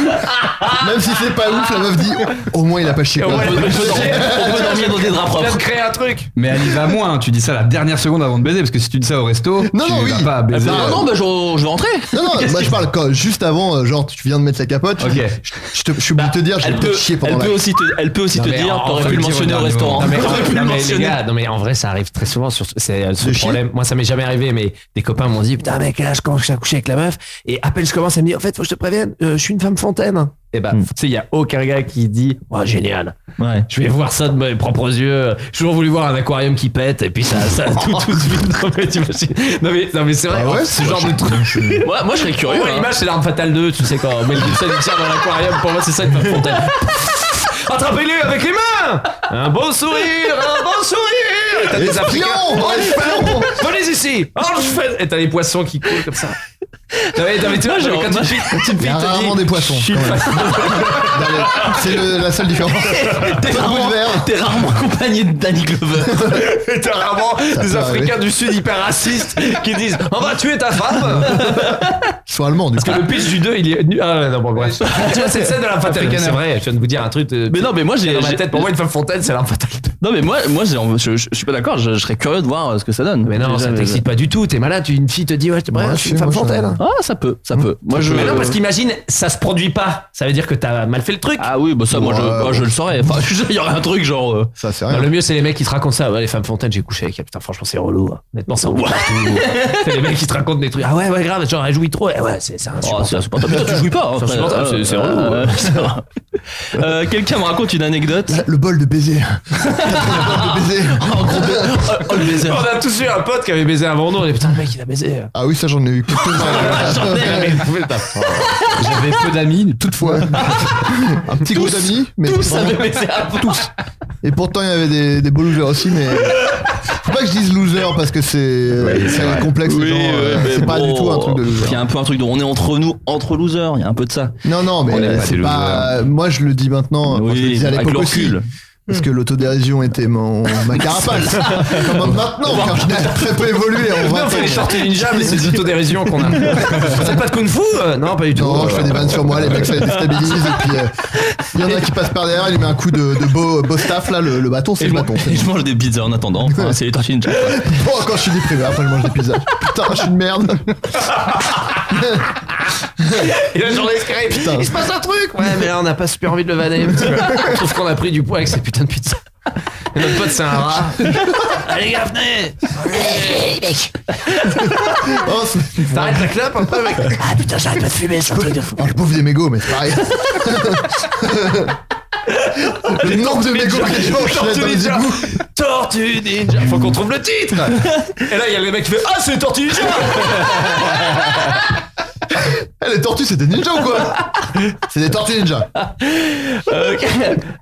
S9: même si c'est pas ouf, la meuf dit oh. au moins il a pas chié.
S2: et au
S9: quoi.
S2: moins,
S8: On peut dormir dans des draps
S2: Je viens
S8: propres.
S2: de créer un truc.
S10: Mais elle y va moins, tu dis ça la dernière seconde avant de baiser, parce que si tu dis ça au resto,
S9: Non,
S10: tu
S9: non,
S10: vas
S9: oui.
S10: pas baiser.
S8: Ah non, bah je je vais rentrer.
S9: Non, non, moi je parle quand, juste avant, euh, genre tu viens de mettre la capote, tu
S10: Ok.
S9: dis, je, je te- je suis obligé de te dire, Ah, j'ai
S8: Elle
S9: peut-être
S8: peut,
S9: chié
S8: elle
S9: pendant
S8: peut
S9: la.
S8: aussi te, elle peut aussi
S2: Non,
S8: te
S2: mais
S8: dire,
S2: en-
S8: t'aurais
S2: en-
S8: pu le
S10: dire au
S8: mentionner au
S10: dernier
S8: restaurant.
S2: Non mais,
S8: T'aurais pu
S2: non,
S8: le
S2: mais les
S8: mentionner.
S2: gars, non mais en vrai ça arrive très souvent sur c'est euh, ce
S9: Le
S2: problème. Moi ça m'est jamais arrivé mais des copains m'ont dit putain mec là je commence à coucher avec la meuf et à peine je commence à me dire en fait faut que je te prévienne euh, je suis une femme fontaine. Et bah tu sais il y a aucun gars qui dit oh génial
S8: Ouais.
S2: je vais voir ça de mes propres yeux. J'ai toujours voulu voir un aquarium qui pète et puis ça ça tout tout de suite. Non mais, t'imagines non mais, non, mais c'est vrai
S9: Ah ouais,
S2: ce genre de truc.
S8: Moi, moi je serais
S2: Pour
S8: curieux.
S2: moi,
S8: hein.
S2: Oh, l'image, c'est l'arme fatale 2, tu sais, quand Mel Gibson il tire dans l'aquarium, pour moi, c'est ça une femme fontaine. Attrapez-les avec les mains Un bon sourire Un bon sourire Et t'as des Africains.
S9: Espion, espion.
S2: Venez ici Oh, je fais- Et t'as les poissons qui coulent comme ça. Non, mais, non, mais tu vois, genre, quand une fille, quand une
S9: Il y
S2: fille
S9: a
S2: te
S9: rarement
S2: dit.
S9: des poissons.
S2: Je suis
S9: quand même.
S2: pas-
S9: Dans les- C'est le- la seule différence.
S8: T'es
S9: Pas de bout de
S8: rarement,
S9: verre.
S8: t'es rarement accompagné de Danny Glover.
S2: Et t'as rarement des
S9: peut
S2: Africains du Sud hyper racistes qui disent On va tuer ta femme
S9: Soit allemand, du coup.
S2: Parce que le pitch du 2, il est. nu- Ah, non, bon, bref. tu vois, cette scène de l'arme fatale. C'est vrai, je viens de vous dire un truc. de-
S8: Mais non, mais moi j'ai.
S2: dans ma
S8: j'ai-
S2: tête, pour moi, une femme fontaine, c'est l'arme fatale 2.
S8: Non, mais moi, moi j'ai- je, je- je suis pas d'accord. Je, je serais curieux de voir euh, ce que ça donne.
S2: Mais non, ça
S8: Déjà,
S2: t'excite pas du tout. T'es malade. Une fille te dit ouais, je te
S9: Ouais,
S2: préviens, je suis une femme
S9: moi, ça-
S2: fontaine.
S8: Ah, ça peut, ça peut. Moi je.
S2: Mais non, parce qu'imagine, ça se produit pas. Ça veut dire que t'as mal fait le truc.
S8: Ah oui, bah ça, moi je,
S9: Ouais.
S8: moi, je le saurais. Enfin, je sais, il y aurait un truc genre. euh,
S9: Ça, c'est
S2: Non,
S9: rien.
S2: le mieux, c'est les mecs qui te racontent ça. Ouais, les femmes fontaines, j'ai couché avec. elle. Putain, franchement, c'est relou. hein. Honnêtement, c'est relou partout. C'est les mecs qui te racontent des trucs. Ah ouais, ouais, grave. Genre, elle jouit trop. Eh ouais, c'est c'est
S8: Oh, c'est
S2: insupportable.
S8: insupportable. Putain, tu jouis pas. hein,
S2: C'est
S8: après.
S2: insupportable,
S8: Euh,
S2: c'est- c'est
S8: euh,
S2: relou, hein.
S8: euh, c'est vrai. Euh, Quelqu'un me raconte une anecdote.
S9: Là, Ah, Le bol de baiser. le bol de baiser.
S8: Oh, le baiser.
S2: On a tous eu un pote qui avait baisé avant nous. On est putain, le mec, il a baisé.
S9: Ah oui, ça j'en ai eu quelques-uns.
S10: J'avais peu d'amis, toutefois.
S9: Un petit groupe d'amis, mais
S8: Tous
S9: vraiment-
S8: avaient baisé avant.
S9: Et pourtant, il y avait des, des beaux losers aussi, mais Faut pas que je dise loser parce que c'est c'est un complexe. les gens, euh, c'est pas du tout un truc de loser.
S8: Il y a un peu un truc de on est entre nous, entre losers, il y a un peu de ça.
S9: Non, non, mais
S8: On est
S9: euh,
S8: pas
S9: c'est
S8: des
S9: pas. Moi, je le dis maintenant. enfin, je le
S8: Oui,
S9: disais à
S8: avec
S9: l'époque
S8: le
S9: aussi.
S8: recul.
S9: Parce que l'autodérision était mon, ma carapace. Comment maintenant, quand je n'ai très peu évolué en
S25: Non,
S9: 20
S25: on fait
S9: ans.
S25: les sorties ninja, mais c'est de l'autodérision qu'on a. C'est pas de kung fu euh, Non, pas du tout.
S9: Non, je fais des vannes sur moi, les mecs ça les déstabilise. Et puis, euh, il y en a qui passe par derrière, il lui met un coup de, de beau, beau staff, là, le, le bâton, c'est
S8: Et je,
S9: le
S8: mange,
S9: bâton.
S8: et je mange des pizzas en attendant. Enfin, c'est les tortillas ninja. quoi.
S9: Oh, quand je suis déprimé, après je mange des pizzas. Putain, je suis une merde.
S2: Et la journée se crée.
S9: Putain.
S2: Il se passe un truc. Ouais, mais là, on n'a pas super envie de le vanner. parce que On trouve qu'on a pris du poids avec ces putains de pizza. Et notre pote, c'est un rat. Allez, gars, venez.
S9: Oh, c'est-
S2: T'arrêtes la clope un peu, mec.
S30: Ah putain, j'arrête pas de fumer, c'est un truc de fou.
S9: Alors, Ah, je bouffe des mégots, mais c'est pareil. le nombre de mégots que je mange, je laisse dans les égouts.
S2: Tortue Ninja.
S25: Faut qu'on trouve le titre Et là, il y a le mec qui fait Ah, c'est Tortue Ninja
S9: Eh, les tortues, c'est des ninjas ou quoi C'est des tortues ninjas.
S8: Euh,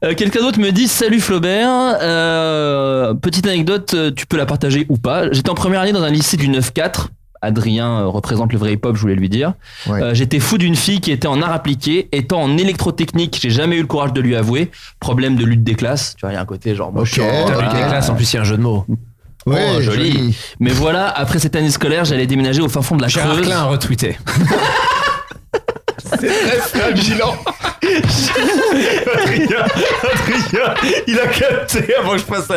S8: euh, Quelqu'un d'autre me dit Salut Flaubert. Euh, petite anecdote, euh, tu peux la partager ou pas. J'étais en première année dans un lycée du 9-4. Adrien euh, représente le vrai hip-hop, je voulais lui dire. Euh, J'étais fou d'une fille qui était en art appliqué, étant en électrotechnique. J'ai jamais eu le courage de lui avouer. Problème de lutte des classes. Tu vois, il y a un côté genre euh, mochant.
S2: T'as vu des classes, en plus, il y a un jeu de mots.
S8: Oh, joli.
S2: joli.
S8: Mais voilà, après cette année scolaire, j'allais déménager au fin fond de la
S2: Gérard
S8: Creuse.
S2: Klein a retweeté.
S25: Vigilant Adrien, Adrien, il a capté avant que je fasse la,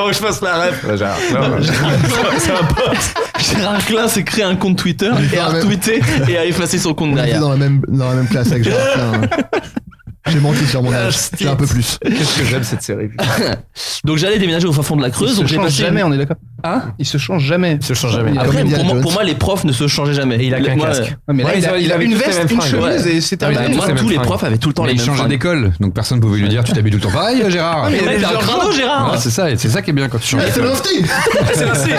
S25: avant que je fasse la ref.
S10: Ah
S25: C'est un pote.
S8: Gérard Klein s'est créé un compte Twitter et a retweeté et a effacé son compte
S9: J'étais
S8: derrière.
S9: dans la même, dans la même classe avec Gérard Klein. J'ai menti sur mon âge. J'ai un peu plus.
S2: Qu'est-ce que j'aime cette série.
S8: donc j'allais déménager au fin fond de la Creuse.
S11: Il se
S8: donc j'ai
S11: change
S8: passé
S11: jamais, on est d'accord
S8: Hein
S11: Il se change jamais. Il
S2: se change
S8: Après, pour moi, pour moi, les profs ne se changeaient jamais. il
S11: a qu'un
S9: Ah
S11: casque. Ouais, mais là, il a- il avait
S8: une
S11: toutes les
S8: veste,
S11: mêmes
S8: une
S11: fringues.
S8: chemise
S11: Ouais.
S8: et c'est
S11: Ah, mais
S8: terminé.
S11: il a
S8: Moi,
S11: tous les
S8: tous les
S11: mêmes
S8: profs
S11: fringues.
S8: avaient tout le temps
S10: Mais
S8: les
S10: il
S8: mêmes
S10: changeait
S8: fringues.
S10: d'école, donc personne ne pouvait lui dire tu t'habilles tout le temps pareil, euh, Gérard.
S8: Ah, mais mec, t'es un crado, Gérard.
S10: Ouais, C'est ça, et c'est ça qui est bien quand tu changes. d'école.
S2: C'est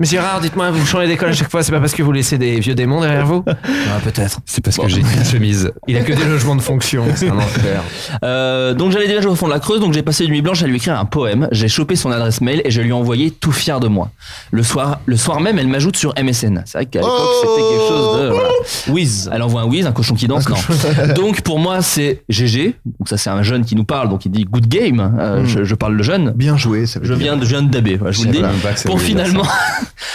S2: Mais Gérard, dites-moi, vous changez d'école à chaque fois, c'est pas parce que vous laissez des vieux démons derrière vous Ah, peut-être.
S10: C'est parce que j'ai une chemise.
S2: Il a que des logements de fonction, c'est un enfer.
S8: Euh, donc j'allais déjà au fond de la Creuse, donc j'ai passé une nuit blanche à lui écrire un poème. J'ai chopé son adresse mail et je lui ai envoyé tout fier de moi. Le soir, le soir même, elle m'ajoute sur MSN. C'est vrai qu'à l'époque c'était quelque chose de voilà.
S11: Oh
S8: whiz. Elle envoie un whiz, un cochon qui danse. non. donc pour moi c'est GG. Donc ça c'est un jeune qui nous parle, donc il dit good game. Euh,
S9: Mm.
S8: je, je parle le jeune.
S9: Bien joué, ça veut
S8: Je
S9: dire.
S8: viens de, je viens de daber, voilà, je vous
S9: Je
S8: le dis.
S9: savais même pas que ça
S8: Pour
S9: voulait dire
S8: finalement,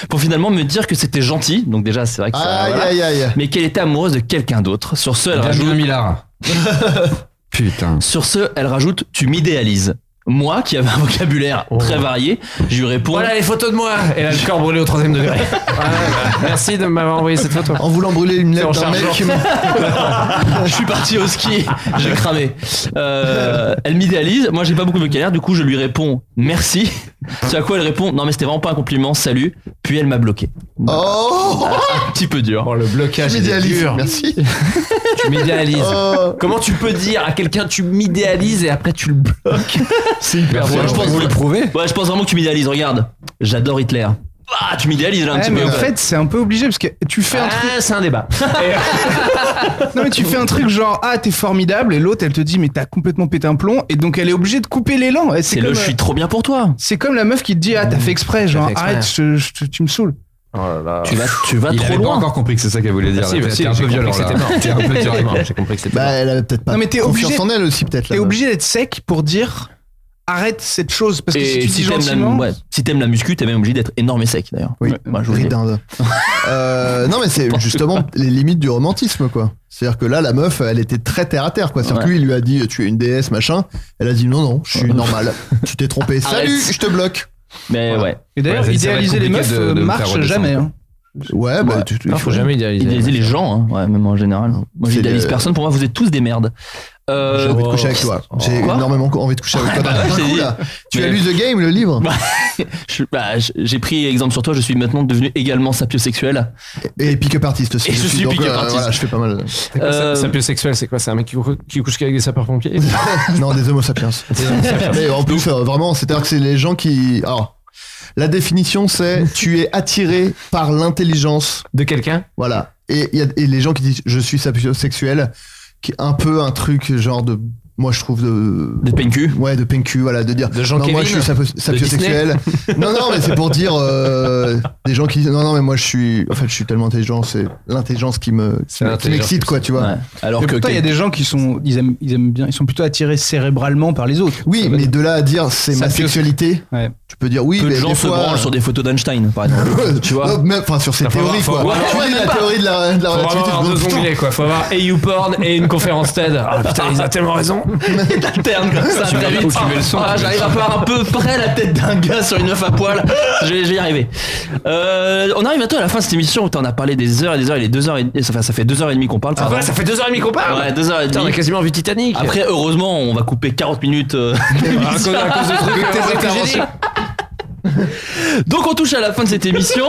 S8: pour finalement me dire que c'était gentil. Donc déjà, c'est vrai que ça,
S9: Aïe,
S8: voilà.
S9: aïe, aïe.
S8: Mais qu'elle était amoureuse de quelqu'un d'autre. Sur ce, elle rajoute.
S10: Damien Millard. Putain.
S8: Sur ce, elle rajoute Tu m'idéalises. Moi, qui avais un vocabulaire
S9: Oh.
S8: très varié, je lui réponds
S2: Voilà les photos de moi Et là, le corps brûlé au troisième degré. Merci de m'avoir envoyé cette photo.
S9: En voulant brûler une
S2: C'est en
S9: lettre d'un mec.
S2: chargeant.
S9: qui m'a-
S8: Je suis parti au ski, j'ai cramé. Euh, elle m'idéalise, moi j'ai pas beaucoup de vocabulaire, du coup je lui réponds Merci. C'est à quoi elle répond Non, mais c'était vraiment pas un compliment, salut. Puis elle m'a bloqué.
S9: Oh
S8: Un petit peu dur.
S2: Oh, le blocage,
S9: Je
S2: il est
S9: m'idéalise.
S2: dur.
S9: Merci.
S2: Tu m'idéalises.
S9: Oh.
S2: Comment tu peux dire à quelqu'un tu m'idéalises et après tu le bloques
S8: Ah, C'est hyper
S2: Merci,
S8: je
S2: on
S8: pense,
S2: va vous le prouver.
S8: Ouais, je pense vraiment que tu m'idéalises. Regarde, j'adore Hitler. Ah, tu m'idéalises là un
S11: Ouais,
S8: petit
S11: mais
S8: peu.
S11: en fait, c'est un peu obligé parce que tu fais un truc.
S2: Ah, c'est un débat.
S11: Non, mais tu fais un truc genre ah t'es formidable et l'autre elle te dit mais t'as complètement pété un plomb et donc elle est obligée de couper l'élan. Et
S8: c'est le
S11: comme,
S8: je suis
S11: euh,
S8: trop bien pour toi.
S11: C'est comme la meuf qui te dit ah t'as fait exprès genre
S2: fait exprès.
S11: arrête je- je- tu- tu me saoules. Ah.
S8: Tu vas, tu vas
S10: Il
S8: trop
S10: avait pas
S8: loin.
S10: encore compris que c'est ça qu'elle voulait dire.
S2: Ah, si,
S10: là.
S2: bah,
S10: T'es-
S2: si,
S10: T'es un
S2: j'ai
S10: peu
S2: compris
S10: violent
S2: que c'était
S10: là.
S2: mort.
S10: T'es un peu violent.
S2: J'ai compris que c'était
S9: Bah, elle avait peut-être pas
S11: Non, mais t'es
S9: confiance
S11: obligé-
S9: en elle aussi, peut-être. là.
S11: T'es obligé d'être sec pour dire arrête cette chose parce que si
S8: Et
S11: tu dis
S8: si t'aimes la,
S11: gentiment.
S8: ouais, si t'aimes la muscu, t'es même obligé d'être énorme et sec d'ailleurs.
S9: Oui,
S8: Moi, je vous le dis.
S9: Ridinde. Euh, non, mais c'est justement les limites du romantisme, quoi. C'est-à-dire que là, la meuf, elle était très terre à terre, quoi. C'est-à-dire que lui, il lui a dit, tu es une déesse, machin. Elle a dit, non, non, je suis normale. tu t'es trompé. Salut,
S8: Arrête.
S9: je te bloque.
S8: Mais ouais.
S11: Et d'ailleurs,
S10: Ouais, ça- ça va être
S11: idéaliser les meufs
S10: compliqué de-
S11: euh,
S10: de me faire
S11: marche
S10: redescendre.
S11: jamais. hein.
S9: Ouais, bah, tu,
S8: Ah,
S9: tu-
S2: Non, faut jamais idéaliser.
S8: Idéaliser les gens, hein, ouais, même en général. Moi,
S9: C'est
S8: j'idéalise
S9: le-
S8: personne. Pour moi, vous êtes tous des merdes. Euh, Oh.
S9: J'ai envie de coucher avec toi. J'ai
S8: Quoi
S9: énormément envie de coucher avec toi.
S8: bah,
S9: D'un
S8: j'ai
S9: coup,
S8: dit.
S9: là. Tu
S8: Mais-
S9: as lu The Game, le livre
S8: je- bah, je- j'ai pris exemple sur toi. Je suis maintenant devenu également sapiosexuel.
S9: Et Pick-up Artist aussi.
S8: Et je suis
S9: donc,
S8: pick-up
S9: euh,
S8: artist.
S9: Voilà, je fais pas mal.
S2: C'est quoi,
S8: Euh,
S2: ça- Sapiosexuel, c'est quoi C'est un mec qui, cou- qui couche qu'avec des
S9: Ah,
S2: sapeurs-pompiers
S9: non, des Homo sapiens. Mais en plus, euh, vraiment, c'est-à-dire que c'est les gens qui. Alors, la définition, c'est tu es attiré par l'intelligence.
S2: De quelqu'un
S9: Voilà. Et, il y a- et les gens qui disent je suis sapiosexuel, qui est un peu un truc genre de. moi je trouve de
S8: de PNQ
S9: ouais de PNQ voilà de dire de
S2: Jean
S9: non, moi je
S2: Kevin
S9: suis sapio-
S2: De
S9: sapiosexuel
S2: Disney
S9: non non mais c'est pour dire euh, des gens qui disent non non mais moi je suis en fait je suis tellement intelligent c'est l'intelligence qui me qui me- qui
S11: l'intelligence
S9: m'excite
S11: qui
S9: quoi tu vois
S11: Mais pourtant, il y a des gens qui sont, ils aiment, ils aiment bien, ils sont plutôt attirés cérébralement par les autres.
S9: Oui, mais de là à dire c'est ma sexualité, tu peux dire oui,
S8: Peu de
S9: mais
S8: gens
S9: des
S8: se
S9: fois,
S8: branlent sur des photos d'Einstein, par exemple. tu vois
S9: Non, mais, enfin, sur ces
S8: Faut avoir-
S9: théories,
S8: faut
S9: quoi.
S8: avoir-
S9: Tu
S8: Ouais,
S9: dis
S8: même
S9: la
S8: pas.
S9: théorie de la, de la
S2: Faut vraiment
S9: relativité.
S2: avoir
S9: je me
S2: deux
S9: dis,
S2: onglets, quoi. Faut avoir et YouPorn et une conférence TED. Ah putain, ils ont tellement raison.
S9: Ah,
S8: Il t'alterne comme ça,
S2: Ah, Tu mets
S8: très
S2: le-
S8: vite.
S2: tu mets le son,
S8: Ah,
S2: tu mets le
S8: J'arrive
S2: son.
S8: à voir un peu près la tête d'un gars sur une meuf à poil. Je vais, je vais y arriver. Euh, on arrive bientôt à la fin de cette émission où t'en as parlé des heures et des heures. Il est deux heures et et ça fait, ça fait deux heures et demie qu'on parle.
S2: Ah ouais, ça fait deux heures et demie qu'on parle
S8: Ouais, deux heures et
S2: Putain,
S8: demie.
S2: on a quasiment vu Titanic.
S8: Après, heureusement, on va couper 40 minutes. euh,
S2: À cause- à cause des trucs
S8: de tes
S2: que j'ai
S8: interventions. Donc on touche à la fin de cette émission.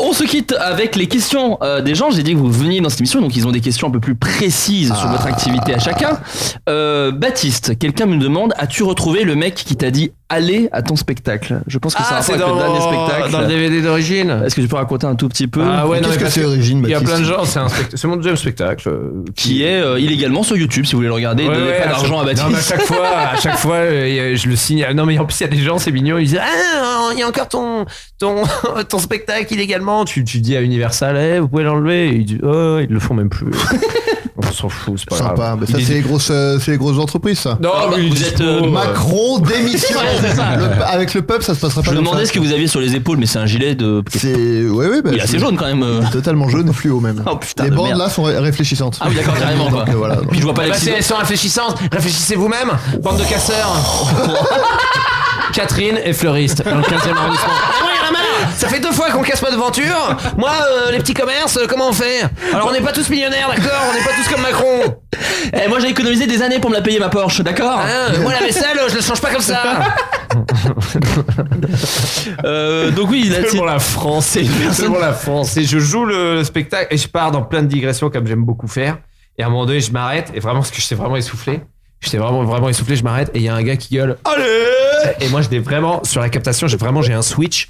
S8: On se quitte avec les questions euh, des gens. J'ai dit que vous veniez dans cette émission, donc ils ont des questions un peu plus précises sur
S2: Ah.
S8: votre activité à chacun. Euh, Baptiste, quelqu'un me demande as-tu retrouvé le mec qui t'a dit allez à ton spectacle Je pense que ça a
S2: Ah,
S8: un
S2: c'est
S8: rapport avec
S2: dans,
S8: le dernier spectacle.
S2: dans le DVD d'origine.
S8: Est-ce que tu peux raconter un tout petit peu
S2: Ah ouais, non, mais parce que Il y a
S8: Baptiste
S2: plein de gens, c'est un spect- c'est mon deuxième spectacle. euh,
S8: Qui est euh, illégalement sur YouTube, si vous voulez le regarder.
S2: Ouais,
S8: donnez
S2: ouais,
S8: pas
S2: à
S8: d'argent à
S2: chaque-
S8: Baptiste.
S2: Non, mais à chaque fois, à chaque fois, euh, je le signale. Non, mais en plus, il y a des gens, c'est mignon, ils disent Ah, il y a encore ton, ton, ton spectacle illégalement. Tu, tu dis à Universal, Eh, vous pouvez l'enlever. Et Ils disent Oh, ils le font même plus. On s'en fout, c'est pas
S9: Sympa,
S2: grave.
S9: mais ça
S2: Il
S9: c'est
S2: est-
S9: les grosses, euh, c'est les grosses entreprises, ça.
S2: Non, mais il
S8: vous
S2: dit-
S8: êtes, euh,
S2: Oh,
S9: Macron démission.
S8: Ouais, c'est ça.
S9: Le- avec le peuple, ça se passera pas.
S8: Je me
S9: comme
S8: demandais
S9: ça.
S8: ce que vous aviez sur les épaules, mais c'est un gilet de.
S9: C'est ouais, ouais, bah,
S8: Il est assez
S9: je-
S8: jaune quand même. euh.
S9: Il est totalement jaune fluo même.
S8: Oh, putain
S9: les
S8: de
S9: bandes
S8: merde.
S9: là sont ré- réfléchissantes.
S8: Ah oui, d'accord, carrément, quoi.
S9: Donc, euh, voilà.
S8: Puis je vois pas
S2: Bah, c'est-
S8: l'accident.
S2: elles sont réfléchissantes. Réfléchissez vous-même, bande de casseurs. Catherine est fleuriste dans le 15e arrondissement. Ah ouais, la marre Ça fait deux fois qu'on casse ma devanture. Moi, euh, les petits commerces, euh, comment on fait Alors, on n'est pas tous millionnaires, d'accord On n'est pas tous comme Macron.
S8: Eh, moi j'ai économisé des années pour me la payer ma Porsche, d'accord
S2: Hein, moi, la vaisselle, je le change pas comme ça.
S8: Euh, donc oui, là,
S2: Seulement la France, c'est seulement la France. Et je joue le, le spectacle et je pars dans plein de digressions comme j'aime beaucoup faire. Et à un moment donné, je m'arrête et vraiment, parce que j'étais vraiment essoufflé. J'étais vraiment, vraiment essoufflé, je m'arrête et il y a un gars qui gueule Allez Et moi, je l'ai vraiment, sur la captation, j'ai vraiment, j'ai un switch.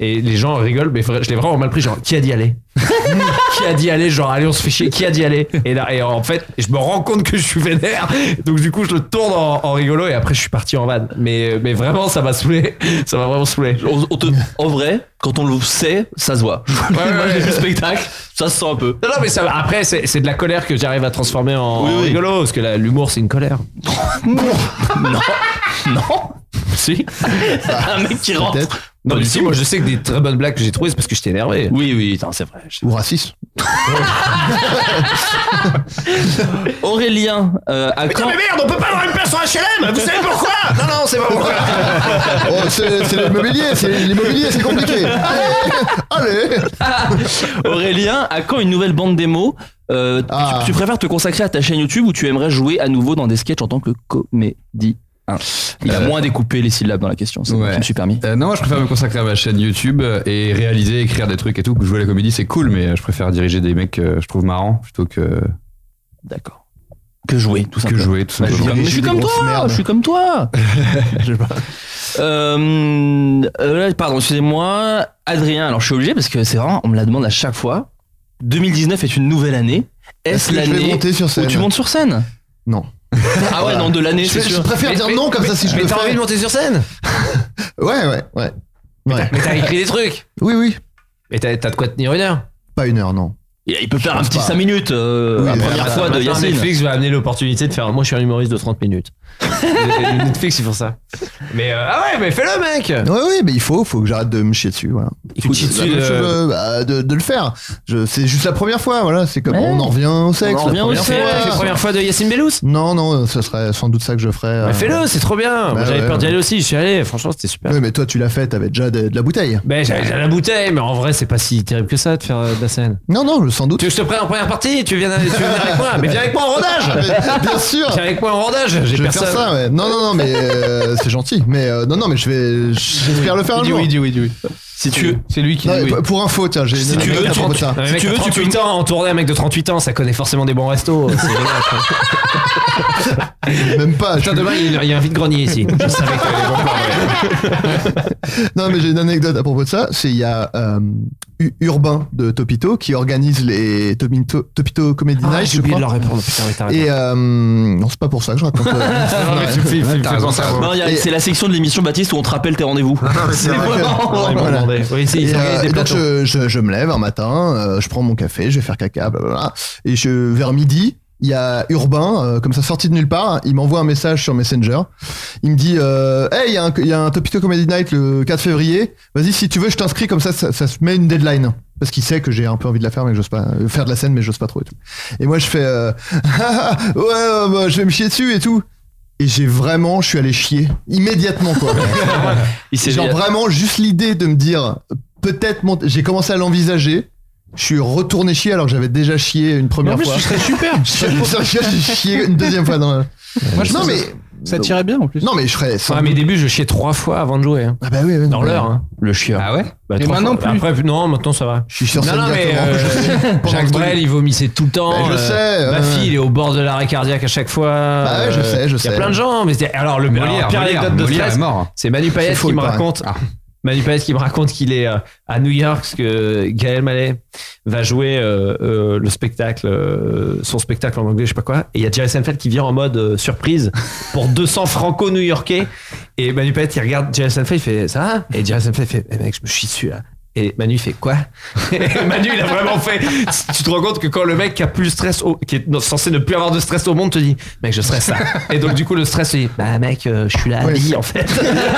S2: Et les gens rigolent, mais vra- je l'ai vraiment mal pris. Genre, qui a dit aller Qui a dit aller Genre, allez, on se fait chier, qui a dit aller et, là, et en fait, je me rends compte que je suis vénère. Donc, du coup, je le tourne en, en rigolo et après, je suis parti en vanne. Mais, mais vraiment, ça m'a saoulé. Ça m'a vraiment saoulé.
S8: on- on te- en vrai, quand on le sait, ça se voit. moi j'ai vu le spectacle, ça se sent un peu.
S2: Non, non, mais ça, après, c'est c'est de la colère que j'arrive à transformer en,
S8: Oui,
S2: en
S8: oui.
S2: rigolo, parce que la- l'humour, c'est une colère.
S8: non, non.
S2: Si.
S8: un mec qui rentre.
S2: Non, mais si, moi, je sais que des très bonnes blagues que j'ai trouvées, c'est parce que j'étais énervé.
S8: Oui, oui, attends, c'est vrai.
S9: Ou raciste.
S8: Aurélien, euh, à quand
S2: merde, on peut pas avoir une place en HLM Vous savez pourquoi Non, non, c'est pas pourquoi
S9: Oh, c'est c'est l'immobilier, c'est l'immobilier, c'est compliqué. Allez, allez.
S8: Aurélien, à quand une nouvelle bande démo Euh, tu- tu, préfères te consacrer à ta chaîne YouTube ou tu aimerais jouer à nouveau dans des sketchs en tant que comédien Il a
S10: Euh,
S8: moins découpé les syllabes dans la question, c'est bon, je me suis permis.
S10: Euh, non, moi je préfère me consacrer à ma chaîne YouTube euh, et réaliser, écrire des trucs et tout. Jouer à la comédie, c'est cool, mais euh, je préfère diriger des mecs que je trouve marrants plutôt que.
S8: D'accord. Que jouer, tout simplement.
S10: Que jouer, tout
S8: Bah, je, suis
S10: simplement.
S8: comme, mais je suis comme toi, je suis comme toi. Euh, euh, là, pardon, excusez-moi, Adrien. Alors je suis obligé parce que c'est vraiment, on me la demande à chaque fois. 2019 est une nouvelle année.
S9: Est-ce
S8: Est-ce
S9: que je vais
S8: l'année
S9: monter sur
S8: où
S9: scène
S8: tu montes sur scène
S9: Non.
S8: Ah ouais, non, de l'année,
S9: Je,
S8: c'est
S9: je
S8: sûr.
S9: préfère
S2: Mais-
S9: dire
S2: mais-
S9: non comme ça si je
S2: mais
S9: le fais.
S2: t'as envie de monter sur scène
S9: Ouais, ouais, ouais. Ouais.
S2: Mais t'as écrit des trucs
S9: Oui, oui.
S2: Mais t'as t'as de quoi tenir une heure
S9: Pas une heure, non.
S8: Il il peut faire un
S9: pense
S8: petit
S9: pas.
S8: 5 minutes, euh,
S9: Oui,
S8: la
S9: oui,
S8: première
S2: Attends,
S8: fois de
S2: maintenant,
S8: Yacine.
S2: Netflix va amener l'opportunité de faire. Moi, je suis un humoriste de 30 minutes. Netflix, ils font ça. Mais euh, ah ouais, mais fais-le, mec
S9: Ouais, oui, mais il faut, faut que j'arrête de me chier dessus, voilà.
S2: Il faut te chier
S9: C'est la
S2: dessus, euh,
S9: même chose, euh, bah, de, de le faire. Je, c'est juste la première fois, voilà. C'est comme on en revient au sexe.
S2: On en revient
S9: la
S2: au
S9: première
S2: sexe,
S9: fois.
S2: la première fois de Yacine Bellous.
S9: Non, non, ce serait sans doute ça que je ferais. euh.
S2: Bah, fais-le, c'est trop bien. Moi,
S9: Bah,
S2: J'avais
S9: ouais,
S2: peur d'y
S9: ouais.
S2: aller aussi. Je suis allé. Franchement, c'était super.
S9: Ouais, mais toi, tu l'as fait, t'avais déjà de, de la bouteille.
S2: Ben, j'avais déjà la bouteille, mais en vrai, c'est pas si terrible que ça de faire euh, de la scène.
S9: Non, non, sans doute.
S2: Tu veux que je te prenne en première partie Tu viens, tu veux venir avec moi Mais viens avec moi en
S9: Mais
S2: rodage
S9: Bien sûr.
S2: Viens avec moi en
S9: Je
S2: rodage J'ai
S9: vais
S2: personne.
S9: faire ça, ouais. Non, non, non, mais euh, c'est gentil. Mais euh, non, non, mais je vais. J'espère le faire un
S11: Il dit
S9: jour.
S11: oui, il dit oui, il dit oui.
S8: Si tu veux,
S11: C'est lui qui
S9: Non,
S11: dit
S9: mais
S11: oui.
S9: p- bah, Pour info, tiens, j'ai
S11: Si tu veux, tu-
S9: pour ça.
S2: Un mec
S11: tu
S2: de
S11: veux, tu
S2: 38 ans en tournée, un mec de 38 ans, ça connaît forcément des bons restos. euh, C'est génial, quoi.
S9: Même pas. je
S2: Putain,
S9: suis-
S2: demain, il y a une- il y a un vide-grenier ici. Je savais que les bons plans, ouais.
S9: Non, mais j'ai une anecdote à propos de ça. C'est il y a euh, U- urbain de Topito qui organise les Topito, Topito Comedy
S2: Ah,
S9: Night.
S2: j'ai
S9: je
S2: oublié de
S9: crois.
S2: leur répondre, putain, mais t'as raison.
S9: Et euh, non, c'est pas pour ça que je raconte. euh, Ah,
S8: Non, mais tu fais- fais- fais- Non, il y a- C'est la section de l'émission Baptiste où on te rappelle tes rendez-vous.
S9: C'est vrai que- Voilà. Et, euh, et donc je, je- je me lève un matin, euh, je prends mon café, je vais faire caca, blablabla. Et je, vers midi, il y a Urbain, euh, comme ça sorti de nulle part, il m'envoie un message sur Messenger. Il me dit euh, Hey, il y, a un- il y a un Topito Comedy Night le 4 février. Vas-y, si tu veux, je t'inscris, comme ça, ça, ça se met une deadline. Parce qu'il sait que j'ai un peu envie de la faire, mais que j'ose pas euh, faire de la scène, mais j'ose pas trop et tout. Et moi, je fais euh, Ah, ah, ouais, ouais, bah, je vais me chier dessus et tout. Et j'ai vraiment, je suis allé chier immédiatement quoi.
S8: Il s'est
S2: euh,
S9: Genre
S8: mis à-
S9: vraiment juste l'idée de me dire peut-être mon... j'ai commencé à l'envisager. Je suis retourné chier alors que j'avais déjà chié une première
S11: Non, mais
S9: fois.
S11: ce serait super.
S9: C'est pour ça que j'ai chié une deuxième fois dans. la-
S11: Moi, je
S9: non
S11: pense
S9: mais
S11: que ça tirait bien en plus.
S9: Non mais je serais.
S2: Ouais, à Ah, mes débuts, je chiais trois fois avant de jouer. hein.
S9: Ah bah oui, oui,
S2: Dans
S9: mais-
S2: l'heure, hein, le chieur.
S10: Ah ouais
S2: Bah,
S11: Et
S2: trois
S11: maintenant,
S2: fois.
S11: plus.
S2: Après, non, maintenant ça va.
S9: Je suis sur
S2: Non,
S9: scène
S2: non, mais
S9: directement.
S2: euh,
S9: Je-
S2: Jacques Brel, il vomissait tout le temps.
S9: Bah, je sais,
S2: Ma
S9: euh.
S2: fille, il est au bord de l'arrêt cardiaque à chaque fois. euh,
S9: ouais, je sais, je
S2: Il y
S9: sais.
S2: a plein de gens. Mais c'est- alors, le
S10: Molière,
S2: alors, la pire
S10: Molière,
S2: anecdote de
S10: Molière
S2: stress,
S10: est mort.
S2: c'est Manu Payet
S10: Hein. C'est faux,
S2: qui
S10: il
S2: me
S10: paraît. Ah.
S2: raconte. Manu Payet qui me raconte qu'il est euh, à New York parce que Gaël Mallet va jouer euh, euh, le spectacle, euh, son spectacle en anglais, je sais pas quoi. Et il y a Jerry Seinfeld qui vient en mode euh, surprise pour 200 franco-new-yorkais. Et Manu Payet il regarde Jerry Seinfeld, il fait ça va Et Jerry Seinfeld fait eh mec, je me suis dessus là. Et Manu il fait quoi Et Manu il a vraiment fait. Tu te rends compte que quand le mec qui a plus le stress, au- qui est censé ne plus avoir de stress au monde, te dit mec je stresse ça. Et donc du coup le stress il dit bah mec euh, je suis là à
S9: Ouais.
S2: vie en fait.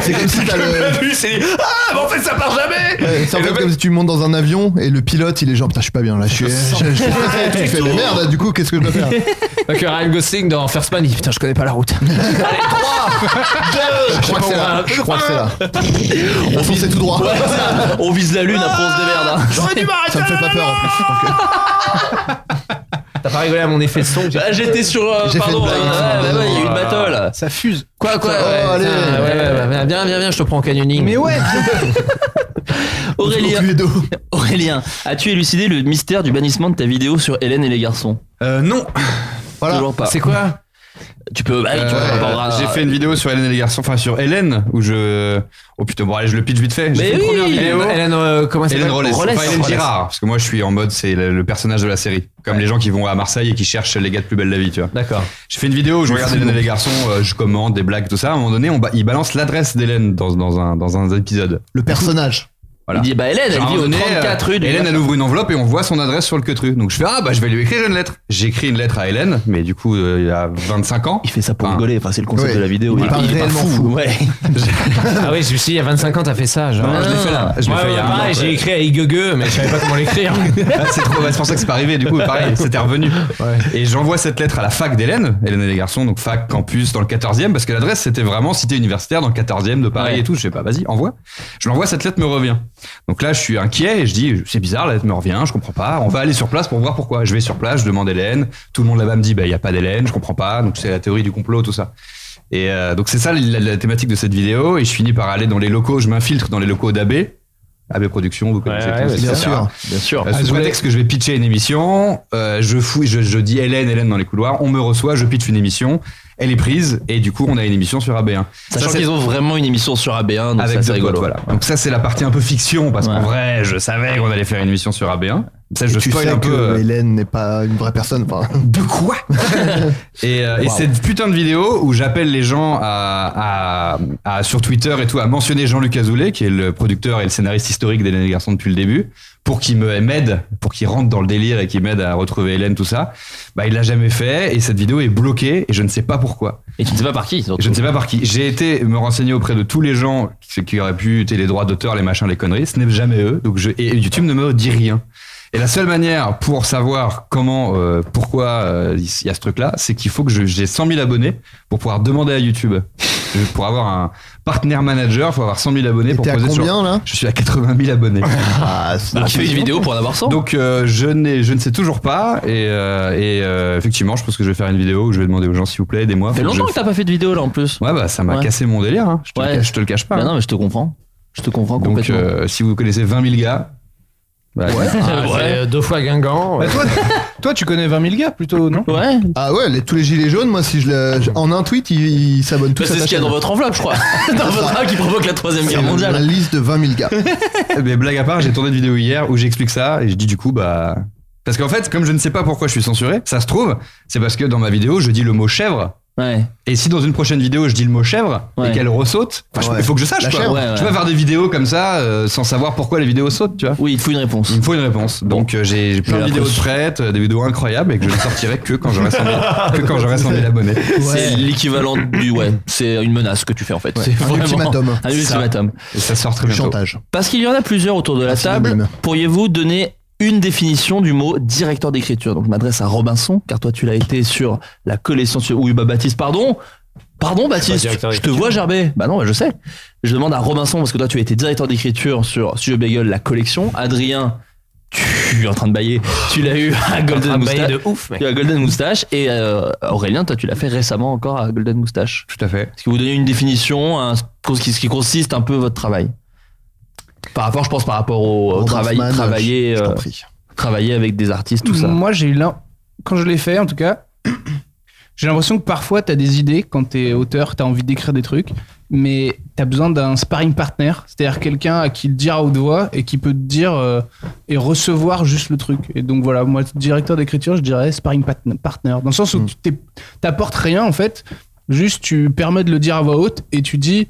S9: C'est comme si t'as le-
S2: Manu il s'est dit ah mais en fait ça part jamais.
S9: Ouais, c'est en
S2: Et le
S9: fait
S2: mec-
S9: comme si tu montes dans un avion et le pilote il est genre putain je suis pas bien là je suis je, je, je- je- tu fais mais merde du coup qu'est-ce que je dois faire
S2: Pas que Ryan Gosling dans First Man, il dit putain, je connais pas la route. Allez, 3, 2,
S9: je crois que c'est là je crois que c'est là on fonçait tout droit
S8: On vise la lune, après on se démerde.
S9: Ah,
S8: hein.
S2: J'aurais dû m'arrêter.
S9: ça me fait pas peur en plus
S2: T'as pas rigolé à mon effet de son.
S8: Ah, J'étais sur. euh,
S9: J'ai fait
S8: pardon,
S9: une blague,
S8: euh,
S9: ça,
S8: ouais,
S9: pardon.
S8: ouais, il y a eu une battle.
S11: Ça fuse.
S8: Quoi, quoi
S9: Oh,
S8: ouais,
S9: allez.
S8: putain,
S2: Ouais, ouais, ouais, viens, viens, viens, je te prends en canyoning.
S11: Mais ouais,
S8: Aurélien,
S9: Cluedo.
S8: Aurélien, as-tu élucidé le mystère du bannissement de ta vidéo sur Hélène et les garçons
S10: Euh, non,
S9: voilà
S8: Toujours pas.
S2: C'est quoi
S8: Tu peux. bah, tu
S10: Euh,
S8: peux pas-
S10: j'ai fait une vidéo sur Hélène et les garçons, enfin sur Hélène, où je. Oh putain, bon, allez, je le pitch vite fait. J'ai
S8: Mais
S10: fait une
S8: oui,
S10: première vidéo.
S2: Hélène, Hélène, euh, comment elle
S10: Hélène
S2: s'appelle
S10: Rollès, enfin Hélène Girard, parce que moi je suis en mode c'est le, le personnage de la série, comme les gens qui vont à Marseille et qui cherchent les gars de plus belle la vie, tu vois.
S2: D'accord.
S10: J'ai fait une vidéo où je regarde Hélène et les garçons, euh, je commente des blagues, tout ça. À un moment donné, on ba- ils balancent l'adresse d'Hélène dans, dans, un, dans un épisode.
S9: le personnage
S10: Voilà.
S8: Il dit bah Hélène,
S10: À
S8: elle
S10: un
S8: vit
S10: moment
S8: au
S10: donné,
S8: 34
S10: euh,
S8: rue du.
S10: Hélène, elle ouvre une enveloppe et on voit son adresse sur le queutru. Donc je fais Ah bah je vais lui écrire une lettre. J'écris une lettre à Hélène, mais du coup, euh, il y a 25 ans.
S8: Il fait ça pour
S10: Enfin,
S8: rigoler, enfin c'est le concept
S9: ouais.
S8: de la vidéo.
S9: Il est pas réellement fou.
S8: Ouais.
S2: Ah oui, je me suis dit, il y a 25 ans, t'as fait ça. Genre.
S8: Ah,
S10: Non, je l'ai fait là. Je l'ai
S2: Ouais,
S10: fait il y
S2: ouais,
S10: a un
S2: pareil,
S10: an.
S2: j'ai écrit à Igege, mais je savais pas comment l'écrire.
S10: Ah, c'est trop, ouais, c'est pour ça que c'est pas arrivé, du coup, pareil, c'était revenu. Et j'envoie cette lettre à la fac d'Hélène, Hélène et les garçons, donc fac, campus, dans le 14e, parce que l'adresse c'était vraiment cité universitaire dans le 14e de Paris
S2: Ouais.
S10: et tout. Je sais pas, vas-y, envoie. Je l'envoie, cette lettre me revient. Donc là, je suis inquiet et je dis, c'est bizarre, la lettre me revient, je comprends pas. On va aller sur place pour voir pourquoi. Je vais sur place, je demande Hélène. Tout le monde là-bas me dit, bah, il y a pas d'Hélène, je comprends pas. Donc c'est la théorie du complot, tout ça. Et euh, donc c'est ça la, la thématique de cette vidéo. Et je finis par aller dans les locaux, je m'infiltre dans les locaux d'AB. AB Productions, vous connaissez
S2: ouais,
S10: tous,
S2: ouais,
S10: etc.
S9: bien sûr
S8: Bien sûr.
S10: Euh, sous
S2: Ah, je voulais-
S10: prétexte que je vais pitcher une émission, euh, je fouille, je, je dis Hélène, Hélène dans les couloirs, on me reçoit, je pitch une émission, elle est prise, et du coup on a une émission sur AB1.
S8: Sachant
S10: Ça, c'est-
S8: qu'ils ont vraiment une émission sur AB1, donc
S10: avec
S8: ça, c'est
S10: deux potes,
S8: rigolo.
S10: voilà. Donc ça c'est la partie un peu fiction, parce
S8: Ouais.
S10: qu'en vrai je savais qu'on allait faire une émission sur AB1. Ça je
S9: tu
S10: spoil
S9: sais
S10: un peu.
S9: que
S10: euh,
S9: Hélène n'est pas une vraie personne enfin,
S10: de quoi Et, euh, et cette putain de vidéo où j'appelle les gens à, à- à- sur Twitter et tout à mentionner Jean-Luc Azoulay, qui est le producteur et le scénariste historique d'Hélène et les garçons depuis le début, pour qu'il me m'aide, pour qu'il rentre dans le délire et qu'il m'aide à retrouver Hélène, tout ça. Bah, il l'a jamais fait et cette vidéo est bloquée et je ne sais pas pourquoi.
S8: Et tu ne sais pas par qui. surtout.
S10: Je ne sais pas par qui. J'ai été me renseigner auprès de tous les gens qui, qui auraient pu, tu sais, les droits d'auteur, les machins, les conneries. Ce n'est jamais eux. Donc je, et YouTube ne me dit rien. Et la seule manière pour savoir comment, euh, pourquoi euh, il y a ce truc-là, c'est qu'il faut que je- j'ai 100 000 abonnés pour pouvoir demander à YouTube. Je- pour avoir un partner manager, il faut avoir 100 000 abonnés
S9: et
S10: pour
S9: t'es à
S10: poser sur-
S9: combien là
S10: Je suis à 80 000 abonnés.
S9: ah, c'est-
S8: Bah, fais une vidéo pour en avoir 100.
S10: Donc euh, je, n'ai- je ne sais toujours pas. Et, euh, et, euh, effectivement, je pense que je vais faire une vidéo où je vais demander aux gens, s'il vous plaît, aidez-moi.
S8: Ça fait
S10: Faut que je
S8: longtemps que t'as pas fait de vidéo là en plus.
S10: Ouais, bah ça m'a
S8: Ouais.
S10: cassé mon délire. hein. Je, te
S8: Ouais.
S10: le, cache- je te le cache pas.
S8: Bah
S10: hein.
S8: non, mais je te comprends. Je te comprends
S10: Donc,
S8: complètement.
S10: euh, si vous connaissez 20 000 gars,
S32: Ouais. Ah, c'est deux fois Guingamp.
S9: Bah, toi, toi, tu connais 20 000 gars plutôt, non
S8: Ouais.
S2: Ah ouais, les- tous les gilets jaunes, moi, si je le- je- en un tweet, ils, ils s'abonnent tous
S8: Bah,
S2: à
S8: c'est ce
S2: ta
S8: qu'il y a
S2: chaîne.
S8: dans votre enveloppe, je crois. dans votre enveloppe qui provoque la troisième guerre
S2: C'est
S8: mondiale.
S2: La liste de 20 000 gars.
S10: Mais blague à part, j'ai tourné une vidéo hier où j'explique ça et je dis du coup, bah. Parce qu'en fait, comme je ne sais pas pourquoi je suis censuré, ça se trouve, c'est parce que dans ma vidéo, je dis le mot chèvre. Et si dans une prochaine vidéo, je dis le mot chèvre
S8: Ouais.
S10: et qu'elle ressaute, enfin, je- il
S8: Ouais.
S10: faut que je sache
S8: La
S10: quoi.
S8: chèvre. Ouais, ouais.
S10: Je peux pas faire des vidéos comme ça euh, sans savoir pourquoi les vidéos sautent, tu vois.
S8: Oui, il faut une réponse.
S10: Il me faut une réponse. Donc euh, j'ai j'ai plein de
S8: la
S10: vidéos de
S8: preuve.
S10: prêtes, euh, des vidéos incroyables et que je ne sortirai que quand j'aurai 100 000 que quand j'aurai 100 000 abonnés.
S8: C'est l'équivalent du ouais. C'est une menace que tu fais en fait.
S10: Ouais.
S8: C'est
S10: Un
S8: vraiment
S10: ultimatum.
S8: Un ultimatum.
S10: Et ça sort très bientôt.
S2: Chantage.
S8: Parce qu'il y en a plusieurs autour de la table. Pourriez-vous donner une définition du mot directeur d'écriture Donc je m'adresse à Robinson, car toi tu l'as été sur la collection sur oui, bah Baptiste, pardon. Pardon Baptiste,
S32: directeur
S8: je te vois Gerbet. Bah non, bah, je sais. Je demande à Robinson parce que toi tu as été directeur d'écriture sur Studio Bagel la collection. Adrien, tu es en train de bailler. Tu l'as eu à
S32: En train
S8: Golden
S32: de bailler
S8: Moustache.
S32: de ouf, mec.
S8: Tu as Golden Moustache et euh, Aurélien, toi tu l'as fait récemment encore à Golden Moustache.
S10: Tout à fait.
S8: Est-ce que vous donnez une définition, un- ce qui- ce qui consiste un peu votre travail par rapport, je pense, par rapport au, au
S2: Robert
S8: travail,
S2: Sman,
S8: travailler,
S2: je- je t'en
S8: euh,
S2: prie. Euh,
S8: travailler avec des artistes, tout ça.
S9: Moi, j'ai eu l'im- quand je l'ai fait, en tout cas, j'ai l'impression que parfois, t'as des idées quand t'es auteur, t'as envie d'écrire des trucs, mais t'as besoin d'un sparring partner, c'est-à-dire quelqu'un à qui le dire à haute voix et qui peut te dire euh, et recevoir juste le truc. Et donc voilà, moi, directeur d'écriture, je dirais sparring pat- partner, dans le sens où
S2: Mm.
S9: tu t'es- t'apportes rien en fait, juste tu permets de le dire à voix haute et tu dis.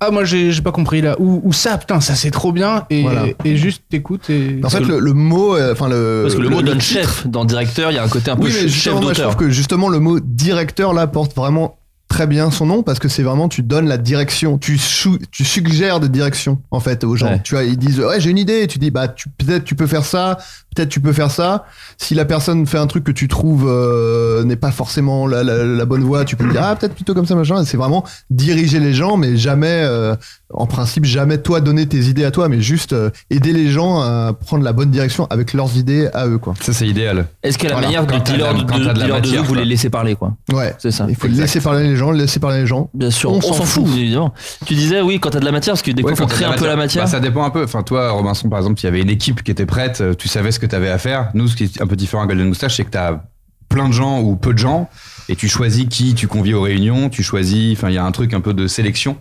S9: Ah moi j'ai j'ai pas compris là ou, ou ça putain ça c'est trop bien et,
S2: Voilà.
S9: et juste t'écoutes et
S2: En fait, le, le mot, euh, enfin le.
S8: Parce que le, mot donne
S2: titre-
S8: chef dans directeur, il y a un côté un peu
S2: Oui,
S8: ch-
S2: mais
S8: chef
S2: justement, moi, je
S8: d'auteur.
S2: trouve que justement le mot directeur là porte vraiment très bien son nom parce que c'est vraiment tu donnes la direction, tu, sou- tu suggères des directions en fait aux gens.
S8: Ouais.
S2: Tu vois, ils disent ouais j'ai une idée, et tu dis bah tu- peut-être tu peux faire ça, peut-être tu peux faire ça. Si la personne fait un truc que tu trouves euh, n'est pas forcément la, la- la bonne voie, tu peux dire ah peut-être plutôt comme ça machin. Et C'est vraiment diriger les gens, mais jamais euh, en principe jamais toi donner tes idées à toi, mais juste euh, aider les gens à prendre la bonne direction avec leurs idées à eux quoi.
S10: Ça, c'est idéal.
S8: Est-ce qu'à la
S2: Voilà.
S8: manière
S2: Quand
S8: de
S2: t'as
S8: dealer
S2: de
S8: de,
S2: la- quand t'as de la
S8: dealer de jeu,
S2: matière,
S8: vous les
S2: quoi.
S8: laissez parler, quoi.
S2: Ouais.
S8: C'est ça.
S2: Il faut laisser parler les gens, laisser parler les gens.
S8: Bien sûr, on, s'en fout, évidemment. Tu disais, oui, quand t'as de la matière, parce que des
S10: Ouais,
S8: fois, on
S10: quand t'as
S8: crée
S10: de
S8: un peu la matière.
S10: Bah, ça dépend un peu. Enfin, toi, Robinson, par exemple, il y avait une équipe qui était prête, euh, tu savais ce que tu avais à faire. Nous, ce qui est un peu différent à Golden Moustache, c'est que tu as plein de gens ou peu de gens, et tu choisis qui tu convies aux réunions, tu choisis. Enfin, il y a un truc un peu de sélection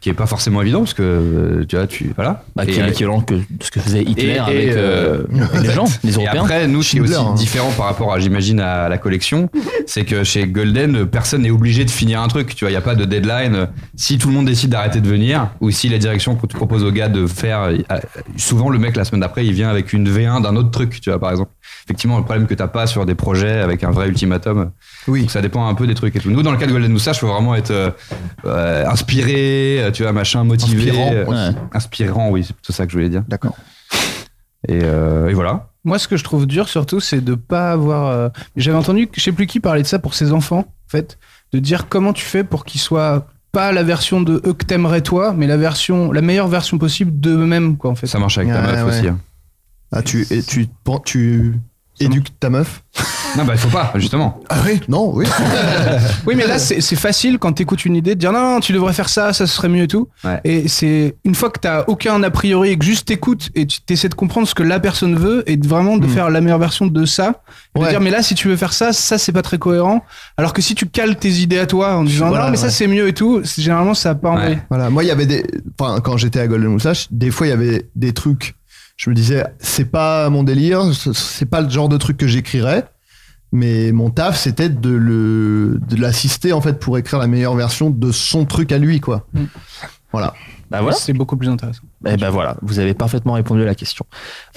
S10: qui est pas forcément évident parce que euh, tu vois, tu voilà.
S8: Bah, qui est
S10: Et- euh,
S8: l'équivalent que de ce que faisait Hitler
S10: et-
S8: avec
S10: et,
S8: euh,
S10: euh,
S8: les gens, les
S10: Et
S8: Européens.
S10: après, nous, ce qui est aussi
S8: Schindler, hein.
S10: différent par rapport, à, j'imagine, à la collection, c'est que chez Golden, personne n'est obligé de finir un truc. Tu vois, il n'y a pas de deadline. Si tout le monde décide d'arrêter de venir, ou si la direction que tu proposes au gars de faire, il- ah, souvent le mec la semaine d'après, il vient avec une V1 d'un autre truc, tu vois, par exemple. Effectivement, le problème que t'as pas sur des projets avec un vrai ultimatum.
S2: Oui.
S10: ça dépend un peu des trucs et tout. Nous, dans le cas de Golden Moustache, faut vraiment être euh, euh, inspiré, euh, tu vois, machin, motivé,
S2: Inspirant
S10: euh,
S2: aussi.
S10: inspirant, oui, c'est plutôt ça que je voulais dire.
S2: D'accord.
S10: Et, euh, et voilà.
S9: Moi, ce que je trouve dur surtout, c'est de pas avoir. euh, J'avais entendu, je sais plus qui parlait de ça pour ses enfants, en fait, de dire comment tu fais pour qu'ils soient pas la version de eux que t'aimerais toi, mais la version, la meilleure version possible d'eux-mêmes, quoi, en fait.
S10: Ça marche avec ta
S2: Ouais,
S10: meuf
S2: ouais.
S10: aussi. hein.
S2: Ah, tu, et tu, pen- tu éduques ta meuf
S10: Non, bah, il faut pas, justement.
S2: Ah oui Non, oui.
S9: oui, mais là, c'est c'est facile quand t'écoutes une idée de dire non, non, tu devrais faire ça, ça serait mieux et tout.
S10: Ouais.
S9: Et c'est une fois que t'as aucun a priori et que juste t'écoutes et tu t'essaies de comprendre ce que la personne veut et de vraiment de faire la meilleure version de ça. Et de
S2: Hmm. Ouais.
S9: dire, mais là, si tu veux faire ça, ça c'est pas très cohérent. Alors que si tu cales tes idées à toi en disant
S2: Voilà,
S9: non, mais
S2: ouais.
S9: ça c'est mieux et tout, c'est- généralement ça a pas envie.
S2: Voilà, Bah, moi il y avait des enfin quand j'étais à Golden Moustache, des fois il y avait des trucs je me disais c'est pas mon délire, c- c'est pas le genre de truc que j'écrirais. Mais mon taf, c'était de le de l'assister en fait pour écrire la meilleure version de son truc à lui quoi. Voilà.
S8: Bah voilà.
S9: C'est beaucoup plus intéressant.
S8: Eh ben voilà, vous avez parfaitement répondu à la question.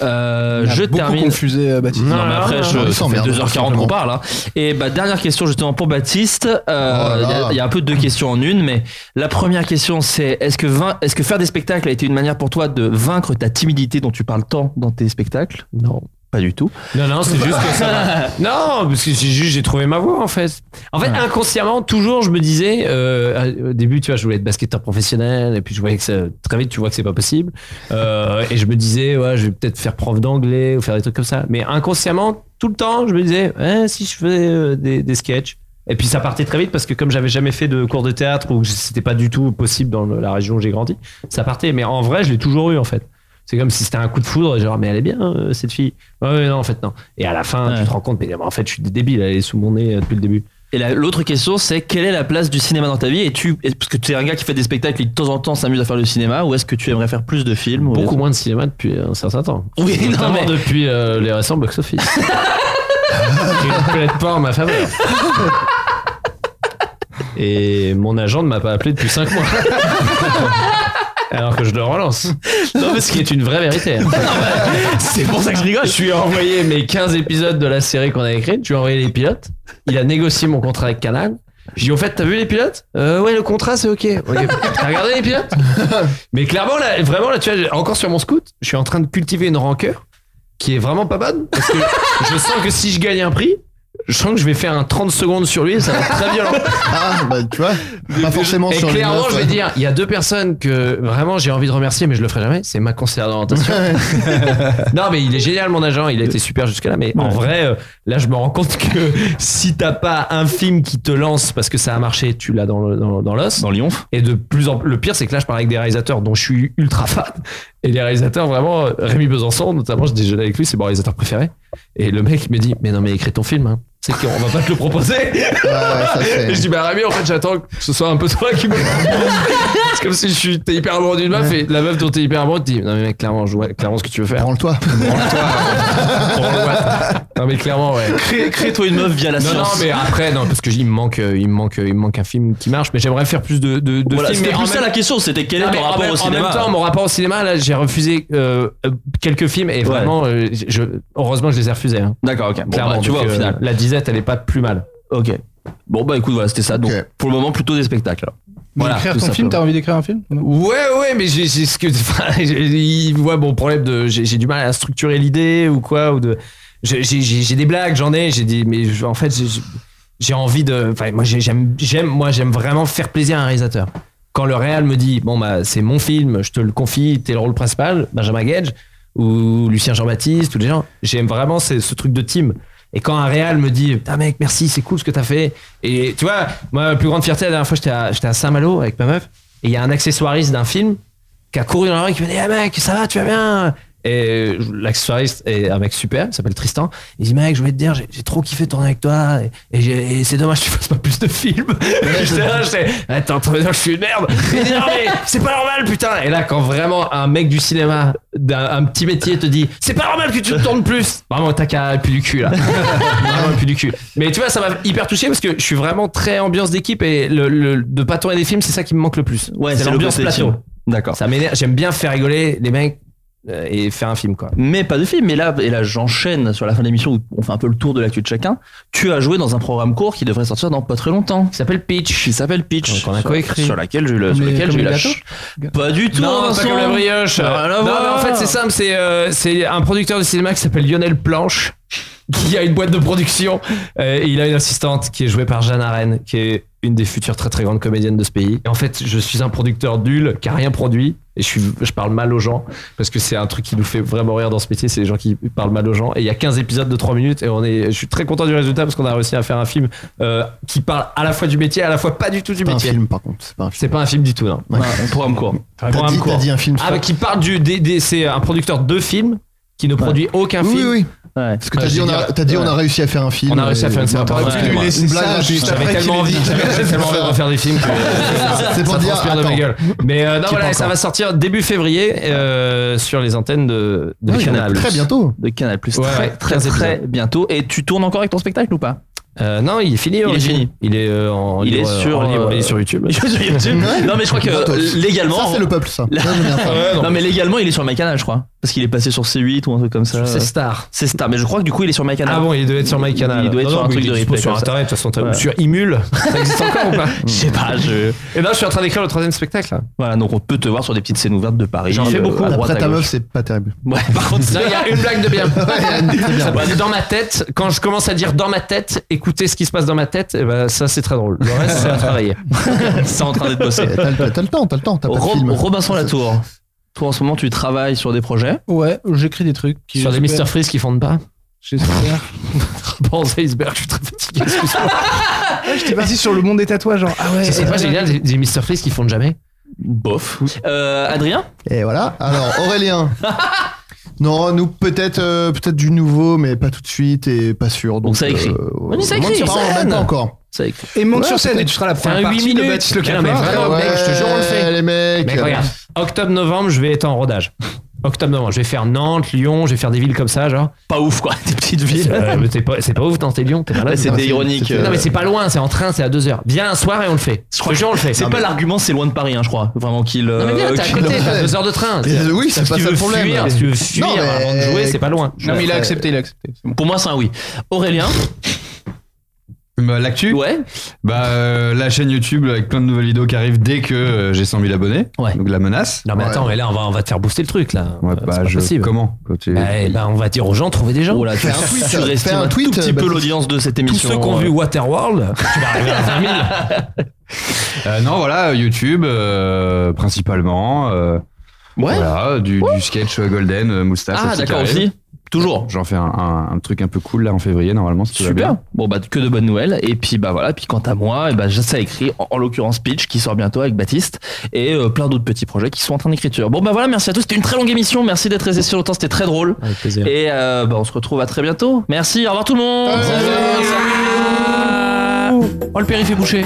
S8: Euh,
S9: On a
S8: je
S9: beaucoup
S8: termine.
S9: confusé, euh, Baptiste.
S8: Non,
S9: Non,
S8: mais
S9: non,
S8: après,
S2: Ah,
S9: non,
S8: je,
S9: non,
S8: ça
S9: il
S8: fait
S9: s'emmerde,
S8: 2h40 qu'on
S9: simplement.
S8: parle. hein. Et bah, dernière question justement pour Baptiste. Euh,
S9: Oh là
S8: Il y a-
S9: là.
S8: il y, a un peu deux questions en une, mais la première question c'est est-ce que, vain- est-ce que faire des spectacles a été une manière pour toi de vaincre ta timidité dont tu parles tant dans tes spectacles Non, pas du tout.
S32: Non, non, c'est juste que ça. m'a- Non, parce que c'est juste, j'ai trouvé ma voie en fait. En fait,
S8: Ouais.
S32: inconsciemment, toujours, je me disais, euh, au début, tu vois, je voulais être basketteur professionnel, et puis je voyais que ça, très vite, tu vois que c'est pas possible. Euh, et je me disais, ouais, je vais peut-être faire prof d'anglais ou faire des trucs comme ça. Mais inconsciemment, tout le temps, je me disais, eh, si je faisais euh, des, des sketchs. Et puis ça partait très vite parce que comme j'avais jamais fait de cours de théâtre ou que c'était pas du tout possible dans le- la région où j'ai grandi, ça partait. Mais en vrai, je l'ai toujours eu en fait. C'est-à-dire
S8: C'est comme si c'était un coup de foudre, genre, mais elle est bien, euh, cette fille. Ouais, ouais, non, en fait, non. Et à la fin, tu te rends compte, mais en fait, je suis débile, elle est sous mon nez euh, depuis le début.
S2: Et la- l'autre question, c'est quelle est la place du cinéma dans ta vie Et tu, est- parce que tu es un gars qui fait des spectacles et qui de temps en temps s'amuse à faire du cinéma, ou est-ce que tu aimerais faire plus de films ou-
S8: Beaucoup moins de cinéma depuis un certain temps.
S2: Oui, non,
S8: Notamment
S2: mais-
S8: depuis euh, les récents box-office. qui ne plaident pas en ma faveur. Et mon agent ne m'a pas appelé depuis 5 mois. Alors que je le relance. Non, mais ce qui est une vraie vérité. C'est pour ça que je rigole. Je lui ai envoyé mes 15 épisodes de la série qu'on a écrite. Je lui ai envoyé les pilotes. Il a négocié mon contrat avec Canal. Je lui ai dit, au fait, t'as vu les pilotes Euh, Ouais, le contrat, c'est OK. Ok. T'as regardé les pilotes Mais clairement, là, vraiment, là, tu vois, encore sur mon scout, je suis en train de cultiver une rancœur qui est vraiment pas bonne. Parce que je sens que si je gagne un prix, je sens que je vais faire un 30 secondes sur lui et ça va être très violent.
S33: Ah, bah, tu vois, pas forcément
S8: Et
S33: sur les
S8: clairement,
S33: notes,
S8: je vais
S33: ouais.
S8: dire, il y a deux personnes que vraiment j'ai envie de remercier, mais je le ferai jamais. C'est ma conseillère d'orientation. non, mais il est génial, mon agent. Il a été super jusque-là. Mais en vrai, euh, là, je me rends compte que si t'as pas un film qui te lance parce que ça a marché, tu l'as dans, le- dans, dans l'os. Dans l'ionf. Et de plus en Le pire, c'est que là, je parle avec des réalisateurs dont je suis ultra fan. Et les réalisateurs, vraiment, euh, Rémi Besançon, notamment, je déjeunais avec lui, c'est mon réalisateur préféré. Et le mec, il me dit, mais non, mais écris ton film, hein. C'est qu'on va pas te le proposer.
S34: c'est-
S8: Et je dis, bah Rémi, en fait, j'attends que ce soit un peu toi qui me C'est comme si je suis, t'es hyper amoureux d'une meuf et la meuf dont t'es hyper amoureux te dit, non mais mec, clairement, je vois clairement ce que tu veux faire.
S33: Branle-toi.
S8: Non mais clairement, ouais.
S2: Crée- crée-toi une meuf via la
S8: non,
S2: science.
S8: Non, mais après, non, parce que il me manque, euh, il me manque, euh, il me manque un film qui marche, mais j'aimerais faire plus de, de, de
S2: Voilà,
S8: films.
S2: c'était
S8: mais en
S2: plus ça
S8: même-
S2: la question, c'était quel est
S8: Non,
S2: ton
S8: mais en
S2: rapport
S8: même-
S2: au cinéma
S8: En même temps, mon rapport au cinéma, là, j'ai refusé euh, euh, quelques films et vraiment, euh, je, heureusement que je les ai refusés. hein.
S2: D'accord, ok. Bon,
S8: Clairement,
S2: bah, tu
S8: donc,
S2: vois, au
S8: euh,
S2: final.
S8: La disette, elle est pas plus mal.
S2: Ok. Bon, bah écoute, voilà, c'était ça. Donc, pour le moment, plutôt des spectacles. alors. Voilà,
S9: écrire
S2: tout
S9: ton film,
S2: simplement.
S9: t'as envie d'écrire un film
S8: Ouais, ouais, mais j'ai j'ai ce que. enfin, j'ai- il voit mon problème de. J'ai j'ai du mal à structurer l'idée ou quoi, ou de. j'ai- J'ai j'ai des blagues, j'en ai, j'ai des. Mais je- en fait, j'ai- j'ai- j'ai envie de. Enfin, moi, j'ai- j'aime, j'aime, moi, j'aime vraiment faire plaisir à un réalisateur. Quand le réal me dit, bon, bah, c'est mon film, je te le confie, t'es le rôle principal, Benjamin Gage, ou Lucien Jean-Baptiste, tous les gens, j'aime vraiment ce, ce truc de team. Et quand un réal me dit, putain mec, merci, c'est cool ce que t'as fait. Et tu vois, ma plus grande fierté, la dernière fois, j'étais à, j'étais à Saint-Malo avec ma meuf, et il y a un accessoiriste d'un film qui a couru dans la rue et qui me dit, ah mec, ça va, tu vas bien Et l'accessoiriste est un mec super, il s'appelle Tristan. Il dit, mec, je voulais te dire, j'ai j'ai trop kiffé tourner avec toi, et, et j'ai- et c'est dommage que tu fasses pas plus de films. J'étais là, j'étais, eh, attends, je suis une merde. Il dit, non, mais c'est pas normal, putain. Et là, quand vraiment un mec du cinéma, d'un un petit métier te dit, c'est pas normal que tu te tournes plus. Vraiment, t'as qu'à plus du cul, là. vraiment, plus du cul. Mais tu vois, ça m'a hyper touché parce que je suis vraiment très ambiance d'équipe et le, le- de pas tourner des films, c'est ça qui me manque le plus.
S2: Ouais, c'est le
S8: l'ambiance
S2: côté
S8: plateau.
S2: film. D'accord.
S8: Ça m'énerve. J'aime bien faire rigoler les mecs euh, et faire un film, quoi.
S2: Mais pas de film. Mais là, et là j'enchaîne sur la fin de l'émission où on fait un peu le tour de l'actu de chacun. Tu as joué dans un programme court qui devrait sortir dans pas très longtemps. Qui
S8: s'appelle Pitch.
S2: Qui s'appelle Pitch.
S8: Qu'on a
S2: Sur-
S8: coécrit.
S2: Sur laquelle j'ai eu le-
S8: Comme
S2: sur
S8: les-
S2: lequel
S8: comme
S2: j'ai eu
S8: les
S2: la ch- Pas du tout.
S8: Non,
S2: Vincent.
S8: pas comme la brioche.
S2: Ah, là,
S8: non, mais
S2: voilà.
S8: en fait, c'est simple. C'est euh, c'est un producteur de cinéma qui s'appelle Lionel Planche, qui a une boîte de production. euh, et il a une assistante qui est jouée par Jeanne Arène, qui est une des futures très très grandes comédiennes de ce pays. Et en fait, je suis un producteur nul qui a rien produit. Et je, suis, je parle mal aux gens parce que c'est un truc qui nous fait vraiment rire dans ce métier, c'est les gens qui parlent mal aux gens. Et il y a 15 épisodes de 3 minutes et on est, je suis très content du résultat parce qu'on a réussi à faire un film euh, qui parle à la fois du métier, à la fois pas du tout du
S33: Pas un
S8: métier.
S33: film, par contre. C'est pas un film.
S8: C'est pas un film du tout, non.
S33: Ouais.
S8: Un programme court.
S33: T'as dit- t'as dit un film
S8: Ah,
S33: fort.
S8: mais qui parle du. des- des- c'est un producteur de films qui ne produit aucun
S33: Oui,
S8: film.
S33: oui.
S8: Parce
S33: que t'as dit, on a, t'as dit on a réussi à faire un film.
S8: Ah,
S33: euh,
S8: On a réussi à faire une série.
S33: T'aurais pu lui laisser ça juste
S8: J'avais
S33: après qu'il
S8: tellement
S33: ait
S8: envie,
S33: dit.
S8: j'avais tellement envie de refaire des films. que- euh,
S33: C'est pour
S8: ça
S33: dire,
S8: transpire de ma
S33: attends.
S8: gueule. Mais euh, non,
S33: Qui est
S8: voilà,
S33: pas
S8: ça
S33: encore.
S8: va sortir début février euh, sur les antennes de, de
S2: Oui, il y en a
S8: Canal.
S2: très bientôt. De Canal Plus.
S8: Ouais,
S2: très,
S8: ouais,
S2: très,
S8: 15
S2: très
S8: épisodes.
S2: bientôt. Et tu tournes encore avec ton spectacle ou pas
S8: Euh, non, il est fini.
S2: Il est
S8: Origine.
S2: fini.
S8: Il est euh, en
S2: Il est
S8: libre-
S2: sur,
S8: en libre, il est sur
S2: euh,
S8: YouTube.
S2: il est sur YouTube. Non, mais je crois que,
S33: Gratos.
S2: euh, légalement-
S33: Ça, c'est le peuple, ça.
S2: Là-
S33: Ça, j'aime bien ça.
S2: non. mais légalement il est sur MyCanal je crois parce qu'il est passé sur C8 ou un truc comme ça.
S8: C'est Star.
S2: C'est Star mais je crois que du coup il est sur MyCanal.
S8: Ah bon, il doit être sur MyCanal.
S2: Il doit être
S8: Non,
S2: sur
S8: non,
S2: un
S8: mais
S2: truc
S8: il est
S2: de
S8: dispo
S2: replay
S8: sur
S2: comme ça.
S8: Internet, de toute façon, t'as-
S2: Ouais.
S8: sur Imul. Ça existe encore ou pas
S2: Je sais pas je.
S8: Et non, je suis en train d'écrire le troisième spectacle. là.
S2: Voilà donc on peut te voir sur des petites scènes ouvertes de Paris.
S8: J'en fais
S2: euh,
S8: beaucoup.
S2: à droite,
S33: Après
S2: à
S33: ta
S2: gauche.
S33: meuf, c'est pas terrible.
S2: Ouais par contre
S8: Non, il y a une blague de bien.
S33: bien.
S8: Bah, dans ma tête, quand je commence à dire dans ma tête, écoutez ce qui se passe dans ma tête, eh ben, ça c'est très drôle. Le reste, c'est à travailler.
S2: c'est en train d'être bossé.
S33: Eh, T'as t'as- t'as le temps, t'as le temps, t'as pas de
S2: Rob-
S33: film.
S2: Robinson Latour. Toi en ce moment tu travailles sur des projets.
S9: Ouais, j'écris des trucs. Qui
S8: Sur des Mr. Freeze qui fondent pas.
S9: J'espère.
S8: Bon, Iceberg, je suis très fatigué. excuse-moi.
S9: Ouais, J'étais parti sur le monde des tatouages, genre. Ah ouais.
S8: Ça, c'est pas génial, des, des Mr. Freeze qui fondent jamais. Bof. Euh, Adrien
S9: Et voilà. Alors, Aurélien. Non, nous peut-être euh, peut-être du nouveau, mais pas tout de suite et pas sûr. Donc,
S8: ça écrit.
S9: euh,
S8: On dit ça
S9: monte
S8: écrit,
S9: sur-
S8: ça
S9: non,
S8: donne.
S9: même pas encore.
S8: Ça écrit.
S11: Et monte sur scène et tu seras la première
S2: huit
S11: partie de Baptiste Le
S2: Non, mais
S11: Calafat.
S8: Ah,
S2: vraiment, mec, je te jure, on le fait.
S9: Les mecs. euh,
S2: Mec, regarde. Octobre-novembre, je vais être en rodage. Octobre-novembre, je vais faire Nantes, Lyon, je vais faire des villes comme ça, genre.
S8: Pas ouf, quoi, des petites
S2: villes. c'est euh, pas, c'est pas ouf, Nantes et Lyon, t'es malade.
S8: Bah, c'était
S2: Non, c'est-
S8: ironique,
S2: c'est-
S8: euh.
S2: Non, mais c'est pas loin, c'est en train, c'est à 2 heures. Viens un soir et on le fait. Je te jure, on le fait.
S8: C'est pas l'argument, c'est loin de Paris, hein, je crois. Vraiment qu'il.
S2: Non, mais viens, t'es à côté, t'as 2 heures de train.
S9: Et oui, c'est
S2: Si
S9: pas
S2: tu
S9: ça le
S2: veux
S9: problème.
S2: fuir, Si tu veux fuir
S9: Non, mais-
S2: avant de jouer, c'est pas loin.
S9: Non, mais il a accepté,
S8: il a accepté. Pour moi, c'est un oui. Aurélien
S10: Bah, L'actu
S8: Ouais.
S10: Bah, euh, la chaîne YouTube avec plein de nouvelles vidéos qui arrivent dès que euh, j'ai 100 000 abonnés. Donc la menace.
S2: Non, mais attends, mais là, on va, on va te faire booster le truc, là.
S10: Ouais, bah,
S2: pas
S10: je-
S2: possible.
S10: Comment Quand tu-
S2: Bah, eh ben, on va dire aux gens, trouvez des gens.
S8: Oh là, tu, tu surestimes un, euh, tout petit peu l'audience de cette
S2: Tous
S8: émission. euh. Ah,
S2: ceux qui ont vu Waterworld, tu vas arriver à 20 000.
S10: Euh, non, voilà, euh, YouTube euh, principalement. euh, Voilà, du, du sketch euh, Golden, euh, moustache.
S8: Ah,
S10: aussi, qui
S8: d'accord,
S10: arrive.
S8: aussi. Toujours.
S10: J'en fais un, un- un truc un peu cool là en février normalement. Si tout va
S8: Super.
S10: bien.
S8: Bon bah que de bonnes nouvelles. Et puis bah voilà. Puis quant à moi, et bah ça écrit en, en l'occurrence Pitch qui sort bientôt avec Baptiste et euh, plein d'autres petits projets qui sont en train d'écriture. Bon bah voilà. Merci à tous. C'était une très longue émission. Merci d'être resté si longtemps. C'était très drôle. Et euh, bah on se retrouve à très bientôt. Merci. Au revoir tout le monde. Salut. Oh le périph' est bouché.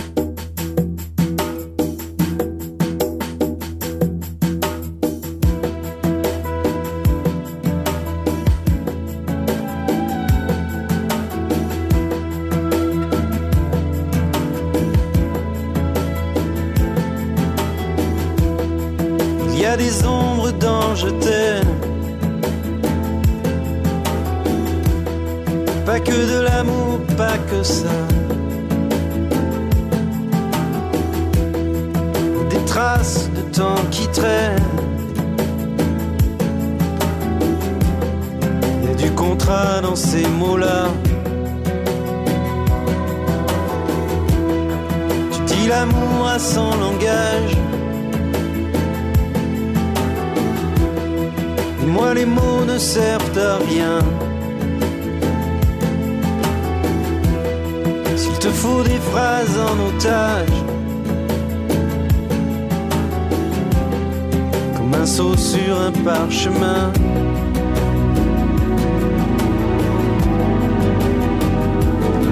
S3: Il y a des ombres dans Je t'aime. Pas que de l'amour, pas que ça. Des traces de temps qui traînent. Il y a du contrat dans ces mots-là. Tu dis l'amour à son langage. Et moi les mots ne servent à rien. S'il te faut des phrases en otage, comme un saut sur un parchemin.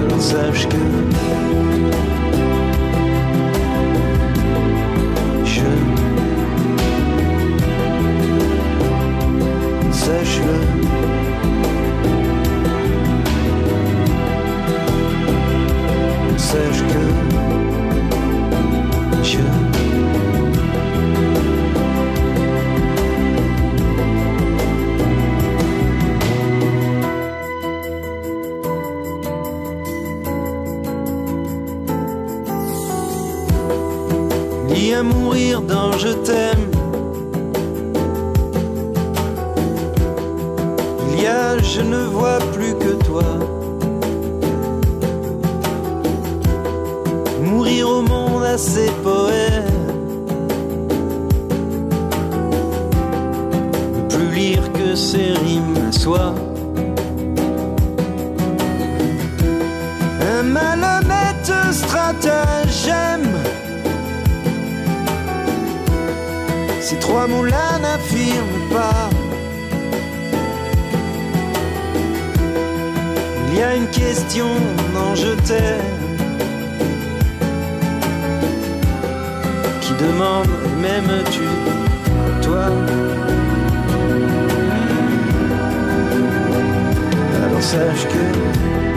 S3: Alors sache que je sache-le. Sache que je Ni à mourir dans je t'aime Il y a je ne vois plus que toi. Mourir au monde à ses poèmes. Ne plus lire que ses rimes à soi. Un malhonnête stratagème. Ces trois mots-là n'affirment pas. Il y a une question, non je t'aime Qui demande, m'aimes-tu, toi Alors sache que